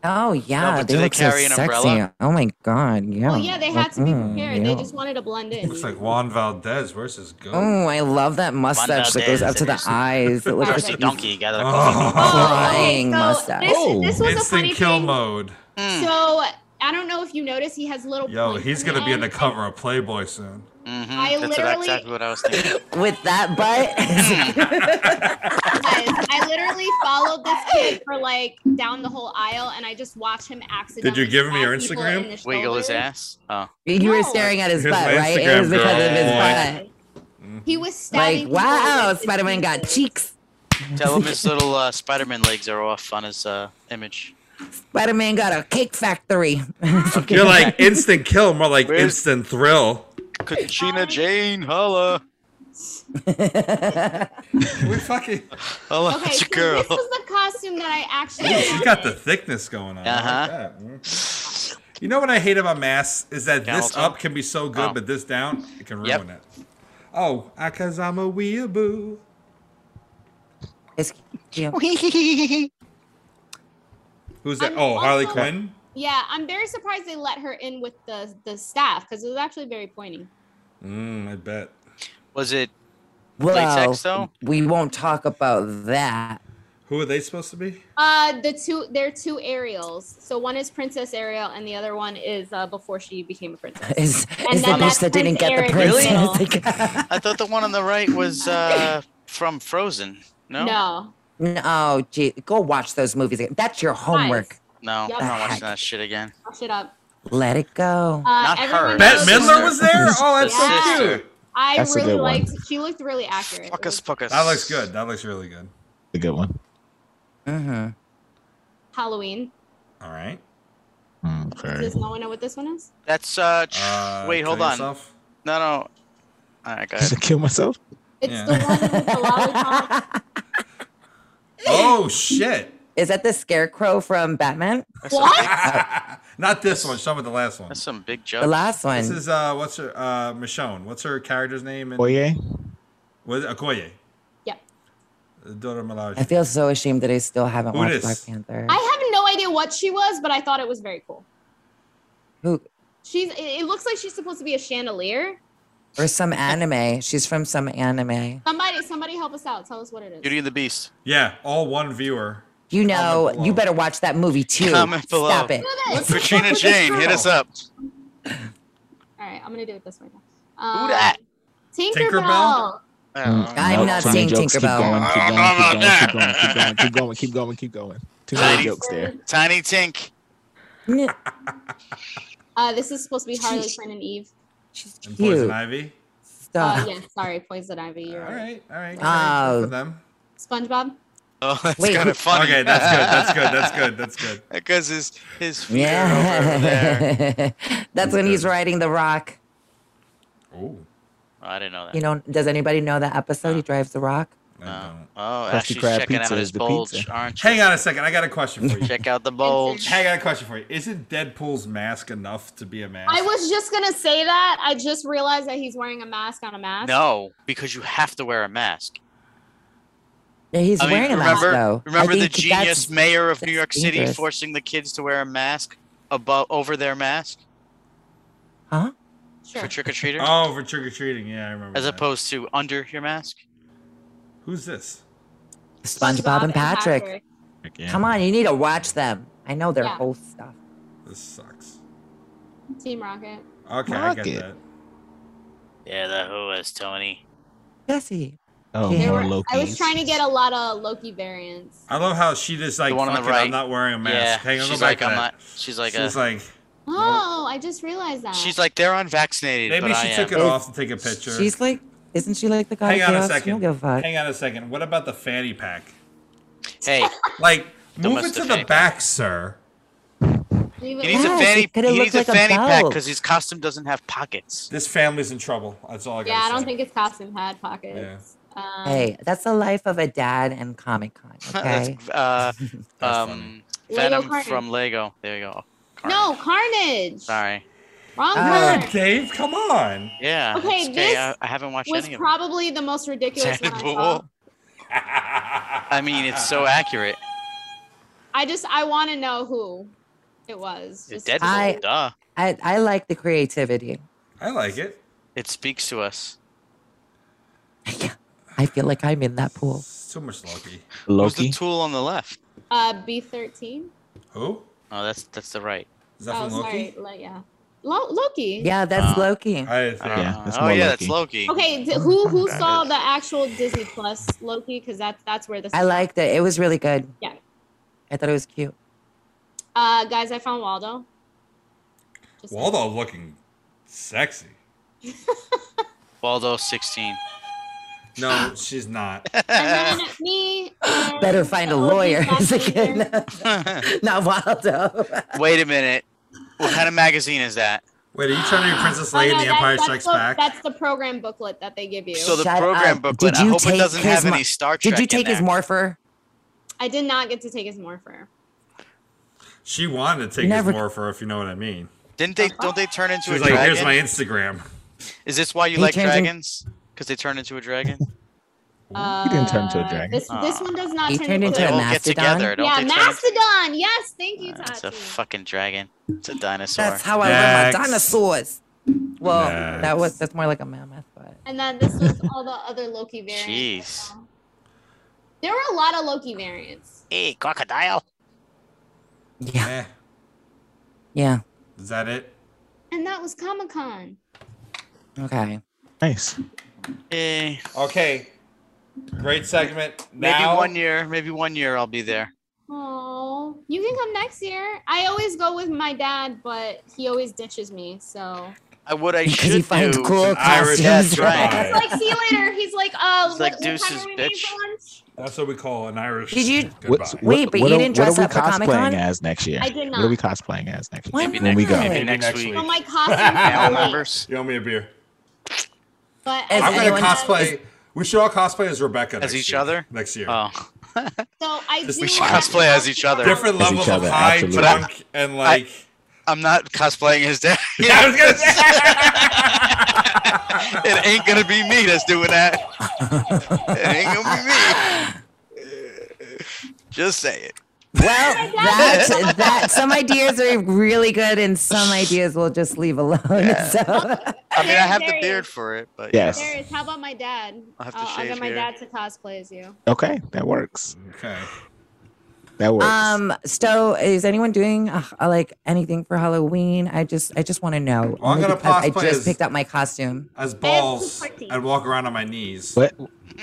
S3: Oh yeah,
S6: but
S3: they
S6: do they
S3: look
S6: carry
S3: so
S6: an
S3: sexy.
S6: umbrella?
S3: Oh my god, yeah.
S5: Well, yeah, they had to be
S3: Mm,
S5: prepared.
S3: yeah.
S5: They just wanted to blend in.
S2: Looks like Juan Valdez versus Goat.
S6: Mm.
S3: Oh, I love that mustache that goes up to the eyes. It looks like
S6: Thirsty
S3: he's
S6: donkey, gather the
S2: Oh.
S3: crying
S5: so
S3: mustache.
S5: this- this was a
S2: Instant
S5: funny
S2: kill
S5: thing.
S2: mode.
S6: Hmm,
S5: So I don't know if you noticed, he has little.
S2: Yo,
S5: points
S2: he's
S5: on
S2: gonna be in the
S5: end.
S2: cover of Playboy soon.
S6: Mm-hmm.
S5: I
S6: That's
S5: literally-
S6: exactly what I was thinking.
S3: With that butt.
S5: Guys, I literally followed this kid for like down the whole aisle, and I just watched him accidentally.
S2: Did you give him
S5: stab
S2: your
S5: people
S2: Instagram?
S5: in the
S6: Wiggle his
S5: shoulders.
S6: ass. Oh.
S3: you were
S5: No.
S3: staring at his
S2: Here's
S3: butt,
S2: my
S3: right?
S2: Instagram
S3: it was because of his
S2: girl.
S3: butt.
S5: He was
S3: Like,
S5: stabbing.
S3: wow, Spider Man got cheeks.
S6: Tell him his little uh, Spider-Man legs are off on his uh, image.
S3: Spider Man got a cake factory.
S2: You're like instant kill, more like
S6: Where's-
S2: instant thrill.
S5: Um,
S6: Kachina Jane, holla,
S2: we fucking.
S6: holla,
S5: Okay,
S6: at
S5: so
S6: your girl.
S5: this was the costume that I actually.
S2: She's got the thickness going on. I like
S6: Uh-huh.
S2: that. Mm. You know what I hate about masks is that this
S6: Skeletal.
S2: up can be so good,
S6: Oh.
S2: but this down it can
S6: Yep.
S2: ruin it. Oh, I, cause I'm a weeaboo.
S3: It's cute.
S2: Who's that?
S5: I'm
S2: oh, Harley
S5: also-
S2: Quinn.
S5: Yeah, I'm very surprised they let her in with the the staff because it was actually very pointy.
S2: Mm, I bet.
S6: Was it?
S3: Well,
S6: Latex, though?
S3: we won't talk about that.
S2: Who are they supposed to be?
S5: Uh, the two they're two Ariels. So one is Princess Ariel, and the other one is uh, before she became a princess.
S3: Is,
S5: And
S3: is the
S5: then
S3: bitch
S5: that's
S3: that didn't get
S5: Prince
S3: the
S5: Eric
S3: princess?
S5: Middle.
S6: I thought the one on the right was uh, from Frozen. No,
S5: No,
S3: No, gee, go watch those movies. again. That's your homework.
S6: no,
S5: Yep.
S6: I'm not watching that shit again.
S5: Hush it up.
S3: Let it go.
S5: Uh,
S6: Not
S5: everyone
S6: her.
S2: Bette
S5: knows-
S2: Midler was there. Oh, that's
S5: Yeah.
S2: so cute.
S5: I
S17: That's a
S5: really
S17: good one.
S5: liked. She looked really accurate. It
S6: Fuckus,
S5: was
S6: fuckus.
S2: That looks good. That looks really good.
S8: a good one.
S3: hmm
S5: Halloween.
S2: All right.
S8: Okay.
S5: Does no one know what this one is?
S6: That's uh, tr-
S2: Uh,
S6: wait, hold
S2: kill
S6: on.
S2: yourself?
S6: No, no. All right, go ahead.
S8: Should I kill myself?
S5: It's
S2: Yeah.
S5: the one with the lollipop.
S2: Oh shit!
S3: Is that the scarecrow from Batman?
S6: That's some big-
S5: what?
S2: Not this one. Some of the last one.
S6: That's some big
S3: The
S6: joke.
S3: last one.
S2: This is uh, what's her uh, Michonne? What's her character's name? in-
S8: Oye,
S2: Was it Okoye?
S5: Yeah.
S2: Dora Milaje.
S3: I feel so ashamed that I still haven't
S2: Who
S3: watched
S2: dis?
S3: Black Panther.
S5: I have no idea what she was, but I thought it was very cool.
S3: Who
S5: She's. It, it looks like she's supposed to be a chandelier.
S3: or some anime? She's from some anime.
S5: Somebody, somebody, help us out. Tell us what it is.
S6: Beauty and the Beast.
S2: Yeah, all one viewer.
S3: You know,
S2: Comment below.
S3: you better watch that movie too.
S6: Comment below.
S3: Stop it.
S5: Look at this.
S6: Katrina Jane, hit us up.
S5: All right, I'm gonna do it this way now.
S6: Who
S5: Um,
S6: that?
S5: Tinkerbell.
S6: I don't know.
S3: I'm
S8: Nope,
S3: not
S8: too many
S3: seeing
S8: jokes. Keep going,
S3: Tinkerbell.
S8: keep going,
S6: I don't know
S8: keep going,
S6: about
S8: keep going, keep going, keep going, keep going, keep going. Too many
S6: Ladies.
S8: jokes there.
S6: Tiny Tink.
S5: Uh, this is supposed to be Harley Quinn and Eve.
S3: She's
S2: And Poison
S3: cute.
S2: Ivy.
S5: Uh,
S3: Stop.
S2: Oh,
S5: yeah, sorry, Poison Ivy.
S2: All
S5: You're right.
S2: right, all right.
S3: Oh.
S2: good for them.
S5: SpongeBob.
S6: Oh, that's
S3: Wait,
S6: kind
S3: who-
S6: of funny.
S2: Okay, that's good. That's good. That's good. That's good.
S6: Because his his feet are over there.
S3: Yeah. That's when he's riding the rock.
S2: Oh,
S6: Oh, I didn't know that.
S3: You know, does anybody know that episode? He drives the rock.
S2: I
S6: oh,
S2: don't.
S6: oh
S8: Krusty
S6: Ashley's
S8: Krab
S6: checking out
S8: pizza
S6: his
S8: is the
S6: bulge,
S8: pizza.
S6: aren't you?
S2: Hang on a second. I got a question for you.
S6: Check out the bulge.
S2: Hey, I got a question for you. Isn't Deadpool's mask enough to be a mask?
S5: I was just gonna say that. I just realized that he's wearing a mask on a mask.
S6: No, because you have to wear a mask.
S3: Yeah, he's
S6: I mean,
S3: wearing a mask
S6: remember,
S3: though. I
S6: remember the
S3: think
S6: genius
S3: that's-
S6: mayor of New
S3: that's
S6: York City
S3: dangerous.
S6: forcing the kids to wear a mask above over their mask
S3: Huh?
S5: Sure.
S6: for trick or treaters,
S2: Oh, for trick or treating. Yeah, I remember.
S6: as
S2: that.
S6: opposed to under your mask.
S2: Who's this?
S3: SpongeBob and Patrick. Come on, you need to watch them. I know their
S5: Yeah.
S3: whole stuff.
S2: This sucks.
S5: Team Rocket.
S2: Okay, I
S8: Rocket.
S2: get that.
S6: Yeah, the who is Tony.
S3: Jesse.
S8: Oh,
S3: They
S5: There
S8: more
S5: were,
S8: Loki.
S5: I was trying to get a lot of Loki variants.
S2: I love how she just like,
S6: The one on the
S2: fuck it, I'm
S6: right.
S2: not wearing a mask.
S6: Yeah,
S2: Hang on, go
S6: she's
S2: back
S6: like
S2: to
S6: I'm
S2: that.
S6: not. She's like
S2: she's
S6: a.
S2: like,
S5: Oh, I just realized that.
S6: She's like they're unvaccinated.
S2: maybe
S6: but
S2: she
S6: I
S2: took
S6: am.
S2: it off to take a picture.
S3: She's like, isn't she like the god
S2: Hang
S3: of
S2: on a
S3: chaos? She
S2: second.
S3: don't give a fuck.
S2: Hang on a second. What about the fanny pack?
S6: Hey,
S2: Like,
S6: Don't
S2: move
S6: mess
S2: it to
S6: with
S2: the
S6: fanny
S2: back,
S6: pack.
S2: sir.
S5: Leave it
S6: he needs
S3: Yeah,
S6: a
S3: she
S6: fanny.
S3: could've
S6: He
S3: looked
S6: needs a
S3: like a
S6: fanny pack
S3: belt.
S6: because his costume doesn't have pockets.
S2: This family's in trouble. That's all I got.
S5: yeah, I don't think his costume had pockets.
S2: Yeah.
S5: Um,
S3: Hey, that's the life of a dad and Comic Con. Okay.
S6: That's, uh, um,
S5: Lego
S6: Venom
S5: Carnage.
S6: from Lego. There you go.
S5: No, Carnage.
S6: Sorry.
S3: Uh,
S5: Wrong
S2: Yeah,
S5: Carnage.
S2: Dave, come on.
S6: Yeah.
S5: Okay,
S6: it's
S5: this
S6: I, I haven't watched
S5: Was
S6: any of
S5: probably the most ridiculous
S6: it.
S5: one I saw.
S6: I mean, it's so accurate.
S5: I just I want to know who it was. Just-
S6: Deadpool,
S3: I-
S6: duh.
S3: I, I like the creativity.
S2: I like it.
S6: It speaks to us.
S3: I feel like I'm in that pool.
S2: So much Loki.
S6: Who's the tool on the left?
S5: Uh, B13.
S2: Who?
S6: Oh, that's that's the right.
S2: Is
S5: oh, sorry. Lo- yeah. Lo- Loki.
S3: Yeah, that's
S6: Uh,
S3: Loki.
S2: I think.
S6: Yeah,
S8: that's
S6: oh
S8: more
S6: yeah,
S8: Loki.
S6: that's Loki.
S5: Okay, d- who who
S6: That
S5: saw the actual Disney Plus Loki? Because that's that's where this.
S3: I liked it. It was really good.
S5: Yeah.
S3: I thought it was cute.
S5: Uh, guys, I found Waldo. Just-
S2: Waldo looking sexy.
S6: Waldo sixteen.
S2: No, she's not.
S5: And then me. and-
S3: Better find a lawyer. It's like,
S5: Oh,
S3: Not Waldo.
S6: Wait a minute. What kind of magazine is that?
S2: Wait, are you trying to be Princess
S5: Oh,
S2: Leia in
S5: no,
S2: The
S5: that-
S2: Empire
S5: that's
S2: Strikes
S5: the-
S2: Back?
S5: That's the program booklet that they give you.
S6: So the
S3: Shut
S6: program
S3: up. Did
S6: booklet. I
S3: you
S6: hope it
S3: take
S6: doesn't
S3: his
S6: have
S3: mo-
S6: any Star Trek.
S3: Did you
S6: in
S3: take his
S6: there.
S3: morpher?
S5: I did not get to take his morpher.
S2: She wanted to take
S3: Never-
S2: his more for, her, if you know what I mean.
S6: Didn't they? Don't they turn into
S2: She was
S6: a
S2: like,
S6: dragon?
S2: "Here's my Instagram."
S6: Is this why you
S3: He
S6: like
S3: turns in-
S6: dragons? Because they turn into a dragon.
S5: Uh,
S8: He didn't turn into a dragon.
S5: This, this one does not
S3: He
S5: turn
S3: turned
S5: into.
S3: into
S6: they
S3: a
S6: all get
S3: mastodon?
S6: together. Don't
S5: yeah,
S6: they turn into-
S5: Mastodon. Yes, thank you,
S6: It's a
S5: Tati.
S6: fucking dragon. It's a dinosaur.
S3: That's how I learned
S2: Next.
S3: my dinosaurs. Well, that
S2: Next.
S3: was that's more like a mammoth, but
S5: And then this was all the other Loki variants.
S6: Jeez.
S5: There were a lot of Loki variants.
S6: Hey, crocodile.
S3: yeah,
S2: Eh,
S3: yeah.
S2: is that it?
S5: And that was Comic Con.
S3: Okay.
S8: Nice.
S6: Eh,
S2: Okay, great segment.
S6: maybe
S2: Now,
S6: one year. Maybe one year I'll be there.
S5: Oh, you can come next year. I always go with my dad, but he always ditches me. So
S6: I what I
S3: Because he
S6: should
S3: finds
S6: do.
S3: cool
S2: Irish
S3: costumes.
S6: That's right.
S5: it's like, see you later. He's like, uh,
S6: It's
S5: what,
S6: like
S5: what time
S6: deuces,
S5: are we meeting
S6: bitch.
S5: for lunch?
S2: That's what we call an Irish.
S3: Did you-
S2: Goodbye.
S8: What's-
S3: Wait, but you
S8: are-
S3: didn't
S8: what
S3: dress
S8: are we
S3: up for Comic
S8: cosplaying
S3: Con?
S8: as next year?
S5: I did
S8: What are we
S5: not.
S8: cosplaying as next year?
S3: Why
S6: Maybe
S3: not?
S8: When we go.
S3: Maybe
S6: Maybe next week.
S5: So my
S6: Family
S5: costume.
S6: members.
S2: You owe me a beer.
S5: but
S3: As
S2: I'm gonna
S3: anyone-
S2: cosplay. we should all cosplay as Rebecca.
S6: As
S2: next
S6: each
S2: year-
S6: other?
S2: next year.
S6: Oh,
S5: So I
S2: Just-
S5: do
S2: We should
S5: have to
S6: cosplay as
S5: talk
S6: each
S5: to
S6: other.
S5: Alex.
S2: Different
S8: As each
S2: levels of
S8: other,
S2: high
S8: absolutely.
S2: drunk and like.
S6: I'm not cosplaying as that.
S2: yeah, I was gonna say.
S6: it ain't gonna be me that's doing that. it ain't gonna be me. Just say it.
S3: Well, that that some ideas are really good and some ideas we'll just leave alone. So
S6: I mean, I have the
S5: There he
S6: beard
S5: is.
S6: for it, but
S8: Yes.
S5: There is. How about my dad?
S6: I'll have to
S5: I'll, I'll
S6: shave
S5: get my
S6: here.
S5: dad to cosplay as you.
S8: Okay, that works.
S2: okay.
S8: That works.
S3: um so is anyone doing uh, like anything for Halloween? I just I just want to know.
S2: Well, I'm
S3: only
S2: gonna
S3: because I
S2: cosplay
S3: just
S2: as-
S3: picked up my costume.
S2: As
S5: have
S2: balls,
S5: two parties.
S2: I'd walk around on my knees.
S8: but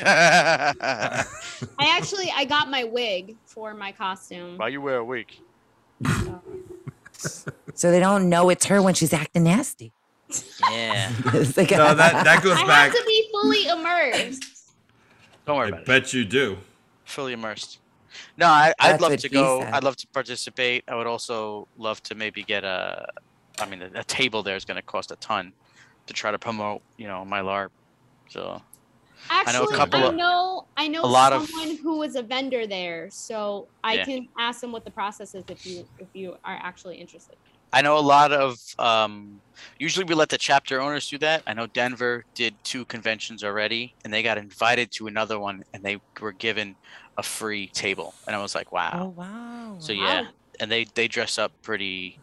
S5: I actually I got my wig for my costume.
S6: Why you wear a wig?
S3: So they don't know it's her when she's acting nasty.
S6: Yeah.
S3: It's like-
S2: No, that that
S5: I
S2: goes
S5: have
S2: back.
S5: to be fully immersed.
S6: Don't worry
S2: I
S6: about it.
S2: bet you do.
S6: Fully immersed. No, I, I'd
S3: That's
S6: love
S3: what
S6: to
S3: he
S6: go.
S3: said.
S6: I'd love to participate. I would also love to maybe get a. I mean, a, a table there is going to cost a ton to try to promote. You know, my LARP. So know a
S5: Actually, I know
S6: couple
S5: I
S6: of-
S5: know, I know
S6: a lot of-
S5: someone who was a vendor there, so I
S6: Yeah.
S5: can ask them what the process is if you if you are actually interested.
S6: I know a lot of. Um, usually, we let the chapter owners do that. I know Denver did two conventions already, and they got invited to another one, and they were given a free table. And I was like, wow.
S3: oh wow.
S6: So
S5: Wow.
S6: yeah, and they they dress up pretty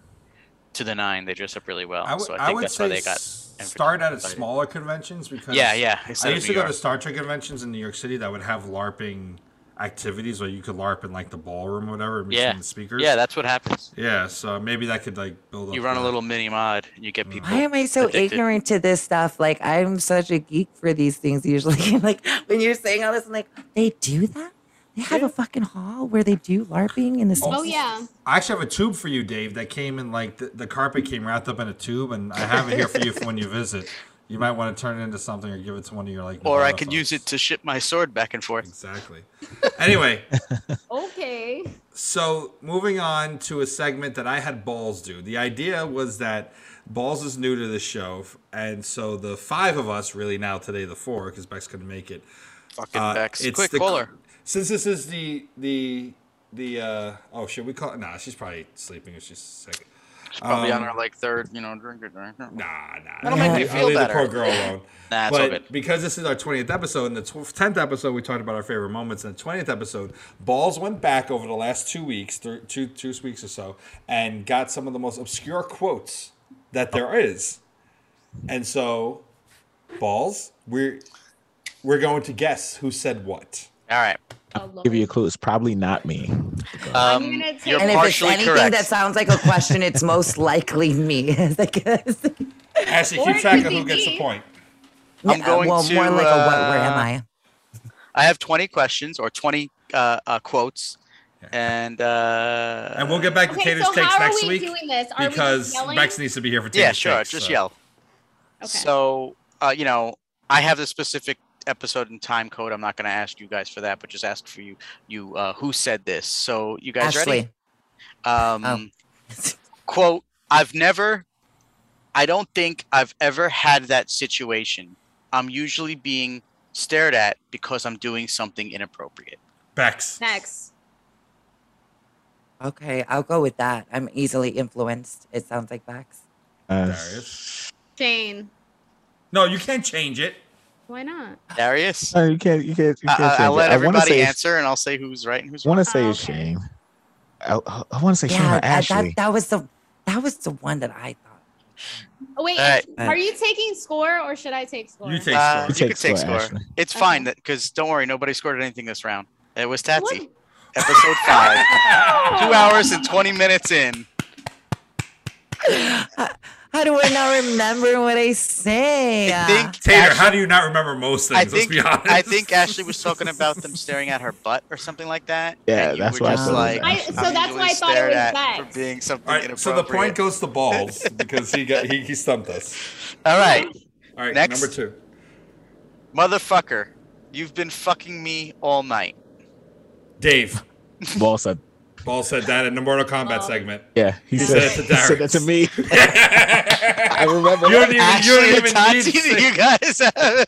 S6: to the nine. They dress up really well.
S2: I would,
S6: Oh, so I
S2: I
S6: think
S2: would
S6: that's
S2: say
S6: why they got.
S2: s-
S6: invited-
S2: start out at
S6: invited.
S2: smaller conventions because
S6: Yeah, yeah. instead
S2: I
S6: of
S2: used to
S6: New
S2: go
S6: York.
S2: to Star Trek conventions in New York City that would have LARPing activities where you could LARP in like the ballroom or whatever in between
S6: Yeah.
S2: the speakers.
S6: Yeah, that's what happens.
S2: Yeah, so maybe that could like build up.
S6: You run a
S2: the-
S6: little mini mod and you get people.
S3: Why am I so
S6: addicted.
S3: ignorant to this stuff? Like I'm such a geek for these things usually. like when you're saying all this, I'm like, they do that? They have a fucking hall where they do LARPing in the
S5: Oh
S3: space?
S5: yeah.
S2: I actually have a tube for you, Dave, that came in like the, the carpet came wrapped up in a tube, and I have it here for you for when you visit. You might want to turn it into something or give it to one of your like.
S6: Or I
S2: Nevada
S6: could use it
S2: folks.
S6: to ship my sword back and forth.
S2: Exactly. Anyway,
S5: Okay.
S2: So moving on to a segment that I had Balls do. The idea was that Balls is new to the show, and so the five of us, really now today the four, because Beck's couldn't make it,
S6: Fucking
S2: Uh,
S6: Bex.
S2: it's
S6: Quick,
S2: the-
S6: caller.
S2: Since this is the the the uh oh should we call nah she's probably sleeping if she's sick.
S6: She's probably
S2: Um,
S6: on her like third, you know, drink it. Nah, nah.
S2: I'll
S6: That'll make me
S2: leave- I'll
S6: feel
S2: leave
S6: better.
S2: The poor girl alone.
S6: Nah, it's all
S2: but
S6: good.
S2: because this is our 20th episode, and the tw- 10th episode we talked about our favorite moments, and the 20th episode, Balls went back over the last two weeks, thr- two two weeks or so, and got some of the most obscure quotes that there is. And so, Balls, we're we're going to guess who said what.
S6: All right.
S8: Give you a clue. It's probably not me.
S6: Um, you're
S11: and if it's
S6: partially
S11: anything
S6: correct.
S11: that sounds like a question, it's most likely me. It's like-
S2: Ashley,
S11: Or
S2: keep
S11: it
S2: track
S11: could
S2: of
S11: be
S2: who gets the
S11: me.
S2: point.
S6: I'm
S11: Yeah,
S6: going
S11: well,
S6: to.
S11: more like a what, where am
S6: uh,
S11: I?
S6: I have 20 questions or 20 uh, uh, quotes, and uh,
S2: And we'll get back to Tater's
S5: so
S2: takes
S5: how are
S2: next
S5: we
S2: week
S5: doing this? Are we just
S2: because
S5: yelling?
S2: Bex needs to be here for Tater's
S6: yeah, sure,
S2: takes,
S6: just
S2: so.
S6: yell. So uh, you know, I have the specific episode and time code. I'm not going to ask you guys for that, but just ask for you. You uh, who said this? So you guys ready?
S11: Ashley.
S6: Um, quote: I've never, I don't think I've ever had that situation. I'm usually being stared at because I'm doing something inappropriate.
S2: Bex.
S5: Next.
S11: Okay, I'll go with that. I'm easily influenced. It sounds like Bex.
S8: Uh,
S2: Darius.
S5: Shane.
S2: No, you can't change it.
S5: Why not?
S6: Darius.
S8: No, you can't. You can't. You
S6: I-
S8: can't
S6: I,
S8: change
S6: I'll
S8: it.
S6: let
S8: I wanna
S6: everybody
S8: say it's-
S6: answer, and I'll say who's right and who's
S8: I want
S6: wrong.
S8: to
S3: Oh,
S8: say it's Shane. I, I want to say Shane
S11: Yeah,
S8: or
S11: I-
S8: Ashley.
S11: that, that was the that was the one that I thought.
S5: Oh, wait,
S6: All right.
S5: are you taking score or should I take score?
S6: Uh,
S8: score.
S6: you can take score.
S8: Ashley.
S6: It's fine that because don't worry, nobody scored anything this round. It was Tatsy. Episode five. Two hours and twenty minutes in.
S11: How do I not remember what I say? I
S6: think
S2: Tater, how do you not remember most things?
S6: I think
S2: Let's be honest.
S6: I think Ashley was talking about them staring at her butt or something like that.
S8: Yeah,
S6: and you
S8: that's
S6: were
S8: what I
S6: just
S8: thought it was
S6: like.
S5: I, so
S6: I'm
S5: that's why I
S6: usually
S5: thought it
S6: stared
S5: was
S6: at
S5: Bex.
S6: For being something
S2: All right, so the point
S6: inappropriate.
S2: goes to balls because he got he, he stumped us.
S6: All right.
S2: All right,
S6: Next.
S2: number two.
S6: Motherfucker, you've been fucking me all night.
S2: Dave.
S8: Ball said.
S2: Ball said that in the Mortal Kombat segment.
S8: Yeah, he,
S2: He
S8: said,
S2: said it to
S8: he said that to me. I remember.
S2: You don't even,
S8: that.
S2: you don't
S6: Ashley
S2: even
S6: and
S2: need
S6: Tati,
S2: to say-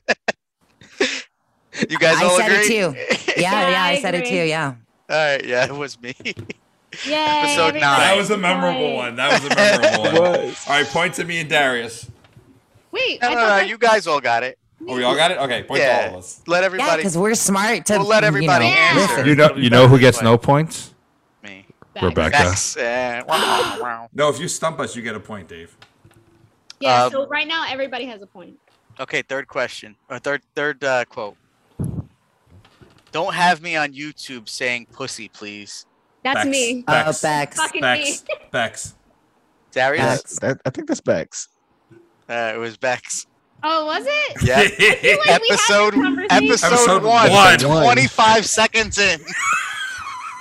S6: you guys have- You guys all
S11: said
S6: agree?
S11: it too. Yeah,
S5: Yeah,
S11: yeah,
S5: I
S11: I, said it
S5: agree.
S11: too. Yeah.
S6: All right, yeah, it was me.
S5: Yay,
S6: Episode
S5: everybody
S6: nine.
S2: That was a memorable
S5: died.
S2: one. That was a memorable one. All
S8: was.
S2: right, point to me and Darius.
S5: Wait,
S6: No,
S5: I
S6: no,
S5: thought
S6: no,
S5: that-
S6: you guys all got it.
S2: Oh, we all got it? Okay, point to
S6: yeah,
S2: all of us.
S6: let
S11: Yeah,
S6: everybody.
S11: because we're smart to
S6: We'll let everybody
S11: you know,
S5: Yeah.
S6: answer.
S11: listen.
S6: You
S2: know,
S6: you know who gets no
S2: points?
S6: me.
S5: Bex.
S2: Rebecca.
S6: Bex, uh, wow, wow.
S2: No, if you stump us, you get a point, Dave.
S5: Yeah,
S6: Um,
S5: so right now everybody has a point.
S6: Okay, third question or third third uh, quote. Don't have me on YouTube saying "pussy, please."
S5: That's
S2: Bex.
S5: me.
S11: Oh,
S2: Bex.
S11: Bex.
S5: Fucking
S2: Bex.
S5: me.
S2: Bex.
S6: Darius,
S11: Bex.
S8: That- I think that's Bex.
S6: uh, it was Bex.
S5: Oh, was it?
S6: Yeah.
S5: we had this
S6: episode
S5: conversation.
S6: episode,
S2: Episode
S6: one,
S2: one.
S6: 25 seconds in.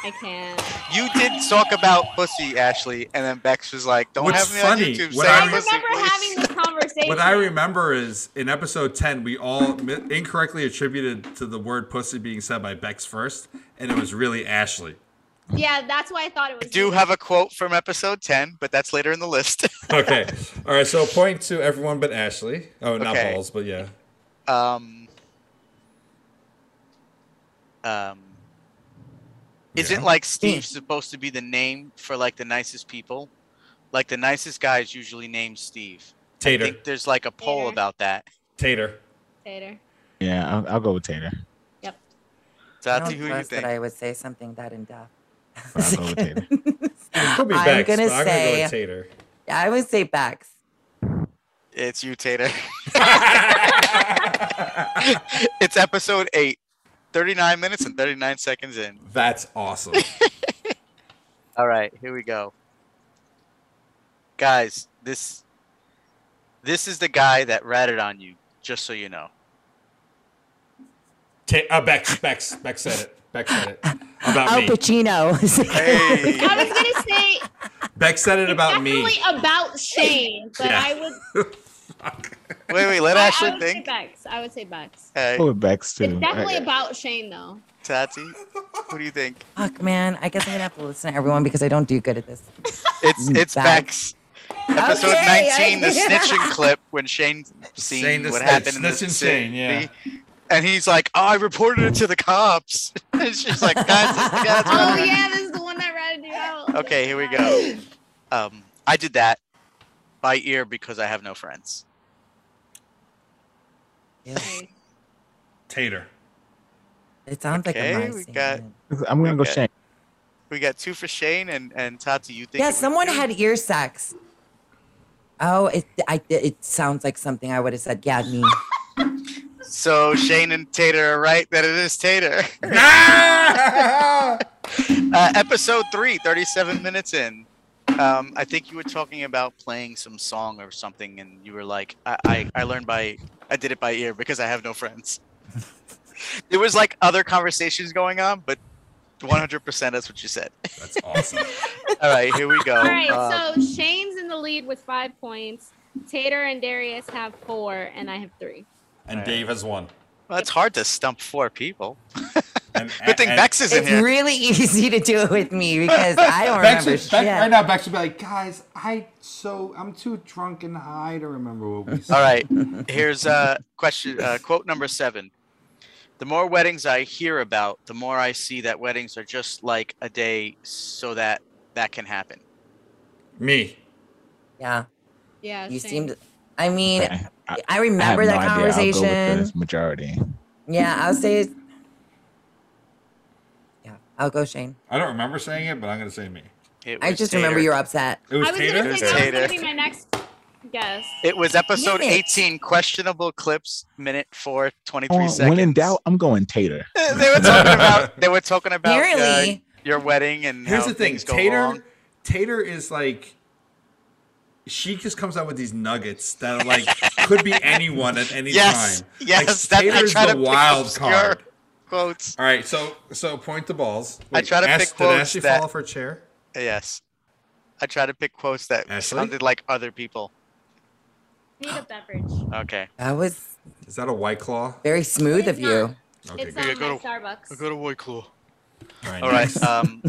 S5: I can't.
S6: You did talk about pussy, Ashley, and then Bex was like, "Don't
S2: What's
S6: have me
S2: funny,
S6: on YouTube
S2: when
S5: I
S6: saying
S5: remember
S6: pussy, please."
S5: having this conversation.
S2: What I remember is in episode 10, we all mi- incorrectly attributed to the word pussy being said by Bex first, and it was really Ashley.
S5: Yeah, that's why I thought it was.
S6: I do have a quote from episode 10, but that's later in the list.
S2: Okay. All right. So point to everyone but Ashley. Oh, not
S6: Okay.
S2: balls, but yeah.
S6: um, um,
S2: Yeah.
S6: isn't like Steve
S11: Hmm.
S6: supposed to be the name for like the nicest people? Like the nicest guy is usually named Steve.
S2: Tater.
S6: I think there's like a poll
S5: Tater.
S6: about that.
S2: Tater.
S5: Tater.
S8: Yeah, I'll, I'll go with Tater.
S5: Yep.
S11: I
S6: Tati,
S11: don't
S6: who you
S11: trust that
S6: think?
S11: I would say something that in depth.
S8: I'll go with Tater.
S2: It could be
S11: I'm
S2: Bex,
S11: gonna
S2: but I'm going to go
S11: say-
S2: with Tater.
S11: I would say Bex.
S6: It's you, Tater. it's episode eight, 39 minutes and 39 seconds in.
S2: That's awesome.
S6: All right, here we go. Guys, this this is the guy that ratted on you, just so you know.
S2: Ta- uh, Bex. Bex. Bex said it. Bex said it about
S11: Al
S2: me.
S11: Pacino.
S6: Hey.
S5: I was gonna say
S2: Bex said it about
S5: definitely
S2: me.
S5: about Shane, but
S2: Yeah.
S5: I would.
S6: Wait, wait, let
S5: I,
S6: Ashley
S5: I would say
S6: think.
S5: Bex. I would say Bex.
S6: Hey,
S8: I'll
S2: Oh.
S8: go with Bex
S5: It's
S8: too.
S5: definitely
S8: I-
S5: about Shane though.
S6: Tati, who do you think?
S11: Fuck, man. I guess I'm gonna have to listen to everyone because I don't do good at this.
S6: It's it's Bex.
S11: Bex.
S6: Episode
S11: Okay, I-
S6: 19, the snitching clip when Shane seen
S2: Shane the
S6: what
S2: snitch.
S6: happened in the
S2: Snitch and Shane, yeah.
S6: city. and he's like, oh, "I reported it to the cops." and she's like, "Guys, this- guys,
S5: oh yeah, this is the one that ratted you out.
S6: Okay, here we go. Um, I did that by ear because I have no friends.
S2: Tater.
S3: It sounds
S6: Okay,
S3: like a
S6: we
S3: nice.
S6: got
S18: I'm gonna go
S6: Okay.
S18: Shane.
S6: we got two for Shane and and Tati. You think?
S3: Yeah,
S6: it was
S3: someone
S6: you?
S3: had ear sex. Oh, it I, it sounds like something I would have said. Yeah, me.
S6: So Shane and Tater are right that it is Tater.
S2: Ah!
S6: uh, episode three, 37 minutes in. Um, I think you were talking about playing some song or something, and you were like, I, I, I learned by, I did it by ear because I have no friends. there was like other conversations going on, but 100% that's what you said.
S2: That's awesome.
S6: All right, here we go.
S5: All right,
S6: Um,
S5: so Shane's in the lead with five points. Tater and Darius have four, and I have three.
S2: And Dave has one.
S6: well, it's hard to stump four people. Good thing
S2: and-
S6: Bex is in
S3: it's
S6: here.
S3: really easy to do it with me because I don't
S19: Bex
S3: remember
S19: is-
S3: shit.
S19: Bex- right now, Bex would be like, "Guys, I so I'm too drunk and high to remember what we said."
S6: All right. Here's uh, question uh, quote number seven. The more weddings I hear about, the more I see that weddings are just like a day so that that can happen.
S2: Me.
S3: Yeah.
S5: Yeah.
S3: You seemed. I mean, I,
S8: have
S3: remember
S8: no
S3: that
S8: idea.
S3: conversation.
S8: I'll go with the majority.
S3: Yeah, I'll say. it- Yeah, I'll go Shane.
S2: I don't remember saying it, but I'm going to say me.
S3: I just remember you're upset.
S2: It was
S5: I was
S2: Tater?
S5: gonna say that was gonna be my next guess.
S6: It was episode
S5: Damn it.
S6: 18, questionable clips, minute four, 23
S8: Oh,
S6: seconds.
S8: when in doubt, I'm going Tater.
S6: they were talking about they were talking about uh,
S2: Apparently-
S6: your wedding and
S2: Here's
S6: how
S2: the thing,
S6: things go
S2: Tater.
S6: wrong.
S2: Tater is like, she just comes out with these nuggets that are like could be anyone at any
S6: Yes,
S2: time.
S6: yes,
S2: like,
S6: that- I
S2: Tater's
S6: try to
S2: the
S6: pick
S2: wild
S6: obscure
S2: card.
S6: Quotes.
S2: All right, so so point the balls.
S6: I try to
S2: Ash-
S6: pick
S2: Did
S6: quotes
S2: Ashley
S6: that-
S2: fall off her chair?
S6: Yes. I try to pick quotes that sounded like other people.
S5: Need a beverage.
S6: Okay.
S3: That was.
S2: Is that a white claw?
S3: Very smooth of you.
S5: It's on
S6: go
S5: my
S6: to-
S5: Starbucks.
S6: go to White Claw.
S2: right,
S6: All right.
S2: next.
S6: Um,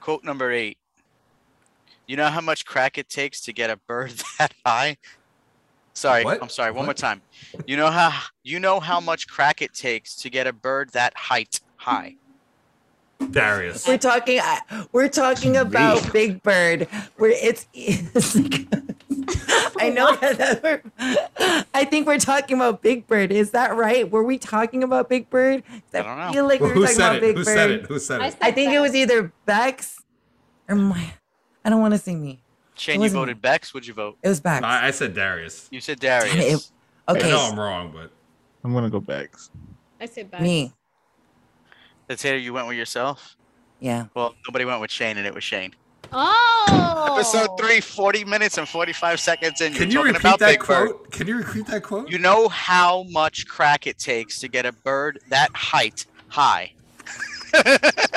S6: quote number eight. You know how much crack it takes to get a bird that high? Sorry, I'm sorry. One more time. You know how you know how much crack it takes to get a bird that height high.
S2: Darius.
S3: We're talking. I- We're talking about Big Bird. Where it's. it's like- I know that. that we're- I think we're talking about Big Bird. Is that right? Were we talking about Big Bird? 'Cause I
S6: don't know.
S3: feel like we
S2: Who-
S3: were
S2: who
S3: talking
S2: said
S3: about
S2: it?
S3: Big
S2: Who
S3: Bird.
S2: said it? Who said it?
S3: I think it was either Bex or my. I don't want to say me.
S6: Shane,
S3: It
S6: you
S3: wasn't
S6: voted Bex. Would you vote?
S3: It was Bex.
S2: I, I said Darius.
S6: You said Darius.
S2: I know I'm wrong, but
S18: I'm gonna go Bex.
S5: I said Bex.
S3: e- Me.
S6: The Tater, you went with yourself.
S3: Yeah.
S6: Well, nobody went with Shane, and it was Shane.
S5: Oh.
S6: Episode three, 40 minutes and 45 seconds in.
S2: Can
S6: you're
S2: you
S6: talking
S2: repeat
S6: about
S2: that
S6: Big Bird.
S2: quote? Can you repeat that quote?
S6: You know how much crack it takes to get a bird that height high.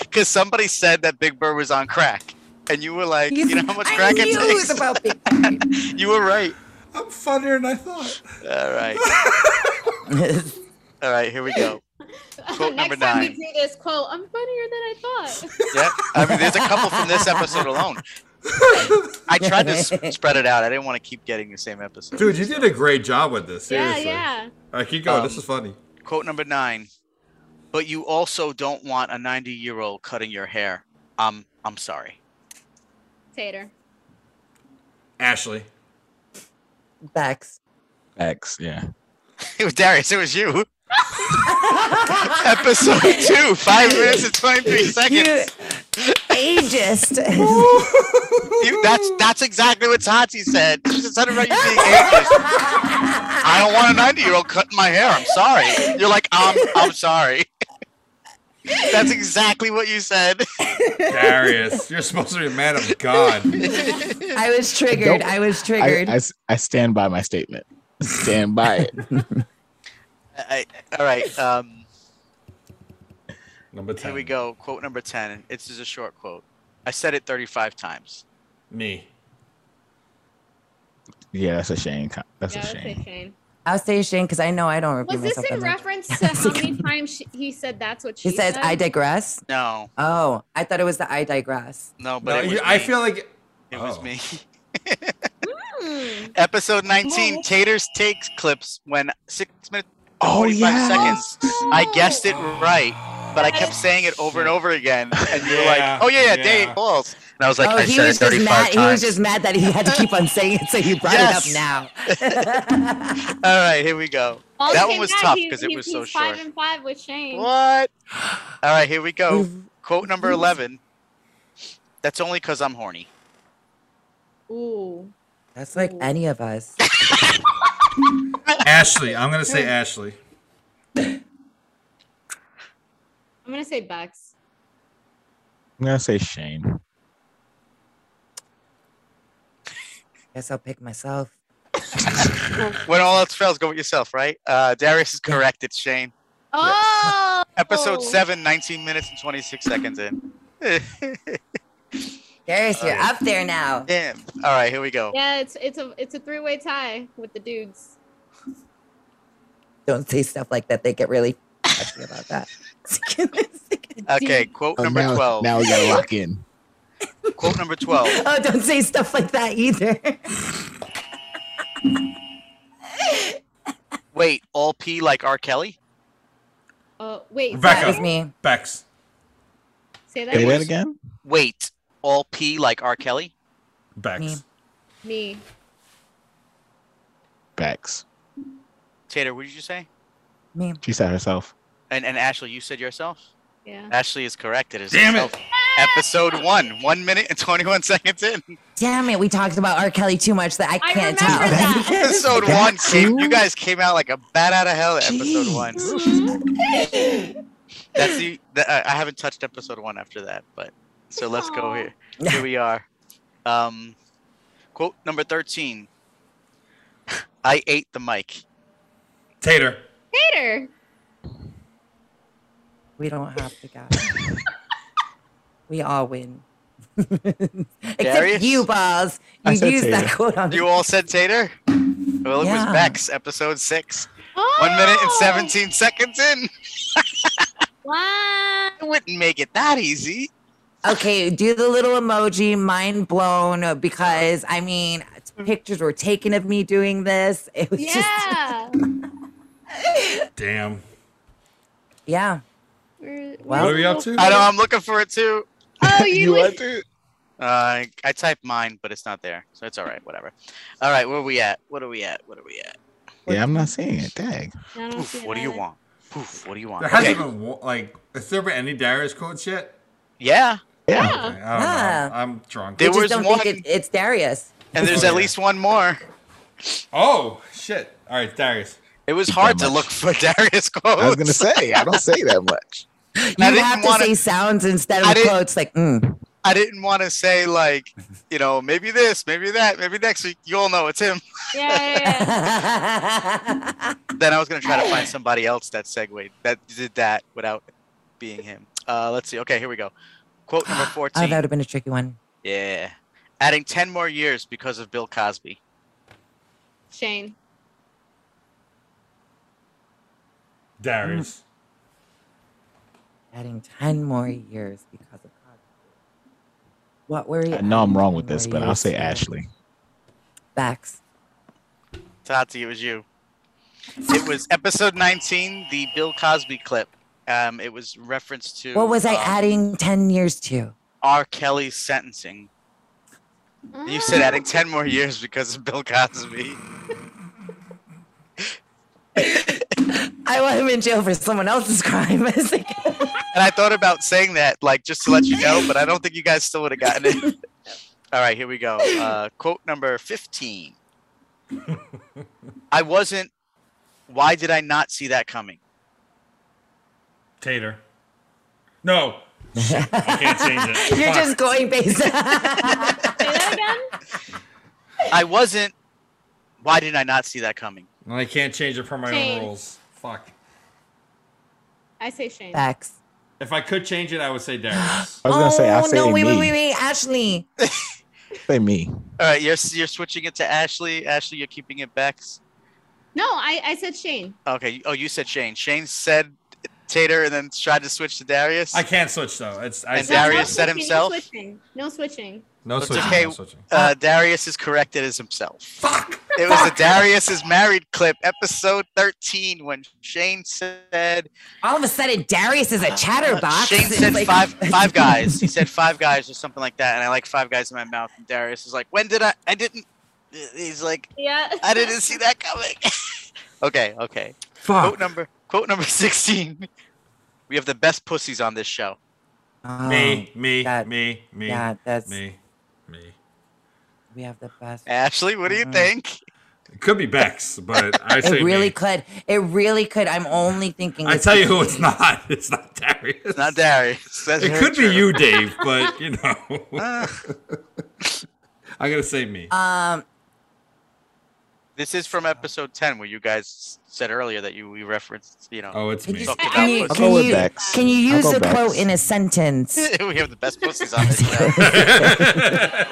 S6: Because somebody said that Big Bird was on crack. And you were like, you know how much crack it
S3: knew it was
S6: takes?
S3: about Big
S6: you were right.
S2: I'm funnier than I thought.
S6: All right. All right, here we go. Quote number
S5: Next time we
S6: nine.
S5: do this quote, I'm funnier than I thought.
S6: Yeah, I mean, there's a couple from this episode alone. I tried to s- spread it out. I didn't want to keep getting the same episode.
S2: Dude, you did a great job with this.
S6: Yeah,
S2: Seriously.
S6: yeah.
S2: All right, keep going.
S6: Um,
S2: this is funny.
S6: Quote number nine. But you also don't want a 90 year old cutting your hair. Um, I'm sorry.
S5: Tater.
S2: Ashley.
S3: Bex.
S8: Bex, yeah.
S6: It was Darius. It was you. Episode two, five minutes and 23 seconds.
S3: Ageist.
S6: You- that's that's exactly what Tati said. She just said about you being ageist. I don't want a 90 year old cutting my hair. I'm sorry. You're like, um, I'm sorry. That's exactly what you said.
S2: Darius, you're supposed to be a man of God.
S3: I was triggered. I was triggered.
S8: I, s- I stand by my statement. Stand by it.
S6: I, all right. Um,
S2: number 10.
S6: Here we go. Quote number 10. It's is a short quote. I said it 35 times.
S2: Me.
S8: yeah, that's a shame. co- That's
S5: yeah,
S8: a
S5: I would
S8: shame.
S5: say Shane.
S3: I'll say Shane because I know I don't repeat
S5: Was this
S3: myself.
S5: in
S3: that much.
S5: reference to how many times she, he said that's what she
S3: He says,
S5: said?
S3: "I digress."
S6: No.
S3: Oh, I thought it was the "I digress."
S6: No,
S2: No,
S6: but it
S2: you-
S6: was
S2: I
S6: me.
S2: feel Oh. like
S6: it was me.
S5: Hmm.
S6: Episode 19 Taters takes clips when six minutes Oh, 45 seconds.
S5: Oh.
S6: I guessed it right, but I kept saying it over and over again. And you're
S20: Yeah,
S6: like, oh, yeah, yeah,
S20: yeah.
S6: Dave Balls. And I was like,
S3: oh,
S6: I
S3: he
S6: said
S3: was
S6: it
S3: just
S6: 35
S3: mad. He was
S6: times.
S3: just mad that he had to keep on saying it, so he brought
S6: Yes.
S3: it up now.
S6: All right, here we go.
S5: All
S6: that
S5: came
S6: one was
S5: back,
S6: tough
S5: he-
S6: because it
S5: he-
S6: was so
S5: he's five
S6: short.
S5: and five with Shane.
S6: What? All right, here we go. Quote number 11. That's only because I'm horny.
S5: Ooh.
S3: That's like any of us.
S2: Ashley. I'm gonna say Ashley.
S5: I'm gonna say Bex.
S8: I'm gonna say Shane.
S3: Guess I'll pick myself.
S6: when all else fails, go with yourself, right? Uh, Darius is correct. It's Shane.
S5: Oh.
S6: Episode 7, 19 minutes and 26 seconds in.
S3: Darius, you're
S6: Uh,
S3: up there now.
S6: Damn. All right, here we go.
S5: Yeah, it's it's a it's a three way tie with the dudes.
S3: Don't say stuff like that. They get really touchy about that.
S6: Okay, quote
S20: Oh,
S6: number
S20: now-
S6: 12.
S20: now we gotta lock
S8: in.
S6: Quote number 12.
S3: Oh, don't say stuff like that either.
S6: Wait, all P like R. Kelly?
S5: Uh, wait.
S6: Rebecca.
S5: Bex.
S3: me.
S2: Bex.
S5: Say that,
S6: Say that
S5: was
S8: again?
S6: Wait, all P like R. Kelly?
S2: Bex.
S5: Me.
S8: Bex.
S6: Tater, what did you say?
S3: Me.
S8: She said herself.
S6: And and Ashley, you said yourself?
S5: Yeah.
S6: Ashley is correct. It is
S8: Damn it.
S6: herself. Episode 1, 1 minute and 21 seconds in.
S3: Damn it, we talked about R. Kelly too much that I can't tell.
S6: episode
S3: That
S6: one came, you guys came out like a bat out of hell at episode one
S5: Mm-hmm.
S6: that's the, the uh, i haven't touched episode one after that but so let's go here here we are um quote number 13 i ate the mic
S2: Tater.
S5: Hater.
S3: We don't have to guys. we all win. Except
S6: Darius?
S3: you, balls. You used that quote on
S6: you all said tater well it
S3: Yeah.
S6: was bex episode six one minute
S5: Oh!
S6: and 17 seconds in
S5: Wow.
S6: it wouldn't make it that easy
S3: Okay, do the little emoji, mind blown, because I mean, pictures were taken of me doing this. It was just,
S5: Yeah.
S2: Damn.
S3: yeah.
S5: Where-
S3: Wow. What are we up to?
S6: i know i'm looking for it too
S5: Oh, you,
S6: want to? Uh, I typed mine, but it's not there, so it's all right. Whatever. All right, where are we at? What are we at? What are we at?
S8: Yeah, I'm not seeing it. Dang.
S5: I don't see
S6: Poof, what do you
S5: either.
S6: want? Poof, what do you want?
S2: There hasn't
S6: Okay.
S2: been wa- like has there been any Darius quotes yet?
S6: Yeah.
S8: Yeah.
S2: I don't know. I'm drunk.
S3: We just don't think it, it's Darius.
S6: And there's at least one more.
S2: Oh shit! All right, Darius.
S6: It was hard to look for Darius quotes.
S8: I was gonna say I don't say that much.
S3: You
S6: didn't
S3: have to
S6: wanna-
S3: say sounds instead
S6: I
S3: of
S6: didn't-
S3: quotes, like, mm.
S6: I didn't want to say like, you know, maybe this, maybe that, maybe next week. You all know it's him. Then I was gonna try to find somebody else that segued that did that without being him. Uh, let's see. Okay, here we go. Quote number
S3: Oh, that
S6: fourteen.
S3: would have been a tricky one.
S6: yeah. Adding ten more years because of Bill Cosby.
S5: Shane.
S2: Darius.
S3: Adding 10 more years because of Cosby. What were you?
S8: I know I'm wrong with
S3: adding
S8: this,
S3: more
S8: but I'll
S3: years
S8: say
S3: to?
S8: Ashley.
S3: Facts.
S6: Tati, it was you. It was episode 19, the Bill Cosby clip. Um, it was reference to
S3: What was I
S6: um,
S3: adding 10 years to?
S6: R. Kelly's sentencing. You said adding 10 more years because of Bill Cosby.
S3: I want him in jail for someone else's crime. It's like,
S6: And I thought about saying that, like, just to let you know, but I don't think you guys still would have gotten it. All right, here we go. Uh, quote number 15 I wasn't, why did I not see that coming?
S2: Tater. No. Shit, I can't change it.
S3: You're
S2: Fuck.
S3: just going based.
S6: I wasn't, why did I not see that coming?
S2: And I can't change it per my
S5: Change.
S2: own rules. Fuck.
S5: I say Shane.
S3: Facts. Oh,
S2: If I could change it, I would say Darius.
S8: I was gonna say I say
S3: no,
S8: me.
S3: wait, wait, wait, wait, Ashley.
S8: Say me.
S6: All right, you're you're switching it to Ashley. Ashley, you're keeping it Bex.
S5: No, I, I said Shane.
S6: Okay. you- Oh, you said Shane. Shane said Tater, and then tried to switch to Darius.
S2: I can't switch though. It's I
S6: And
S2: said-
S6: Darius said
S5: Switching,
S6: himself.
S5: No switching. No switching.
S2: No
S6: It's
S2: switching,
S6: okay.
S2: no switching.
S6: Uh, Darius is corrected as himself. Fuck. It was the Darius is married clip, episode 13, when Shane said, uh,
S3: All of a sudden, Darius
S2: Uh,
S3: is a chatterbox.
S6: Shane
S3: It's
S6: said
S3: like-
S6: five five guys. He said five guys or something like that, and I like five guys in my mouth. And Darius is like, when did I? I didn't. He's like,
S5: yeah,
S6: I didn't see that coming. okay, okay.
S21: Fuck.
S6: Quote number quote number sixteen. We have the best pussies on this show.
S3: oh,
S2: me, me, me, me,
S3: yeah, that's-
S2: me, me.
S3: We have the best.
S6: Ashley, what do you
S3: Mhm.
S6: think?
S2: It could be Bex, but I say
S3: it really
S2: me.
S3: could. It really could. I'm only thinking.
S2: I
S3: it's
S2: tell you who
S3: because-
S2: it's not. It's not Darius. It's
S6: not Darius. That's
S2: it
S6: very
S2: could
S6: true. Ah.
S2: be you, Dave, but you know. I'm gonna say me.
S3: Um,
S6: This is from episode ten, where you guys said earlier that you we referenced. You know.
S2: Oh, it's me.
S6: talked
S3: Can
S6: about
S3: you,
S6: pussy.
S3: can you, can you use a quote in a sentence?
S2: Oh.
S6: we have the best pussies on this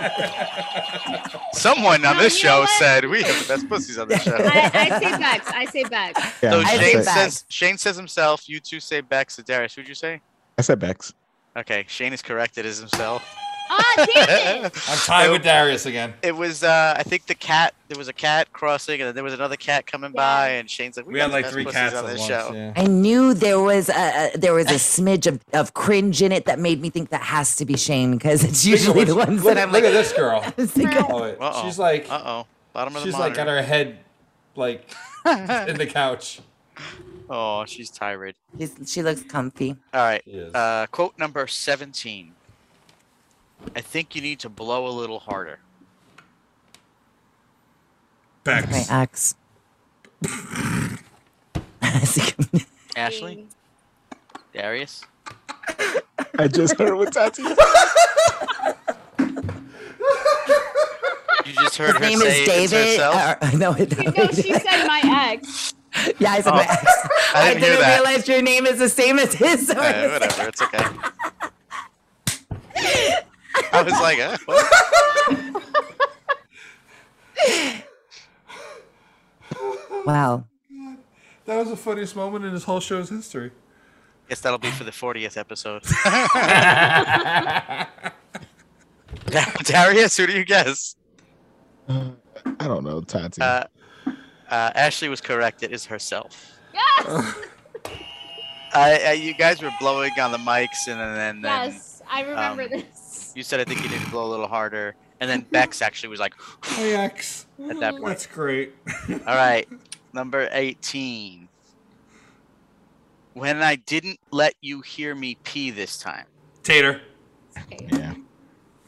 S6: show. Someone on this show said we have the best pussies on this show.
S5: I, I say Bex. I say Bex.
S6: so
S22: I
S6: Shane
S22: think
S6: says Shane says himself. You two say Bex. So Darius, who'd you say?
S22: I said Bex.
S6: Okay, Shane is corrected as himself.
S5: Ah, damn it!
S2: I'm tied with Darius again.
S6: It was uh, I think the cat. There was a cat crossing, and then there was another cat coming by, and Shane's like, "We,
S2: We had
S6: got the
S2: like
S6: best
S2: three
S6: pussies
S2: cats
S6: on
S2: at
S6: this
S2: once,
S6: show."
S2: yeah.
S3: I knew there was a, a there was a smidge of, of cringe in it that made me think that has to be Shane because it's
S2: Speaking of
S3: usually
S2: which,
S3: the ones
S2: look,
S3: that I'm
S2: look
S3: like.
S2: at this girl.
S3: girl.
S2: Oh, it- She's like,
S6: uh oh, bottom of the
S2: she's like got
S6: monitor.
S2: her head like in the couch.
S6: Oh, she's tired.
S3: she looks comfy.
S6: All right. Uh, quote number 17. I think you need to blow a little harder.
S3: My
S2: Bex.
S3: ex.
S6: Ashley? Darius?
S8: I just heard what Tati said.
S6: You just
S3: His
S6: heard her
S3: name
S6: say
S3: is
S6: it's
S3: David.
S6: herself?
S3: uh, no, it-
S5: No, she said my ex.
S3: yeah, I said my ex.
S6: Oh. I didn't hear that.
S3: realize your name is the same as his. so I
S6: Eh,
S3: was like-
S6: whatever, it's okay. I was like, eh, what?
S3: Wow.
S2: That was the funniest moment in this whole show's history.
S6: guess that'll be for the 40th episode. Darius, who do you guess?
S8: I don't know, Tati.
S6: Uh, uh, Ashley was correct. It is herself.
S5: Yes.
S6: I, I, you guys were blowing on the mics, and then, and then
S5: Yes, I remember
S6: um,
S5: this.
S6: You said I think you need to blow a little harder, and then Bex actually was like,
S2: Hey, X.
S6: at that point.
S2: That's great.
S6: "All right, number eighteen. When I didn't let you hear me pee this time,
S2: Tater.
S8: Yeah.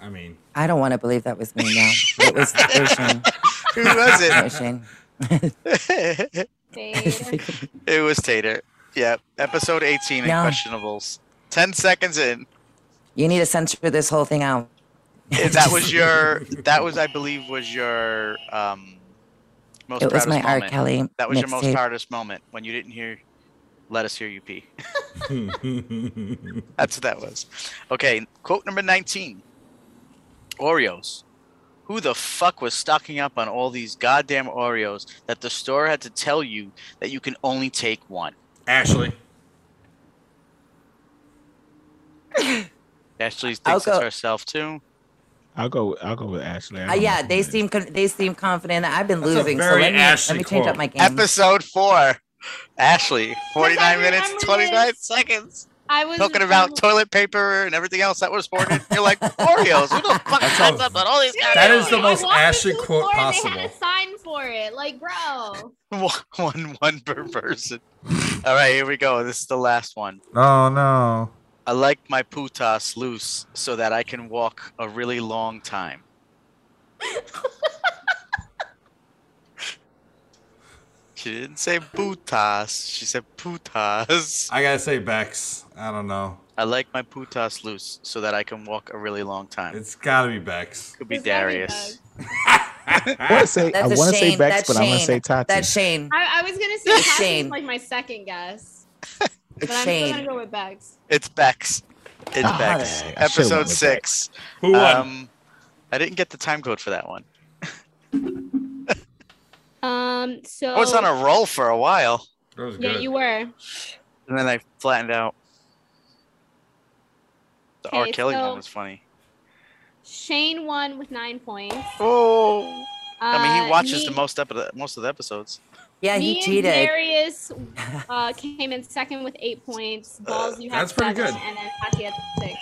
S2: I mean,
S3: I don't want to believe that was me now. It was, it was Shane.
S6: who was
S3: It
S6: it?
S3: was Shane.
S6: it was Tater. Yep, episode eighteen,
S3: No.
S6: Unquestionables. Ten seconds in,
S3: You need to censor this whole thing out.
S6: Eh, that was your. That was, I believe, was your um, most.
S3: It was my
S6: proudest
S3: R.
S6: moment.
S3: Kelly
S6: That was your most
S3: mixtape.
S6: proudest moment when you didn't hear. Let us hear you pee. That's what that was. Okay, quote number 19 Oreos. Who the fuck was stocking up on all these goddamn Oreos that the store had to tell you that you can only take one?
S2: Ashley.
S6: Ashley
S3: I'll
S6: thinks it's
S3: go-
S6: herself too.
S22: I'll go. I'll go with Ashley. I
S3: Uh,
S22: don't
S3: yeah,
S22: know.
S3: they seem con- they seem confident. I've been
S2: That's a
S3: losing, so
S2: very
S3: let me, let
S2: Ashley
S3: me change
S2: quote.
S3: up my game.
S6: Episode four Ashley, 49 minutes,
S5: remember
S6: 29
S5: this.
S6: seconds.
S5: I was
S6: Talking about toilet paper and everything else that was hoarded. You're like, Oreos, who the fuck
S2: That's
S6: stocks
S2: a-
S6: up on all these goddamn
S2: That is the
S5: I
S2: most
S5: walked
S2: Ashley
S5: into the
S2: quote
S5: store and They
S2: possible.
S5: had a sign for it, like, bro.
S6: one, one, one per person. All right, here we go. This is the last one.
S21: Oh no.
S6: I like my putas loose so that I can walk a really long time. she didn't say putas. She said putas.
S2: I gotta say Bex. I don't know.
S6: I like my putas loose so that I can walk a really long time.
S2: It's gotta be Bex.
S6: Could be
S5: It's gotta be
S6: Darius.
S8: I want to say I
S3: That's a
S8: want to say
S3: Shane.
S8: Bex,
S3: That's
S8: but I want to
S3: Shane.
S8: say Tati.
S3: That's Shane.
S5: I, I was gonna say Bex
S3: Shane.
S5: was like my second guess, but
S3: It's
S5: I'm still gonna
S3: Shane.
S5: go with Bex.
S6: It's Bex. It's
S22: Ah, dang,
S6: Bex.
S22: I should've went
S6: Episode
S22: with
S6: six.
S2: Who won?
S6: Um, I didn't get the time code for that one.
S5: Um. So.
S6: I was on Oh, a roll for a while,
S2: that was
S5: Yeah,
S2: good.
S5: you were.
S6: and then I flattened out. The R.
S5: Okay,
S6: Kelly
S5: so-
S6: one was funny.
S5: Shane won with nine points.
S6: Oh, I mean,
S5: Uh,
S6: he watches
S5: me-
S6: the most epi- most of the episodes.
S3: Yeah,
S5: Me
S3: he
S5: and
S3: cheated.
S5: Darius uh, came in second with eight points. Balls, you have
S2: Uh, That's pretty
S5: seven,
S2: good.
S5: and then Patty had six.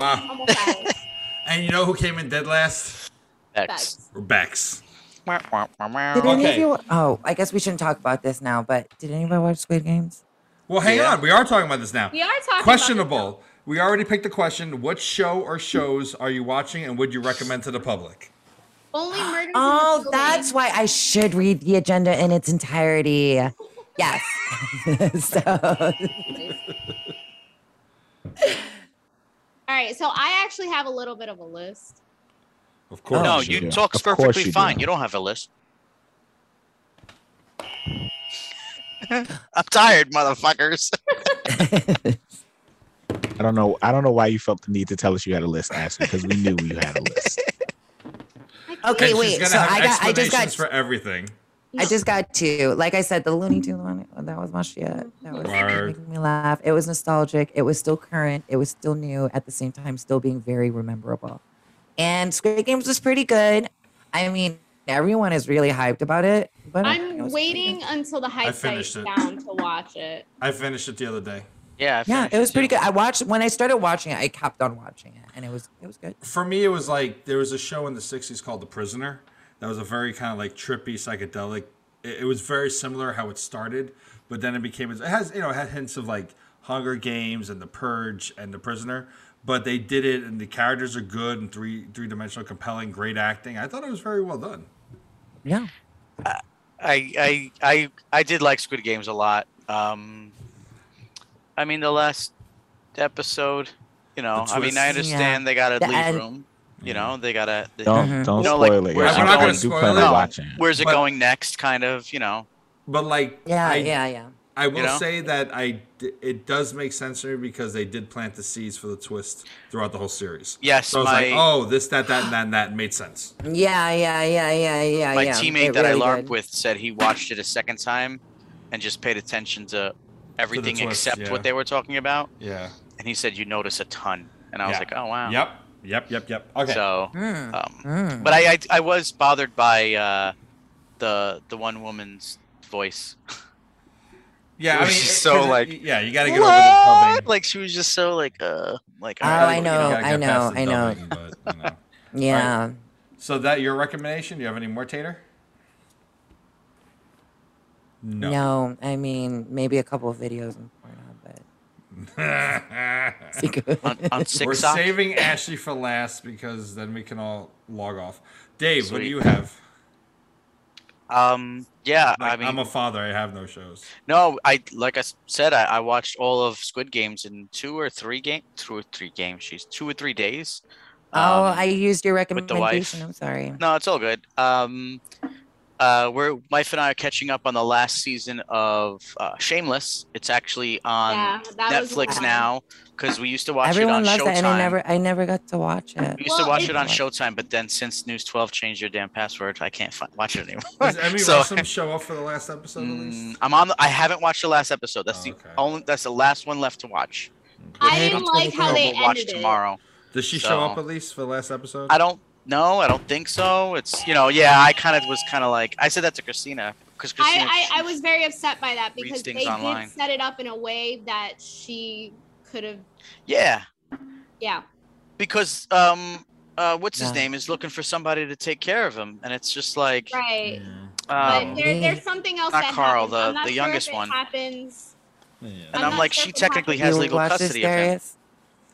S2: Wow.
S5: Almost out.
S2: And you know who came in dead last?
S5: Bex.
S2: Or Bex.
S3: Did any of
S2: Okay.
S3: you? Oh, I guess we shouldn't talk about this now. But did anybody watch Squid Games?
S2: Well, hang on. We are talking about this now.
S5: We are talking
S2: Questionable. We already picked the question. What show or shows are you watching and would you recommend to the public?
S5: Only murders.
S3: Oh, that's why I should read the agenda in its entirety. Yes. so
S5: All right, so I actually have a little bit of a list.
S2: Of
S6: course. No,
S8: you
S6: you
S8: do.
S6: talk
S8: Of course
S6: perfectly
S8: you do.
S6: fine. You don't have a list. I'm tired, motherfuckers.
S8: I don't know. I don't know why you felt the need to tell us you had a list, Ashley, because we knew you had a list.
S3: okay,
S2: And she's
S3: wait.
S2: gonna
S3: So
S2: have
S3: I got. I just
S2: explanations
S3: got.
S2: for everything.
S3: I just got two. Like I said, the Looney Tune one. That was my shit.
S5: Mm-hmm.
S3: That was
S2: Word.
S3: making me laugh. It was nostalgic. It was still current. It was still new. At the same time, still being very rememberable. And Squid Games was pretty good. I mean, everyone is really hyped about it. But I think it
S5: I'm
S3: Oh, was-
S5: waiting until the hype
S2: finished
S5: site's
S2: it.
S5: down to watch it.
S2: I finished it the other day.
S6: Yeah.
S3: Yeah, it was pretty good. I watched when I started watching it. I kept on watching it, and it was it was good.
S2: For me, it was like there was a show in the 60s called The Prisoner. That was a very kind of like trippy, psychedelic. It, it was very similar how it started, but then it became, it has, you know, it had hints of like Hunger Games and The Purge and The Prisoner. But they did it, and the characters are good and three three dimensional, compelling, great acting. I thought it was very well done.
S3: Yeah.
S6: I I I I did like Squid Games a lot. Um, I mean, the last episode, you know,
S2: The
S6: I mean, I
S2: twist. Yeah.
S6: understand they got to
S2: The
S6: leave
S2: end.
S6: room. You know, they got to.
S8: Don't-
S3: Mm-hmm.
S8: don't spoil it, guys.
S6: Where's it
S8: We're not
S6: going?
S8: gonna spoil Do plan it. on watching it.
S6: Where's it
S2: But-
S6: going next? Kind of, you know.
S2: But like,
S3: Yeah,
S2: I-
S3: yeah, yeah.
S2: I will
S6: You know?
S2: say that I d- it does make sense to me because they did plant the seeds for the twist throughout the whole series.
S6: Yes,
S2: so I was like,
S6: my-
S2: oh, this, that, that, and that, and that made sense.
S3: Yeah, yeah, yeah, yeah, yeah.
S6: my
S3: Uh, yeah.
S6: teammate
S3: It
S6: that
S3: really
S6: I LARP
S3: did.
S6: with said he watched it a second time and just paid attention to everything
S2: twist,
S6: except
S2: yeah.
S6: what they were talking about.
S2: Yeah.
S6: And he said you notice a ton. And I was
S2: Yeah.
S6: like, oh wow.
S2: Yep. Yep. Yep. Yep. Okay.
S6: So,
S3: Hmm.
S6: um,
S3: Hmm.
S6: but I, I I was bothered by uh, the the one woman's voice.
S2: Yeah, I
S6: It was
S2: mean,
S6: just
S2: it-
S6: so
S2: 'cause it-
S6: like
S2: yeah, you gotta get over the
S6: what?
S2: dubbing.
S6: Like she was just so like uh like
S3: Oh,
S6: alright,
S3: I
S6: you
S3: know, I
S2: gotta get past
S3: know,
S2: the
S3: I know.
S2: dubbing, but, you know.
S3: Yeah.
S2: All right. So that your recommendation? Do you have any more, Tater?
S3: No. I mean maybe a couple of videos on Pornhub, but
S2: on,
S3: on
S2: We're
S3: Sixsock?
S2: saving Ashley for last because then we can all log off. Dave, what do
S6: Sweet.
S2: you have?
S6: Um, yeah, I mean,
S2: I'm a father. I have no shows.
S6: No, I like I s- said, I, I watched all of Squid Games in two or three game, two or three games. She's two or three days.
S3: oh,
S6: um,
S3: I used your
S6: with the wife.
S3: recommendation. I'm sorry.
S6: No, it's all good. Um, uh, we're wife and I are catching up on the last season of uh, Shameless. It's actually on
S5: Yeah, that was
S6: Netflix
S5: wild.
S6: now because we used to watch
S3: Everyone
S6: it on
S3: loves
S6: Showtime.
S3: it, and I never, I never got to watch it.
S6: We used to watch it on Showtime, but then since News 12 changed your damn password, I can't fi- watch it anymore.
S2: Does Emmy
S6: So- Mm,
S2: Rossum show up for the last episode at least?
S6: I'm on. The, I haven't watched the last episode. That's the only. That's the last one left to watch.
S5: I didn't like how they
S6: We'll watch
S5: ended it.
S6: tomorrow.
S2: Does she
S6: So,
S2: show up at least for the last episode?
S6: I don't know. I don't think so. It's you know. Yeah, I kind of was kind of like I said that to Christina because Christina.
S5: I, I, I was very upset by that because
S6: things
S5: they
S6: online.
S5: did set it up in a way that she could have.
S6: yeah,
S5: Yeah.
S6: because um, uh, what's his
S3: Yeah.
S6: name is looking for somebody to take care of him, and it's just like
S5: Right.
S6: um,
S5: but there, there's something else
S6: not
S5: that
S6: Carl,
S5: happens.
S6: the-
S5: I'm not sure
S6: the
S5: if
S6: youngest
S5: it
S6: one.
S5: happens.
S6: and
S5: I'm
S6: I'm,
S5: not
S6: like
S5: sure
S6: she
S5: if it happened.
S6: technically has
S3: You
S6: legal
S3: watched this,
S6: custody of him.
S3: Darius?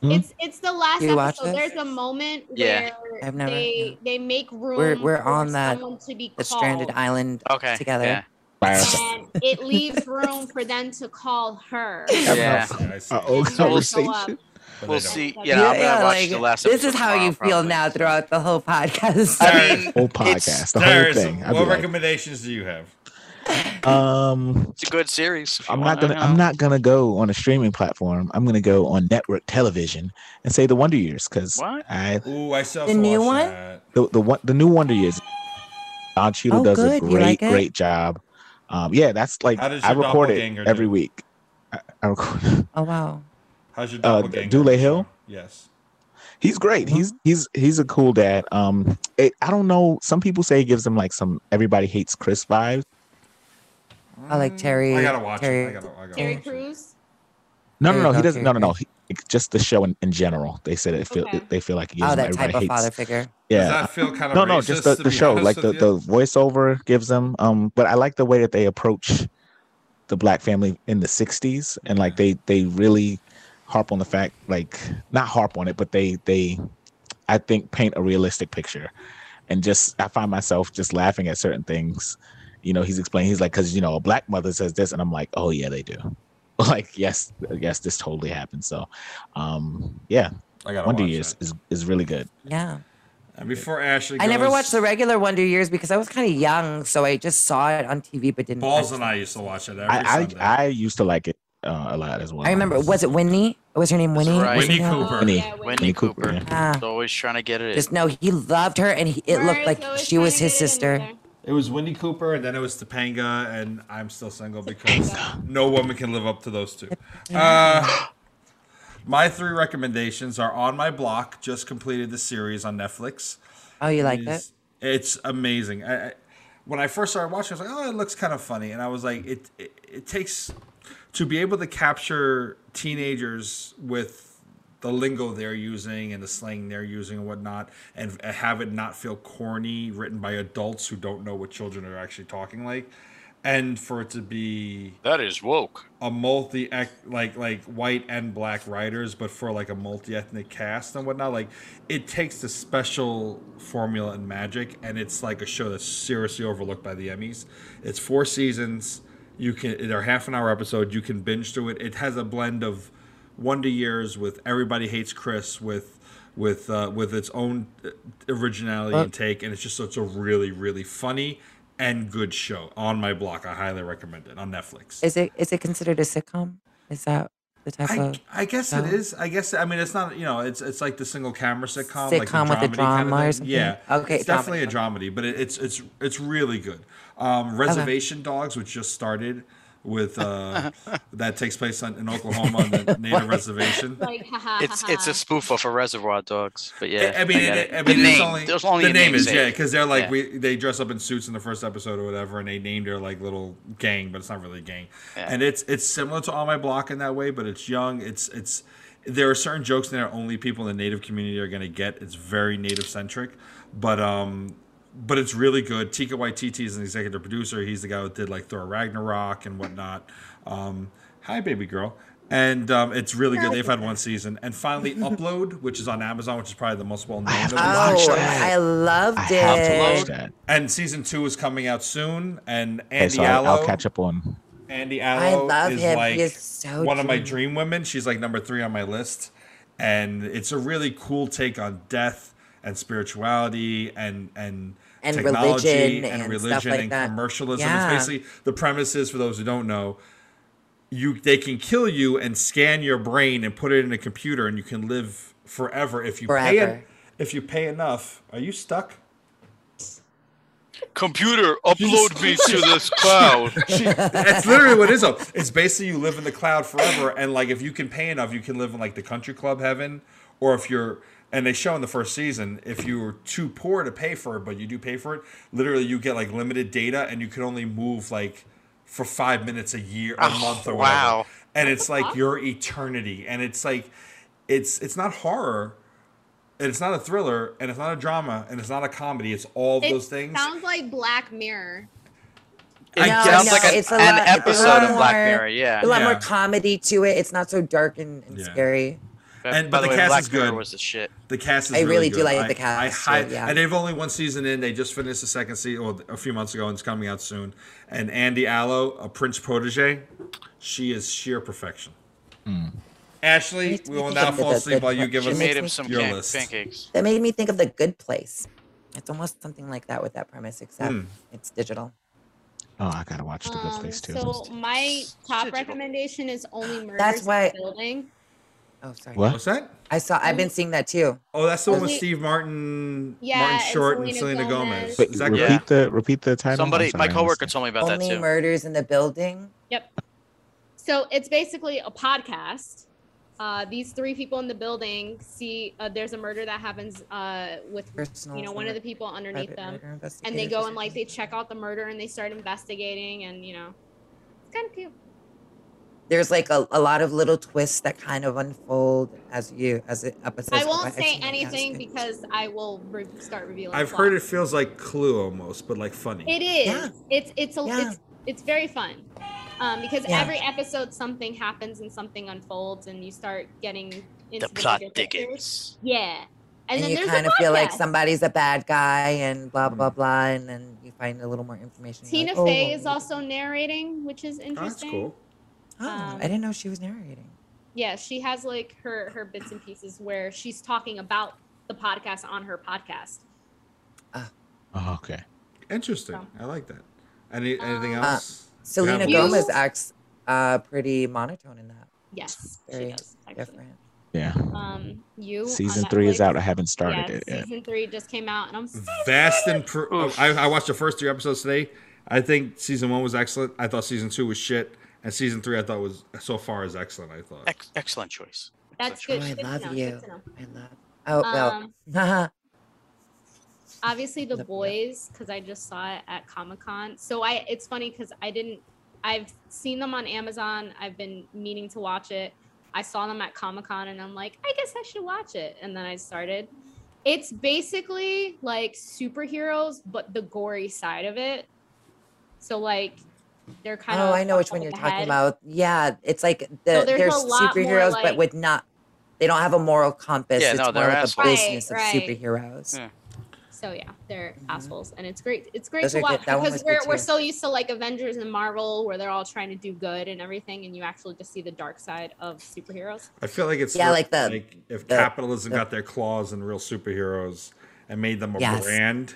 S5: It's it's the last
S3: Hmm? You watch
S5: episode.
S3: this?
S5: There's a moment
S3: Yeah.
S5: where
S3: I've never-
S5: they they make room.
S3: We're we're
S5: for
S3: on that
S5: someone to be
S3: the stranded
S5: called.
S3: island
S6: Oh. Okay,
S3: together.
S6: yeah.
S5: and it leaves room for them to call her.
S6: Yeah.
S8: Uh oh,
S5: Show up.
S8: conversation.
S6: We'll see. Yeah, I'm gonna watch the
S3: like,
S6: last.
S3: This
S6: episode
S3: is how
S6: tomorrow,
S3: you feel
S6: probably.
S3: now throughout the whole podcast.
S6: I mean,
S8: Whole podcast, the whole
S2: Darius,
S8: thing. I'd be
S2: what
S8: like,
S2: recommendations do you have?
S8: um,
S6: It's a good series. if you
S8: I'm
S6: wanna
S8: not gonna.
S6: know.
S8: I'm not gonna go on a streaming platform. I'm gonna go on network television and say the Wonder Years because
S6: What?
S8: I
S2: Ooh, I saw
S3: The new one?
S8: the the one the new Wonder Years. Don Cheadle
S3: Oh,
S8: does a
S3: good. You
S8: great
S3: like it?
S8: great job. Um, yeah, that's like
S2: How does
S8: I
S2: your
S8: record it
S2: doppelganger
S8: every
S2: do?
S8: week. I, I record.
S3: Oh wow.
S2: How's your
S8: Uh,
S2: doppelganger?
S8: Dule Hill.
S2: Yes.
S8: He's great. He's he's he's a cool dad. Um, it, I don't know. Some people say it gives him like some everybody hates Chris vibes.
S3: I like Terry.
S2: I gotta watch it. I
S3: Terry,
S2: gotta- I gotta
S5: Terry Crews.
S8: No, no,
S3: There
S8: no.
S3: you
S8: He
S3: go,
S8: doesn't. No, no,
S3: Terry.
S8: no. He, just the show in, in general. They said it feel
S5: Okay.
S8: they feel like it gives
S3: Oh,
S8: him
S3: that
S8: everybody
S3: type of
S8: hates.
S3: father figure.
S8: Yeah.
S2: Does that feel kind of
S8: no, no, just the, the show, like the, the voiceover gives them. Um, but I like the way that they approach the black family in the '60s, and like they they really harp on the fact, like not harp on it, but they they, I think, paint a realistic picture, and just I find myself just laughing at certain things. You know, he's explaining, he's like, because you know, a black mother says this, and I'm like, oh yeah, they do. Like, yes, yes, this totally happened. So, um, yeah,
S2: I gotta
S8: Wonder
S2: watch
S8: Years is is really good.
S3: Yeah.
S2: And before Ashley,
S3: I never
S2: goes-
S3: watched the regular Wonder Years because I was kind of young, so I just saw it on TV but didn't.
S2: Balls
S3: touch
S2: and I used to watch it every
S8: I,
S2: Sunday.
S8: I I used to like it uh, a lot as well.
S3: it. I remember. Was it Winnie? Was her name Winnie?
S6: right.
S3: Winnie
S6: Cooper.
S5: Oh,
S8: Winnie,
S6: Yeah, Winnie
S8: Cooper. yeah.
S3: Ah.
S6: He's always trying to get it.
S3: Just no, he loved her, and he, it looked like she was his sister.
S2: It was Wendy Cooper, and then it was Topanga, and I'm still single because no woman can live up to those two. Uh, my three recommendations are on my block. Just completed the series on Netflix.
S3: Oh, you liked
S2: It's- It's amazing. I, I, when I first started watching, I was like, "Oh, it looks kind of funny," and I was like, "It it, it takes to be able to capture teenagers with the lingo they're using and the slang they're using and whatnot, and have it not feel corny, written by adults who don't know what children are actually talking like, and for it to be
S6: That is woke.
S2: a multi like like white and black writers, but for like a multi ethnic cast and whatnot. Like it takes the special formula and magic, and it's like a show that's seriously overlooked by the Emmys. It's four seasons. You can they're half an hour episode. You can binge through it. It has a blend of Wonder Years with Everybody Hates Chris with with uh, with its own uh, originality and take, and it's just it's a really really funny and good show on my block. I highly recommend it on Netflix.
S3: Is it is it considered a sitcom? Is that the type
S2: I,
S3: of?
S2: I guess
S3: No.
S2: it is. I guess I mean it's not. You know, it's it's like the single camera sitcom, like
S3: Sitcom with a
S2: dramedy
S3: drama
S2: kind
S3: or
S2: of thing.
S3: something?
S2: Yeah,
S3: Okay,
S2: it's
S3: dramedy,
S2: definitely a dramedy, but it, it's it's it's really good. Um, Reservation Dogs, which just started with uh, that takes place on, in Oklahoma on the Native reservation.
S5: Like, haha.
S6: It's it's a spoof of a Reservoir Dogs, but yeah.
S2: I mean,
S6: get
S2: it,
S6: it.
S2: I
S6: the
S2: mean, it's
S6: name,
S2: only,
S6: there's only
S2: the
S6: a
S2: name is
S6: namesake.
S2: yeah, because they're like
S6: Yeah.
S2: we they dress up in suits in the first episode or whatever, and they named her like little gang, but it's not really a gang. And it's it's similar to On My Block in that way, but it's young. It's it's there are certain jokes in there only people in the Native community are gonna get. It's very Native centric, but um. But it's really good. Tika Waititi is an executive producer. He's the guy who did like Thor Ragnarok and whatnot. Um, hi, baby girl. And um, it's really good. They've had one season. And finally, Upload, which is on Amazon, which is probably the most well known. of the
S3: Oh, I loved it.
S2: and season two is coming out soon. And
S8: Okay,
S2: Andy
S8: so I'll, I'll
S2: Allo,
S8: catch up on.
S2: Andy Allo
S3: love
S2: is
S3: him. He
S2: like
S3: is so
S2: one of my
S3: genius.
S2: dream women. She's like number three on my list, and it's a really cool take on death and spirituality and and.
S3: And
S2: technology and,
S3: religion and stuff
S2: religion
S3: like
S2: and
S3: that.
S2: commercialism.
S3: Yeah.
S2: It's basically the premise is for those who don't know, you they can kill you and scan your brain and put it in a computer and you can live forever if you pay
S3: Forever.
S2: it, if you pay enough. Are you stuck?
S6: Computer, upload me to this cloud.
S2: That's literally what it is. Though. It's basically you live in the cloud forever, and like if you can pay enough, you can live in like the country club heaven, or if you're and they show in the first season if you were too poor to pay for it, but you do pay for it, literally you get like limited data, and you can only move like for five minutes a year, a
S6: Oh,
S2: month, or whatever.
S6: wow.
S2: And it's like your eternity, and it's like it's it's not horror. And it's not a thriller, and it's not a drama, and it's not a comedy. It's all of
S5: It
S2: those things.
S5: sounds like Black Mirror.
S6: It
S3: No,
S6: sounds
S3: no,
S6: like a-
S3: it's a
S6: an
S3: lot- it's a
S6: episode
S3: lot
S6: of Black
S3: more-
S6: Mirror. Yeah.
S3: a lot more
S2: Yeah.
S3: comedy to it. It's not so dark and, and scary.
S2: And-
S6: By
S2: but the
S6: way,
S2: cast
S6: Black
S2: is
S6: Mirror
S2: good.
S6: Was the shit.
S2: The cast is
S3: I
S2: really,
S3: really do
S2: good.
S3: like
S2: I-
S3: the cast,
S2: I, hi-
S3: too, yeah.
S2: And they've only one season in. They just finished the second season well, a few months ago, and it's coming out soon. And Andy Allo, a Prince protege, she is sheer perfection.
S5: Hmm.
S2: Ashley, we will now fall asleep while you give
S6: She
S2: us
S6: made him some
S2: your
S6: can-
S2: list.
S6: pancakes.
S3: That made me think of the Good Place. It's almost something like that with that premise, except
S2: Mm.
S3: it's digital.
S8: Oh, I gotta watch the Good
S5: Um,
S8: Place too.
S5: so my top recommendation is only murders
S3: That's why-
S5: in the building.
S3: Oh, sorry.
S8: What?
S2: What's that?
S3: I saw. I've been seeing that too.
S2: Oh, that's the one with
S5: Only-
S2: Steve Martin,
S5: Yeah,
S2: Martin
S5: and
S2: Short, and
S5: Selena
S2: Selena Gomez.
S8: Wait,
S2: Is that
S8: repeat
S2: correct?
S8: the repeat the title. I'm
S6: Somebody,
S8: sorry, I
S6: my coworker
S8: missed
S6: told me about that
S3: Only
S6: too.
S3: murders in the building.
S5: Yep. So it's basically a podcast Uh, these three people in the building see uh, there's a murder that happens uh, with
S3: Personal
S5: you know one
S3: murder-
S5: of the people underneath
S3: private
S5: them,
S3: murder
S5: and they
S3: investigators
S5: go
S3: or
S5: and like they check out the murder and they start investigating, and you know, it's kind of cute.
S3: There's like a, a lot of little twists that kind of unfold as you as it episodes.
S5: I
S3: go
S5: won't
S3: by.
S5: say
S3: It's-
S5: anything because I will re- start revealing.
S2: I've
S5: plot.
S2: heard it feels like Clue almost, but like funny.
S5: It is. It's it's a it's it's very fun. Um, because
S2: Yeah.
S5: every episode something happens and something unfolds and you start getting into the,
S3: plot
S5: bigger picture. Yeah. And,
S3: And,
S5: then
S3: you
S5: there's
S3: kind
S5: a
S3: of feel like
S5: podcast.
S3: somebody's a bad guy and blah
S6: Mm-hmm.
S3: blah blah, and then you find a little more information. You're
S5: Tina
S3: like, oh,
S5: Fey is also narrating, which is interesting.
S3: Oh,
S5: Um,
S3: I didn't know she was narrating.
S5: Yeah, she has like her her bits and pieces where she's talking about the podcast on her podcast.
S2: Oh, okay. Interesting.
S5: Oh.
S2: I like that. Any anything
S5: Um,
S3: Uh,
S2: else?
S3: Selena
S2: Yeah.
S3: Gomez acts uh, pretty monotone in that.
S5: Yes, she
S3: Very
S5: does, actually.
S3: different.
S8: Yeah.
S5: Um, you on
S8: Season three is
S5: Netflix.
S8: out. I haven't started
S5: Yeah,
S8: it yet.
S5: Season three just came out, and I'm
S3: Mm.
S5: so
S2: Vast and pro- oh, I, I watched the first three episodes today. I think season one was excellent. I thought season two was shit, and season three I thought was so far is excellent. I thought
S6: excellent choice.
S5: That's good.
S3: Oh, I
S5: good to
S3: love
S5: know,
S3: you.
S5: good to know.
S3: I love. Oh
S5: Um,
S3: well. oh,
S5: obviously the boys because i just saw it at comic-con so i it's funny because i didn't i've seen them on amazon i've been meaning to watch it i saw them at comic-con and i'm like i guess i should watch it and then i started it's basically like superheroes but the gory side of it so like they're kind of
S3: oh, I know which one you're talking about. Yeah, it's like the,
S5: So there's
S3: there's
S5: a lot more,
S3: superheroes,
S5: like-
S3: but with not. They don't have a moral compass.
S6: Yeah,
S3: it's
S6: no,
S3: more
S6: they're
S3: like
S6: assholes.
S3: a
S6: Right,
S3: business of
S5: right.
S3: superheroes.
S5: So yeah, they're assholes, and it's great. It's great
S3: Those
S5: to
S3: are good.
S5: watch
S3: That one
S5: because
S3: was good
S5: we're we're
S3: too.
S5: so used to like Avengers and Marvel, where they're all trying to do good and everything, and you actually just see the dark side of superheroes.
S2: I feel like it's
S5: Yeah,
S2: the-
S5: like the-
S2: if
S5: the-
S2: capitalism
S5: the-
S2: got their claws in real superheroes and made them a
S5: Yes.
S2: brand.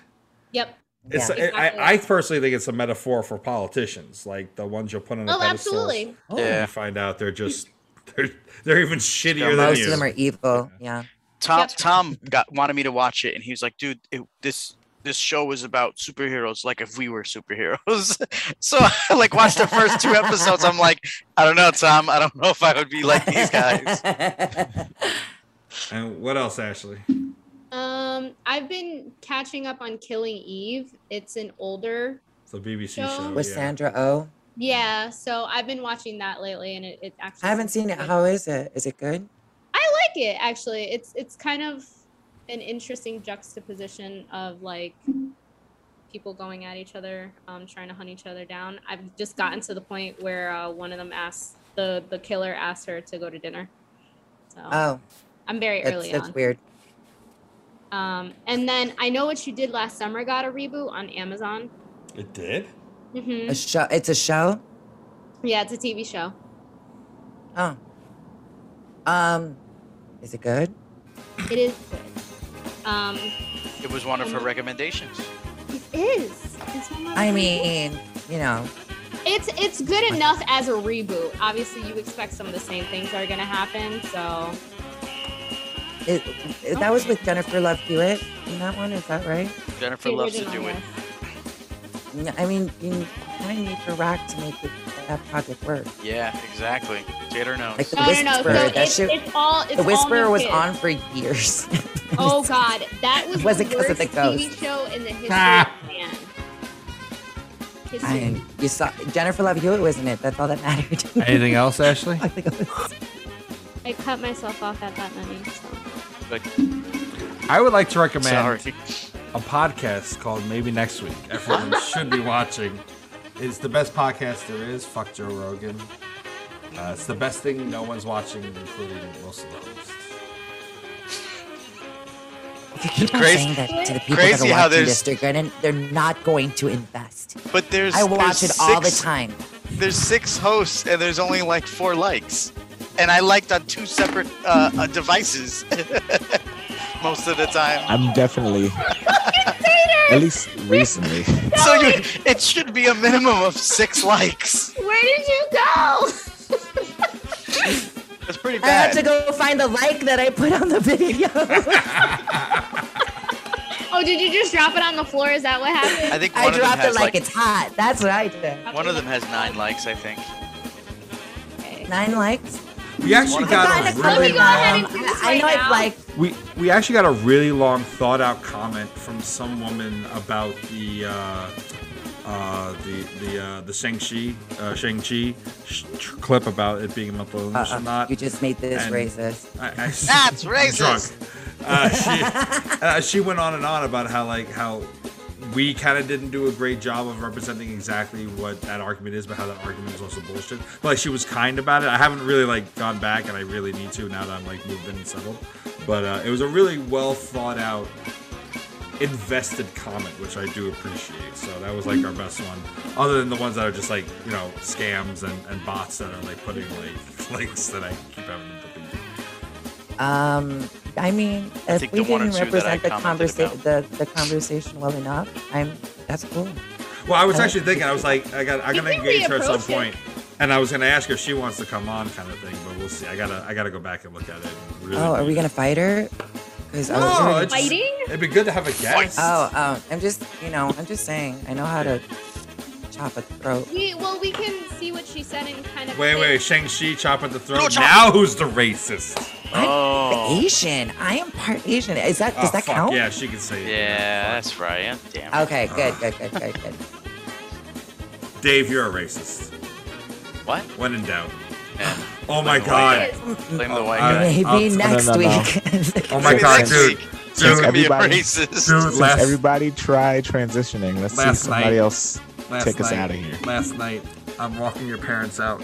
S5: Yep.
S2: It's
S5: Yeah.
S2: I-
S5: Exactly.
S2: I, I personally think it's a metaphor for politicians, like the ones you'll put on a
S5: Oh,
S2: pedestal.
S5: absolutely.
S2: and
S6: Yeah.
S2: You find out they're just they're they're even shittier than
S3: most
S2: you.
S3: of them are evil. Yeah.
S6: Tom Tom got wanted me to watch it, and he was like, "Dude, it, this this show was about superheroes, like if we were superheroes." so I like watched the first two episodes. I'm like, I don't know, Tom. I don't know if I would be like these guys.
S2: And what else, Ashley?
S5: Um, I've been catching up on Killing Eve. It's an older,
S2: It's a BBC
S5: Show.
S2: show.
S3: With
S2: yeah.
S3: Sandra Oh.
S5: yeah. So I've been watching that lately, and it, it actually
S3: I haven't seen it. How is it? Is it good?
S5: I like it actually. It's it's kind of an interesting juxtaposition of like people going at each other, um, trying to hunt each other down. I've just gotten to the point where uh, one of them asks the the killer asked her to go to dinner. So
S3: Oh.
S5: I'm very
S3: That's,
S5: early
S3: that's
S5: on.
S3: weird.
S5: Um, and then I know what you did last summer got a reboot on Amazon.
S2: It did.
S5: hmm
S3: A show. It's a show.
S5: Yeah, it's a TV show.
S3: Oh. Um, is it good?
S5: It is. good. Um,
S6: It was one of her recommendations.
S5: it is. It's one of my
S3: I mean, you know,
S5: It's it's good enough as a reboot. Obviously, you expect some of the same things are gonna happen. So
S3: it, it- that was with Jennifer Love Hewitt in that one. Is that right?
S6: Jennifer
S5: The
S6: loves to
S5: original,
S6: do it.
S3: N- I mean, you kind of need to rock to make it, that project work.
S6: Yeah, exactly. Tater knows.
S3: Like the
S5: No, no,
S3: Whisperer,
S5: no, so
S3: that
S5: it's-
S3: shit-
S5: it's all- it's
S3: the
S5: all
S3: Whisperer
S5: new
S3: was
S5: kids.
S3: on for years.
S5: oh god, that was
S3: Was
S5: the
S3: it 'cause of
S5: worst
S3: the
S5: TV
S3: ghost?
S5: show in the history
S3: Ah.
S5: of man. History.
S3: and you saw Jennifer Love Hewitt was in it. That's all that mattered.
S13: Anything else, Ashley?
S3: I think it was-
S5: I cut myself off at that many. So.
S2: I would like to recommend
S6: Sorry.
S2: a podcast called Maybe Next Week. Everyone should be watching. It's the best podcast there is. Fuck Joe Rogan. Uh, it's the best thing no one's watching, including most of the hosts.
S3: If you keep on
S2: Crazy-
S3: saying that to the people
S2: crazy
S3: that
S2: how
S3: are watching
S2: there's-
S3: this, they're gonna, they're not going to invest.
S6: But there's
S3: I watch
S6: there's
S3: it all the
S6: six-
S3: time.
S6: There's six hosts and there's only like four likes, and I liked on two separate uh, uh, devices most of the time.
S8: I'm definitely, at least recently.
S6: So you, it should be a minimum of six likes.
S5: Where did you go?
S6: That's pretty
S3: I have
S6: bad.
S3: to go find the like that I put on the video.
S5: Oh, did you just drop it on the floor? Is that what happened?
S6: I think one
S3: I
S6: of them
S3: dropped it
S6: has,
S3: like,
S6: like-
S3: it's hot. That's what I did.
S6: One of them has nine likes, I think.
S3: Nine likes.
S2: We actually got a really long,
S3: I know it's like
S2: we we actually got a really long thought out comment from some woman about the uh, uh, the the uh, the Shang Chi uh, Shang Chi sh- tr- clip about it being a mental illness or
S11: Uh-uh.
S2: not.
S11: You just made this
S2: And
S11: racist.
S2: I, I,
S11: That's
S2: I'm
S11: racist.
S2: drunk. Uh, she, uh, she went on and on about how like how we kind of didn't do a great job of representing exactly what that argument is, but how that argument is also bullshit. But like she was kind about it. I haven't really like gone back, and I really need to now that I'm like moved in and settled. But uh, it was a really well thought out, invested comment, which I do appreciate. So that was like our best one, other than the ones that are just like you know scams and, and bots that are like putting like links that I keep having to put them.
S3: Um, I mean,
S2: I
S3: if
S2: think
S3: we
S2: the one or
S3: didn't
S2: two that I
S3: represent the,
S2: commented
S3: conversa- the, the conversation well enough, I'm that's cool.
S2: Well, I was
S3: Uh,
S2: actually thinking, I was like, I got, I'm gonna
S3: can
S2: engage her at some
S3: reapproach it.
S2: point, and I was gonna ask her if she wants to come on, kind of thing. But we'll see. I gotta, I gotta go back and look at it. and Really
S3: Oh, are we gonna fight her? 'Cause I was-
S2: No, it's- It'd be good to have a guest.
S3: Oh, oh, I'm just, you know, I'm just saying, I know how to chop a throat.
S5: We well, we can see what she said and kind of.
S2: Wait, wait, Shang Chi chop at the throat. Now who's the racist?
S6: Oh.
S3: Asian. I am part Asian. Is that
S2: Oh,
S3: does that
S2: fuck,
S3: count?
S2: Yeah, she can say it.
S6: Yeah, that's right. Damn. it.
S3: Okay, good, good, good, good, good.
S2: Dave, you're a racist.
S6: What?
S2: When in doubt. Oh
S6: Blame
S2: my
S6: the
S2: god.
S6: white guy. Blame the white
S2: Uh,
S6: guy.
S3: Maybe
S2: I'll-
S3: next
S4: no, no, no.
S3: week.
S2: Oh my
S4: Since-
S2: god,
S4: since-
S2: dude.
S4: since
S2: Dude,
S4: everybody-
S2: Dude,
S4: since
S2: last
S4: everybody try transitioning. Let's see
S2: Last
S4: somebody
S2: night-
S4: else
S2: last
S4: take us
S2: night-
S4: out of here.
S2: Last night, I'm walking your parents out.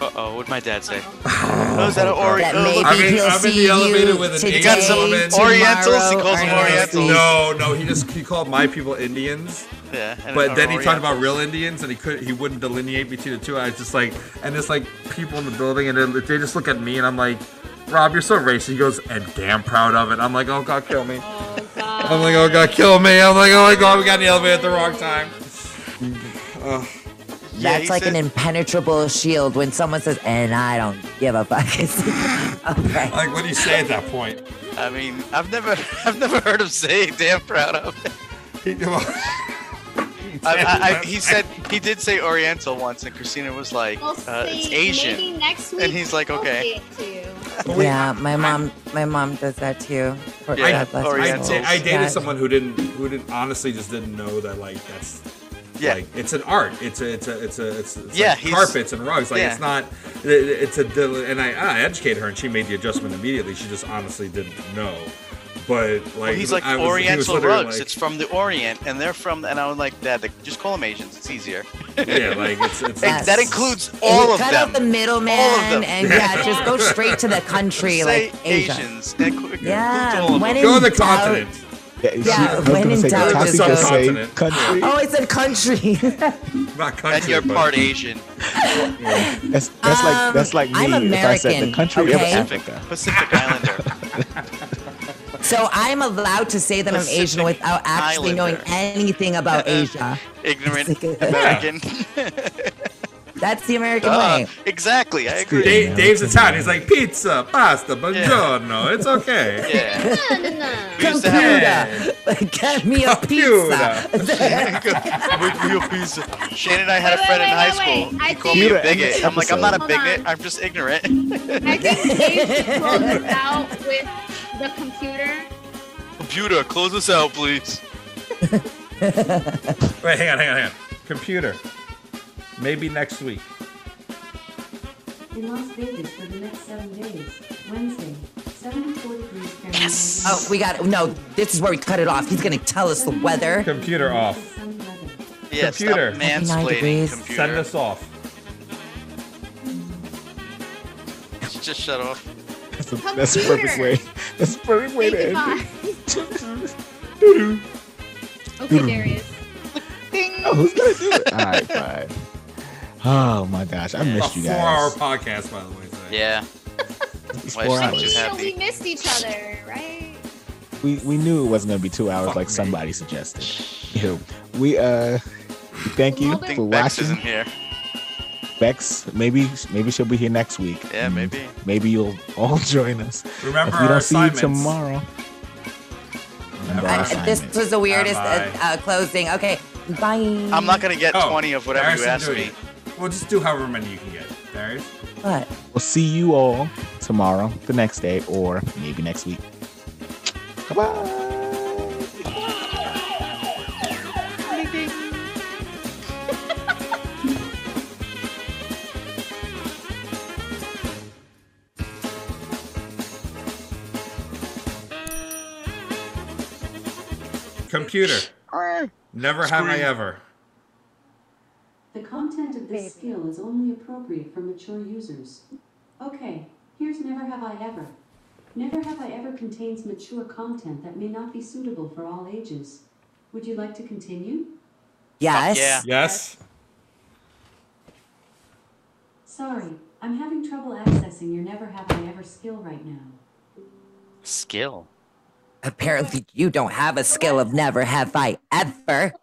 S6: Uh oh, what'd my dad say? Oh, is that an Ori-
S2: That
S6: oh,
S2: maybe
S6: look-
S2: I'm in- he'll I'm in the see elevator you with an
S6: You got some
S2: Indian woman.
S6: Orientals? He calls them
S2: No,
S6: Orientals.
S2: No, no, he just he called my people Indians.
S6: Yeah, and
S2: But then
S6: an
S2: he talked about real Indians, and he could he wouldn't delineate between the two. I was just like, and there's like people in the building, and they they just look at me, and I'm like, Rob, you're so racist. He goes, and damn proud of it. I'm like, oh god, kill me. I'm like, oh god, kill me. I'm like, oh my god, we got in the elevator at the wrong time. Ugh. Yeah,
S3: That's
S2: he
S3: like
S2: said-
S3: an impenetrable shield when someone says, and I don't give a fuck. It's like, okay.
S2: like, what do you say at that point?
S6: I mean, I've never, I've never heard him say "damn proud of." it." I, I, I, he said he did say Oriental once, and Christina was like,
S5: We'll
S6: uh, "It's
S5: see,
S6: Asian."
S5: Maybe next week.
S6: And he's like,
S5: I'll
S6: okay.
S5: say it to you.
S3: yeah, my mom, my mom does that too. For
S2: I,
S3: God bless her
S2: I,
S3: soul.
S2: da- I dated
S3: Yeah.
S2: someone who didn't, who didn't honestly just didn't know that like that's,
S6: Yeah.
S2: like it's an art. It's a, it's a, it's a, it's, it's
S6: Yeah,
S2: like
S6: he's-
S2: carpets and rugs. Like it's
S6: yeah.
S2: not, it- it's a, dil- and I, I educated her and she made the adjustment immediately. She just honestly didn't know. But like,
S6: Well, he's like
S2: I was- he was
S6: Oriental
S2: literally,
S6: rugs.
S2: like-
S6: it's from the Orient, and they're from. And I was like, "Dad, like, just call them Asians. It's easier."
S2: Yeah, like, it's- it's-
S6: And that
S2: Yes.
S6: includes all of
S3: cut
S6: them.
S3: out the middleman and yeah, just go straight to the country,
S6: Say
S3: like Asia.
S6: Asians. That includes
S3: Yeah,
S6: all of
S3: when
S6: them.
S3: in Go to the doubt- continent.
S4: Yeah,
S3: Yeah,
S4: she- I was
S3: when
S4: gonna
S3: in
S4: say
S3: doubt,
S4: Tati
S3: just
S4: gonna
S3: go-
S4: say
S3: Continent.
S4: country.
S3: Oh, it's a country.
S2: Not country.
S6: And you're
S2: but-
S6: part Asian.
S4: That's, that's like that's like me
S3: Um, I'm
S4: if I said the
S3: American,
S4: country
S3: okay?
S4: of Africa.
S6: Pacific Islander.
S3: so I'm allowed to say that I'm Asian
S6: Pacific
S3: without actually knowing anything about Asia.
S6: Ignorant
S3: It's like a-
S6: American.
S3: That's the American
S6: Duh.
S3: way.
S6: exactly. I agree.
S2: Dave, Dave's Italian. He's like pizza, pasta, buongiorno. It's okay.
S6: Yeah.
S5: No, no, no.
S6: We used to have-
S3: Get me a pizza.
S6: Make me a pizza. Shane and I had a friend in high
S5: wait,
S6: school.
S5: wait. I
S6: He called me a
S5: think-
S6: bigot. I'm like, I'm not a
S5: Hold
S6: bigot.
S5: on.
S6: I'm just ignorant.
S5: I think Dave should close us out with the computer.
S6: Computer, close us out, please.
S2: Wait, hang on, hang on, hang on. Computer. Maybe next week.
S7: In Las Vegas for the next seven days. Wednesday, 74 degrees Fahrenheit.
S3: Oh, we got no. This is where we cut it off. He's gonna tell us the weather.
S2: Computer off.
S6: Yeah, stop
S2: Computer.
S6: mansplaining, computer.
S2: Send us off.
S6: Just shut off.
S4: That's the, that's the perfect way. That's the perfect way to end it.
S5: okay, Darius.
S4: Oh, who's gonna do it? All right, fine. Oh my gosh, I missed
S2: a
S4: you
S2: four-hour
S4: guys.
S2: podcast, by the way.
S6: Yeah.
S4: Why four
S5: I mean,
S4: hours.
S5: you know, we missed each other, right?
S4: We we knew it wasn't gonna be two hours like somebody suggested. Ew. We uh, thank you
S6: I
S4: for
S6: think Bex
S4: watching.
S6: isn't here.
S4: Bex, maybe maybe she'll be here next week.
S6: Yeah, maybe.
S4: Maybe you'll all join us.
S2: Remember
S4: if we don't
S2: our
S4: see you
S2: assignments.
S4: tomorrow. Remember our
S3: Uh, this
S4: assignments.
S3: was the weirdest uh,
S2: Bye-bye.
S3: uh, closing. Okay, bye.
S6: I'm not gonna get
S2: Oh,
S6: 20 of whatever
S2: Darius
S6: you
S2: can
S6: asked
S2: do it.
S6: me.
S2: We'll just do however many you can get. Darius?
S3: But
S8: We'll see you all tomorrow, the next day, or maybe next week.
S2: Computer. Never have I
S8: Scream.
S2: ever.
S7: The content of this skill is only appropriate for mature users. Okay, here's Never Have I Ever. Never Have I Ever contains mature content that may not be suitable for all ages. Would you like to continue?
S11: Yes.
S2: Yes.
S7: Sorry, I'm having trouble accessing your Never Have I Ever skill right now.
S6: Skill.
S11: Apparently, you don't have a skill of never have I ever.